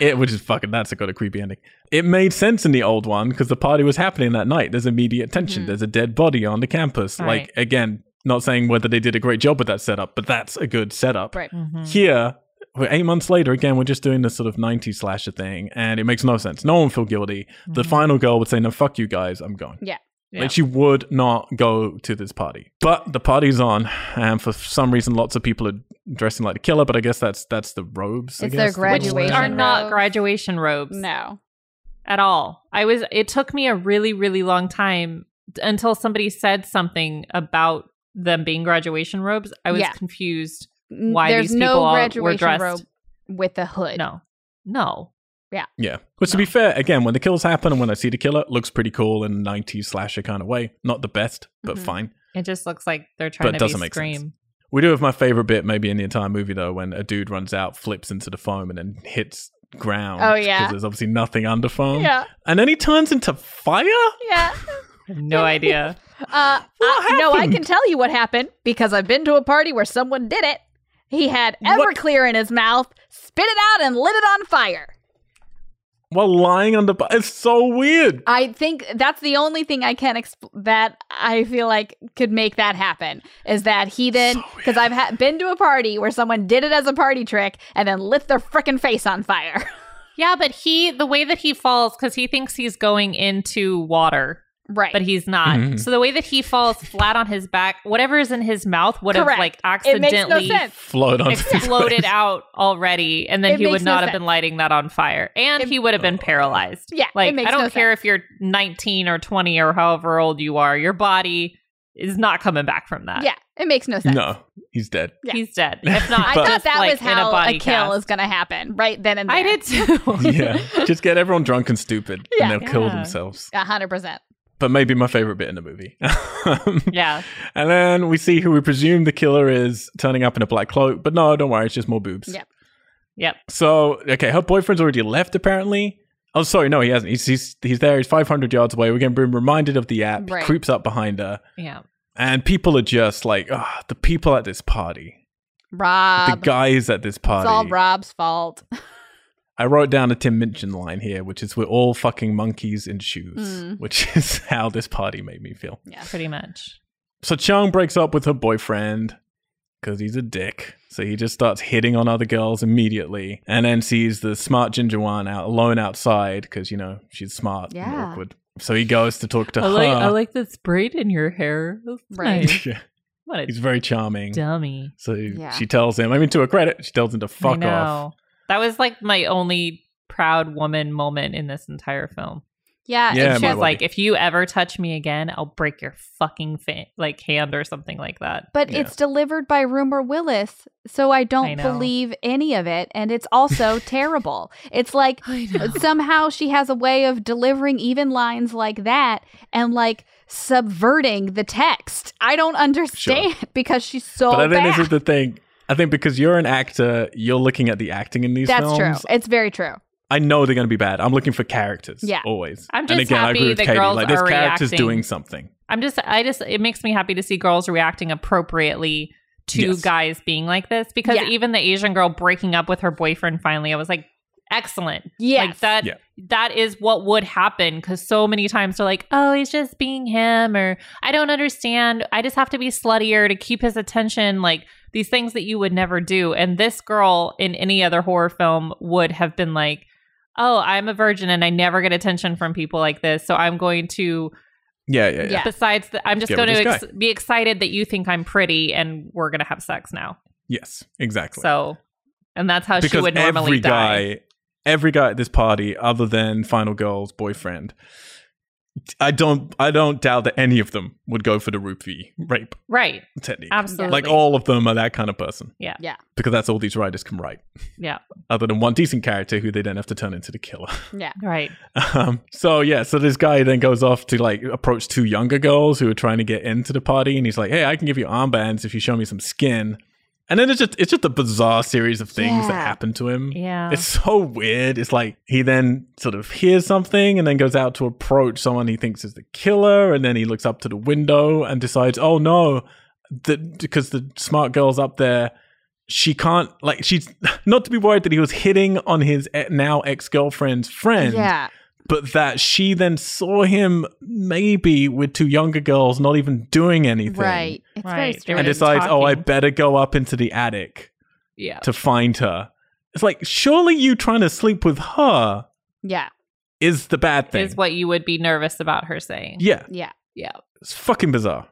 Speaker 1: It, which is fucking, that's a got a creepy ending. It made sense in the old one because the party was happening that night. There's immediate tension.
Speaker 3: Mhm.
Speaker 1: There's a dead body on the campus.
Speaker 2: Right.
Speaker 1: Like, again, not saying whether they did a great job with that setup, but that's a good setup.
Speaker 3: Right. Mm.
Speaker 1: Here, we're eight months later, again, we're just doing this sort of 90s slasher thing and it makes no sense. No one feel guilty. The final girl would say, no, fuck you guys, I'm going.
Speaker 3: Yeah.
Speaker 2: Mm. Yeah.
Speaker 1: Like she would not go to this party, but the party's on, and for some reason, lots of people are dressing like the killer. But I guess that's that's the robes. I
Speaker 3: It's their
Speaker 1: guess, that they're
Speaker 3: graduation
Speaker 1: wearing.
Speaker 2: Which are
Speaker 3: Graduation
Speaker 2: not
Speaker 3: robes.
Speaker 2: graduation robes
Speaker 3: No.
Speaker 2: at all. I was. It took me a really, really long time t- until somebody said something about them being graduation robes. I was
Speaker 3: Yeah.
Speaker 2: confused.
Speaker 3: N-
Speaker 2: Why
Speaker 3: There's
Speaker 2: these people
Speaker 3: no
Speaker 2: all were
Speaker 3: graduation
Speaker 2: dressed-
Speaker 3: robe with a hood.
Speaker 2: No, no.
Speaker 1: Yeah. Which, to be fair, again, when the kills happen and when I see the killer, it looks pretty cool in a 90s slasher kind of way. Not the best, but
Speaker 3: Mhm.
Speaker 1: fine.
Speaker 2: It just looks like they're trying
Speaker 1: But it
Speaker 2: to
Speaker 1: doesn't
Speaker 2: be
Speaker 1: make
Speaker 2: scream.
Speaker 1: sense. We do have my favorite bit, maybe in the entire movie, though, when a dude runs out, flips into the foam, and then hits ground.
Speaker 3: Oh, yeah.
Speaker 1: Because there's obviously nothing under foam.
Speaker 3: Yeah.
Speaker 1: And then he turns into fire?
Speaker 3: Yeah.
Speaker 2: I have No idea.
Speaker 3: Uh,
Speaker 1: What
Speaker 3: I, no, I
Speaker 1: happened?
Speaker 3: can tell you what happened because I've been to a party where someone did it. He had
Speaker 1: What?
Speaker 3: Everclear in his mouth, spit it out, and lit it on fire.
Speaker 1: While lying under. bu- It's so weird.
Speaker 3: I think that's the only thing I can exp- that I feel like could make that happen is that he then because I've ha- been to a party where someone did it as a party trick and then lit their frickin' face on fire.
Speaker 2: yeah, but he the way that he falls because he thinks he's going into water,
Speaker 3: right,
Speaker 2: but he's not.
Speaker 1: Mhm.
Speaker 2: So the way that he falls flat on his back, whatever is in his mouth would
Speaker 3: Correct.
Speaker 2: have like
Speaker 3: it makes no
Speaker 2: accidentally
Speaker 3: sense.
Speaker 1: Float on.
Speaker 2: exploded out already, and then
Speaker 3: It
Speaker 2: he
Speaker 3: makes
Speaker 2: would
Speaker 3: no
Speaker 2: not have
Speaker 3: sense.
Speaker 2: been lighting that on fire, and
Speaker 3: It-
Speaker 2: he would have
Speaker 1: Oh.
Speaker 2: been paralyzed.
Speaker 3: Yeah,
Speaker 2: Like
Speaker 3: it makes
Speaker 2: I don't
Speaker 3: no
Speaker 2: care
Speaker 3: sense.
Speaker 2: if you're 19 or 20 or however old you are, your body is not coming back from that.
Speaker 3: Yeah, it makes no sense.
Speaker 1: No, he's dead.
Speaker 3: yeah.
Speaker 2: he's dead. If not,
Speaker 3: I
Speaker 1: But-
Speaker 3: thought
Speaker 2: just,
Speaker 3: that
Speaker 2: like,
Speaker 3: was
Speaker 2: in a,
Speaker 3: how a,
Speaker 2: body
Speaker 3: kill
Speaker 2: cast.
Speaker 3: is going to happen right then and there.
Speaker 2: I did too.
Speaker 1: Yeah. Just get everyone drunk and stupid,
Speaker 3: Yeah.
Speaker 1: and they'll kill
Speaker 2: Yeah.
Speaker 1: themselves.
Speaker 3: a hundred percent.
Speaker 1: But maybe my favorite bit in the movie.
Speaker 2: yeah.
Speaker 1: And then we see who we presume the killer is turning up in a black cloak. But no, don't worry, it's just more boobs.
Speaker 3: Yep.
Speaker 2: Yep.
Speaker 1: So, okay, her boyfriend's already left, apparently. Oh, sorry, no, he hasn't. He's he's, he's there. He's 500 yards away. We're getting reminded of the app.
Speaker 3: Right.
Speaker 1: He creeps up behind her.
Speaker 2: Yeah.
Speaker 1: And people are just like, oh, the people at this party,
Speaker 3: Rob,
Speaker 1: the guys at this
Speaker 3: Um, it's
Speaker 1: party.
Speaker 3: all Rob's fault.
Speaker 1: I wrote down a Tim Minchin line here, which is, we're all fucking monkeys in shoes,
Speaker 3: Mm.
Speaker 1: which is how this party made me feel.
Speaker 3: Yeah.
Speaker 2: Pretty much.
Speaker 1: So Chung breaks up with her boyfriend because he's a dick. So he just starts hitting on other girls immediately and then sees the smart ginger one out alone outside because, you know, she's smart and
Speaker 3: Yeah.
Speaker 1: awkward. So he goes to talk to her.
Speaker 2: like this braid in your hair. That's
Speaker 3: Right.
Speaker 2: nice.
Speaker 1: Yeah,
Speaker 2: What a
Speaker 1: he's very charming.
Speaker 2: dummy.
Speaker 1: So
Speaker 3: Yeah.
Speaker 1: she tells him, I mean, to her credit, she tells him to
Speaker 2: I
Speaker 1: fuck
Speaker 2: know.
Speaker 1: off.
Speaker 2: That was like my only proud woman moment in this entire film.
Speaker 3: Yeah,
Speaker 1: Yeah,
Speaker 3: it's
Speaker 1: my
Speaker 2: She's
Speaker 3: just
Speaker 1: wife.
Speaker 3: like,
Speaker 2: like, if you ever touch me again, I'll break your fucking fa- like hand or something like that.
Speaker 3: but
Speaker 1: Yeah.
Speaker 3: it's delivered by Rumor Willis, so I
Speaker 2: I
Speaker 3: don't
Speaker 2: know.
Speaker 3: believe any of it, and it's also terrible. It's like somehow she has a way of delivering even lines like that and like subverting the text. I don't understand because she's so
Speaker 1: but I think
Speaker 3: bad.
Speaker 1: this is the thing. I think because you're an actor, you're looking at the acting in these
Speaker 3: That's true.
Speaker 1: films.
Speaker 3: It's very true.
Speaker 1: I know they're going to be bad. I'm looking for characters.
Speaker 3: Yeah.
Speaker 1: Always.
Speaker 2: I'm
Speaker 1: and
Speaker 2: just
Speaker 1: again, I
Speaker 2: happy
Speaker 1: agree with
Speaker 2: the
Speaker 1: Katie.
Speaker 2: girls
Speaker 1: Like, this
Speaker 2: are
Speaker 1: character's
Speaker 2: reacting.
Speaker 1: doing something.
Speaker 2: I'm just, I just, it makes me happy to see girls reacting appropriately to
Speaker 1: Yes.
Speaker 2: guys being like this because
Speaker 3: Yeah.
Speaker 2: even the Asian girl breaking up with her boyfriend finally, I was like, excellent.
Speaker 3: Yes.
Speaker 2: Like that
Speaker 1: Yeah.
Speaker 2: that is what would happen cuz so many times they're like, "Oh, he's just being him," or "I don't understand. I just have to be sluttier to keep his attention." Like these things that you would never do. And this girl in any other horror film would have been like, "Oh, I'm a virgin and I never get attention from people like this, so I'm going to
Speaker 1: Yeah, yeah, yeah.
Speaker 3: Yeah.
Speaker 2: besides the, I'm just
Speaker 1: Get with
Speaker 2: going to
Speaker 1: this
Speaker 2: ex- be excited that you think I'm pretty and we're going to have sex now."
Speaker 1: Yes, exactly.
Speaker 2: So and that's how she
Speaker 1: because
Speaker 2: would normally
Speaker 1: every
Speaker 2: die.
Speaker 1: guy, every guy at this party, other than Final Girl's boyfriend, I don't, I don't doubt that any of them would go for the root v rape
Speaker 2: Right.
Speaker 1: technique.
Speaker 2: Absolutely.
Speaker 1: Like all of them are that kind of person.
Speaker 2: Yeah.
Speaker 3: Yeah.
Speaker 1: Because that's all these writers can write,
Speaker 2: Yeah.
Speaker 1: other than one decent character who they then have to turn into the killer.
Speaker 3: Yeah.
Speaker 2: Right.
Speaker 1: Um, so yeah, so this guy then goes off to like approach two younger girls who are trying to get into the party, and he's like, "Hey, I can give you armbands if you show me some skin." And then it's just it's just a bizarre series of things that
Speaker 3: Yeah.
Speaker 1: happen to him.
Speaker 2: Yeah.
Speaker 1: It's so weird. It's like he then sort of hears something and then goes out to approach someone he thinks is the killer, and then he looks up to the window and decides, "Oh no, the, because the smart girl's up there." She can't like she's not to be worried that he was hitting on his e- now ex girlfriend's friend,
Speaker 3: yeah.
Speaker 1: but that she then saw him maybe with two younger girls not even doing anything.
Speaker 3: Right. It's very
Speaker 2: Right.
Speaker 3: strange.
Speaker 1: And
Speaker 2: Right.
Speaker 1: decides, oh, I
Speaker 2: Talking.
Speaker 1: better go up into the attic
Speaker 2: Yeah.
Speaker 1: to find her. It's like, surely you trying to sleep with her
Speaker 3: yeah.
Speaker 1: is the bad thing.
Speaker 2: Is what you would be nervous about her saying.
Speaker 1: yeah,
Speaker 3: Yeah.
Speaker 1: it's fucking bizarre.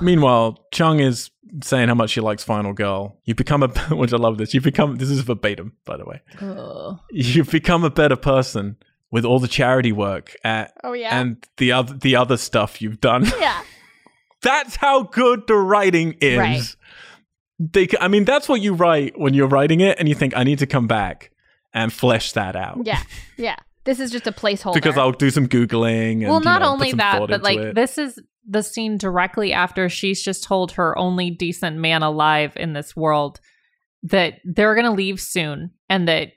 Speaker 1: Meanwhile, Chung is saying how much she likes Final Girl. You become a, which I love this. You become, this is verbatim, by the way.
Speaker 2: Ugh.
Speaker 1: You've become a better person with all the charity work at,
Speaker 3: Oh yeah.
Speaker 1: and the other, the other stuff you've done.
Speaker 3: yeah.
Speaker 1: That's how good the writing is.
Speaker 3: Right.
Speaker 1: They, c- I mean, that's what you write when you're writing it, and you think, I need to come back and flesh that out.
Speaker 3: Yeah. Yeah. This is just a placeholder.
Speaker 1: Because I'll do some googling. And,
Speaker 2: well,
Speaker 1: you
Speaker 2: not
Speaker 1: know, put
Speaker 2: only
Speaker 1: some
Speaker 2: that,
Speaker 1: thought
Speaker 2: but
Speaker 1: into
Speaker 2: like
Speaker 1: it.
Speaker 2: this is the scene directly after she's just told her only decent man alive in this world that they're going to leave soon and that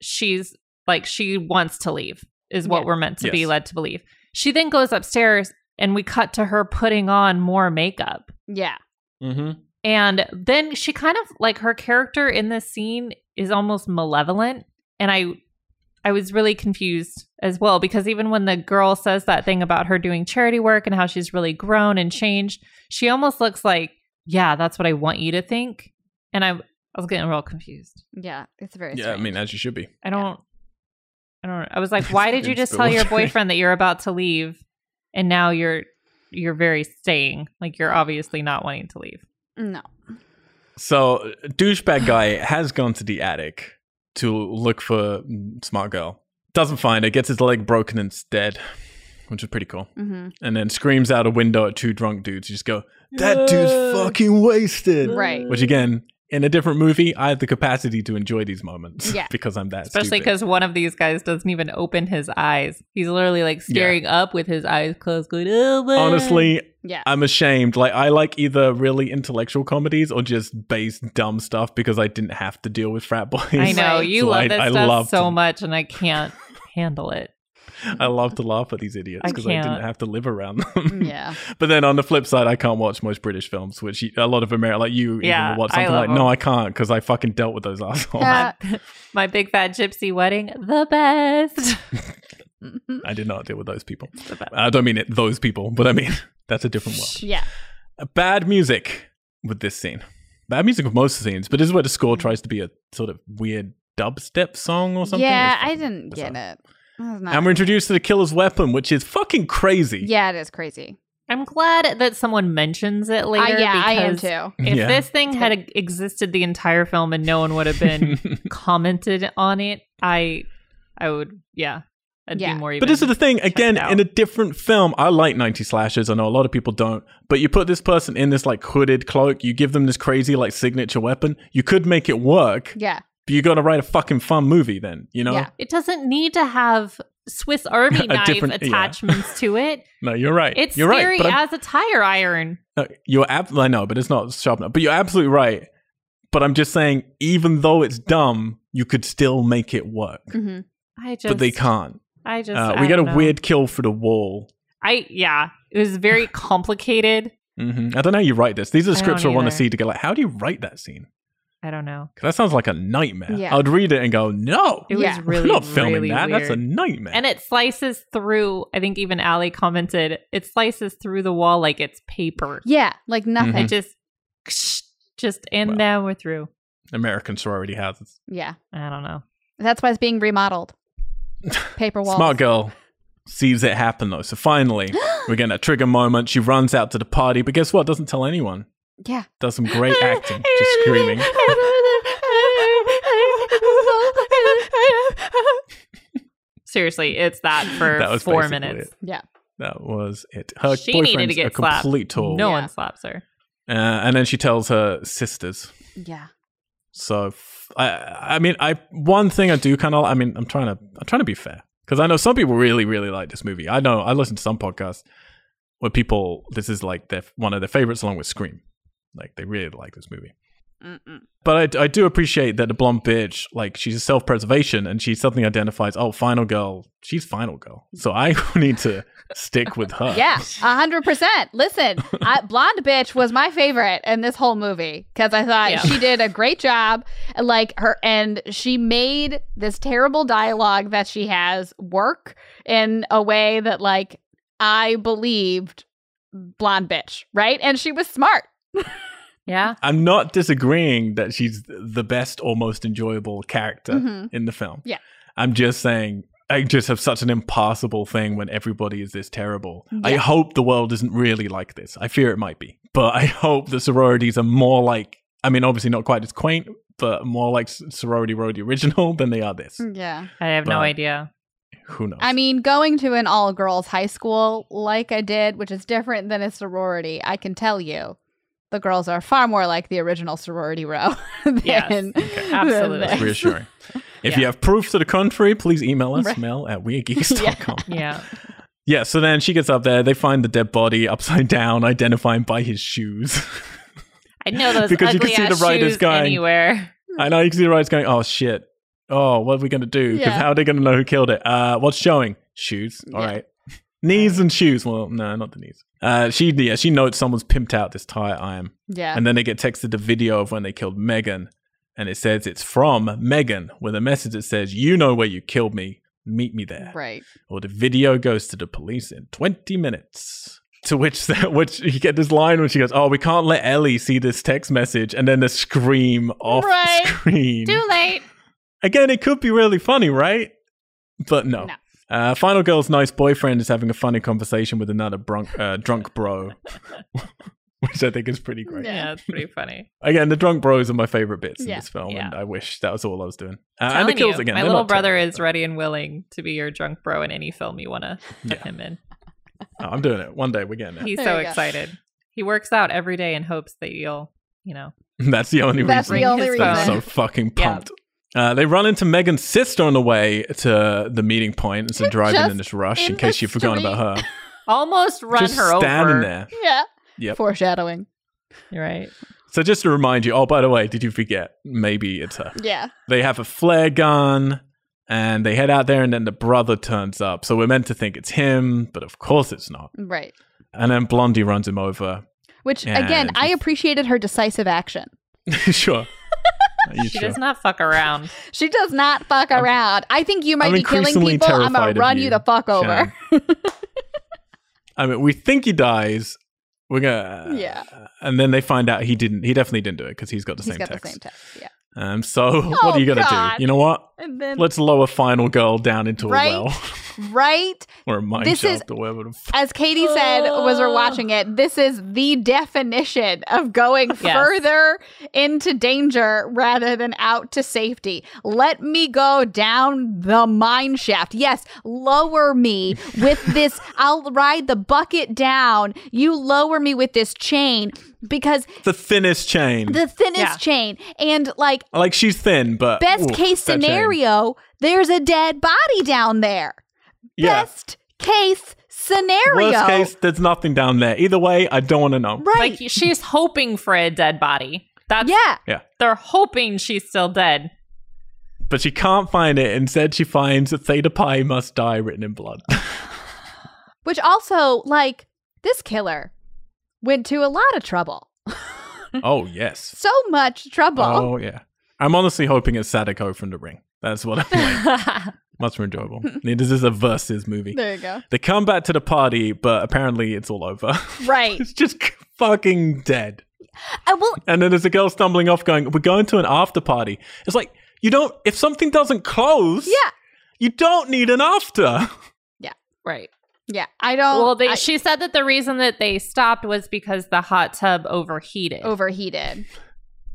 Speaker 2: she's like she wants to leave is what
Speaker 3: Yeah.
Speaker 2: we're meant to be
Speaker 1: Yes.
Speaker 2: led to believe. She then goes upstairs and we cut to her putting on more makeup.
Speaker 3: yeah.
Speaker 1: Mhm.
Speaker 2: And then she kind of like her character in this scene is almost malevolent. And I I was really confused as well because even when the girl says that thing about her doing charity work and how she's really grown and changed, she almost looks like, Yeah, that's what I want you to think. And I I was getting real confused.
Speaker 3: Yeah. It's very
Speaker 1: Yeah, I
Speaker 3: strange.
Speaker 1: mean, as you should be.
Speaker 2: I don't I don't I was like, why did you
Speaker 1: It's
Speaker 2: just tell your
Speaker 1: bewildering.
Speaker 2: boyfriend that you're about to leave and now you're you're very staying? Like you're obviously not wanting to leave.
Speaker 3: no.
Speaker 1: So, douchebag guy has gone to the attic to look for smart girl. Doesn't find her, gets his leg broken instead, which is pretty cool.
Speaker 3: hmm
Speaker 1: And then screams out a window at two drunk dudes. You just go, That dude's fucking wasted.
Speaker 3: Right.
Speaker 1: Which again, in a different movie, I have the capacity to enjoy these moments
Speaker 3: Yeah.
Speaker 1: because I'm that.
Speaker 2: Especially
Speaker 1: because
Speaker 2: because one of these guys doesn't even open his eyes. He's literally like staring up with his eyes closed, going, "Oh, man."
Speaker 1: honestly,
Speaker 3: Yeah.
Speaker 1: I'm ashamed. Like I like either really intellectual comedies or just base dumb stuff because I didn't have to deal with frat boys.
Speaker 2: I know
Speaker 3: Right.
Speaker 2: you
Speaker 1: So
Speaker 2: love
Speaker 1: I-
Speaker 2: this
Speaker 1: I
Speaker 2: stuff
Speaker 1: loved-
Speaker 2: so much, and I can't handle it.
Speaker 1: I love to laugh at these idiots
Speaker 2: I
Speaker 1: because I, didn't
Speaker 2: can't.
Speaker 1: have to live around them.
Speaker 3: yeah.
Speaker 1: But then on the flip side, I can't watch most British films, which you- a lot of America, like you,
Speaker 2: Yeah,
Speaker 1: even will watch
Speaker 2: I
Speaker 1: something
Speaker 2: love
Speaker 1: like, no,
Speaker 2: them.
Speaker 1: I can't because I fucking dealt with those assholes.
Speaker 2: Um,
Speaker 3: Yeah.
Speaker 2: My big fat gypsy wedding, the best.
Speaker 3: Mhm.
Speaker 1: I did not deal with those people.
Speaker 2: The best.
Speaker 1: I don't mean it, those people, but I mean, that's a different world.
Speaker 3: Yeah.
Speaker 1: bad music with this scene. Bad music with most scenes, but this is where the score tries to be a sort of weird dubstep song or something.
Speaker 3: Yeah.
Speaker 1: It's
Speaker 3: I
Speaker 1: fucking
Speaker 3: didn't
Speaker 1: bizarre.
Speaker 3: get it. That was not-
Speaker 1: And we're introduced to the killer's weapon, which is fucking crazy.
Speaker 3: yeah. It is crazy.
Speaker 2: I'm glad that someone mentions it later.
Speaker 3: I, Uh, yeah. I am
Speaker 2: because
Speaker 3: too.
Speaker 2: If
Speaker 1: Yeah.
Speaker 2: this thing had e-, existed the entire film and no one would have been commented on it, I, I would, yeah, I'd
Speaker 3: Yeah.
Speaker 2: be more.
Speaker 1: But
Speaker 2: Even
Speaker 1: this is the thing, again,
Speaker 2: out.
Speaker 1: in a different film. I like 90 slashers. I know a lot of people don't. But you put this person in this like hooded cloak, you give them this crazy like signature weapon. You could make it work,
Speaker 3: Yeah.
Speaker 1: but you got to write a fucking fun movie then, you know?
Speaker 3: Yeah.
Speaker 2: It doesn't need to have Swiss Army
Speaker 1: A
Speaker 2: knife
Speaker 1: different- yeah.
Speaker 2: attachments to it.
Speaker 1: No, you're right.
Speaker 2: It's
Speaker 1: you're
Speaker 2: scary
Speaker 1: right. but I'm-
Speaker 2: as a tire iron.
Speaker 1: No, you're ab- I know, but it's not sharp enough. But you're absolutely right. But I'm just saying, even though it's dumb, you could still make it work.
Speaker 2: Mm-hmm.
Speaker 3: hmm
Speaker 2: I just
Speaker 1: but they can't.
Speaker 2: I just
Speaker 1: Uh,
Speaker 2: I
Speaker 1: we got a
Speaker 2: don't know.
Speaker 1: weird kill for the wall.
Speaker 2: I yeah. It was very complicated.
Speaker 1: hmm I don't know how you write this. These are the
Speaker 2: I
Speaker 1: scripts I
Speaker 2: don't
Speaker 1: want to
Speaker 2: either.
Speaker 1: see to go like, how do you write that scene?
Speaker 2: I don't know.
Speaker 1: 'Cause that sounds like a nightmare.
Speaker 3: Yeah.
Speaker 1: I'd read it and go, no,
Speaker 2: It
Speaker 3: Yeah.
Speaker 2: was really
Speaker 1: we're not filming
Speaker 2: really
Speaker 1: that. That's a
Speaker 2: weird.
Speaker 1: nightmare.
Speaker 2: and it slices through. I think even Ali commented, it slices through the wall like it's paper.
Speaker 3: Yeah,
Speaker 1: Mm-hmm.
Speaker 3: like nothing.
Speaker 2: It just, just in
Speaker 1: Wow.
Speaker 2: now we're through.
Speaker 1: American sorority houses.
Speaker 3: Yeah,
Speaker 2: I don't know.
Speaker 3: that's why it's being remodeled. Paper walls.
Speaker 1: Smart girl sees it happen though. So finally, we're getting a trigger moment. She runs out to the party, but guess what? Doesn't tell anyone.
Speaker 3: Yeah.
Speaker 1: Does some great acting, just screaming.
Speaker 2: Seriously, it's that for
Speaker 1: That was
Speaker 2: four
Speaker 1: basically
Speaker 2: minutes.
Speaker 1: it.
Speaker 3: Yeah.
Speaker 1: That was it. Her
Speaker 2: She
Speaker 1: boyfriend's
Speaker 2: needed to get
Speaker 1: a complete tool.
Speaker 2: No
Speaker 3: Yeah.
Speaker 2: one slaps her.
Speaker 1: Uh, and then she tells her sisters.
Speaker 3: Yeah.
Speaker 1: So f- I, I mean, I one thing I do kind of, I mean, I'm trying to, I'm trying to be fair because I know some people really, really like this movie. I know I listen to some podcasts where people, this is like their one of their favorites, along with Scream. Like they really like this movie.
Speaker 3: Mm-mm.
Speaker 1: But I, I do appreciate that the blonde bitch, like she's self preservation and she suddenly identifies, oh, final girl, she's final girl. So I need to stick with her.
Speaker 3: Yeah, a hundred percent. Listen, I, blonde bitch was my favorite in this whole movie because I thought
Speaker 2: Yeah.
Speaker 3: she did a great job. Like her, and she made this terrible dialogue that she has work in a way that, like, I believed blonde bitch, right? And she was smart.
Speaker 2: Yeah.
Speaker 1: I'm not disagreeing that she's the best or most enjoyable character
Speaker 3: Mhm.
Speaker 1: in the film.
Speaker 3: Yeah.
Speaker 1: I'm just saying I just have such an impossible thing when everybody is this terrible. I
Speaker 3: Yeah.
Speaker 1: hope the world isn't really like this. I fear it might be. But I hope the sororities are more like I mean obviously not quite as quaint, but more like S- sorority row the original than they are this.
Speaker 3: Yeah.
Speaker 2: I have no
Speaker 1: But-
Speaker 2: idea.
Speaker 1: Who knows?
Speaker 3: Mm. I mean, going to an all girls high school like I did, which is different than a sorority, I can tell you. The girls are far more like the original sorority row. than,
Speaker 2: Yes.
Speaker 3: than
Speaker 2: Absolutely.
Speaker 1: that's
Speaker 3: this.
Speaker 1: reassuring. If you
Speaker 2: Yeah.
Speaker 1: have proof to the contrary, please email us,
Speaker 3: Right.
Speaker 1: mail at weirdgeeks.com.
Speaker 2: Yeah.
Speaker 1: Yeah, so then she gets up there. They find the dead body upside down, identifying by his shoes.
Speaker 2: I know those
Speaker 1: Because you
Speaker 2: ugly
Speaker 1: can see the
Speaker 2: ass
Speaker 1: writers
Speaker 2: shoes
Speaker 1: going-
Speaker 2: anywhere.
Speaker 1: I know you can see the writers going, "Oh shit! Oh, what are we gonna do? 'Cause
Speaker 3: Yeah.
Speaker 1: how are they gonna know who killed it? Uh, what's showing? Shoes. All
Speaker 3: Yeah.
Speaker 1: right, knees and shoes. Well, no, not the knees. Uh, she yeah, she notes someone's pimped out this tire iron,
Speaker 3: Yeah.
Speaker 1: and then they get texted the video of when they killed Megan, and it says it's from Megan with a message that says, "You know where you killed me. Meet me there."
Speaker 3: Right.
Speaker 1: or the video goes to the police in 20 minutes. To which, which you get this line when she goes, "Oh, we can't let Ellie see this text message," and then the scream off
Speaker 2: Right.
Speaker 1: screen.
Speaker 2: Too late.
Speaker 1: Again, it could be really funny, right? But no.
Speaker 3: No.
Speaker 1: Uh, Final Girl's nice boyfriend is having a funny conversation with another brunk, uh, drunk bro, which I think is pretty great.
Speaker 3: Yeah.
Speaker 2: Yeah, it's pretty funny.
Speaker 1: Again, the drunk bros are my favorite bits in
Speaker 3: Yeah.
Speaker 1: this film,
Speaker 2: Yeah.
Speaker 1: and I wish that was all I was doing. Uh, and
Speaker 2: Telling
Speaker 1: the kills
Speaker 2: you,
Speaker 1: again.
Speaker 2: My
Speaker 1: they're
Speaker 2: little
Speaker 1: not terrible,
Speaker 2: brother is
Speaker 1: but-
Speaker 2: ready and willing to be your drunk bro in any film you want to put
Speaker 1: Yeah.
Speaker 2: him in.
Speaker 1: Oh, I'm doing it. One day we're getting it.
Speaker 2: He's
Speaker 3: There
Speaker 2: so
Speaker 3: you go.
Speaker 2: excited. He works out every day in hopes that you'll, you know,
Speaker 1: That's the only
Speaker 3: That's
Speaker 1: reason.
Speaker 3: the only
Speaker 2: His
Speaker 3: reason.
Speaker 2: phone.
Speaker 1: I'm so fucking
Speaker 2: Yeah.
Speaker 1: pumped. Uh, they run into Megan's sister on the way to the meeting point. It's a driving in
Speaker 3: Just
Speaker 1: this rush, in,
Speaker 3: in
Speaker 1: case
Speaker 3: the
Speaker 1: you've forgotten about her.
Speaker 2: almost run
Speaker 1: just
Speaker 2: her
Speaker 1: standing
Speaker 2: over.
Speaker 1: there.
Speaker 3: Yeah.
Speaker 1: Yep.
Speaker 3: Foreshadowing.
Speaker 2: You're right.
Speaker 1: So just to remind you. Oh, by the way, did you forget? Maybe it's her.
Speaker 3: Yeah.
Speaker 1: They have a flare gun, and they head out there, and then the brother turns up. So we're meant to think it's him, but of course it's not.
Speaker 3: Right.
Speaker 1: And then Blondie runs him over.
Speaker 3: Which
Speaker 1: Yeah,
Speaker 3: again,
Speaker 1: and
Speaker 3: I appreciated her decisive action.
Speaker 1: sure. Are you
Speaker 2: She
Speaker 1: sure?
Speaker 2: does not fuck around.
Speaker 3: She does not fuck around. I think you might
Speaker 1: I'm
Speaker 3: be killing
Speaker 1: increasingly
Speaker 3: people. I'm
Speaker 1: terrified
Speaker 3: gonna
Speaker 1: of
Speaker 3: run
Speaker 1: you,
Speaker 3: you the fuck
Speaker 1: Shannon.
Speaker 3: over.
Speaker 1: I mean, we think he dies. We're gonna
Speaker 3: Yeah.
Speaker 1: and then they find out he didn't. He definitely didn't do it because he's got the
Speaker 3: He's
Speaker 1: same
Speaker 3: got
Speaker 1: text.
Speaker 3: the same text. Yeah.
Speaker 1: Um, so what are you gonna
Speaker 3: God.
Speaker 1: do? You know what?
Speaker 3: And then
Speaker 1: Let's lower Final Girl down into
Speaker 3: Right?
Speaker 1: a well
Speaker 3: right
Speaker 1: or a mine
Speaker 3: This is-
Speaker 1: shaft or whatever. The f-
Speaker 3: as Katie said was we're
Speaker 2: Ugh.
Speaker 3: watching it, this is the definition of going further into danger rather than out to safety. Let me go down the mine shaft. Yes, lower me with this. I'll ride the bucket down. You lower me with this chain because
Speaker 1: the thinnest chain.
Speaker 3: the thinnest
Speaker 2: Yeah.
Speaker 3: chain and like
Speaker 1: like she's thin, but
Speaker 3: best
Speaker 1: oof,
Speaker 3: case
Speaker 1: that chain.
Speaker 3: scenario, there's a dead body down there.
Speaker 1: Yeah.
Speaker 3: Best case scenario.
Speaker 1: Worst case, there's nothing down there. Either way, I don't want to know.
Speaker 3: Right.
Speaker 2: Like she's hoping for a dead body. That's
Speaker 3: yeah.
Speaker 2: they're hoping she's still dead.
Speaker 1: But she can't find it. Instead, she finds that Theta Pi must die written in blood.
Speaker 3: Which also, like, this killer went to a lot of trouble
Speaker 1: Oh yes.
Speaker 3: So much trouble.
Speaker 1: Oh yeah. I'm honestly hoping it's Sadako from The Ring. That's what I'm like. Much more enjoyable. This is a versus movie.
Speaker 3: There you go.
Speaker 1: They come back to the party, but apparently it's all over.
Speaker 3: Right.
Speaker 1: it's just fucking dead.
Speaker 3: Uh, well,
Speaker 1: And then there's a girl stumbling off going, We're going to an after party. It's like, you don't, if something doesn't close,
Speaker 3: yeah.
Speaker 1: you don't need an after.
Speaker 2: right.
Speaker 3: Yeah. I don't.
Speaker 2: well, they,
Speaker 3: I-
Speaker 2: she said that the reason that they stopped was because the hot tub overheated,
Speaker 3: overheated.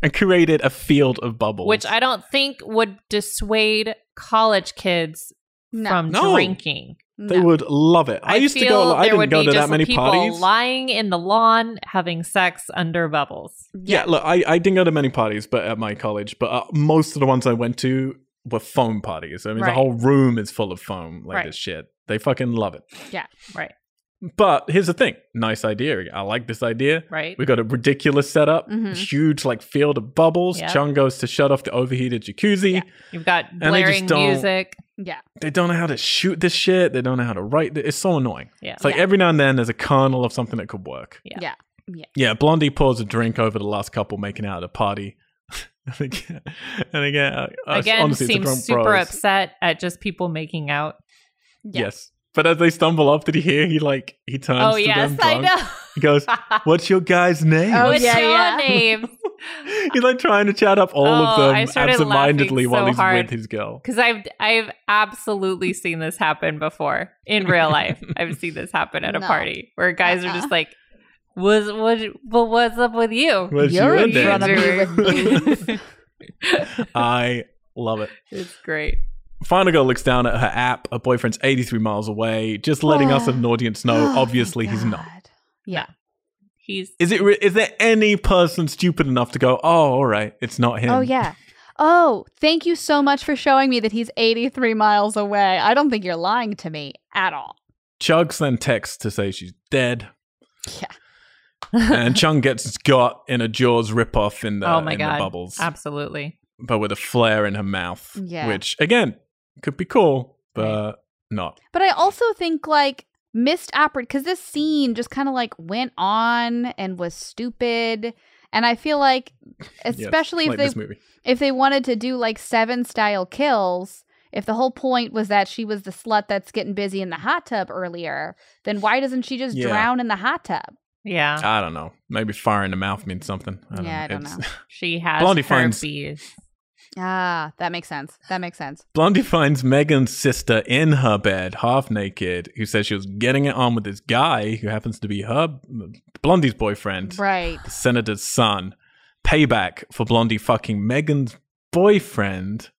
Speaker 1: And created a field of bubbles.
Speaker 2: which I don't think would dissuade college kids
Speaker 3: No.
Speaker 2: from
Speaker 1: No.
Speaker 2: drinking.
Speaker 3: no.
Speaker 1: They would love it. I, used to
Speaker 2: feel
Speaker 1: go, I
Speaker 2: there
Speaker 1: didn't
Speaker 2: would
Speaker 1: go
Speaker 2: be
Speaker 1: to that
Speaker 2: just
Speaker 1: many
Speaker 2: people
Speaker 1: parties.
Speaker 2: lying in the lawn having sex under bubbles.
Speaker 1: yeah. look, I, I didn't go to many parties but at my college, but uh, most of the ones I went to were foam parties. I mean, the
Speaker 2: Right.
Speaker 1: whole room is full of foam, like
Speaker 2: Right.
Speaker 1: this shit. They fucking love it.
Speaker 2: Right,
Speaker 1: But here's the thing nice idea. I like this idea.
Speaker 2: right.
Speaker 1: We got a ridiculous setup,
Speaker 3: Mhm.
Speaker 1: huge like field of bubbles.
Speaker 2: Mm-hmm. Yeah.
Speaker 1: Chung goes to shut off the overheated jacuzzi.
Speaker 3: Yeah.
Speaker 2: You've got
Speaker 1: they just
Speaker 2: blaring
Speaker 1: don't-
Speaker 2: music.
Speaker 3: Yeah.
Speaker 1: They don't know how to shoot this shit. They don't know how to write. th- It's so annoying.
Speaker 2: Yeah.
Speaker 1: It's like every now and then there's a kernel of something that could work.
Speaker 2: Yeah.
Speaker 3: Yeah.
Speaker 1: Yeah.
Speaker 3: Yeah.
Speaker 1: Blondie pours a drink over the last couple making out at a party. and again, and again, uh, us-
Speaker 2: Again,
Speaker 1: honestly, it's a
Speaker 2: seems
Speaker 1: drunk
Speaker 2: super
Speaker 1: bros.
Speaker 2: upset at just people making out.
Speaker 3: Yeah.
Speaker 1: Yes. But as they stumble up, did you hear? He like he turns
Speaker 2: Oh
Speaker 1: to
Speaker 2: yes,
Speaker 1: them
Speaker 2: I
Speaker 1: drunk.
Speaker 2: know.
Speaker 1: He goes, "What's your guy's name?"
Speaker 3: Oh,
Speaker 2: What's
Speaker 3: yeah,
Speaker 2: your
Speaker 3: yeah.
Speaker 2: name?
Speaker 1: He's like trying to chat up all of
Speaker 2: Oh,
Speaker 1: them
Speaker 2: I started
Speaker 1: absentmindedly
Speaker 2: laughing
Speaker 1: while
Speaker 2: so
Speaker 1: he's with
Speaker 2: hard.
Speaker 1: his girl.
Speaker 2: Because I've I've absolutely seen this happen before in real life. I've seen this happen at a
Speaker 3: No.
Speaker 2: party where guys are
Speaker 3: Uh-uh.
Speaker 2: just like, "Was what? But what's up with you?
Speaker 1: What's
Speaker 3: You're
Speaker 1: your
Speaker 3: in front of
Speaker 1: name?
Speaker 3: me with
Speaker 1: I love it.
Speaker 2: it's great.
Speaker 1: Final girl looks down at her app. Her boyfriend's 83 miles away, just letting us an audience know.
Speaker 3: Oh,
Speaker 1: obviously,
Speaker 3: thank
Speaker 1: he's not.
Speaker 3: God.
Speaker 2: He's
Speaker 1: Is it? Re- is there any person stupid enough to go? Oh, all right, it's not him.
Speaker 3: Oh yeah. Oh, thank you so much for showing me that he's 83 miles away. I don't think you're lying to me at all.
Speaker 1: Chugs then texts to say she's dead,
Speaker 3: Yeah.
Speaker 1: and Chung gets got in a Jaws ripoff in the,
Speaker 2: Oh my
Speaker 1: in
Speaker 2: God.
Speaker 1: the bubbles,
Speaker 2: absolutely
Speaker 1: but with a flare in her mouth,
Speaker 3: Yeah.
Speaker 1: which again could be cool, but not.
Speaker 3: But I also think like missed opportunity because this scene just kind of like went on and was stupid. And I feel like,
Speaker 1: Yes,
Speaker 3: especially
Speaker 1: like
Speaker 3: if
Speaker 1: this
Speaker 3: they
Speaker 1: movie.
Speaker 3: if they wanted to do like seven style kills, if the whole point was that she was the slut that's getting busy in the hot tub earlier, then why doesn't she just
Speaker 1: Yeah.
Speaker 3: drown in the hot tub?
Speaker 2: yeah.
Speaker 1: I don't know. Maybe fire in the mouth means something. I don't
Speaker 3: Yeah, I don't
Speaker 1: It's-
Speaker 3: know.
Speaker 2: She has
Speaker 1: Ah. Blondie finds-
Speaker 2: herpes.
Speaker 3: Ah, that makes sense. That makes sense.
Speaker 1: Blondie finds Megan's sister in her bed, half naked, who says she was getting it on with this guy who happens to be her Blondie's boyfriend,
Speaker 3: Right.
Speaker 1: the senator's son. Payback for Blondie fucking Megan's boyfriend.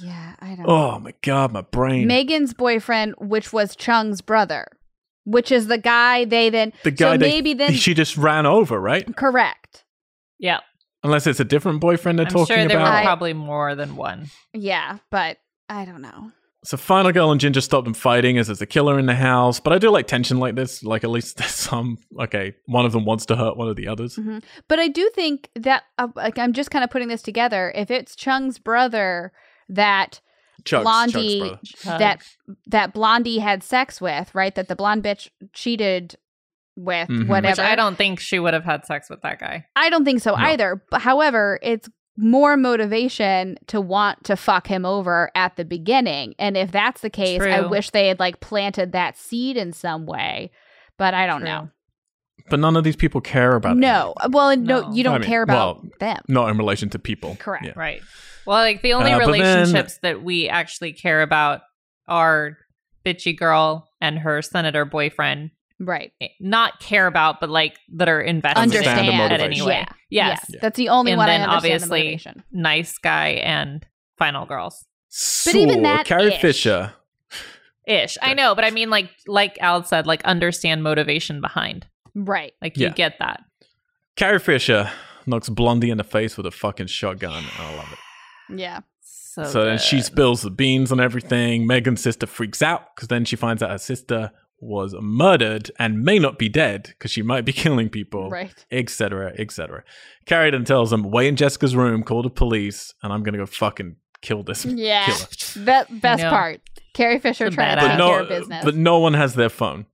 Speaker 3: Yeah, I don't
Speaker 1: Oh my god, my brain.
Speaker 3: Megan's boyfriend, which was Chung's brother, which is the guy they then
Speaker 1: the guy
Speaker 3: so
Speaker 1: they-
Speaker 3: maybe then
Speaker 1: she just ran over, right?
Speaker 3: correct.
Speaker 2: Yeah,
Speaker 1: Unless it's a different boyfriend they're
Speaker 2: I'm
Speaker 1: talking
Speaker 2: sure there
Speaker 1: about.
Speaker 2: were probably more than one.
Speaker 3: Yeah, but I don't know.
Speaker 1: So Final Girl and Ginger stop them fighting as there's a killer in the house. But I do like tension like this. Like at least there's some okay, one of them wants to hurt one of the others.
Speaker 3: But I do think that uh, like I'm just kind of putting this together. If it's Chung's brother that
Speaker 1: Chugs, Chugs
Speaker 3: Blondie-
Speaker 1: brother.
Speaker 3: that that Blondie had sex with, right? That the blonde bitch cheated with,
Speaker 1: Mhm. Which
Speaker 2: which
Speaker 3: whatever.
Speaker 2: I don't think she would have had sex with that guy.
Speaker 3: I don't think so
Speaker 1: No.
Speaker 3: either. But however, it's more motivation to want to fuck him over at the beginning. And if that's the case, I
Speaker 2: True.
Speaker 3: wish they had like planted that seed in some way. But I don't
Speaker 2: True.
Speaker 3: know.
Speaker 1: But none of these people care about
Speaker 3: No. Well, and no,
Speaker 2: No.
Speaker 3: you don't
Speaker 1: I mean,
Speaker 3: care about
Speaker 1: well,
Speaker 3: them.
Speaker 1: it. Not in relation to people.
Speaker 3: Correct.
Speaker 1: Yeah.
Speaker 2: Right. Well, like the only
Speaker 1: Uh, but then-
Speaker 2: relationships that we actually care about are bitchy girl and her senator boyfriend. Eh,
Speaker 3: Right.
Speaker 2: Not care about, but like that are invested
Speaker 1: Understand
Speaker 2: in
Speaker 1: the
Speaker 2: it
Speaker 1: motivation.
Speaker 2: anyway. Yes.
Speaker 1: Yeah.
Speaker 3: That's the only
Speaker 2: And
Speaker 3: one
Speaker 2: then
Speaker 3: I understand
Speaker 2: obviously-
Speaker 3: the motivation.
Speaker 2: Nice guy and final girls.
Speaker 1: But
Speaker 3: even that
Speaker 1: Carrie
Speaker 3: ish.
Speaker 1: Fisher.
Speaker 2: Ish. I know, but I mean like like Al said, like understand motivation behind.
Speaker 3: Right.
Speaker 2: Like
Speaker 1: Yeah.
Speaker 2: you get that.
Speaker 1: Carrie Fisher knocks Blondie in the face with a fucking shotgun. I love it.
Speaker 3: Yeah.
Speaker 2: So,
Speaker 1: so then she
Speaker 2: good.
Speaker 1: spills the beans on everything. Megan's sister freaks out because then she finds out her sister was murdered and may not be dead because she might be killing people.
Speaker 3: Right.
Speaker 1: etc., etc. Carrie then tells him, "Wait in Jessica's room, call the police, and I'm gonna go fucking kill this
Speaker 3: Yeah.
Speaker 1: killer."
Speaker 3: That best
Speaker 2: know.
Speaker 3: part. Carrie Fisher
Speaker 2: It's a
Speaker 3: trying to
Speaker 1: But
Speaker 2: badass.
Speaker 3: take care of
Speaker 1: no,
Speaker 3: business.
Speaker 1: but no one has their phone.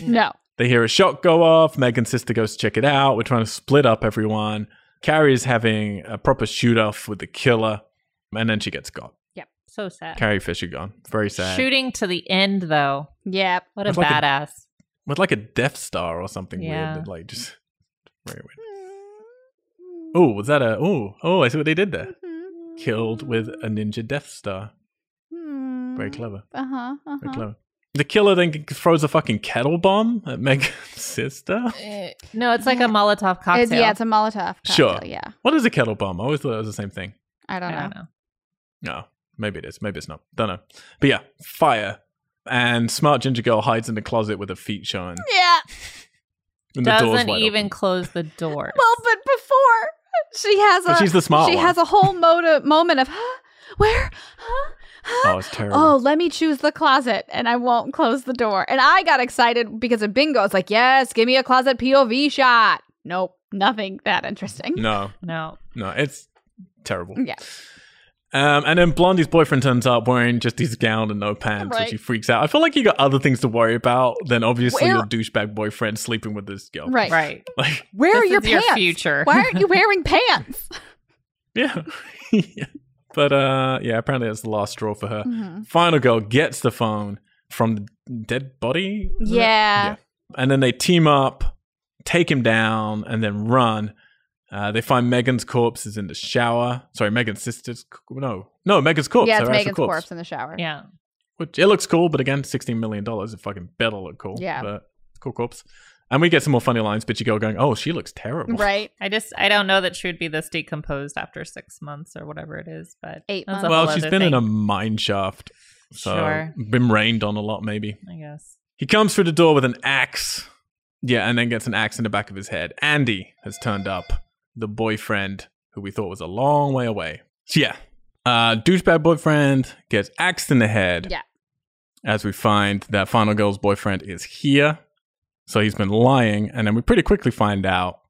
Speaker 3: no.
Speaker 1: They hear a shot go off. Megan's sister goes to check it out. We're trying to split up everyone. Carrie's having a proper shoot off with the killer, and then she gets got.
Speaker 2: Yep. So sad.
Speaker 1: Carrie Fisher gone. Very sad.
Speaker 2: Shooting to the end, though.
Speaker 3: Yep.
Speaker 2: What a
Speaker 1: That's like a-
Speaker 2: badass.
Speaker 1: With like a Death Star or something
Speaker 2: Yeah.
Speaker 1: weird. That like just very weird. Oh, was that a oh oh? I see what they did there. Killed with a ninja Death Star. Very clever.
Speaker 3: Uh huh.
Speaker 1: Very
Speaker 3: Uh-huh.
Speaker 1: clever. The killer then g- throws a fucking kettle bomb at Megan's sister.
Speaker 2: no, it's like a
Speaker 3: Eh, Yeah.
Speaker 2: Molotov cocktail.
Speaker 3: It's, yeah, it's a Molotov cocktail.
Speaker 1: Sure.
Speaker 3: Yeah.
Speaker 1: What is a kettle bomb? I always thought it was the same thing.
Speaker 3: I don't
Speaker 2: I
Speaker 3: know.
Speaker 2: don't know.
Speaker 1: No, maybe it is. Maybe it's not. Don't know. But yeah, fire. And smart ginger girl hides in the closet with her feet showing.
Speaker 3: Yeah.
Speaker 1: And the door's
Speaker 2: Doesn't
Speaker 1: wide
Speaker 2: even
Speaker 1: open.
Speaker 2: close the door.
Speaker 3: Well, but before she has
Speaker 1: But
Speaker 3: a
Speaker 1: she's the smart
Speaker 3: she
Speaker 1: one.
Speaker 3: has a whole motive, moment of huh? where huh? Huh?
Speaker 1: oh, it's terrible.
Speaker 3: Oh, let me choose the closet and I won't close the door. And I got excited because of bingo. It's like, yes, give me a closet POV shot. Nope, nothing that interesting.
Speaker 1: No,
Speaker 2: no.
Speaker 1: no, it's terrible.
Speaker 3: Yeah.
Speaker 1: Um, and then Blondie's boyfriend turns up wearing just his gown and no pants,
Speaker 3: Right.
Speaker 1: which he freaks out. I feel like you got other things to worry about than obviously
Speaker 3: Where-
Speaker 1: your douchebag boyfriend sleeping with this girl.
Speaker 3: Right.
Speaker 2: Right.
Speaker 1: Like,
Speaker 3: Where are
Speaker 2: This
Speaker 3: your
Speaker 2: is your
Speaker 3: pants?
Speaker 2: future.
Speaker 3: Why aren't you wearing pants?
Speaker 1: yeah. Yeah. But uh, yeah, apparently that's the last straw for her.
Speaker 3: Mhm.
Speaker 1: Final girl gets the phone from the dead body. is it?
Speaker 3: Yeah.
Speaker 1: and then they team up, take him down, and then run. Uh, they find Megan's corpse is in the shower. Sorry, Megan's sister's. c- No, no, Megan's
Speaker 3: Yeah,
Speaker 1: corpse. her
Speaker 3: it's
Speaker 1: actual
Speaker 3: Megan's corpse. in the shower.
Speaker 2: Yeah.
Speaker 1: Which it looks cool, but again, sixteen million dollars. It fucking better look cool.
Speaker 3: Yeah.
Speaker 1: but it's cool corpse. And we get some more funny lines. Bitchy girl going, "Oh, she looks terrible."
Speaker 3: Right.
Speaker 2: I just I don't know that she would be this decomposed after six months or whatever it is, but
Speaker 3: Eight
Speaker 2: that's a
Speaker 3: months.
Speaker 1: Well,
Speaker 2: whole
Speaker 1: she's
Speaker 2: other
Speaker 1: been in a
Speaker 2: thing,
Speaker 1: mine shaft, so
Speaker 2: Sure.
Speaker 1: been rained on a lot. Maybe
Speaker 2: I guess.
Speaker 1: he comes through the door with an axe. Yeah, and then gets an axe in the back of his head. Andy has turned up, the boyfriend who we thought was a long way away. So yeah, uh, douchebag boyfriend gets axed in the head.
Speaker 3: Yeah.
Speaker 1: As we find that final girl's boyfriend is here, so he's been lying, and then we pretty quickly find out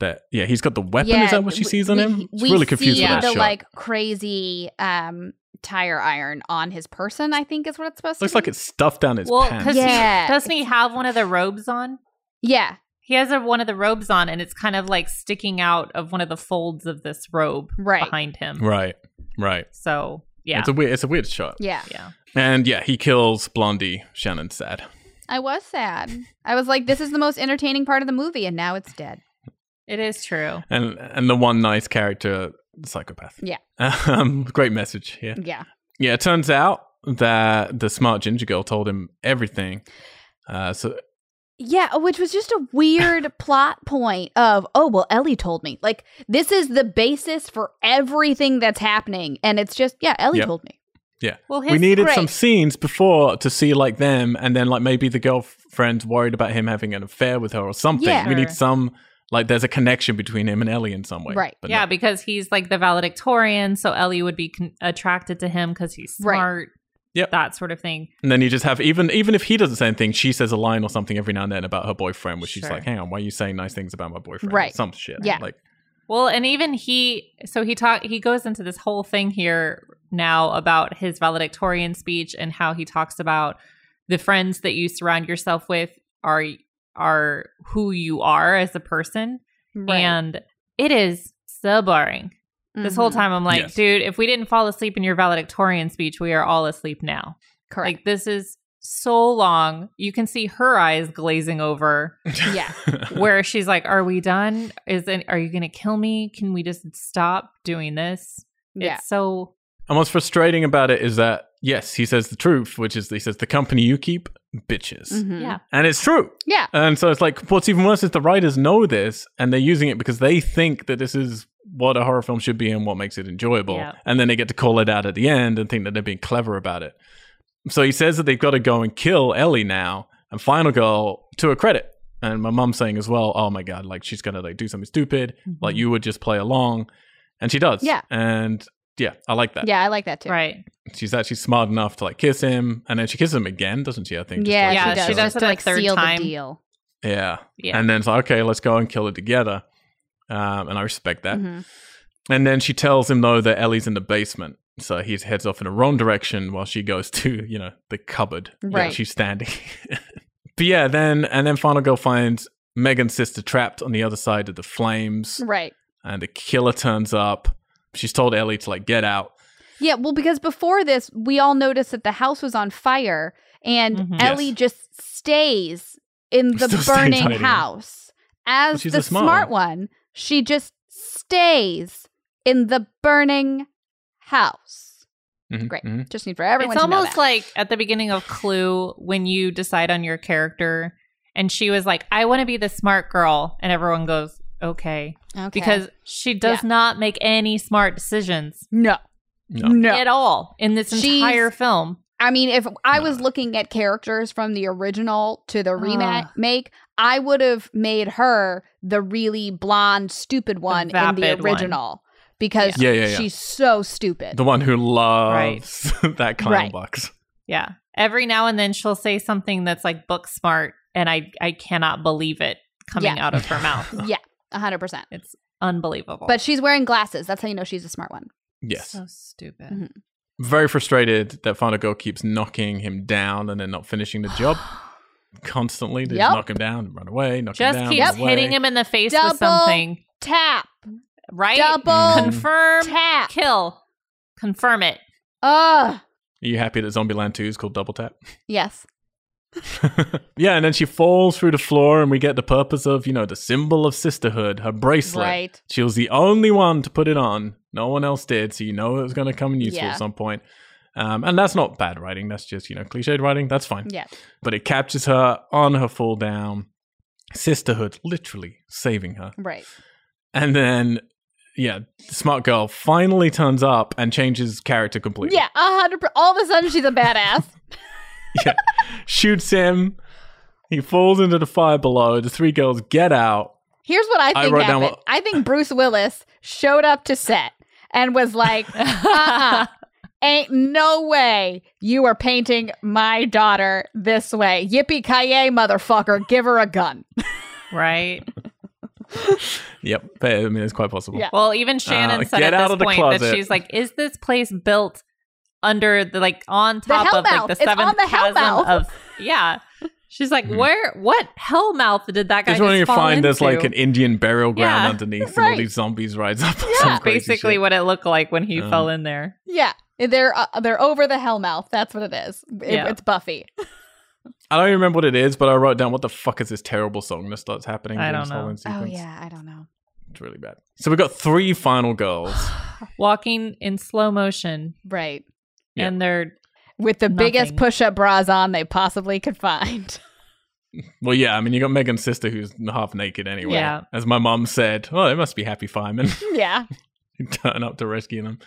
Speaker 1: that yeah he's got the weapon. is that what she
Speaker 3: we-
Speaker 1: sees on
Speaker 3: we-
Speaker 1: him? It's
Speaker 3: we
Speaker 1: really confused
Speaker 3: see
Speaker 1: with that
Speaker 3: the
Speaker 1: shot.
Speaker 3: like crazy um tire iron on his person. I think is what it's supposed
Speaker 1: Looks
Speaker 3: to.
Speaker 1: like it's stuffed down his
Speaker 2: Well,
Speaker 1: pants.
Speaker 2: because
Speaker 3: Yeah.
Speaker 2: doesn't he have one of the robes on?
Speaker 3: be. yeah,
Speaker 2: He has a, one of the robes on, and it's kind of like sticking out of one of the folds of this robe
Speaker 3: Right.
Speaker 2: behind him.
Speaker 1: Right, right.
Speaker 2: So yeah,
Speaker 1: It's a weird. It's a weird shot.
Speaker 3: yeah.
Speaker 2: yeah.
Speaker 1: And yeah, he kills Blondie. Shannon's sad.
Speaker 3: I was sad. I was like, this is the most entertaining part of the movie, and now it's dead.
Speaker 2: It is true.
Speaker 1: and and the one nice character psychopath.
Speaker 3: Yeah.
Speaker 1: Um, great message here.
Speaker 3: Yeah.
Speaker 1: Yeah, it turns out that the smart ginger girl told him everything. Uh, so
Speaker 3: Yeah, oh, which was just a weird plot point of, oh, well, Ellie told me. Like, this is the basis for everything that's happening. And it's just, yeah, Ellie
Speaker 1: Yep.
Speaker 3: told me.
Speaker 2: Well, his
Speaker 1: we needed
Speaker 3: great.
Speaker 1: some scenes before to see like them, and then like maybe the girlfriend worried about him having an affair with her or something.
Speaker 3: Yeah.
Speaker 1: We need
Speaker 2: Sure.
Speaker 1: some like there's a connection between him and Ellie in some way.
Speaker 3: Right.
Speaker 1: But
Speaker 2: yeah,
Speaker 1: no.
Speaker 2: because he's like the valedictorian, so Ellie would be con- attracted to him because he's
Speaker 3: Right.
Speaker 2: smart.
Speaker 1: Yep.
Speaker 2: that sort of thing.
Speaker 1: And then you just have even even if he doesn't say anything, she says a line or something every now and then about her boyfriend, which she's
Speaker 2: Sure.
Speaker 1: like, "Hang on, why are you saying nice things about my boyfriend?"
Speaker 3: Right.
Speaker 1: Some shit.
Speaker 3: Yeah.
Speaker 1: Like
Speaker 2: Well, and even he, so he talk, he goes into this whole thing here now about his valedictorian speech and how he talks about the friends that you surround yourself with are are who you are as a person, and it is so boring. This whole
Speaker 3: Mhm.
Speaker 2: time, I'm like,
Speaker 1: Yes.
Speaker 2: dude, if we didn't fall asleep in your valedictorian speech, we are all asleep now.
Speaker 3: Correct.
Speaker 2: Like this is so long. You can see her eyes glazing over
Speaker 3: yeah.
Speaker 2: where she's like, "Are we done? Is it, are you going to kill me? Can we just stop doing this?"
Speaker 3: Yeah.
Speaker 2: It's so
Speaker 1: And what's frustrating about it is that yes, he says the truth, which is he says the company you keep, bitches,
Speaker 3: Mhm.
Speaker 2: yeah.
Speaker 1: and it's true.
Speaker 3: Yeah.
Speaker 1: And so it's like what's even worse is the writers know this and they're using it because they think that this is what a horror film should be and what makes it enjoyable,
Speaker 2: Yeah.
Speaker 1: and then they get to call it out at the end and think that they're being clever about it. So he says that they've got to go and kill Ellie now, and Final Girl to her credit. And my mum's saying as well, oh my god, like she's gonna like do something stupid, like you would just play along, and she does.
Speaker 3: Yeah.
Speaker 1: And yeah, I like that
Speaker 3: Yeah, I like that too.
Speaker 2: right.
Speaker 1: she's actually smart enough to like kiss him, and then she kisses him again, doesn't she? I think. just
Speaker 3: Yeah,
Speaker 1: to,
Speaker 2: Yeah,
Speaker 1: like,
Speaker 3: she does.
Speaker 2: she
Speaker 1: show-
Speaker 2: does
Speaker 3: to,
Speaker 2: it
Speaker 3: like
Speaker 2: a third
Speaker 3: seal
Speaker 2: time.
Speaker 3: the deal.
Speaker 1: Yeah.
Speaker 2: Yeah.
Speaker 1: and then it's like, okay, let's go and kill it together, um, and I respect that.
Speaker 3: Mhm.
Speaker 2: Mm-hmm.
Speaker 1: And then she tells him though that Ellie's in the basement, so he heads off in the wrong direction while she goes to you know the cupboard that
Speaker 3: Right.
Speaker 1: she's standing. but yeah, then and then Final Girl finds Megan's sister trapped on the other side of the flames.
Speaker 3: Right.
Speaker 1: and the killer turns up. She's told Ellie to like get out.
Speaker 3: Yeah, well, because before this, we all noticed that the house was on fire, and
Speaker 2: Mhm. Yes.
Speaker 3: Ellie just stays in the
Speaker 1: Still stays
Speaker 3: burning
Speaker 1: hiding.
Speaker 3: house as
Speaker 1: she's
Speaker 3: the
Speaker 1: a smart
Speaker 3: smart, one. She just stays in the burning house.
Speaker 1: Mhm,
Speaker 3: Great.
Speaker 1: mhm.
Speaker 3: Just need for everyone.
Speaker 2: it's
Speaker 3: to know
Speaker 2: almost
Speaker 3: that.
Speaker 2: like at the beginning of Clue when you decide on your character, and she was like, "I want to be the smart girl," and everyone goes, "Okay,",
Speaker 3: Okay.
Speaker 2: because she does not make any smart decisions
Speaker 3: no,
Speaker 1: No.
Speaker 2: at all in this
Speaker 3: She's-
Speaker 2: entire film.
Speaker 3: I mean, if I was looking at characters from the original to the remake, I would have made her the really blonde, stupid one in the
Speaker 2: vapid one.
Speaker 3: original because
Speaker 1: Yeah, yeah, yeah.
Speaker 3: she's so stupid.
Speaker 1: The one who loves that kind
Speaker 3: Right.
Speaker 1: of box.
Speaker 2: Yeah, every now and then she'll say something that's like book smart, and I I cannot believe it coming
Speaker 3: Yeah.
Speaker 2: out of her mouth.
Speaker 3: yeah, hundred percent.
Speaker 2: It's
Speaker 1: Oh.
Speaker 2: unbelievable.
Speaker 3: But she's wearing glasses. That's how you know she's a smart one.
Speaker 1: Yes.
Speaker 2: so stupid.
Speaker 3: Mhm.
Speaker 1: Very frustrated that Final Girl keeps knocking him down and then not finishing the job constantly. They just
Speaker 3: Yep.
Speaker 1: knock him down, run away, knock
Speaker 2: Just
Speaker 1: him down.
Speaker 2: keeps
Speaker 1: run away.
Speaker 2: hitting him in the face
Speaker 3: Double
Speaker 2: with something,
Speaker 3: Tap,
Speaker 2: right?
Speaker 3: double
Speaker 1: Mm.
Speaker 2: Confirm.
Speaker 3: tap.
Speaker 2: Kill. Confirm it.
Speaker 3: Ugh.
Speaker 1: Are you happy that Zombieland 2 is called Double Tap?
Speaker 3: Yes.
Speaker 1: yeah, and then she falls through the floor, and we get the purpose of, you know, the symbol of sisterhood, her bracelet.
Speaker 3: Right.
Speaker 1: She was the only one to put it on. No one else did, so you know it was going to come in useful
Speaker 3: Yeah.
Speaker 1: at some point. Um, and that's not bad writing. That's just, you know, cliched writing. That's fine.
Speaker 3: Yeah.
Speaker 1: But it captures her on her fall down. Sisterhood literally saving her.
Speaker 3: Right.
Speaker 1: And then, yeah, the smart girl finally turns up and changes character completely.
Speaker 3: Yeah. A hundred. per- All of a sudden, she's a badass.
Speaker 1: Shoots him. He falls into the fire below. The three girls get out.
Speaker 3: Here's what I
Speaker 1: I
Speaker 3: think
Speaker 1: wrote down
Speaker 3: happened.
Speaker 1: what-
Speaker 3: I think Bruce Willis showed up to set and was like, uh-uh, "Ain't no way you are painting my daughter this way. Yippee ki yay, motherfucker! Give her a gun."
Speaker 2: Right.
Speaker 1: Yep. I mean, it's quite possible.
Speaker 3: Yeah.
Speaker 2: Well, even Shannon
Speaker 1: Uh,
Speaker 2: said
Speaker 1: get
Speaker 2: at
Speaker 1: out
Speaker 2: this
Speaker 1: of the
Speaker 2: point
Speaker 1: closet.
Speaker 2: that she's like, "Is this place built under the like on top of like
Speaker 3: hellmouth.
Speaker 2: the
Speaker 3: It's on
Speaker 2: seventh
Speaker 3: the
Speaker 2: chasm
Speaker 3: hellmouth."
Speaker 2: of yeah?" She's like,
Speaker 1: Mhm.
Speaker 2: "Where? What hellmouth did that guy
Speaker 1: Just
Speaker 2: just,
Speaker 1: when you
Speaker 2: fall
Speaker 1: find there's like
Speaker 2: into?"
Speaker 1: an Indian burial ground
Speaker 2: Yeah,
Speaker 1: underneath, and all
Speaker 3: right.
Speaker 1: these zombies rise up. or
Speaker 3: Yeah.
Speaker 1: some
Speaker 2: That's
Speaker 1: crazy
Speaker 2: basically
Speaker 1: shit.
Speaker 2: what it looked like when he
Speaker 1: Um,
Speaker 2: fell in there.
Speaker 3: Yeah, they're uh, they're over the hellmouth. That's what it is. It-
Speaker 2: Yeah.
Speaker 3: It's Buffy.
Speaker 1: I don't even remember what it is, but I wrote down what the fuck is this terrible song that starts happening
Speaker 2: I
Speaker 1: during
Speaker 2: don't
Speaker 1: this whole
Speaker 2: know. Oh,
Speaker 1: end sequence.
Speaker 3: I don't know.
Speaker 1: It's really bad. So we've got three final girls.
Speaker 2: Walking in slow motion,
Speaker 3: Right.
Speaker 1: Yeah.
Speaker 2: and they're
Speaker 3: With the biggest
Speaker 2: Nothing.
Speaker 3: push-up bras on they possibly could find.
Speaker 1: well, yeah, I mean, you got Megan's sister who's half naked anyway.
Speaker 2: Yeah.
Speaker 1: As my mom said, oh, they must be happy firemen
Speaker 3: yeah.
Speaker 1: who turn up to rescue them.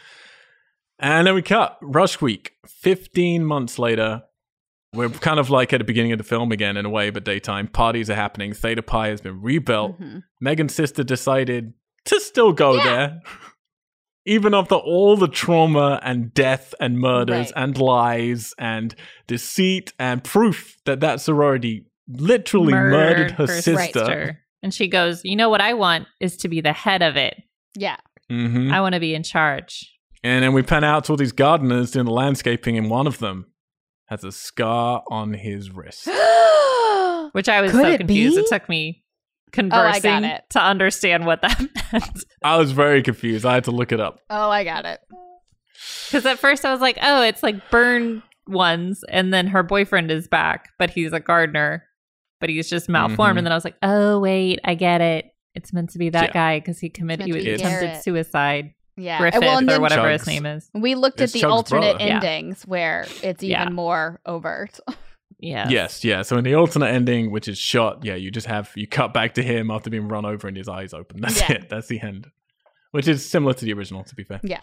Speaker 1: And then we cut. Rush Week, 15 months later. We're kind of like at the beginning of the film again, in a way, but daytime. Parties are happening. Theta Pi has been rebuilt.
Speaker 2: Mm-hmm.
Speaker 3: Mhm.
Speaker 1: Megan's sister decided to still go there. Even after all the trauma and death and murders
Speaker 3: Right.
Speaker 1: and lies and deceit and proof that that sorority literally murdered, her, sister.
Speaker 2: and she goes, "You know what I want is to be the head of it.
Speaker 3: Yeah.
Speaker 1: Mhm.
Speaker 2: I want to be in charge."
Speaker 1: And then we pan out to all these gardeners doing the landscaping, and one of them has a scar on his wrist.
Speaker 3: Oh,
Speaker 2: Which I was
Speaker 3: Could
Speaker 2: so
Speaker 3: it
Speaker 2: confused.
Speaker 3: be? Oh,
Speaker 2: It took me
Speaker 3: got
Speaker 2: conversing
Speaker 3: it.
Speaker 2: to understand what that meant.
Speaker 1: I was very confused. I had to look it up.
Speaker 3: oh, I got it.
Speaker 2: Because at first I was like, oh, it's like burn ones, and then her boyfriend is back, but he's a gardener, but he's just malformed.
Speaker 1: Mhm.
Speaker 2: And then I was like, oh wait, I get it. It's meant to be that
Speaker 1: Yeah.
Speaker 2: guy because he committed,
Speaker 3: meant
Speaker 2: he
Speaker 3: to
Speaker 2: was
Speaker 1: be
Speaker 2: attempted
Speaker 3: Garrett.
Speaker 2: suicide,
Speaker 3: Yeah.
Speaker 2: Griffith
Speaker 3: well, and
Speaker 2: or
Speaker 3: then
Speaker 2: whatever
Speaker 1: Chugs.
Speaker 2: his name is.
Speaker 3: we looked
Speaker 1: It's
Speaker 3: at the
Speaker 1: Chuck's
Speaker 3: alternate
Speaker 1: brother.
Speaker 2: Yeah.
Speaker 3: endings where it's even
Speaker 2: Yeah.
Speaker 3: more overt.
Speaker 2: Yeah,
Speaker 1: Yes, yeah. So in the alternate ending, which is shot, yeah, you just have you cut back to him after being run over and his eyes open. That's
Speaker 3: Yeah.
Speaker 1: it. That's the end. Which is similar to the original, to be fair.
Speaker 3: Yeah.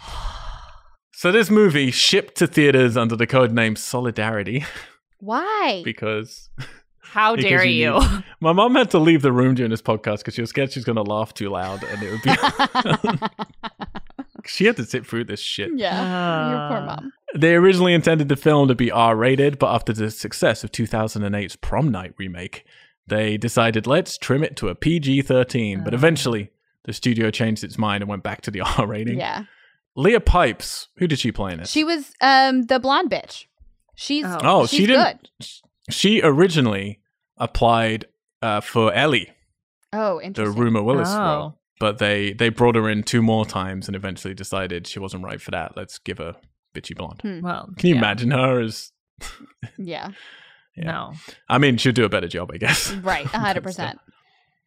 Speaker 1: So this movie shipped to theaters under the code name Solidarity
Speaker 3: Why?
Speaker 1: because
Speaker 2: How
Speaker 1: Because
Speaker 2: dare
Speaker 1: you
Speaker 2: you?
Speaker 1: need- my mom had to leave the room during this podcast because she was scared she was going to laugh too loud and it would be she had to sit through this shit.
Speaker 3: yeah. Your poor
Speaker 2: Uh,
Speaker 3: mom.
Speaker 1: They originally intended the film to be R rated, but after the success of 2008's Prom Night remake, they decided let's trim it to a PG 13. But
Speaker 2: Oh.
Speaker 1: eventually, the studio changed its mind and went back to the R rating.
Speaker 3: Yeah.
Speaker 1: Leah Pipes, who did she play in it?
Speaker 3: She was um the blonde bitch. She's
Speaker 2: Oh.
Speaker 1: oh,
Speaker 3: she's
Speaker 1: she
Speaker 3: good.
Speaker 1: didn't. She originally applied uh, for Ellie,
Speaker 3: Oh,
Speaker 1: the
Speaker 3: interesting.
Speaker 1: Rumor Willis
Speaker 2: Oh.
Speaker 1: role. but they they brought her in two more times and eventually decided she wasn't right for that. Let's give her bitchy blonde.
Speaker 2: Well,
Speaker 1: Can you
Speaker 2: yeah,
Speaker 1: imagine her as?
Speaker 3: Yeah.
Speaker 1: Yeah.
Speaker 2: No.
Speaker 1: I mean, she'd do a better job, I guess.
Speaker 3: Right.
Speaker 1: But
Speaker 3: hundred
Speaker 1: still.
Speaker 3: percent.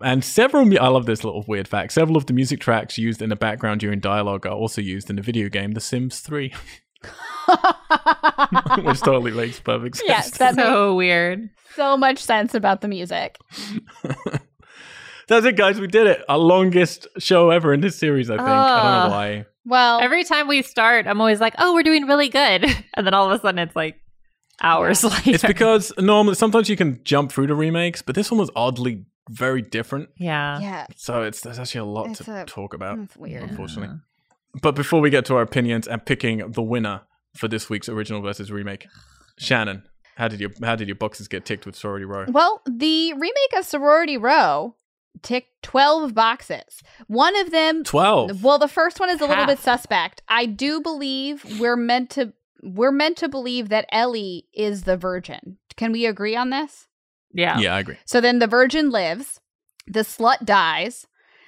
Speaker 1: And several, mu- I love this little weird fact. Several of the music tracks used in the background during dialogue are also used in the video game The Sims 3, which totally makes perfect sense.
Speaker 3: Yes, that makes
Speaker 2: so weird.
Speaker 3: so much sense about the music.
Speaker 1: That's it, guys. We did it. Our longest show ever in this series, I think. I don't
Speaker 2: Ah.
Speaker 1: know why.
Speaker 3: Well,
Speaker 2: Every time we start, I'm always like, "Oh, we're doing really good," and then all of a sudden, it's like hours later.
Speaker 1: It's because normally, sometimes you can jump through the remakes, but this one was oddly very different.
Speaker 2: yeah.
Speaker 3: yeah,
Speaker 1: So it's there's actually a lot
Speaker 3: It's
Speaker 1: to
Speaker 3: a- hmm,
Speaker 1: talk about.
Speaker 3: it's weird.
Speaker 1: unfortunately. But before we get to our opinions and picking the winner for this week's original versus remake, Shannon, how did your how did your boxes get ticked with Sorority Row?
Speaker 3: Well, the remake of Sorority Row ticked 12 boxes. One of them,
Speaker 1: Twelve.
Speaker 3: well, the first one is a little
Speaker 2: Half.
Speaker 3: bit suspect. I do believe we're meant to we're meant to believe that Ellie is the virgin. Can we agree on this?
Speaker 2: yeah,
Speaker 1: Yeah, I agree.
Speaker 3: So then the virgin lives, the slut dies,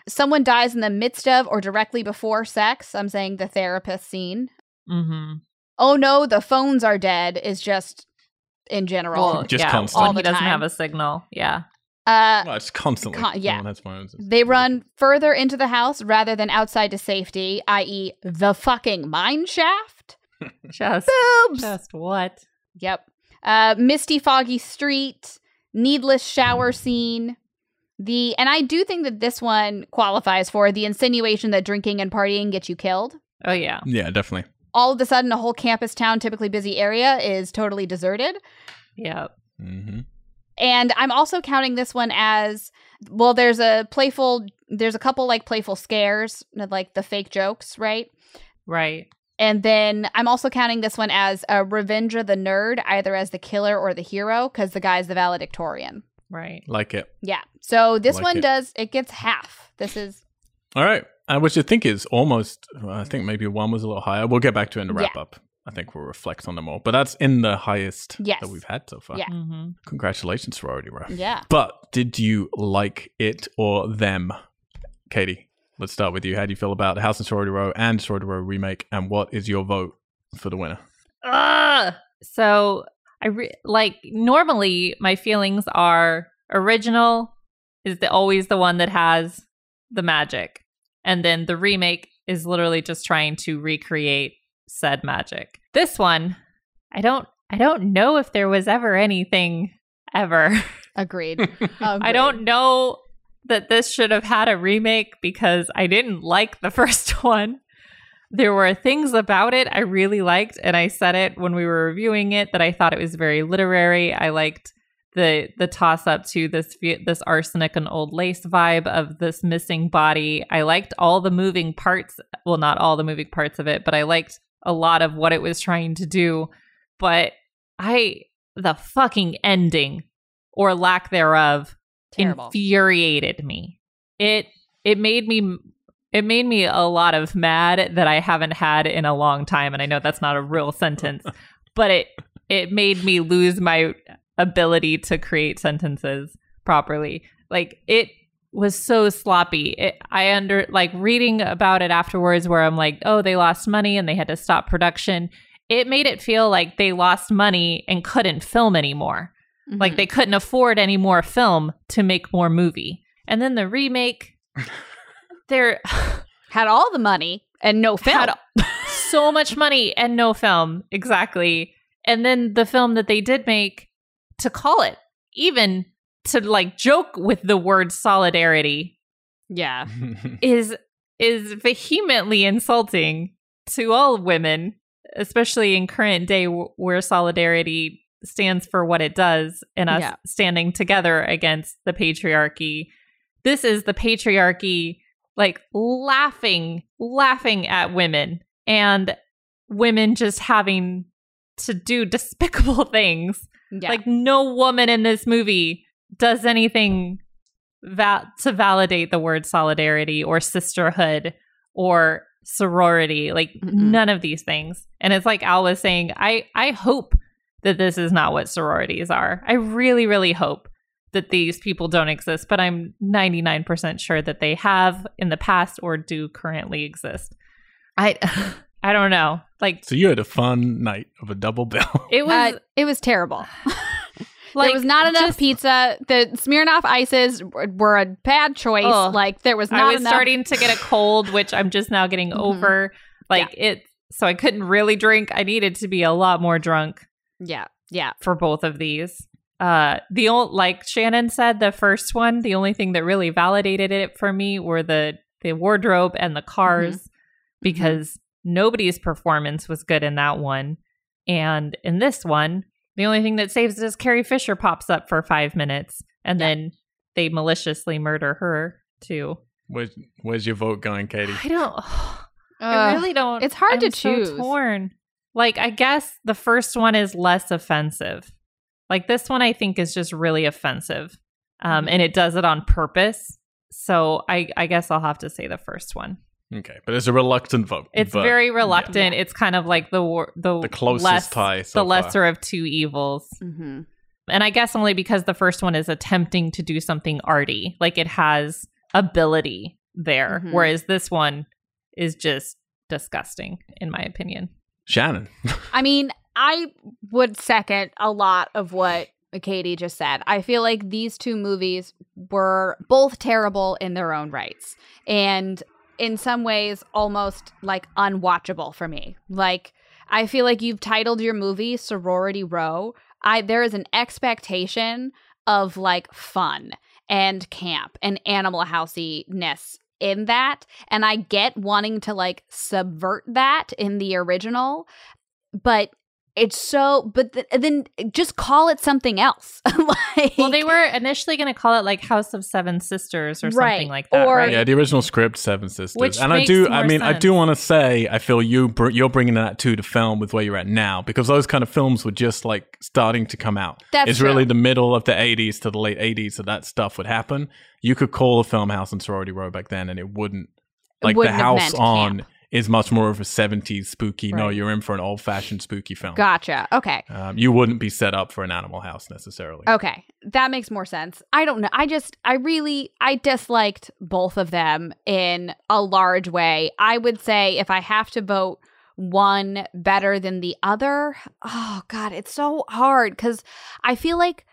Speaker 3: someone dies in the midst of or directly before sex. I'm saying the therapist scene.
Speaker 2: Mm-hmm.
Speaker 3: Oh no, the phones are dead is just in general.
Speaker 2: Well,
Speaker 1: Just
Speaker 2: yeah,
Speaker 1: constant.
Speaker 2: when
Speaker 3: All the
Speaker 2: he doesn't
Speaker 3: time.
Speaker 2: have a signal. Yeah,
Speaker 3: uh,
Speaker 1: Well, it's constantly.
Speaker 3: Con- yeah.
Speaker 1: Oh, that's my answer.
Speaker 3: They run further into the house rather than outside to safety, i.e., the fucking mine shaft.
Speaker 2: just
Speaker 3: Boobs.
Speaker 2: just what?
Speaker 3: Yep. Uh, misty, foggy street, needless shower scene. The and I do think that this one qualifies for the insinuation that drinking and partying get you killed.
Speaker 2: Oh yeah,
Speaker 1: Yeah, definitely.
Speaker 3: All of a sudden, a whole campus town, typically busy area, is totally deserted.
Speaker 2: yeah.
Speaker 1: hmm
Speaker 3: And I'm also counting this one as well. There's a playful. There's a couple like playful scares, like the fake jokes, right?
Speaker 2: Right.
Speaker 3: And then I'm also counting this one as a Revendra the nerd, either as the killer or the hero, because the guy's the valedictorian.
Speaker 2: Right.
Speaker 1: Like it.
Speaker 3: Yeah. So this
Speaker 1: Like
Speaker 3: one
Speaker 1: it.
Speaker 3: does it gets half. This is
Speaker 1: All right. Uh, which I think is almost. well, I think maybe one was a little higher. We'll get back to it in the
Speaker 3: Yeah.
Speaker 1: wrap up. I think we'll reflect on them all. But that's in the highest
Speaker 3: Yes.
Speaker 1: that we've had so far.
Speaker 3: Yeah.
Speaker 2: Mm-hmm.
Speaker 1: Congratulations, Sorority Row.
Speaker 3: yeah.
Speaker 1: But did you like it or them? Katie, let's start with you. How do you feel about House and Sorority Row and Sorority Row remake? And what is your vote for the winner?
Speaker 2: Ugh. So I re- like normally my feelings are original is the always the one that has the magic, and then the remake is literally just trying to recreate said magic. This one, I don't, I don't know if there was ever anything ever.
Speaker 3: Agreed. Agreed.
Speaker 2: I don't know that this should have had a remake because I didn't like the first one. There were things about it I really liked, and I said it when we were reviewing it that I thought it was very literary. I liked the the toss up to this fe- this arsenic and old lace vibe of this missing body. I liked all the moving parts. Well, not all the moving parts of it, but I liked a lot of what it was trying to do. But I the fucking ending or lack thereof
Speaker 3: Terrible.
Speaker 2: infuriated me. It it made me it made me a lot of mad that I haven't had in a long time and I know that's not a real sentence, but it it made me lose my ability to create sentences properly. Like it was so sloppy. It, I under like reading about it afterwards where I'm like, "Oh, they lost money and they had to stop production." It made it feel like they lost money and couldn't film anymore. Like
Speaker 3: Mhm.
Speaker 2: they couldn't afford any more film to make more movie. And then the remake, there
Speaker 3: had all the money and no film.
Speaker 2: had so much money and no film. Exactly. And then the film that they did make to call it, even to like joke with the word solidarity
Speaker 3: yeah.
Speaker 2: is is vehemently insulting to all women, especially in current day w- where solidarity stands for what it does and us
Speaker 3: Yeah.
Speaker 2: standing together against the patriarchy. This is the patriarchy like laughing, laughing at women and women just having to do despicable things
Speaker 3: Yeah.
Speaker 2: like no woman in this movie does anything that to validate the word solidarity or sisterhood or sorority. Like
Speaker 3: Mm-mm.
Speaker 2: none of these things. And it's like Al was saying, I I hope that this is not what sororities are. I really really hope that these people don't exist, but I'm 99% sure that they have in the past or do currently exist. I I don't know. Like
Speaker 1: So you had a fun night of a double bill.
Speaker 2: it was
Speaker 3: Uh, it was terrible.
Speaker 2: like
Speaker 3: there was not enough
Speaker 2: just-
Speaker 3: pizza. The Smirnoff ices were- were a bad choice.
Speaker 2: Ugh.
Speaker 3: Like there was not
Speaker 2: I was
Speaker 3: enough.
Speaker 2: starting to get a cold, which I'm just now getting
Speaker 3: Mhm.
Speaker 2: over. Like it, so I couldn't really drink. I needed to be a lot more drunk
Speaker 3: yeah, yeah.
Speaker 2: for both of these. Uh, the old, like Shannon said, the first one, the only thing that really validated it for me were the the wardrobe and the
Speaker 3: Mm-hmm.
Speaker 2: cars, because nobody's performance was good in that one, and in this one, the only thing that saves it is Carrie Fisher pops up for five minutes, and
Speaker 3: Yeah.
Speaker 2: then they maliciously murder her too.
Speaker 1: Where's, where's your vote going, Katie?
Speaker 2: I don't. I
Speaker 3: Ugh.
Speaker 2: really don't.
Speaker 3: it's hard to
Speaker 2: I'm so
Speaker 3: choose.
Speaker 2: torn. Like I guess the first one is less offensive. Like this one, I think is just really offensive, um,
Speaker 3: Mhm.
Speaker 2: and it does it on purpose. So I, I guess I'll have to say the first one.
Speaker 1: Okay, but it's a reluctant vote.
Speaker 2: It's
Speaker 1: but
Speaker 2: very reluctant. It's kind of like the war, the,
Speaker 1: The closest
Speaker 2: less-
Speaker 1: tie so
Speaker 2: the
Speaker 1: far.
Speaker 2: lesser of two evils.
Speaker 3: Mhm.
Speaker 2: And I guess only because the first one is attempting to do something arty, like it has ability there,
Speaker 3: Mhm.
Speaker 2: whereas this one is just disgusting, in my opinion.
Speaker 1: Shannon.
Speaker 3: I mean, I would second a lot of what Katie just said. I feel like these two movies were both terrible in their own rights, and in some ways, almost like unwatchable for me. Like I feel like you've titled your movie Sorority Row. I there is an expectation of like fun and camp and animal housiness in that and I get wanting to like subvert that in the original but it's so but th- then just call it something else like
Speaker 2: Well, they were initially going to call it like House of Seven Sisters or
Speaker 3: Right.
Speaker 2: something like that,
Speaker 3: Or-
Speaker 2: right?
Speaker 1: Yeah, the original script, Seven Sisters,
Speaker 2: Which
Speaker 1: and I
Speaker 2: makes
Speaker 1: do.
Speaker 2: more
Speaker 1: I mean, I
Speaker 2: sense.
Speaker 1: do want to say, I feel you. Br- you're bringing that to the film with where you're at now, because those kind of films were just like starting to come out.
Speaker 3: That's
Speaker 1: it's really
Speaker 3: true.
Speaker 1: the middle of the '80s to the late '80s that that stuff would happen. You could call a film House and Sorority Row back then, and it wouldn't. Like
Speaker 3: wouldn't
Speaker 1: the house
Speaker 3: have meant
Speaker 1: on
Speaker 3: camp.
Speaker 1: is much more of a '70s spooky. No,
Speaker 2: Right.
Speaker 1: you're in for an old-fashioned spooky film.
Speaker 3: gotcha okay
Speaker 1: Um, you wouldn't be set up for an Animal House necessarily.
Speaker 3: Okay, that makes more sense. I don't know. I just, I really, I disliked both of them in a large way. I would say if I have to vote one better than the other, oh God, it's so hard because I feel like,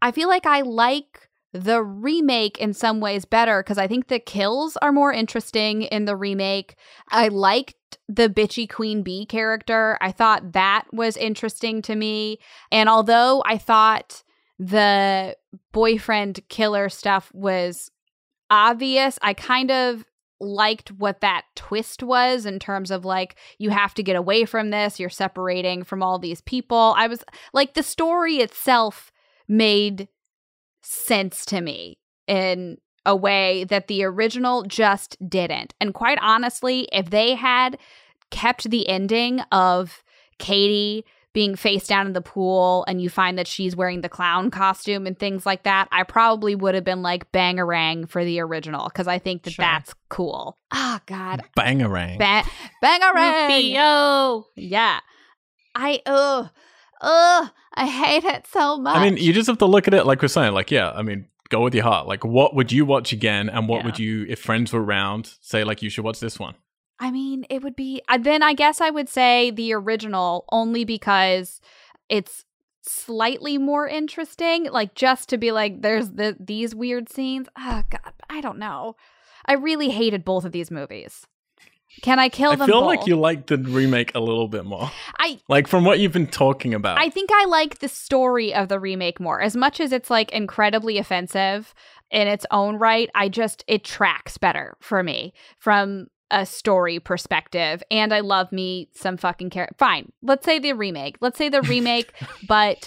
Speaker 3: I feel like I like the remake in some ways better because I think the kills are more interesting in the remake. I liked the bitchy Queen Bee character. I thought that was interesting to me. And although I thought the boyfriend killer stuff was obvious. I kind of liked what that twist was in terms of like you have to get away from this, you're separating from all these people. I was like the story itself made sense to me in a way that the original just didn't. And quite honestly, if they had kept the ending of Katie being face down in the pool and you find that she's wearing the clown costume and things like that, I probably would have been like bangarang for the original because I think that
Speaker 2: Sure.
Speaker 3: that's cool. Oh God,
Speaker 1: Bangarang.
Speaker 3: ba- bangarang.
Speaker 2: Rufio.
Speaker 3: Yeah, I ugh ugh I hate it so much.
Speaker 1: I mean, you just have to look at it like we're saying, like, yeah, I mean, go with your heart. Like, what would you watch again? And what
Speaker 2: Yeah.
Speaker 1: would you, if friends were around, say, like, you should watch this one?
Speaker 3: I mean, it would be. I- Then I guess I would say the original only because it's slightly more interesting. Like just to be like, there's the these weird scenes. Oh God, I don't know. I really hated both of these movies. Can I kill
Speaker 1: I
Speaker 3: them?
Speaker 1: feel
Speaker 3: both?
Speaker 1: like you like the remake a little bit more.
Speaker 3: I
Speaker 1: Like, from what you've been talking about.
Speaker 3: I think I like the story of the remake more. As much as it's like incredibly offensive in its own right, I just it tracks better for me from a story perspective. And I love me some fucking character. Fine, let's say the remake. Let's say the remake, but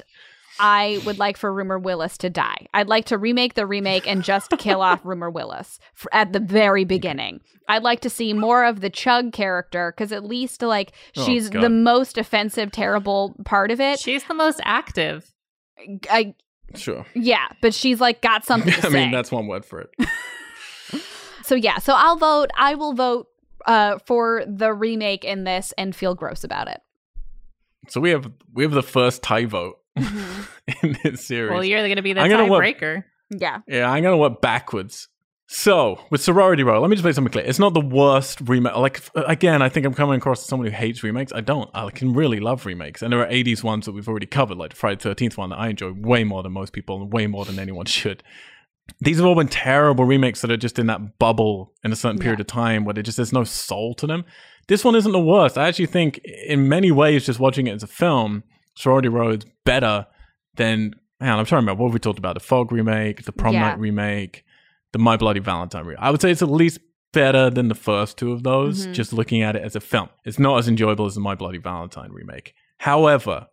Speaker 3: I would like for Rumor Willis to die. I'd like to remake the remake and just kill off Rumor Willis f- at the very beginning. I'd like to see more of the Chug character because at least like
Speaker 1: Oh,
Speaker 3: she's the
Speaker 1: God.
Speaker 3: most offensive, terrible part of it.
Speaker 2: She's the most active.
Speaker 3: I,
Speaker 1: sure.
Speaker 3: yeah, but she's like got something to
Speaker 1: I mean,
Speaker 3: say.
Speaker 1: that's one word for it.
Speaker 3: so yeah, so I'll vote. I will vote uh, for the remake in this and feel gross about it.
Speaker 1: so we have we have the first tie vote in this series.
Speaker 3: Mm-hmm.
Speaker 2: Well, you're going to be the
Speaker 1: I'm gonna look-
Speaker 2: tiebreaker.
Speaker 3: Yeah.
Speaker 1: Yeah, I'm gonna work backwards. So with sorority row, let me just make something clear. It's not the worst remake. Like f- again, I think I'm coming across as someone who hates remakes. I don't. I can really love remakes, and there are '80s ones that we've already covered, like the Friday Thirteenth one that I enjoy way more than most people, and way more than anyone should. These have all been terrible remakes that are just in that bubble in a certain period of time where there just there's no soul to them. This one isn't the worst. I actually think, in many ways, just watching it as a film, Sorority Row is better than. Man, I'm trying to remember what have we talked about: the Fog remake, the Prom
Speaker 3: Yeah.
Speaker 1: Night remake, the My Bloody Valentine remake. I would say it's at least better than the first two of those.
Speaker 3: Mhm.
Speaker 1: Just looking at it as a film, it's not as enjoyable as the My Bloody Valentine remake. However,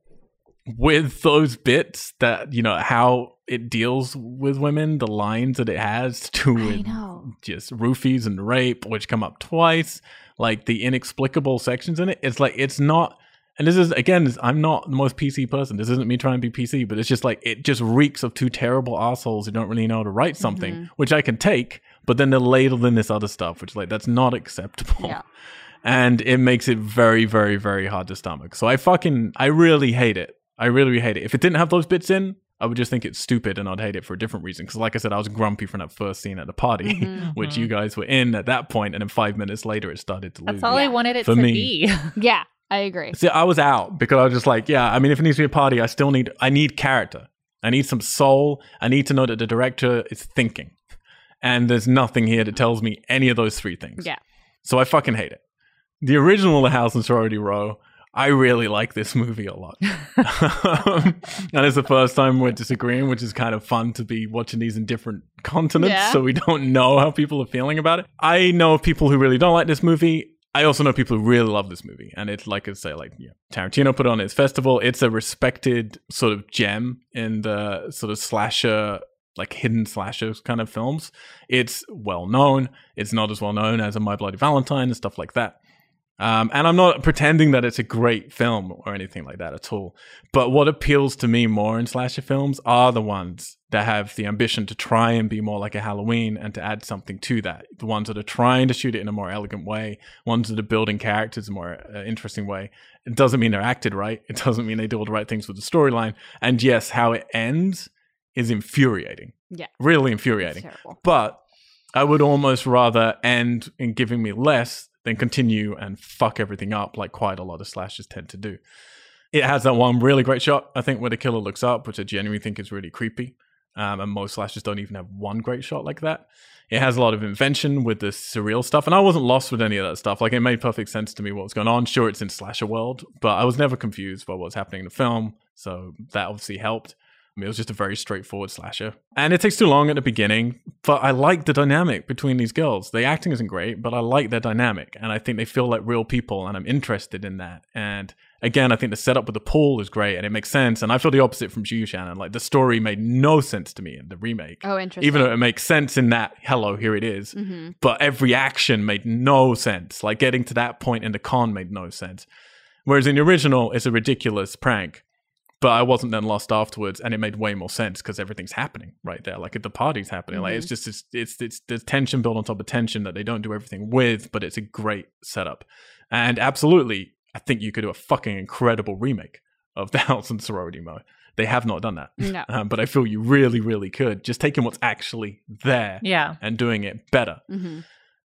Speaker 1: with those bits that you know how it deals with women, the lines that it has to do
Speaker 3: I
Speaker 1: with
Speaker 3: know.
Speaker 1: just roofies and rape, which come up twice, like the inexplicable sections in it. It's like it's not. And this is again, this- I'm not the most PC person. This isn't me trying to be PC, but it's just like it just reeks of two terrible assholes who don't really know how to write something, which I can take, but then they're ladled in this other stuff, which like that's not acceptable
Speaker 3: Yeah.
Speaker 1: and it makes it very, very, very hard to stomach. So I fucking, I really hate it. I really hate it. If it didn't have those bits in, I would just think it's stupid and I'd hate it for a different reason. Because, like I said, I was grumpy from that first scene at the party,
Speaker 3: Mhm.
Speaker 1: which you guys were in at that point, and then five minutes later, it started to lose.
Speaker 2: Mm-hmm. That's all
Speaker 1: me.
Speaker 2: I wanted it
Speaker 1: For
Speaker 2: to
Speaker 1: me.
Speaker 2: be.
Speaker 3: Yeah. I agree.
Speaker 1: See, I was out because I was just like, yeah. I mean, if it needs to be a party, I still need, I need character. I need some soul. I need to know that the director is thinking, and there's nothing here that tells me any of those three things.
Speaker 3: Yeah.
Speaker 1: So I fucking hate it. The original The House and Sorority Row, I really like this movie a lot. um, and it's the first time we're disagreeing, which is kind of fun to be watching these in different continents
Speaker 3: Yeah.
Speaker 1: so we don't know how people are feeling about it. I know people who really don't like this movie. I also know people who really love this movie. And it's like I say, like yeah, Tarantino put on his festival. It's a respected sort of gem in the sort of slasher, like hidden slasher kind of films. It's well known. It's not as well known as a My Bloody Valentine and stuff like that. Um, and I'm not pretending that it's a great film or anything like that at all. But what appeals to me more in slasher films are the ones that have the ambition to try and be more like a Halloween and to add something to that. The ones that are trying to shoot it in a more elegant way, ones that are building characters in a more uh, interesting way. It doesn't mean they're acted right. It doesn't mean they do all the right things with the storyline. And yes, how it ends is infuriating.
Speaker 3: Yeah.
Speaker 1: Really
Speaker 3: It's
Speaker 1: infuriating
Speaker 3: terrible.
Speaker 1: but I would almost rather end in giving me less than continue and fuck everything up like quite a lot of slashes tend to do. It has that one really great shot, I think, where the killer looks up, which I genuinely think is really creepy. Um, and most slashes don't even have one great shot like that. It has a lot of invention with the surreal stuff, and I wasn't lost with any of that stuff. Like it made perfect sense to me what was going on. Sure, it's in slasher world, but I was never confused by what was happening in the film, so that obviously helped. I mean, it was just a very straightforward slasher. And it takes too long at the beginning, but I like the dynamic between these girls. The acting isn't great, but I like their dynamic. And I think they feel like real people, and I'm interested in that. And again, I think the setup with the pool is great and it makes sense. And I feel the opposite from you, Shannon. Like the story made no sense to me in the remake.
Speaker 3: Oh, interesting.
Speaker 1: Even though it makes sense in that, hello, here it is.
Speaker 3: Mhm.
Speaker 1: But every action made no sense. Like getting to that point in the con made no sense. Whereas in the original, it's a ridiculous prank. But I wasn't then lost afterwards, and it made way more sense because everything's happening right there. Like the party's happening. Like it's just it's, it's it's there's tension built on top of tension that they don't do everything with, but it's a great setup. And absolutely, I think you could do a fucking incredible remake of the House and Sorority Mo. They have not done that
Speaker 3: No.
Speaker 1: um, but I feel you really, really could just taking what's actually there
Speaker 2: yeah.
Speaker 1: and doing it better.
Speaker 3: hmm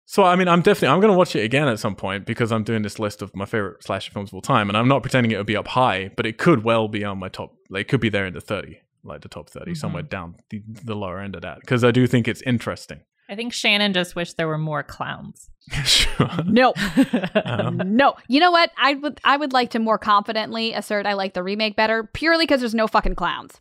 Speaker 1: So I mean, I'm definitely I'm going to watch it again at some point because I'm doing this list of my favorite slasher films of all time, and I'm not pretending it would be up high, but it could well be on my top. Like, it could be there in the 30, like the top 30,
Speaker 2: Mhm.
Speaker 1: somewhere down the, the lower end of that, because I do think it's interesting.
Speaker 2: I think Shannon just wished there were more clowns.
Speaker 1: sure.
Speaker 3: No.
Speaker 1: Um,
Speaker 3: no. You know what? I would I would like to more confidently assert I like the remake better purely because there's no fucking clowns.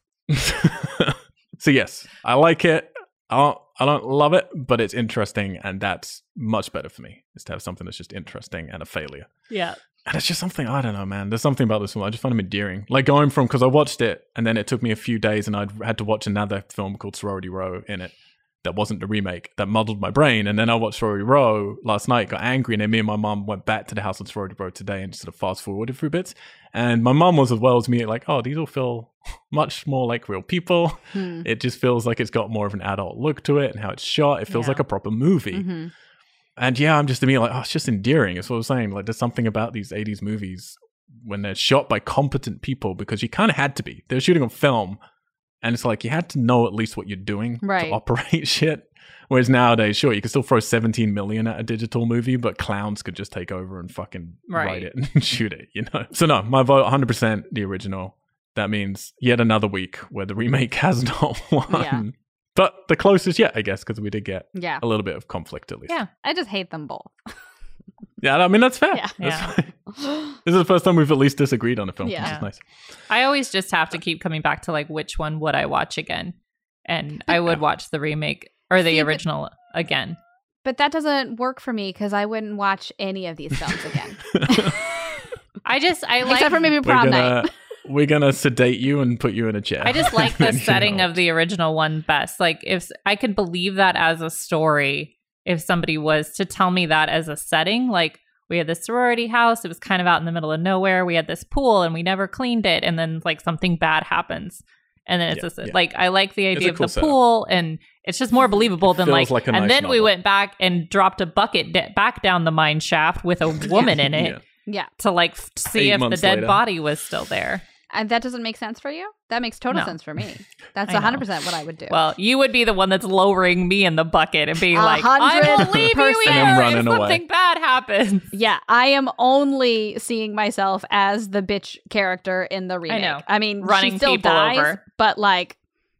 Speaker 1: so yes, I like it. I don't, I don't love it, but it's interesting, and that's much better for me. Is to have something that's just interesting and a failure.
Speaker 2: Yeah.
Speaker 1: And it's just something I don't know, man. There's something about this film I just find them endearing. Like going from because I watched it and then it took me a few days and I would had to watch another film called Sorority Row in it that wasn't the remake that muddled my brain. And then I watched Sorority Row last night, got angry, and then me and my mum went back to the house on Sorority Row today and just sort of fast forwarded through bits. And my mum was as well as me like, oh, these all feel much more like real people.
Speaker 3: Hmm.
Speaker 1: It just feels like it's got more of an adult look to it and how it's shot. It feels
Speaker 2: Yeah.
Speaker 1: like a proper movie.
Speaker 3: Mhm.
Speaker 1: And yeah, I'm just immediately like, oh, it's just endearing. It's what I was saying. Like, there's something about these 80s movies when they're shot by competent people because you kind of had to be. They're shooting on film And it's like you had to know at least what you're doing
Speaker 3: Right.
Speaker 1: to operate shit. Whereas nowadays, sure, you can still throw 17 million at a digital movie, but clowns could just take over and fucking write
Speaker 2: Right.
Speaker 1: it and shoot it, you know? So, no, my vote 100% the original. That means yet another week where the remake has not won.
Speaker 3: Yeah.
Speaker 1: But the closest yet, I guess, because we did get
Speaker 3: Yeah.
Speaker 1: a little bit of conflict at least.
Speaker 2: Yeah.
Speaker 3: I just hate them both.
Speaker 1: Yeah, I mean, that's fair.
Speaker 3: Yeah.
Speaker 1: That's
Speaker 2: Yeah.
Speaker 1: fine. This is the first time we've at least disagreed on a film, which
Speaker 3: Yeah.
Speaker 1: is nice.
Speaker 2: I always just have to keep coming back to like which one would I watch again, and I would watch the remake or the
Speaker 3: See, but-
Speaker 2: original again.
Speaker 3: but that doesn't work for me because I wouldn't watch any of these films again.
Speaker 2: I just I like
Speaker 3: Except for maybe prom night.
Speaker 1: we're gonna sedate you and put you in a chair.
Speaker 2: I just like the
Speaker 1: And then, you
Speaker 2: setting
Speaker 1: know,
Speaker 2: of the original one best. Like if s- I could believe that as a story, if somebody was to tell me that as a setting, like we had this sorority house, it was kind of out in the middle of nowhere. We had this pool and we never cleaned it, and then like something bad happens. And then it's
Speaker 1: Yeah,
Speaker 2: just
Speaker 1: yeah.
Speaker 2: like I like the
Speaker 1: It's a
Speaker 2: idea of
Speaker 1: cool
Speaker 2: the
Speaker 1: setup.
Speaker 2: pool, and it's just more believable than like.
Speaker 1: feels like a
Speaker 2: and
Speaker 1: nice
Speaker 2: then we
Speaker 1: novel.
Speaker 2: went back and dropped a bucket de- back down the mine shaft with a woman in it
Speaker 1: yeah.
Speaker 3: yeah.
Speaker 2: to like f- see
Speaker 1: Eight
Speaker 2: if the
Speaker 1: months
Speaker 2: dead
Speaker 1: later.
Speaker 2: body was still there.
Speaker 3: And that doesn't make sense for you? That makes total
Speaker 2: No.
Speaker 3: sense for me. That's
Speaker 2: I know.
Speaker 3: 100% what I would do.
Speaker 2: Well, you would be the one that's lowering me in the bucket and being
Speaker 3: A
Speaker 2: like,
Speaker 3: hundred
Speaker 2: "I will leave
Speaker 3: percent.
Speaker 2: you
Speaker 1: And I'm
Speaker 2: here if
Speaker 1: running away.
Speaker 2: something bad happens."
Speaker 3: yeah, I am only seeing myself as the bitch character in the remake.
Speaker 2: know.
Speaker 3: mean,
Speaker 2: Running
Speaker 3: she still
Speaker 2: people
Speaker 3: dies,
Speaker 2: over.
Speaker 3: but like,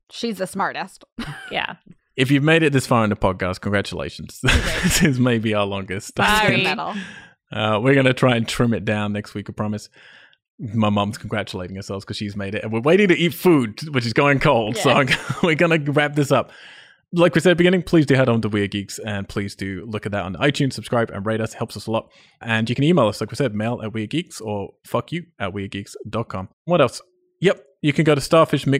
Speaker 3: she's the smartest.
Speaker 2: Yeah,
Speaker 1: If you've made it this far in the podcast, congratulations. this is maybe our longest.
Speaker 2: Sorry.
Speaker 3: Metal.
Speaker 1: Uh, we're gonna try and trim it down next week, I promise. My mom's congratulating herself because she's made it, and we're waiting to eat food, which is going cold. So
Speaker 3: Yeah.
Speaker 1: I'm- we're gonna wrap this up. Like we said at the beginning, please do head on to Weird Geeks and please do look at that on iTunes, subscribe and rate us. It helps us a lot. And you can email us, like we said, mail at Weird Geeks or fuck you at weirdgeeks.com. What else? Yep, you can go to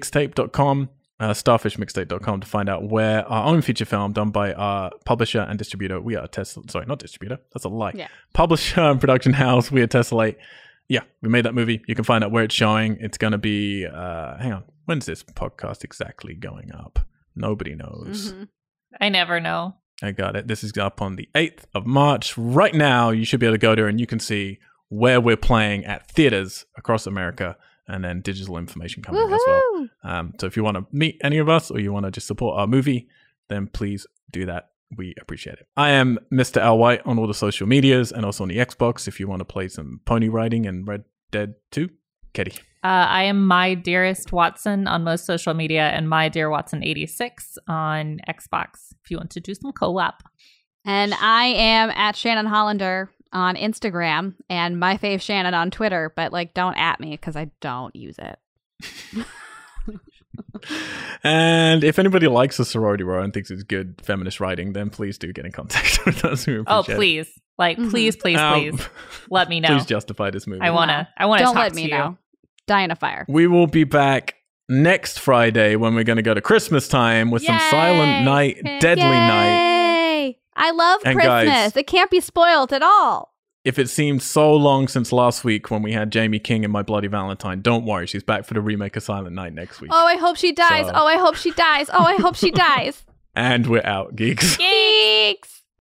Speaker 1: starfishmixtape.com, uh, starfishmixtape.com to find out where our own feature film done by our publisher and distributor, we are Tesla, sorry, not distributor, that's a lie
Speaker 3: Yeah.
Speaker 1: publisher and production house, We Weird Tessellate. Yeah, we made that movie. You can find out where it's showing. It's going to be, uh, hang on, when's this podcast exactly going up? Nobody knows.
Speaker 3: Mhm.
Speaker 2: I never know.
Speaker 1: I got it. This is up on the 8th of March. Right now, you should be able to go there and you can see where we're playing at theaters across America and then digital information coming as well.
Speaker 3: Woohoo!
Speaker 1: Um, so if you want to meet any of us or you want to just support our movie, then please do that. We appreciate it. I am Mr. Al White on all the social medias and also on the Xbox if you want to play some pony riding and Red Dead 2. Katie.
Speaker 2: Uh, I am my dearest Watson on most social media, and my dear Watson eighty six on Xbox. If you want to do some co-op,
Speaker 3: And I am at Shannon Hollander on Instagram and my fave Shannon on Twitter, but like, don't at me because I don't use it.
Speaker 1: And if anybody likes the sorority row and thinks it's good feminist writing, then please do get in contact with us. We
Speaker 2: oh
Speaker 1: appreciate it.
Speaker 2: please, like
Speaker 3: Mhm.
Speaker 2: please, please,
Speaker 1: Um,
Speaker 2: please, let me know.
Speaker 1: Please justify this movie.
Speaker 2: I wanna, I wanna
Speaker 3: don't
Speaker 2: talk
Speaker 3: let
Speaker 2: to
Speaker 3: me
Speaker 2: you.
Speaker 3: know. Die in a fire.
Speaker 1: We will be back next Friday when we're going to go to Christmas time with some
Speaker 3: Yay!
Speaker 1: Silent Night, Deadly Night.
Speaker 3: Yay! I love
Speaker 1: And
Speaker 3: Christmas.
Speaker 1: guys-
Speaker 3: it can't be spoiled at all.
Speaker 1: if it seemed so long since last week when we had Jamie King and My Bloody Valentine, don't worry, she's back for the remake of Silent Night next week.
Speaker 3: Oh, I hope she dies.
Speaker 1: So-
Speaker 3: Oh, I hope she dies. Oh, I hope she dies.
Speaker 1: And we're out, geeks.
Speaker 3: Geeks.